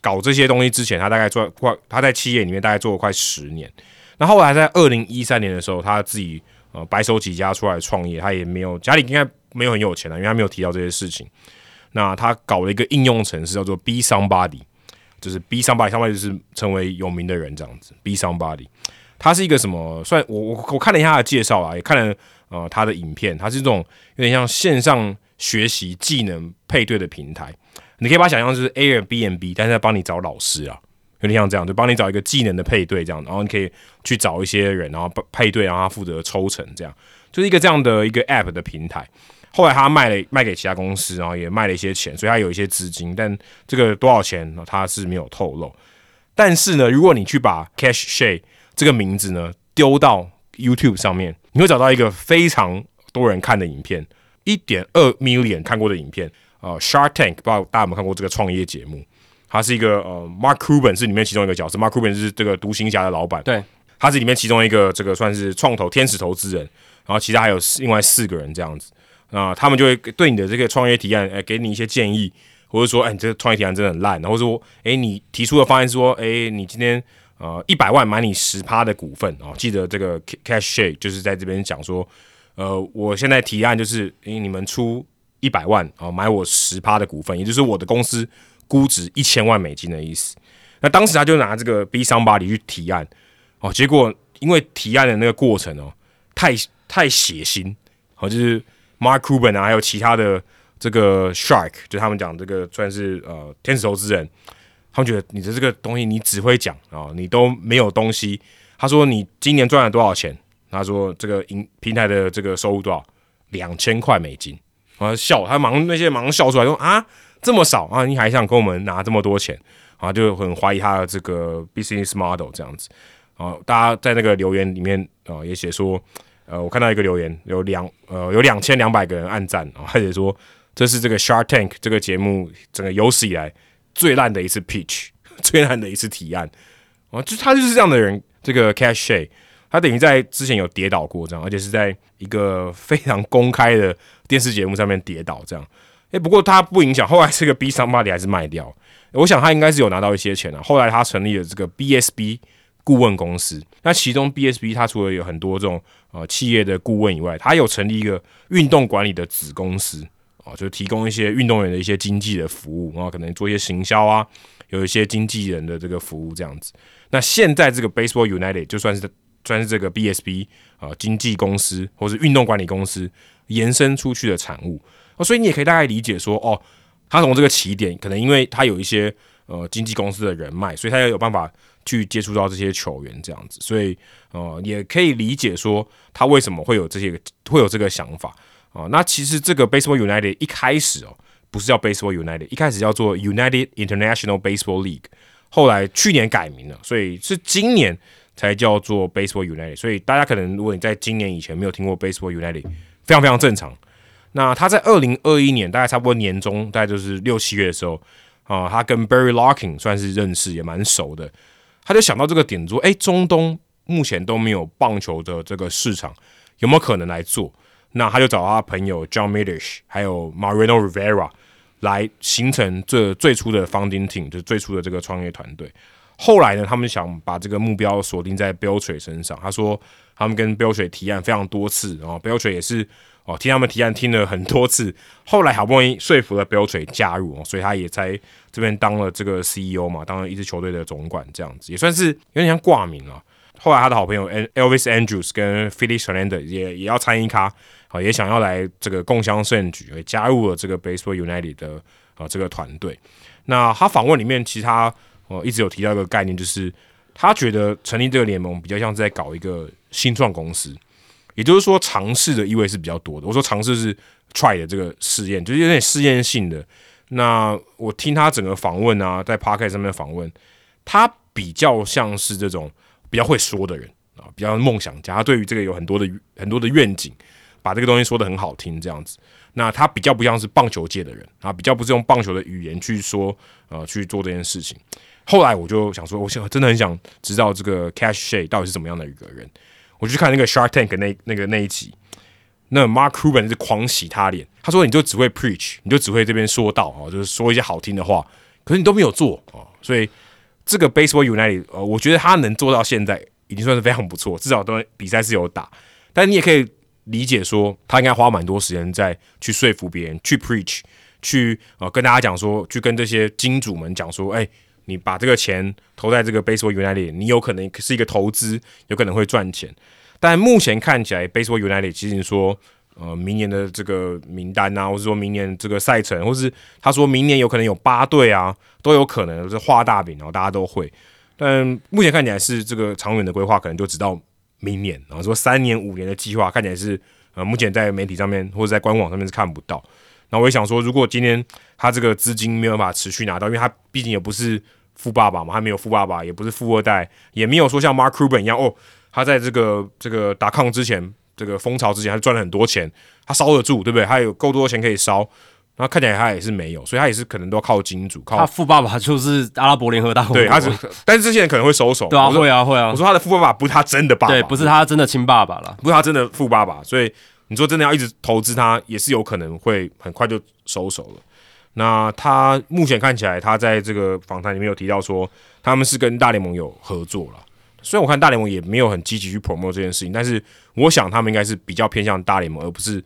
搞这些东西之前，他大概做快，他在企业里面大概做了快十年。那后来在二零一三年的时候，他自己呃白手起家出来创业，他也没有家里应该没有很有钱的，因为他没有提到这些事情。那他搞了一个应用程式，叫做 Be Somebody，就是 Be Somebody，Somebody 就是成为有名的人这样子。Be Somebody，他是一个什么？算我我我看了一下他的介绍啊，也看了呃他的影片，他是这种有点像线上学习技能配对的平台。你可以把它想象就是 Airbnb，但是它帮你找老师啊，有点像这样，就帮你找一个技能的配对这样，然后你可以去找一些人，然后配对，然后他负责抽成，这样就是一个这样的一个 App 的平台。后来他卖了卖给其他公司，然后也卖了一些钱，所以他有一些资金，但这个多少钱他是没有透露。但是呢，如果你去把 Cash Shay 这个名字呢丢到 YouTube 上面，你会找到一个非常多人看的影片，一点二 million 看过的影片。呃，Shark Tank，不知道大家有没有看过这个创业节目？他是一个呃，Mark Cuban 是里面其中一个角色，Mark Cuban 是这个独行侠的老板，
对，
他是里面其中一个这个算是创投天使投资人，然后其他还有四另外四个人这样子。那他们就会对你的这个创业提案，哎、给你一些建议，或者说，哎、你这个创业提案真的很烂，然后说，哎、你提出的方案是说，哎、你今天呃一百万买你十趴的股份哦，记得这个 Ca- Cash Shake 就是在这边讲说，呃，我现在提案就是，哎、你们出一百万哦，买我十趴的股份，也就是我的公司估值一千万美金的意思。那当时他就拿这个 B somebody 去提案，哦，结果因为提案的那个过程哦，太太血腥，哦，就是 Mark Cuban 啊，还有其他的这个 Shark，就他们讲这个算是呃天使投资人，他们觉得你的这个东西你只会讲啊、哦，你都没有东西。他说你今年赚了多少钱？他说这个营平台的这个收入多少？两千块美金。然后笑，他忙那些忙笑出来说啊这么少啊，你还想跟我们拿这么多钱？啊，就很怀疑他的这个 business model 这样子。啊，大家在那个留言里面啊、也写说，呃，我看到一个留言有两呃有两千两百个人按赞啊，他写说这是这个 Shark Tank 这个节目整个有史以来最烂的一次 pitch，最 烂的一次提案。啊，就他就是这样的人，这个 Cash Shay，他等于在之前有 跌倒过这样，而且是在一个非常公开的电视节目上面跌倒这样。诶、不过他不影响，后来这个 B Somebody 还是卖掉。我想他应该是有拿到一些钱啊。后来他成立了这个 BSB 顾问公司，那其中 BSB 它除了有很多这种呃企业的顾问以外，它有成立一个运动管理的子公司哦，就提供一些运动员的一些经纪的服务，然后可能做一些行销啊，有一些经纪人的这个服务这样子。那现在这个 Baseball United 就算是算是这个 BSB 啊、呃经纪公司或是运动管理公司延伸出去的产物。哦，所以你也可以大概理解说，哦，他从这个起点，可能因为他有一些呃经纪公司的人脉，所以他也有办法去接触到这些球员这样子，所以呃也可以理解说他为什么会有这些会有这个想法啊、那其实这个 Baseball United 一开始哦不是叫 Baseball United，一开始叫做 United International Baseball League，后来去年改名了，所以是今年才叫做 Baseball United。所以大家可能如果你在今年以前没有听过 Baseball United，非常非常正常。那他在二零二一年大概差不多年中，大概就是六七月的时候，啊、他跟 Barry Larkin 算是认识，也蛮熟的。他就想到这个点子说，哎，中东目前都没有棒球的这个市场，有没有可能来做？那他就找他朋友 John Milish 还有 Mariano Rivera 来形成这最初的 founding team，就是最初的这个创业团队。后来呢，他们想把这个目标锁定在 Bill 水身上。他说，他们跟 Bill 水提案非常多次，然后 Bill 水也是哦听他们提案听了很多次，后来好不容易说服了 Bill 水加入哦，所以他也才这边当了这个 CEO 嘛，当了一支球队的总管这样子，也算是有点像挂名了。后来他的好朋友 An- Elvis Andrews 跟 Felix Hernandez 也也要参与咖，好也想要来这个共襄盛举，也加入了这个 Baseball United 的啊、呃这个团队。那他访问里面，其实他呃一直有提到一个概念，就是他觉得成立这个联盟比较像是在搞一个新创公司，也就是说尝试的意味是比较多的。我说尝试是 try 的这个试验，就是有点试验性的。那我听他整个访问啊，在 p o c a s t 上面的访问，他比较像是这种比较会说的人啊，比较梦想家，他对于这个有很多的很多的愿景，把这个东西说的很好听这样子。那他比较不像是棒球界的人啊，比较不是用棒球的语言去说呃去做这件事情。后来我就想说，我想真的很想知道这个 Cash Shay 到底是怎么样的一个人。我就去看那个 Shark Tank 那那个那一集，那 Mark Cuban 是狂洗他脸，他说你就只会 preach，你就只会这边说道哦，就是说一些好听的话，可是你都没有做哦，所以这个 Baseball United，呃，我觉得他能做到现在已经算是非常不错，至少都比赛是有打。但你也可以理解说，他应该花蛮多时间在去说服别人，去 preach，去呃跟大家讲说，去跟这些金主们讲说，哎、你把这个钱投在这个 Baseball United，你有可能是一个投资，有可能会赚钱。但目前看起来，Baseball United 其实你说，呃，明年的这个名单啊，或是说明年这个赛程，或是他说明年有可能有八队啊，都有可能是画大饼，然后大家都会。但目前看起来是这个长远的规划，可能就直到明年，然后说三年、五年的计划，看起来是呃，目前在媒体上面或者在官网上面是看不到。那我也想说，如果今天他这个资金没有办法持续拿到，因为他毕竟也不是富爸爸嘛，他没有富爸爸，也不是富二代，也没有说像 Mark Cuban 一样哦，他在这个这个达康之前，这个风潮之前，他赚了很多钱，他烧得住，对不对？他有够多钱可以烧，然后看起来他也是没有，所以他也是可能都要靠金主，靠
他富爸爸就是阿拉伯联合大公国，
对，他只，但是这些人可能会收手。
对啊，
我说
会啊，会啊
我，说他的富爸爸不是他真的爸爸，
对，不是他真的亲爸爸了。
不是他真的富爸爸，所以你说真的要一直投资他，也是有可能会很快就收手了。那他目前看起来，他在这个访谈里面有提到说，他们是跟大联盟有合作了。虽然我看大联盟也没有很积极去 promote 这件事情，但是我想他们应该是比较偏向大联盟，而不是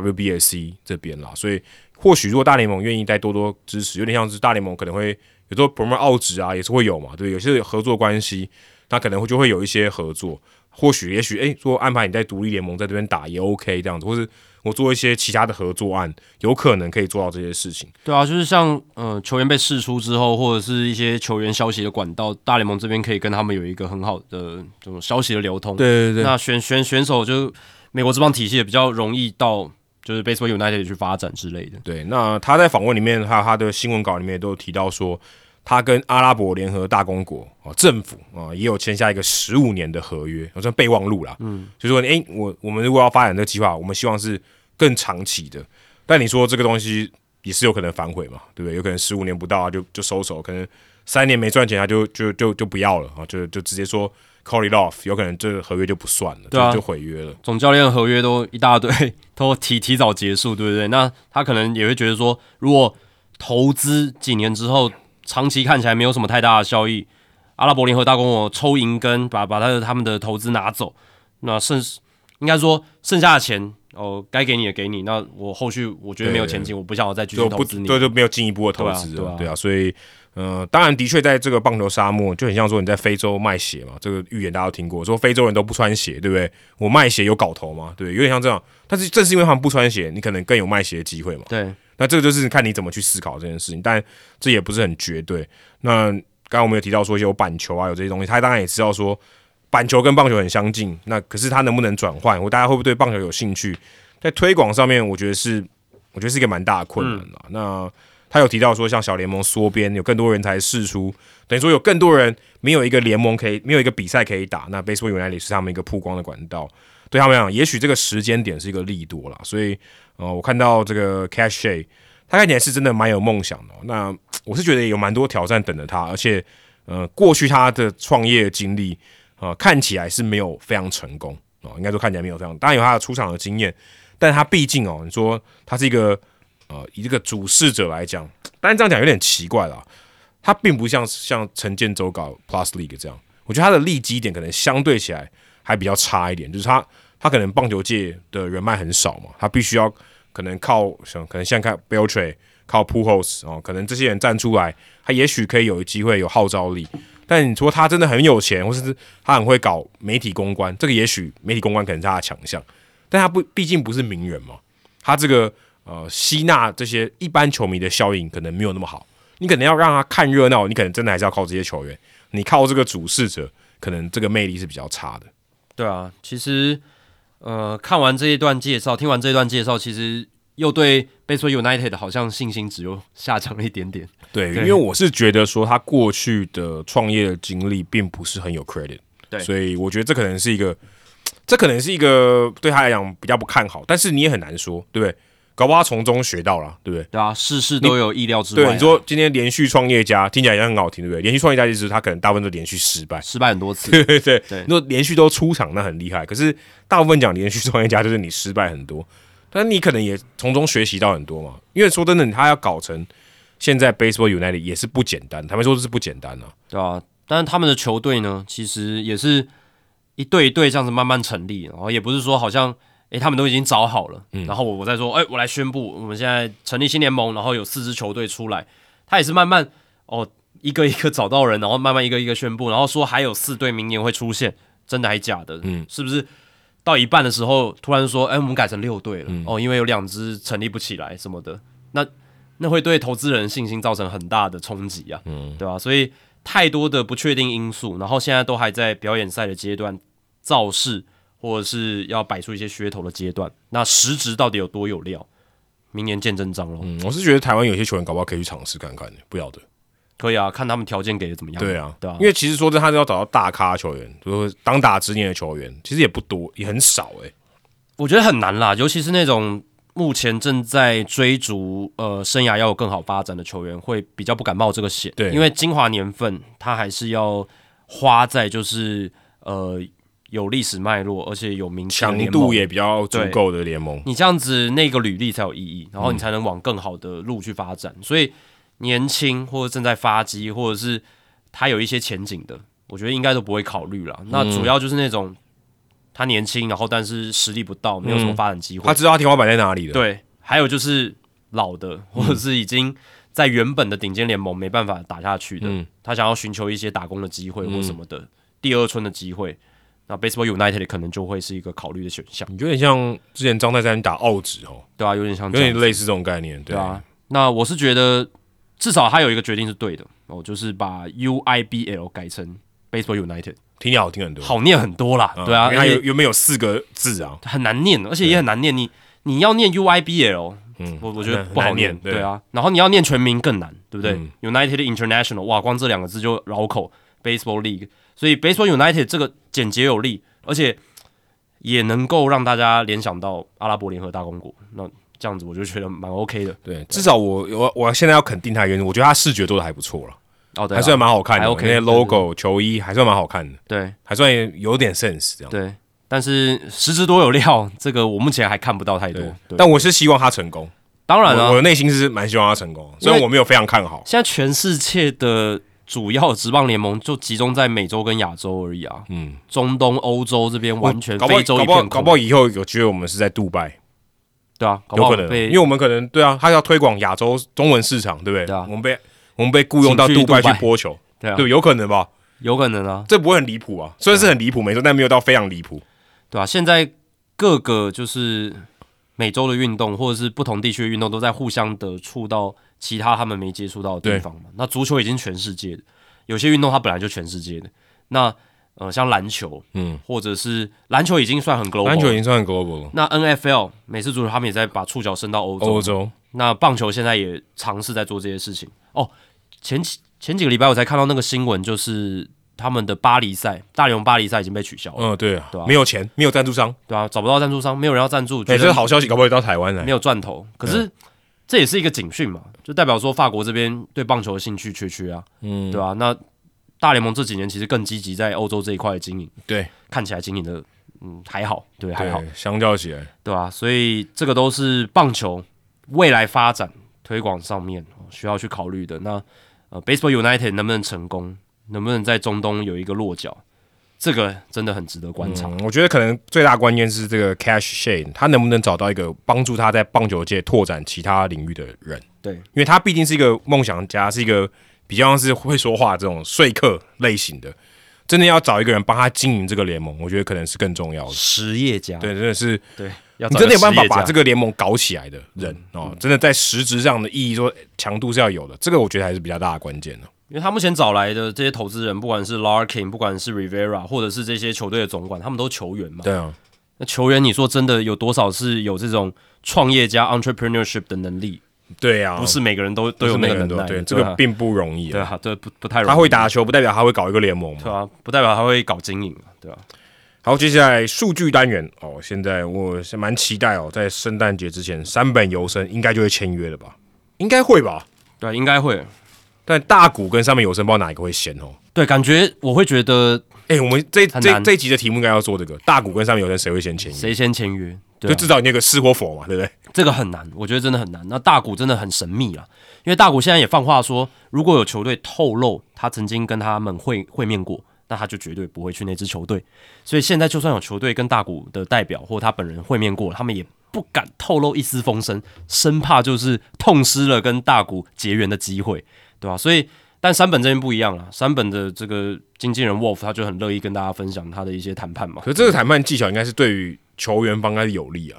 WBSC 这边啦。所以或许如果大联盟愿意再多多支持，有点像是大联盟可能会有时候 promote 澳职啊，也是会有嘛，对不对？有些合作关系，那可能会就会有一些合作。或许也许诶，说安排你在独立联盟在这边打也 OK 这样子，或是我做一些其他的合作案，有可能可以做到这些事情。
对啊，就是像呃球员被释出之后，或者是一些球员消息的管道，大联盟这边可以跟他们有一个很好的这种消息的流通。
对对
那选选选手就美国这帮体系也比较容易到就是 Baseball United 去发展之类的。
对，那他在访问里面还有他的新闻稿里面也都有提到说，他跟阿拉伯联合大公国哦政府啊、哦也有签下一个十五年的合约，好像备忘录啦。嗯，就说诶，我我们如果要发展这个计划，我们希望是更长期的。但你说这个东西也是有可能反悔嘛，对不对？有可能十哦五年不到啊，就就收手，可能三年没赚钱，他就就就就不要了啊，就就直接说 c o l l y Love 有可能这个合约就不算了，
对啊
就就毁约了。
总教练合约都一大堆， 都提提早结束，对不对？那他可能也会觉得说，如果投资几年之后，长期看起来没有什么太大的效益，阿拉伯联合大公国抽银根，把把他的他们的投资拿走，那剩应该说剩下的钱哦，该给你也给你，那我后续我觉得没有前景，我不想要再继续
就
投
不
资你。
对，就没有进一步的投资
对啊对
了
啊
对啊，所以呃，当然的确在这个棒球沙漠，就很像说你在非洲卖血嘛，这个预言大家都听过，说非洲人都不穿鞋，对不对？我卖血有搞头吗？对，有点像这样，但是正是因为他们不穿鞋，你可能更有卖血的机会嘛。
对
那这个就是看你怎么去思考这件事情，但这也不是很绝对。那刚刚我们有提到说有板球啊，有这些东西，他当然也知道说板球跟棒球很相近，那可是他能不能转换，或大家会不会对棒球有兴趣，在推广上面，我觉得是我觉得是一个蛮大的困难啦。那他有提到说，像小联盟缩编，有更多人才试出，等于说有更多人没有一个联盟可以，没有一个比赛可以打，那 Baseball 原来也是他们一个曝光的管道。对他们来讲，也许这个时间点是一个利多啦，所以呃，我看到这个 Cash Shay，他看起来是真的蛮有梦想的哦、那我是觉得有蛮多挑战等着他，而且呃，过去他的创业经历呃，看起来是没有非常成功哦，应该说看起来没有非常，当然有他的出场的经验，但他毕竟哦，你说他是一个呃，以这个主事者来讲，当然这样讲有点奇怪啦，他并不像像陈建州搞 Plus League 这样，我觉得他的利基点可能相对起来还比较差一点，就是他他可能棒球界的人脉很少嘛，他必须要可能靠像可能像看 b e l t r a 靠 p u h o s 哦，可能这些人站出来，他也许可以有机会有号召力。但你说他真的很有钱，或是他很会搞媒体公关，这个也许媒体公关可能是他的强项，但他不毕竟不是名人嘛，他这个呃吸纳这些一般球迷的效应可能没有那么好。你可能要让他看热闹，你可能真的还是要靠这些球员，你靠这个主事者，可能这个魅力是比较差的。
对啊，其实呃，看完这一段介绍，听完这一段介绍，其实又对 Baseball United 好像信心只有下降了一点点。
对，
对
因为我是觉得说他过去的创业经历并不是很有 credit，
对
所以我觉得这可能是一个，这可能是一个对他来讲比较不看好，但是你也很难说，对不对？搞不好他从中学到了，对不对？
对啊，事事都有意料之外啊、
对，你说今天连续创业家听起来也很好听，对不对？连续创业家就是他可能大部分都连续失败，
失败很多次，
对对
对
对，那连续都出场那很厉害，可是大部分讲连续创业家就是你失败很多，但你可能也从中学习到很多嘛。因为说真的，他要搞成现在 Baseball United 也是不简单，坦白说这是不简单啊。
对啊，但是他们的球队呢，其实也是一队一队这样子慢慢成立，然后也不是说好像诶、他们都已经找好了，然后我我再说诶、我来宣布我们现在成立新联盟，然后有四支球队出来，他也是慢慢哦一个一个找到人，然后慢慢一个一个宣布，然后说还有四队明年会出现，真的还假的？嗯，是不是？到一半的时候，突然说：“哎、我们改成六队了、哦，因为有两支成立不起来什么的。那”那会对投资人信心造成很大的冲击啊，对吧、所以太多的不确定因素，然后现在都还在表演赛的阶段，造势或者是要摆出一些噱头的阶段。那实质到底有多有料，明年见真章喽。
嗯，我是觉得台湾有些球员搞不好可以去尝试看看，不要的。
可以啊，看他们条件给的怎么样。
对啊，
对啊
因为其实说真的，他是要找到大咖球员，就是当打之年的球员，其实也不多，也很少哎、
我觉得很难啦，尤其是那种目前正在追逐呃生涯要有更好发展的球员，会比较不敢冒这个险。
对
因为精华年份他还是要花在就是呃有历史脉络，而且有名气的
强
联
度
盟
也比较足
对
够的联盟。
你这样子那个履历才有意
嗯
义，然后你才能往更好的路去发展。所以年轻或者正在发迹，或者是他有一些前景的，我觉得应该都不会考
嗯
虑了。那主要就是那种他年轻，然后但是实力不到，没有什么发展机会。
嗯他啊知道他天花板在哪里的，
对，还有就是老的，或
嗯
者是已经在原本的顶尖联盟没办法打下去的，
嗯
他想要寻求一些打工的机会或什么的，第二春的机会。那 Baseball United 可能就会是一个考虑的选项，
你有点像之前张泰山打澳职哦，
对啊，有点像
有
这样
点类似这种概念，对
对啊，那我是觉得至少他有一个决定是对的哦，就是把 UIBL 改成 Baseball United，
听起来好听很多。
好念很多啦，对啊，
嗯因为它
而
有
且
原本有四个字啊，
很难念，而且也很难念。你你要念 UIBL，
嗯
我我觉得
很
不好
难念对
对啊。然后你要念全名更难，对不对
嗯
？United International，哇，光这两个字就绕口。Baseball League，所以 Baseball United 这个简洁有力，而且也能够让大家联想到阿拉伯联合大公国。那这样子我就觉得蛮 OK 的。
对，至少我我我现在要肯定他的原因，我觉得他视觉做的还不错了。
哦，对啊，
还算蛮好看的，
还 OK，
那些
对对
logo 球衣还算蛮好看的，
对
还算有点 sense 这样。
对，但是十之多有料，这个我目前还看不到太多。对
但我是希望他成功，
当然啊
我
了、
我内心是蛮希望他成功，虽然我没有非常看好。
现在全世界的主要职棒联盟就集中在美洲跟亚洲而已啊，
嗯，
中东、欧洲这边完全
搞不好
非洲
搞
一
不好
片
搞
空
不好以后有机会我们是在杜拜，
对啊，搞不
有
好
可能，
被
因为我们可能对啊，他要推广亚洲中文市场，对不对？
对啊
我们被我们被雇佣到
请去
杜拜
杜
去
拜
播球，
对啊，
对，有可能吧？
有可能啊，
这不会很离谱啊，虽然是很离谱没错，但没有到非常离谱。
对啊，现在各个就是美洲的运动，或者是不同地区的运动，都在互相的触到其他他们没接触到的地方嘛。那足球已经全世界的，有些运动它本来就全世界的。那呃，像篮球，
嗯，
或者是篮球已经算很 global，
篮球已
了
经算很 global 了，
那 NFL 美式足球他们也在把触角伸到欧洲，
欧洲
那棒球现在也尝试在做这些事情哦。前几前几个礼拜我才看到那个新闻，就是他们的巴黎赛，大联盟巴黎赛已经被取消了，
嗯，对啊
对啊，
没有钱，没有赞助商，
对啊，找不到赞助商，没有人要赞助，
哎，
觉
这个
得
好消息搞不好也到台湾来
没。有赚头。可是这也是一个警讯嘛，就代表说法国这边对棒球的兴趣缺缺啊，
嗯
对，吧、那大联盟这几年其实更积极在欧洲这一块经营，
对，
看起来经营的嗯还好，对，还好，
对，相较起来，
对吧、所以这个都是棒球未来发展推广上面哦需要去考虑的。那呃，Baseball United 能不能成功，能不能在中东有一个落脚，这个真的很值得观察。
嗯，我觉得可能最大关键是这个 Cash Shane，他能不能找到一个帮助他在棒球界拓展其他领域的人，
对
因为他毕竟是一个梦想家，是一个比较像是会说话这种说客类型的，真的要找一个人帮他经营这个联盟，我觉得可能是更重要的。
实业家，
对，真的是
对，要
你
找
真的有
一个
办法
实业
把
家嗯
这个联盟搞起来的人哦，真的在实质上的意义说强度是要有的，这个我觉得还是比较大的关键的。
因为他目前找来的这些投资人，不管是 Larkin，不管是 Rivera，或者是这些球队的总管，他们都球员嘛。
对啊，
那球员，你说真的有多少是有这种创业家 entrepreneurship 的能力？
对啊，
不是每个人都都有
是每个
那个
人
能
都
耐的。
对，这
对
个
啊
并不容易
对
啊。
啊，这不不太容易。
他会打球不代表他会搞一个联盟嘛。
对啊，不代表他会搞经营啊，对吧、
好，接下来数据单元哦，现在我是蛮期待哦，在圣诞节之前，三本游生应该就会签约了吧？应该会吧？
对，应该会。
但大谷跟三本游生不知道哪一个会先哦。
对，感觉我会觉得
哎、我们这
很
这
难
这一集的题目应该要做这个，大谷跟三本游生谁会先签约？
谁先签约，对
就
啊、
至少你有个是或否嘛，对不对？
这个很难，我觉得真的很难。那大谷真的很神秘啊，因为大谷现在也放话说，如果有球队透露他曾经跟他们会会面过，那他就绝对不会去那支球队。所以现在就算有球队跟大谷的代表或他本人会面过，他们也不敢透露一丝风声，生怕就是痛失了跟大谷结缘的机会，对吧、所以。但山本这边不一样了，山本的这个经纪人 Wolf 他就很乐意跟大家分享他的一些谈判嘛
可，是这个谈判技巧应该是对于球员方应该是有利啊，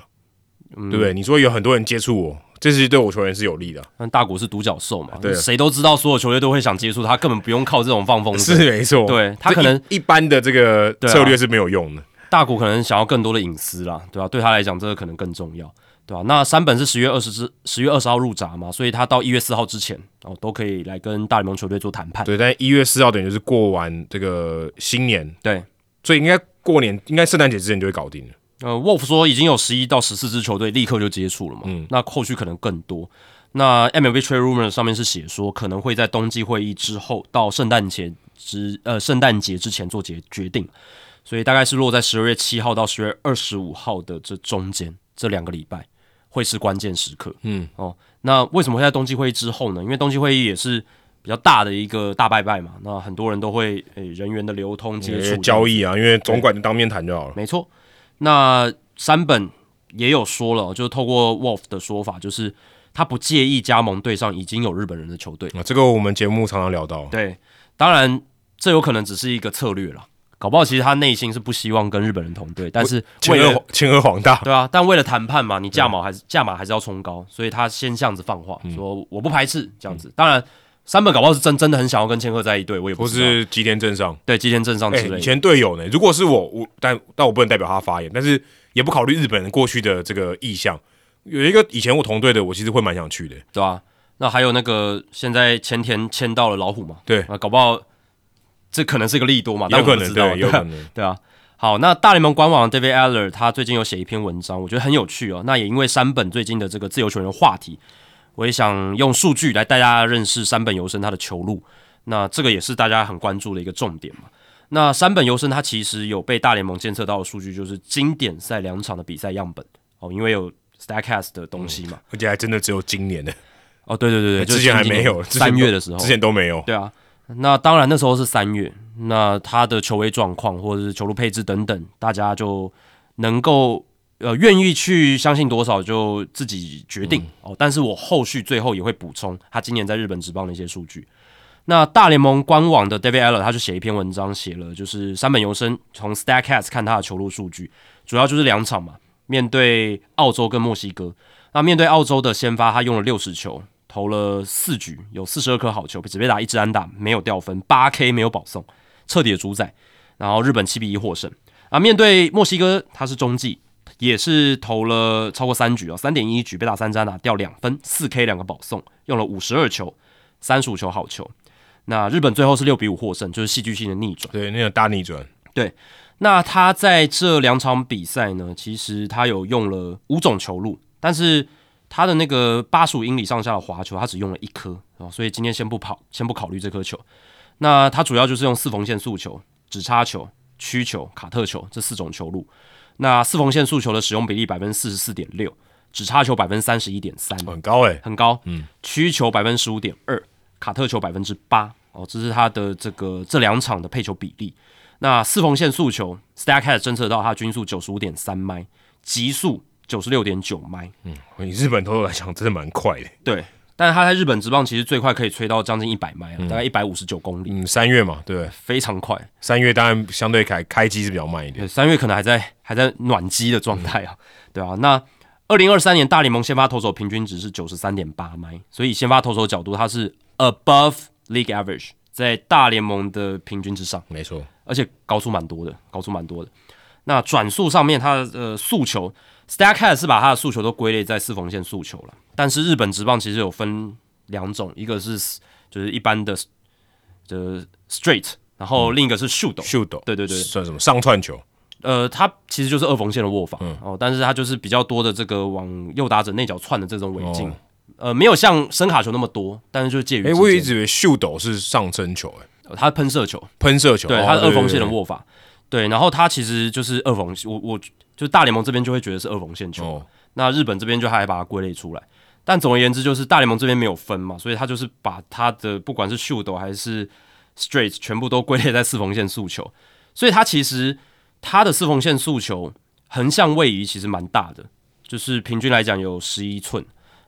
嗯
对不对？你说有很多人接触我，这是对我球员是有利的啊，
但大谷是独角兽嘛，
对啊
谁都知道所有球队都会想接触他，根本不用靠这种放风筝。
是没错。
嗯对他
这
可
一
能
一般的这个
对啊
策略是没有用的。
大谷可能想要更多的隐私啦，对吧、对他来讲，这个可能更重要，对吧、那山本是十月二十之十月二十号入闸嘛，所以他到一月四号之前哦都可以来跟大联盟球队做谈判。
对，但一月四号等于就是过完这个新年，
对，
所以应该过年，应该圣诞节之前就会搞定了。
呃，Wolf 说已经有十一到十四支球队立刻就接触了嘛，
嗯
那后续可能更多。那 MLB Trade Rumor 上面是写说，可能会在冬季会议之后到圣诞节之呃圣诞节之前做决决定，所以大概是落在十二月七号到十月二十五号的这中间这两个礼拜会是关键时刻。
嗯，
哦，那为什么会在冬季会议之后呢？因为冬季会议也是比较大的一个大拜拜嘛，那很多人都会诶、人员的流通接
因
触
为交易啊，因为总管就当面谈就好了。
没错，那山本也有说了，就是透过 Wolf 的说法，就是他不介意加盟队上已经有日本人的球队。
啊，这个我们节目常常聊到，
对，当然这有可能只是一个策略啦，搞不好其实他内心是不希望跟日本人同队，但是
前
为了
额前额黄大，
对啊，但为了谈判嘛，你价码还是价码还是要冲高，所以他先这样子放话，
嗯
说我不排斥这样子。当然，山本搞不好是真真的很想要跟千鹤在一队，我也不
或
知道。
是吉田镇上，
对，基田镇上
哎、
之类
以
的，
前队友呢？如果是我，我但但我不能代表他发言，但是也不考虑日本人过去的这个意向。有一个以前我同队的，我其实会蛮想去的。
对啊，那还有那个现在前田签到了老虎嘛，
对，
啊，搞不好这可能是个利多嘛，但
有
我
可
们不
能
知道
对，有
对
可
啊
能。
对啊。好，那大联盟官网的 David Aller 他最近有写一篇文章，我觉得很有趣哦。那也因为山本最近的这个自由球员的话题，我也想用数据来带大家认识山本由生他的球路。那这个也是大家很关注的一个重点嘛。那山本优生他其实有被大联盟监测到的数据，就是经典赛两场的比赛样本哦，因为有 Statcast 的东西嘛。
而且还真的只有今年的，
哦，对对对对，
嗯
就
之
是
前还
今
没
年
有，之前
三
都
月的时候
之，前都没有。
对啊。那当然那时候是三月，那他的球威状况或者是球路配置等等，大家就能够呃愿意去相信多少就自己决定、哦。但是我后续最后也会补充他今年在日本职棒的一些数据。那大联盟官网的 David Eller 他就写一篇文章，写了就是山本由生从 Statcast 看他的球路数据，主要就是两场嘛，面对澳洲跟墨西哥。那面对澳洲的先发，他用了六十球，投了四局，有四十二颗好球，只被打一支安打，没有掉分，八 K 没有保送，彻底的主宰。然后日本七比一获胜。啊，面对墨西哥，他是中继，也是投了超过三局哦，三点一局被打三支安打，掉两分，四 K 两个保送，用了五十二球，三十五球好球。那日本最后是六比五获胜，就是戏剧性的逆转。
对，那个大逆转，
那他在这两场比赛呢，其实他有用了五种球路，但是他的那个八十五英里上下的滑球，他只用了一颗哦，所以今天先不跑，先不考虑这颗球。那他主要就是用四缝线速球、直插球、曲球、卡特球这四种球路。那四缝线速球的使用比例百分之四十四点六，直插球百分之三十一点三，
很高哎、
很高，嗯，曲球百分之十五点二，卡特球百分之八，哦，这是他的这个这两场的配球比例。那四缝线速球 s t a c k a s 侦测到他的均速九十五点三迈，极速九十六点九迈，
以日本投手来讲，真的蛮快的。
对。但是他在日本职棒其实最快可以吹到将近一百迈啊，大概一百五十九公里，
嗯，三月嘛，对不对，
非常快。
三月当然相对开开机是比较慢一点。
对，三月可能还在还在暖机的状态啊，对啊。那二零二三年大联盟先发投手平均值是九十三点八迈，所以先发投手角度它是 above league average，在大联盟的平均之上，
没错，
而且高出蛮多的，高出蛮多的。那转速上面，它的呃诉求 Statcast 是把它的诉求都归类在四缝线诉求了，但是日本职棒其实有分两种，一个是就是一般的就是 straight，然后另一个是 shoot，、
秀斗，
对对对
算什么上窜球？
呃，它其实就是二缝线的握法、
嗯
哦，但是它就是比较多的这个往右打者内角窜的这种尾劲，
哦
呃，没有像深卡球那么多，但是就是介于之
哎、
间。
我一直以为秀斗是上升球、哎，
呃它喷射球，
喷射球，
对，
哦
它是二缝线的
对对
握法，对，然后它其实就是二缝，我我就是大联盟这边就会觉得是二缝线球，
对哦，
那日本这边就还把它归类出来。但总而言之，就是大联盟这边没有分嘛，所以他就是把他的不管是 shoot 还是 straight 全部都归类在四缝线诉求，所以他其实他的四缝线诉求横向位移其实蛮大的，就是平均来讲有十一寸。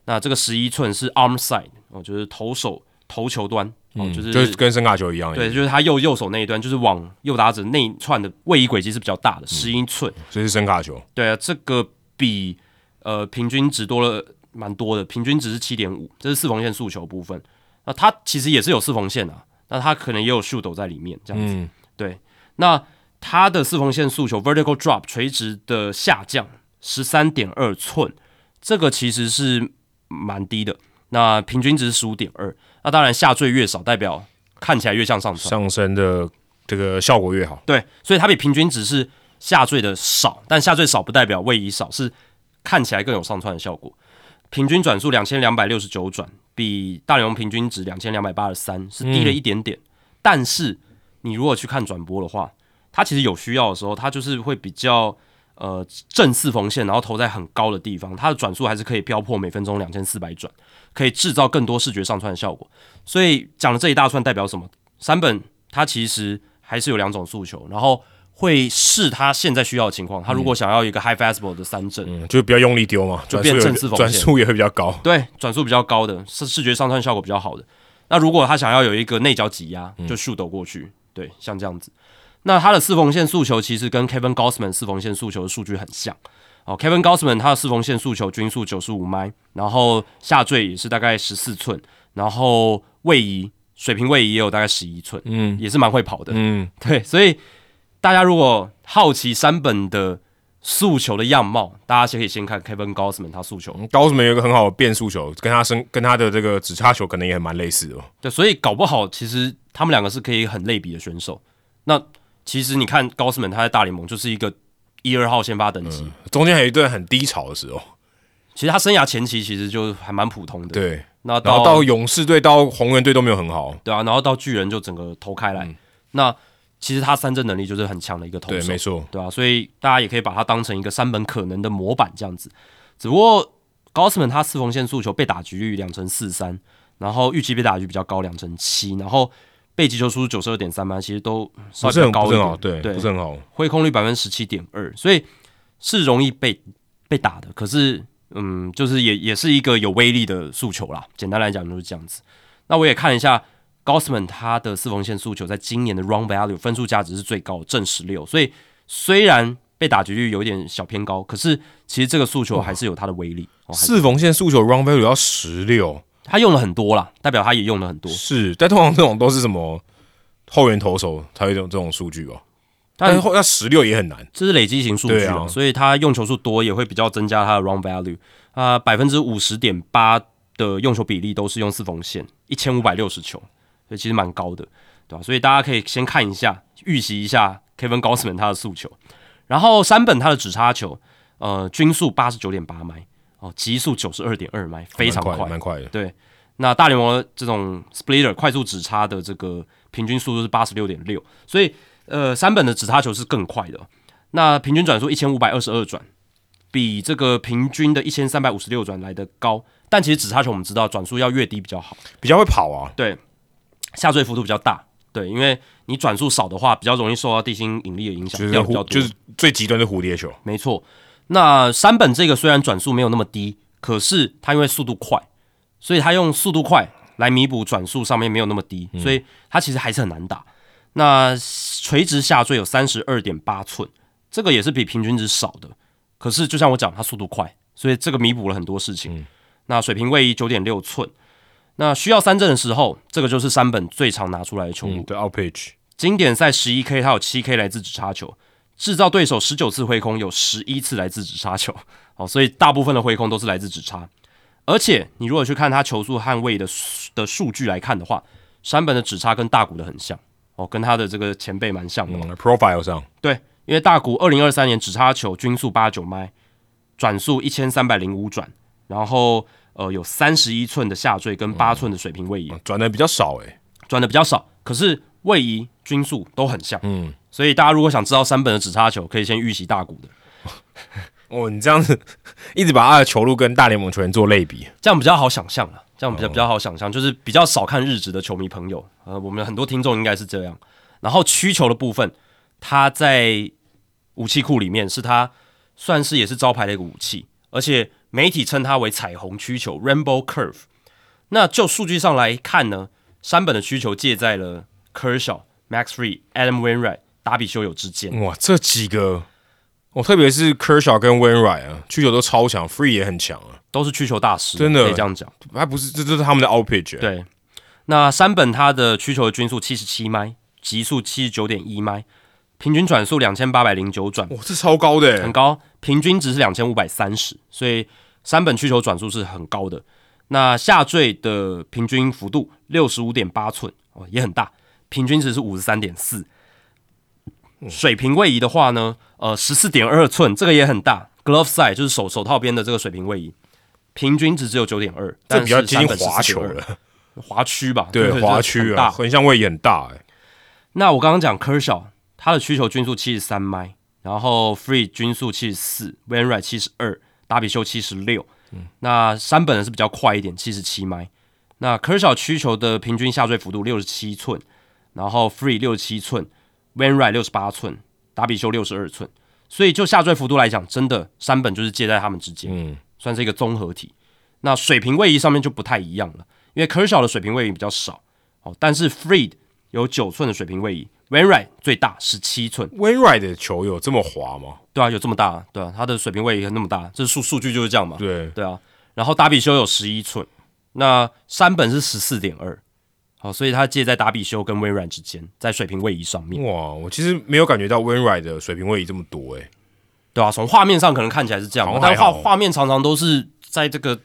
那这个十一寸是 arm side 哦，就是投手头球端哦，就是、
嗯就是跟声卡球一样，
对，，就是他右右手那一端，就是往右打者内串的位移轨迹是比较大
嗯
的，十一寸。
所以是声卡球，
对啊，这个比呃平均值多了蛮多的，平均值是七点五，这是四缝线诉求部分。那它其实也是有四缝线啊，那它可能也有竖斗在里面这样子。
嗯
对，那它的四缝线诉求 vertical drop 垂直的下降十三点二寸，这个其实是蛮低的。那平均值十五点二，那当然下坠越少，代表看起来越向上窜。
上升的这个效果越好，
对，所以它比平均值是下坠的少，但下坠少不代表位移少，是看起来更有上窜的效果。平均转速两千两百六十九转，比大联盟平均值两千两百八十三是低了一点点，但是你如果去看转播的话，它其实有需要的时候，它就是会比较呃正四缝线，然后投在很高的地方，它的转速还是可以飙破每分钟两千四百转，可以制造更多视觉上窜的效果。所以讲了这一大串代表什么？山本他其实还是有两种诉求，然后会视他现在需要的情况，他如果想要一个 high fastball 的三振，
嗯，就不要用力丢嘛，
就
转
变
速
正四
也
缝线
转速也会比较高，
对，转速比较高的，是视觉上窜效果比较好的。那如果他想要有一个内角挤压，就竖抖过去，对，像这样子。那他的四缝线诉求其实跟 Kevin Gossman 四缝线诉求的数据很像。哦，Kevin Gossman 他的四缝线诉求均速九十五迈，然后下坠也是大概十四寸，然后位移水平位移也有大概十一寸，嗯，也是蛮会跑的。
嗯，
对，所以大家如果好奇山本的诉求的样貌，大家先可以先看 Kevin Gossman 他诉求
高什么有一个很好的变速球，跟他身跟他的这个直插球可能也蛮类似的哦，
对，所以搞不好其实他们两个是可以很类比的选手。那其实你看高斯门他在大联盟就是一个一二号先发等级，
嗯中间还有一段很低潮的时候，
其实他生涯前期其实就还蛮普通的。
对，
那
然
到
后到勇士队、到红人队都没有很好。
对啊，然后到巨人就整个投开来。那其实他三振能力就是很强的一个投
嗯对，
手
没，错，
对啊，所以大家也可以把它当成一个山本可能的模板这样子。只不过高斯 n 他四缝线速球被打局率两成四三，然后预期被打局比较高两成七，然后被击球出九十二点三嘛，其实都稍
不是
微比较
很
高
不
一
是很好，
点，哦
对，不是很好。
挥空率百分之十七点二，所以是容易被被打的。可是，嗯，就是也也是一个有威力的诉求啦。简单来讲就是这样子。那我也看了一下 Gossman 他的四缝线诉求，在今年的 Run Value 分数价值是最高的，正十六。所以虽然被打局率有点小偏高，可是其实这个诉求还是有哦它的威力。哦、还
四缝线速球 run value 要十六，
他用了很多啦，代表他也用了很多。
是，但通常这种都是什么后援投手才会有这种这种数据吧？但
但
是后要十六也很难，
这是累积型数据
对
啊，
啊
所以它用球数多也会比较增加它的 run value 啊、百分之五十点八的用球比例都是用四缝线，一千五百六十球，所以其实蛮高的，对吧、所以大家可以先看一下，预习一下 Kevin Gossman 他的速球，然后山本他的直插球，呃，均速八十九点八迈，哦，极速九十二点二迈，非常
蛮
快
快，，蛮快的。
对，那大联盟这种 splitter 快速直插的这个平均速度是八十六点六，所以呃，三本的直插球是更快的。那平均转速一千五百二十二转，比这个平均的一千三百五十六转来的高。但其实直插球我们知道转速要越低比较好，
比较会跑啊，
对，下坠幅度比较大，对，因为你转速少的话，比较容易受到地心引力的影响
就，是
掉得比较
蝴
多。
就是最极端的蝴蝶球，
没错。那山本这个虽然转速没有那么低，可是他因为速度快，所以他用速度快来弥补转速上面没有那么低，所以他其实还是很难打。那垂直下坠有三十二点八寸，这个也是比平均值少的。可是就像我讲，他速度快，所以这个弥补了很多事情。那水平位移九点六寸，那需要三振的时候，这个就是山本最常拿出来的球路。
嗯，对，out pitch，
经典赛十一 K，它有七 K 来自直插球，制造对手十九次挥空，有十一次来自直插球。哦，所以大部分的挥空都是来自直插。而且你如果去看他球速捍卫的数的数据来看的话，山本的直插跟大谷的很像哦，跟他的这个前辈蛮像的。
嗯，profile 上
对，因为大谷二零二三年直插球均速八九迈，转速一千三百零五转，然后呃有三十一寸的下坠跟八寸的水平位移，
嗯转的比较少欸诶、
转的比较少，可是位移均速都很像。嗯，所以大家如果想知道山本的直插球，可以先预习大谷的，
哦，你这样子 一直把他的球路跟大联盟球员做类比，
这样比较好想象了。这样比较比较好想象，就是比较少看日职的球迷朋友，呃，我们很多听众应该是这样。然后曲球的部分，它在武器库里面是它算是也是招牌的一个武器，而且媒体称它为彩虹曲球 （Rainbow Curve）。那就数据上来看呢，山本的曲球介在了 Kershaw、Max Free、Adam Wainwright、达比修友之间。
哇，这几个，哦，特别是 Kershaw 跟 Wainwright 啊，曲球都超强，Free 也很强啊，
都是曲球大师，
真的
可以这样讲。
还不是这这是他们的 out pitch，、欸、
对，那山本他的曲球的均速七十七迈，极速七十九点一迈，平均转速两千八百零九转，
哇，这超高的、欸
很，高，平均值是两千五百三十，所以山本曲球转速是很高的。那下坠的平均幅度六十五点八寸哦，也很大，平均值是五十三点四。
嗯
水平位移的话呢，呃，十四点二寸，这个也很大。Glove side 就是手手套边的这个水平位移，平均值只有九点二，
这
但
比较
是
接近
山本
滑
14.2
球了，
滑区吧，
对，滑
就是
区
很
啊，
大。
横向位也很大、欸，
那我刚刚讲 Kershaw，他的需求均速七十三迈，然后 Free 均速七十四 w a n r i g h t 七十二，达比修七十六。那山本的是比较快一点，七十七迈。那 Kershaw 需求的平均下坠幅度六十七寸，然后 Free 六十七寸 w a n r i g h t 六十八寸，达比修六十二寸。所以就下坠幅度来讲，真的山本就是介在他们之间，
嗯
算是一个综合体。那水平位移上面就不太一样了，因为 Kershaw 的水平位移比较少哦，但是 Freed 有九寸的水平位移，Wainwright 最大十七寸，
Wainwright 的球有这么滑吗？
对啊，有这么大啊，对啊，他的水平位移那么大，这数数据就是这样嘛，
对，
对啊。然后达比修有十一寸，那山本是十四点二，好，所以他介在达比修跟 Wainwright 之间，在水平位移上面，
哇，我其实没有感觉到 Wainwright 的水平位移这么多、欸，
对啊，从画面上可能看起来是这样嘛，
好像
但
还
画
好
画面常常都是在这个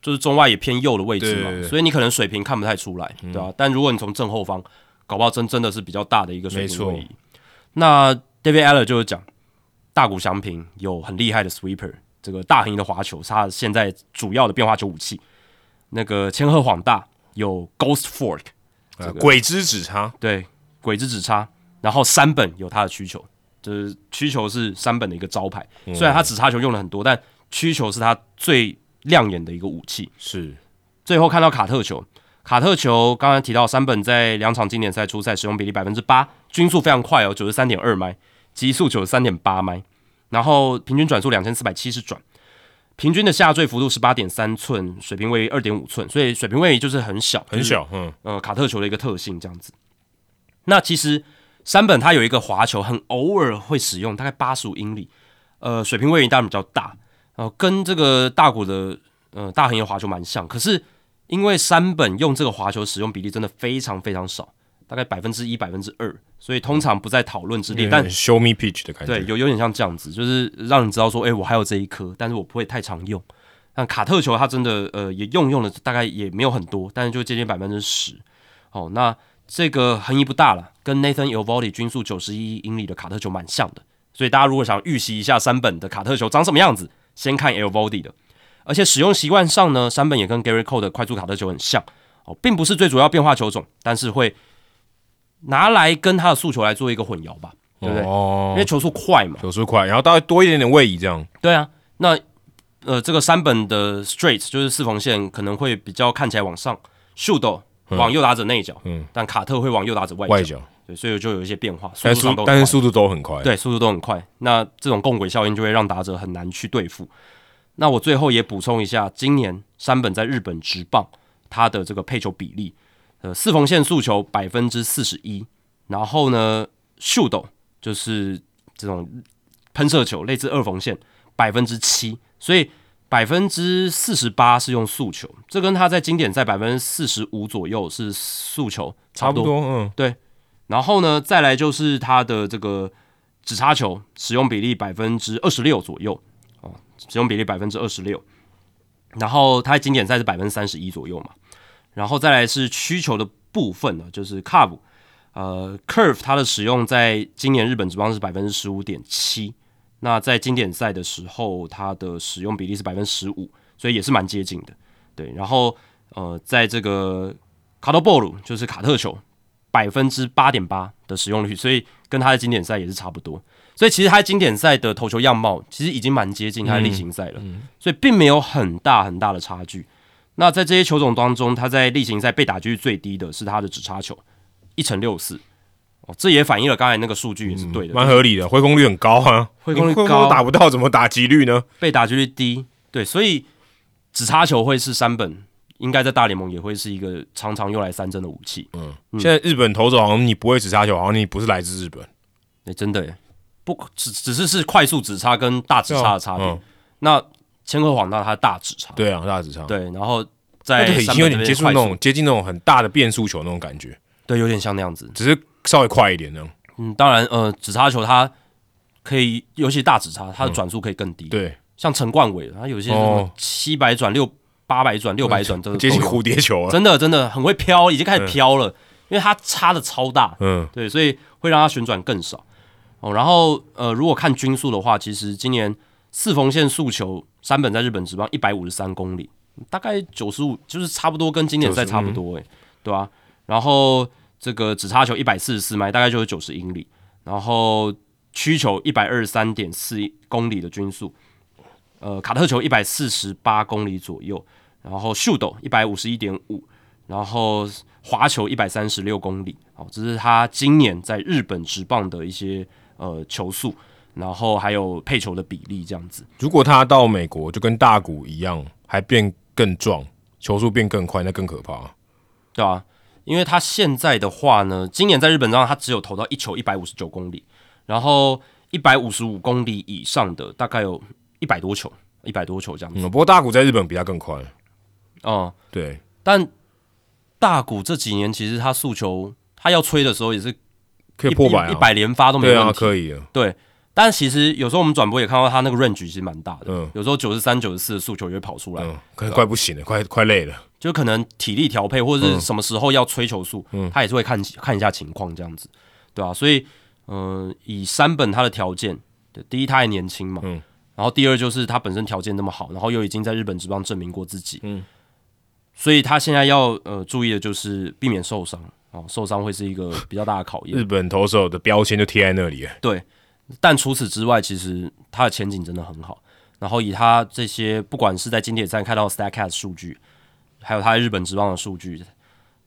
就是中外也偏右的位置
对
嘛，
对对嗯
所以你可能水平看不太出来，对啊，但如果你从正后方，搞不好真真的是比较大的一个水平位
没
移。那 David Aller 就是讲大谷翔平有很厉害的 sweeper，这个大横移的滑球是他现在主要的变化球武器。那个千鹤晃大有 Ghost Fork，
呃鬼之指叉，
对，鬼之指叉，然后山本有他的曲球，就是曲球是山本的一个招牌。虽然他指叉球用了很多，但曲球是他最亮眼的一个武器。
是
最后看到卡特球，卡特球刚才提到山本在两场经典赛初赛使用比例百分之八，均速非常快哦，九十三点二迈，极速九十三点八迈，然后平均转速两千四百七十转，平均的下坠幅度十八点三寸，水平位移二点五寸，所以水平位移就是很小，
很小，嗯，
呃卡特球的一个特性这样子。那其实山本他有一个滑球，很偶尔会使用，大概八十五英里，呃，水平位移当然比较大，呃，跟这个大谷的呃大横移滑球蛮像，可是因为山本用这个滑球使用比例真的非常非常少，大概百分之一、百分之二，所以通常不在讨论之列，但
show me pitch 的感觉，
对，有有点像这样子，就是让你知道说，哎、我还有这一颗，但是我不会太常用。但卡特球它真的，呃，也用用的大概也没有很多，但是就接近百分之十。哦，那这个横移不大了，跟 Nathan e o v o l d i 均速九十一英里的卡特球蛮像的。所以大家如果想预习一下山本的卡特球长什么样子，先看 e o v o l d i 的。而且使用习惯上呢，山本也跟 Gary Cole 的快速卡特球很像哦，并不是最主要变化球种，但是会拿来跟他的速球来做一个混淆吧，对不对？因
哦
为，球速快嘛。
球速快，然后大概多一点点位移这样，
对啊，那呃，这个山本的 straight 就是四缝线可能会比较看起来往上，shoot 往右打者内角，
嗯
但卡特会往右打者外角，
外角，
对，所以就有一些变化，速
但
度
速
上都很
但是
快
速度都很快，，
对速度都很快。那这种共轨效应就会让打者很难去对付。那我最后也补充一下，今年山本在日本职棒他的这个配球比例，呃，四缝线速球百分之四十一，然后呢，shoot 就是这种喷射球，类似二缝线，百分之七，所以百分之四十八是用速球，这跟他在经典赛百分之四十五左右是速球
差
差
不
不多。
多，嗯，
然后呢，再来就是它的这个指叉球使用比例百分之二十六左右哦，使用比例百分之二十六。然后它经典赛是百分之三十一左右嘛。然后再来是曲球的部分呢，就是 curve，呃，curve 它的使用在今年日本职棒是百分之十五点七，那在经典赛的时候，它的使用比例是百分之十五，所以也是蛮接近的。对，然后呃，在这个卡特 ball 就是卡特球，百分之八点八的使用率，所以跟他的经典赛也是差不多。所以其实他经典赛的投球样貌其实已经蛮接近他的例行赛了，所以并没有很大很大的差距。那在这些球种当中，他在例行赛被打击率最低的是他的直插球，一乘六四。哦，这也反映了刚才那个数据也是对的，
蛮合理的，挥空率很高啊，
挥空率
你
高
打不到，怎么打击率呢？
被打击率低，对，所以只插球会是三本，应该在大联盟也会是一个常常用来三振的武器。
嗯
哎、
现在日本投手好像你不会直杀球，好像你不是来自日本，
啊真的耶，不只只是是快速直插跟大直插的差别。
嗯
那千鹤晃那它大直插，
对啊，大直差，
对，然后
那
在
就已
三
经
本
有
这
点
边
接触
快
那
速，
种接近那种很大的变速球那种感觉，
对，有点像那样子。
只是稍微快一点那样，
嗯，当然，呃，直插球它可以，尤其大直插，它的转速可以更低。，
嗯对，
像陈冠伟，他有些什么
哦
七百转、六八百转、六百转都
接近
都有
蝴蝶球啊了，
真的真的很会飘，已经开始飘了，因为它插的超大，
嗯，
对，所以会让它旋转更少。哦，然后呃，如果看均速的话，其实今年四缝线速球山本在日本职棒一百五十三公里，大概九十五，就是差不多跟经典赛
90
差不多、欸，对吧、然后这个直插球一百四十四迈，大概就是九十英里，然后曲球一百二十三点四公里的均速，呃，卡特球一百四十八公里左右，然后秀斗一百五十一点五，然后滑球一百三十六公里，哦，这是他今年在日本职棒的一些呃球速，然后还有配球的比例这样子。
如果他到美国就跟大谷一样，还变更壮，球速变更快，那更可怕。
对啊，因为他现在的话呢，今年在日本上他只有投到一球一百五十九公里，然后一百五十五公里以上的大概有一百多球，一百多球这样子。
嗯，不过大谷在日本比他更快，
嗯，
对，
但大谷这几年其实他速球，他要吹的时候也是
可以
一
破百
一
啊，
百连发都没
对
问
啊，
题。
可以啊，
对，但其实有时候我们转播也看到他那个 range 其实蛮大的，
嗯
有时候九十三、九十四的速球也会跑出来，
嗯，快快不行了，快快累了，
就可能体力调配或者
嗯
是什么时候要吹球速，他也是会看看一下情况这样子，对啊，所以，嗯、以山本他的条件，对，第一他还年轻嘛，
嗯嗯
然后第二就是他本身条件那么好，然后又已经在日本职棒证明过自己，所以他现在要呃注意的就是避免受伤哦，受伤会是一个比较大的考验
日。本投手的标签就贴在那里了，
对，但除此之外，其实他的前景真的很好。然后以他这些，不管是在经典赛看到 Statcast 数据，还有他在日本职棒的数据，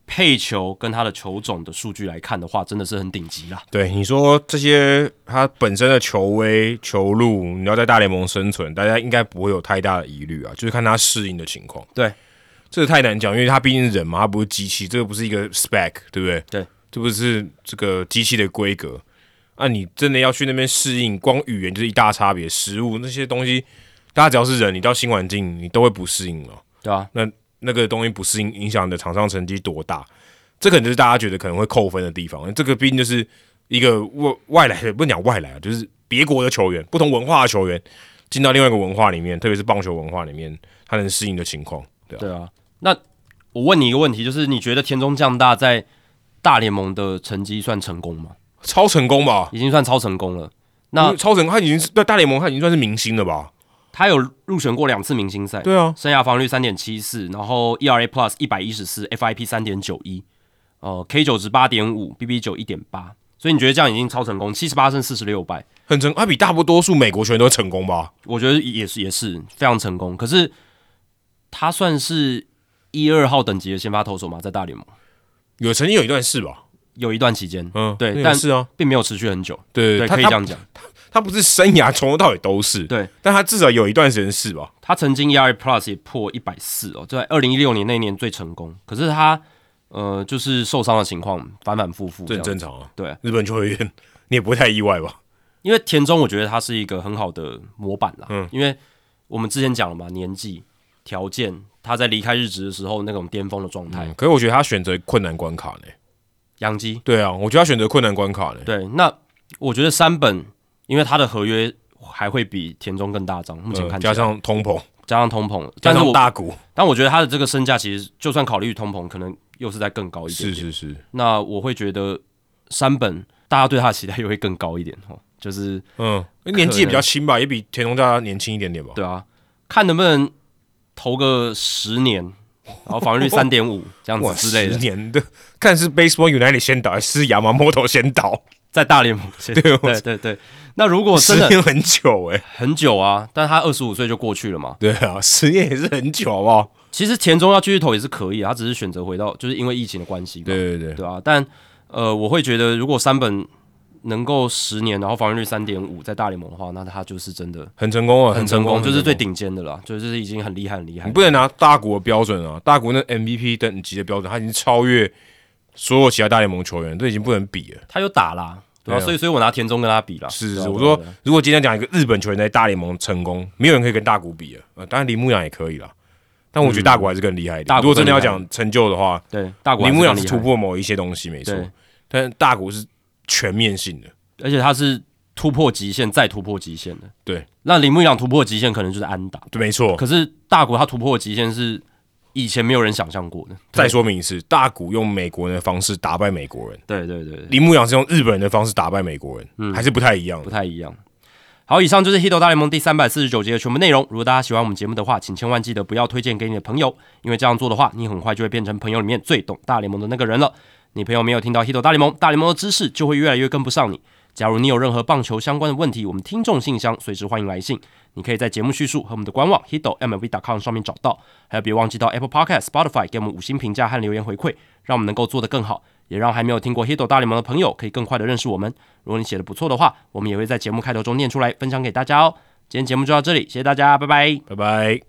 配球跟他的球种的数据来看的话，真的是很顶级啦。
对，你说这些他本身的球威、球路，你要在大联盟生存，大家应该不会有太大的疑虑啊，就是看他适应的情况。
对，
这个太难讲，因为他毕竟是人嘛，他不是机器，这个不是一个 spec，对不对？
对，
这不是这个机器的规格。啊，你真的要去那边适应，光语言就是一大差别，食物那些东西，大家只要是人，你到新环境，你都会不适应了。
对啊，
那个东西不适应，影响你的场上成绩多大？这可能就是大家觉得可能会扣分的地方。这个毕竟就是一个外外来的，不能讲外来啊，就是别国的球员，不同文化的球员进到另外一个文化里面，特别是棒球文化里面，他能适应的情况。
对啊。那我问你一个问题，就是你觉得田中将大在大联盟的成绩算成功吗？
超成功吧？
已经算超成功了。那
超成功，他已经是在大联盟，他已经算是明星了吧？
他有入选过两次明星赛，
对啊，
生涯防御率三点七四，然后 ERA Plus 一百一十四，FIP 三点九一，呃，K 九值八点五，BB 九一点八，所以你觉得这样已经超成功，七十八胜四十六败，
很成，他比大多数美国球员都成功吧？
我觉得也是也是非常成功。可是他算是一二号等级的先发投手嘛，在大联盟
有曾经有一段是吧？
有一段期间，
嗯，
对
那也
但
是啊，
并没有持续很久，
对
对，
他
可以这样讲。
他，他不是生涯从头到尾都是，
对，
但他至少有一段时间是吧？
他曾经 ERA Plus 也破一百四哦，在二零一六年那一年最成功。可是他呃，就是受伤的情况反反复复这
这很正
样，
常啊。
对，
日本球员， 你也不会太意外吧？
因为田中，我觉得他是一个很好的模板啦。
嗯
因为我们之前讲了嘛，年纪、条件，他在离开日职的时候那种巅峰的状态，
嗯可是我觉得他选择困难关卡呢。
养鸡。
对啊，我觉得他选择困难关卡呢。
对，那我觉得山本，因为他的合约还会比田中更大张，目前
呃
看起来、
加上通膨，
加上通膨，
加
但是
上
我
大股，
但我觉得他的这个身价其实就算考虑通膨，可能又是在更高一点
是
点。
是是，
那我会觉得山本大家对他的期待又会更高一点哦，就是
嗯，年纪也比较轻吧，也比田中大家年轻一点点吧。
对啊，看能不能投个十年，然后 防御率三点五这样
哇，
子之类
十
的，
年的，看是 Baseball United 先倒，还是亚麻 m o 先倒？
在大联盟 先
对我
对对对。那如果
十
哦真的
年很久哎、
很久啊，但他二十五岁就过去了嘛，
对啊，十年也是很久，好不好？
其实田中要继续投也是可以啊，他只是选择回到就是因为疫情的关系嘛，
对对对，
对啊，但呃，我会觉得如果三本能够十年，然后防御率三点五在大联盟的话，那他就是真的
很成功啊，嗯
很成功，就是
很
最顶尖的啦，就是已经很厉害很厉害
你。不能拿大谷的标准啊，大谷那 MVP 等级的标准，他已经超越所有其他大联盟球员，这已经不能比了。
他有打啦，对
对
啊，
啊
所以所以我拿田中跟他比啦。
是
对
是
啊
是，
对啊
我说
对啊
如果今天讲一个日本球员在大联盟成功，没有人可以跟大谷比了。呃，当然铃木洋也可以啦，但我觉得大谷还是更厉害一点。
嗯大谷
如果真的要
更厉害
讲成就的话，
对大谷还
铃木
非
洋
常
是
厉
突
害，
破某一些东西没错
对，
但是大谷是全面性的。
而且他是突破极限再突破极限的。
对，
那铃木一朗突破极限可能就是安打，
对，没错。
可是大谷他突破的极限是以前没有人想象过的。
再说明一次，大谷用美国人的方式打败美国人，
对对对对，
铃木洋是用日本人的方式打败美国人，还是不太一样
嗯不
的。
太一样。好，以上就是《h i t 大联盟》第三百四十九集的全部内容。如果大家喜欢我们节目的话，请千万记得不要推荐给你的朋友，因为这样做的话，你很快就会变成朋友里面最懂大联盟的那个人了。你朋友没有听到《h i t 大联盟》，大联盟的知识就会越来越跟不上你。假如你有任何棒球相关的问题，我们听众信箱随时欢迎来信，你可以在节目叙述和我们的官网 hitomlb.com 上面找到。还有，别忘记到 Apple Podcast、Spotify 给我们五星评价和留言回馈，让我们能够做得更好，也让还没有听过 Hito 大联盟的朋友可以更快的认识我们。如果你写的不错的话，我们也会在节目开头中念出来，分享给大家哦。今天节目就到这里，谢谢大家，拜拜。
拜拜。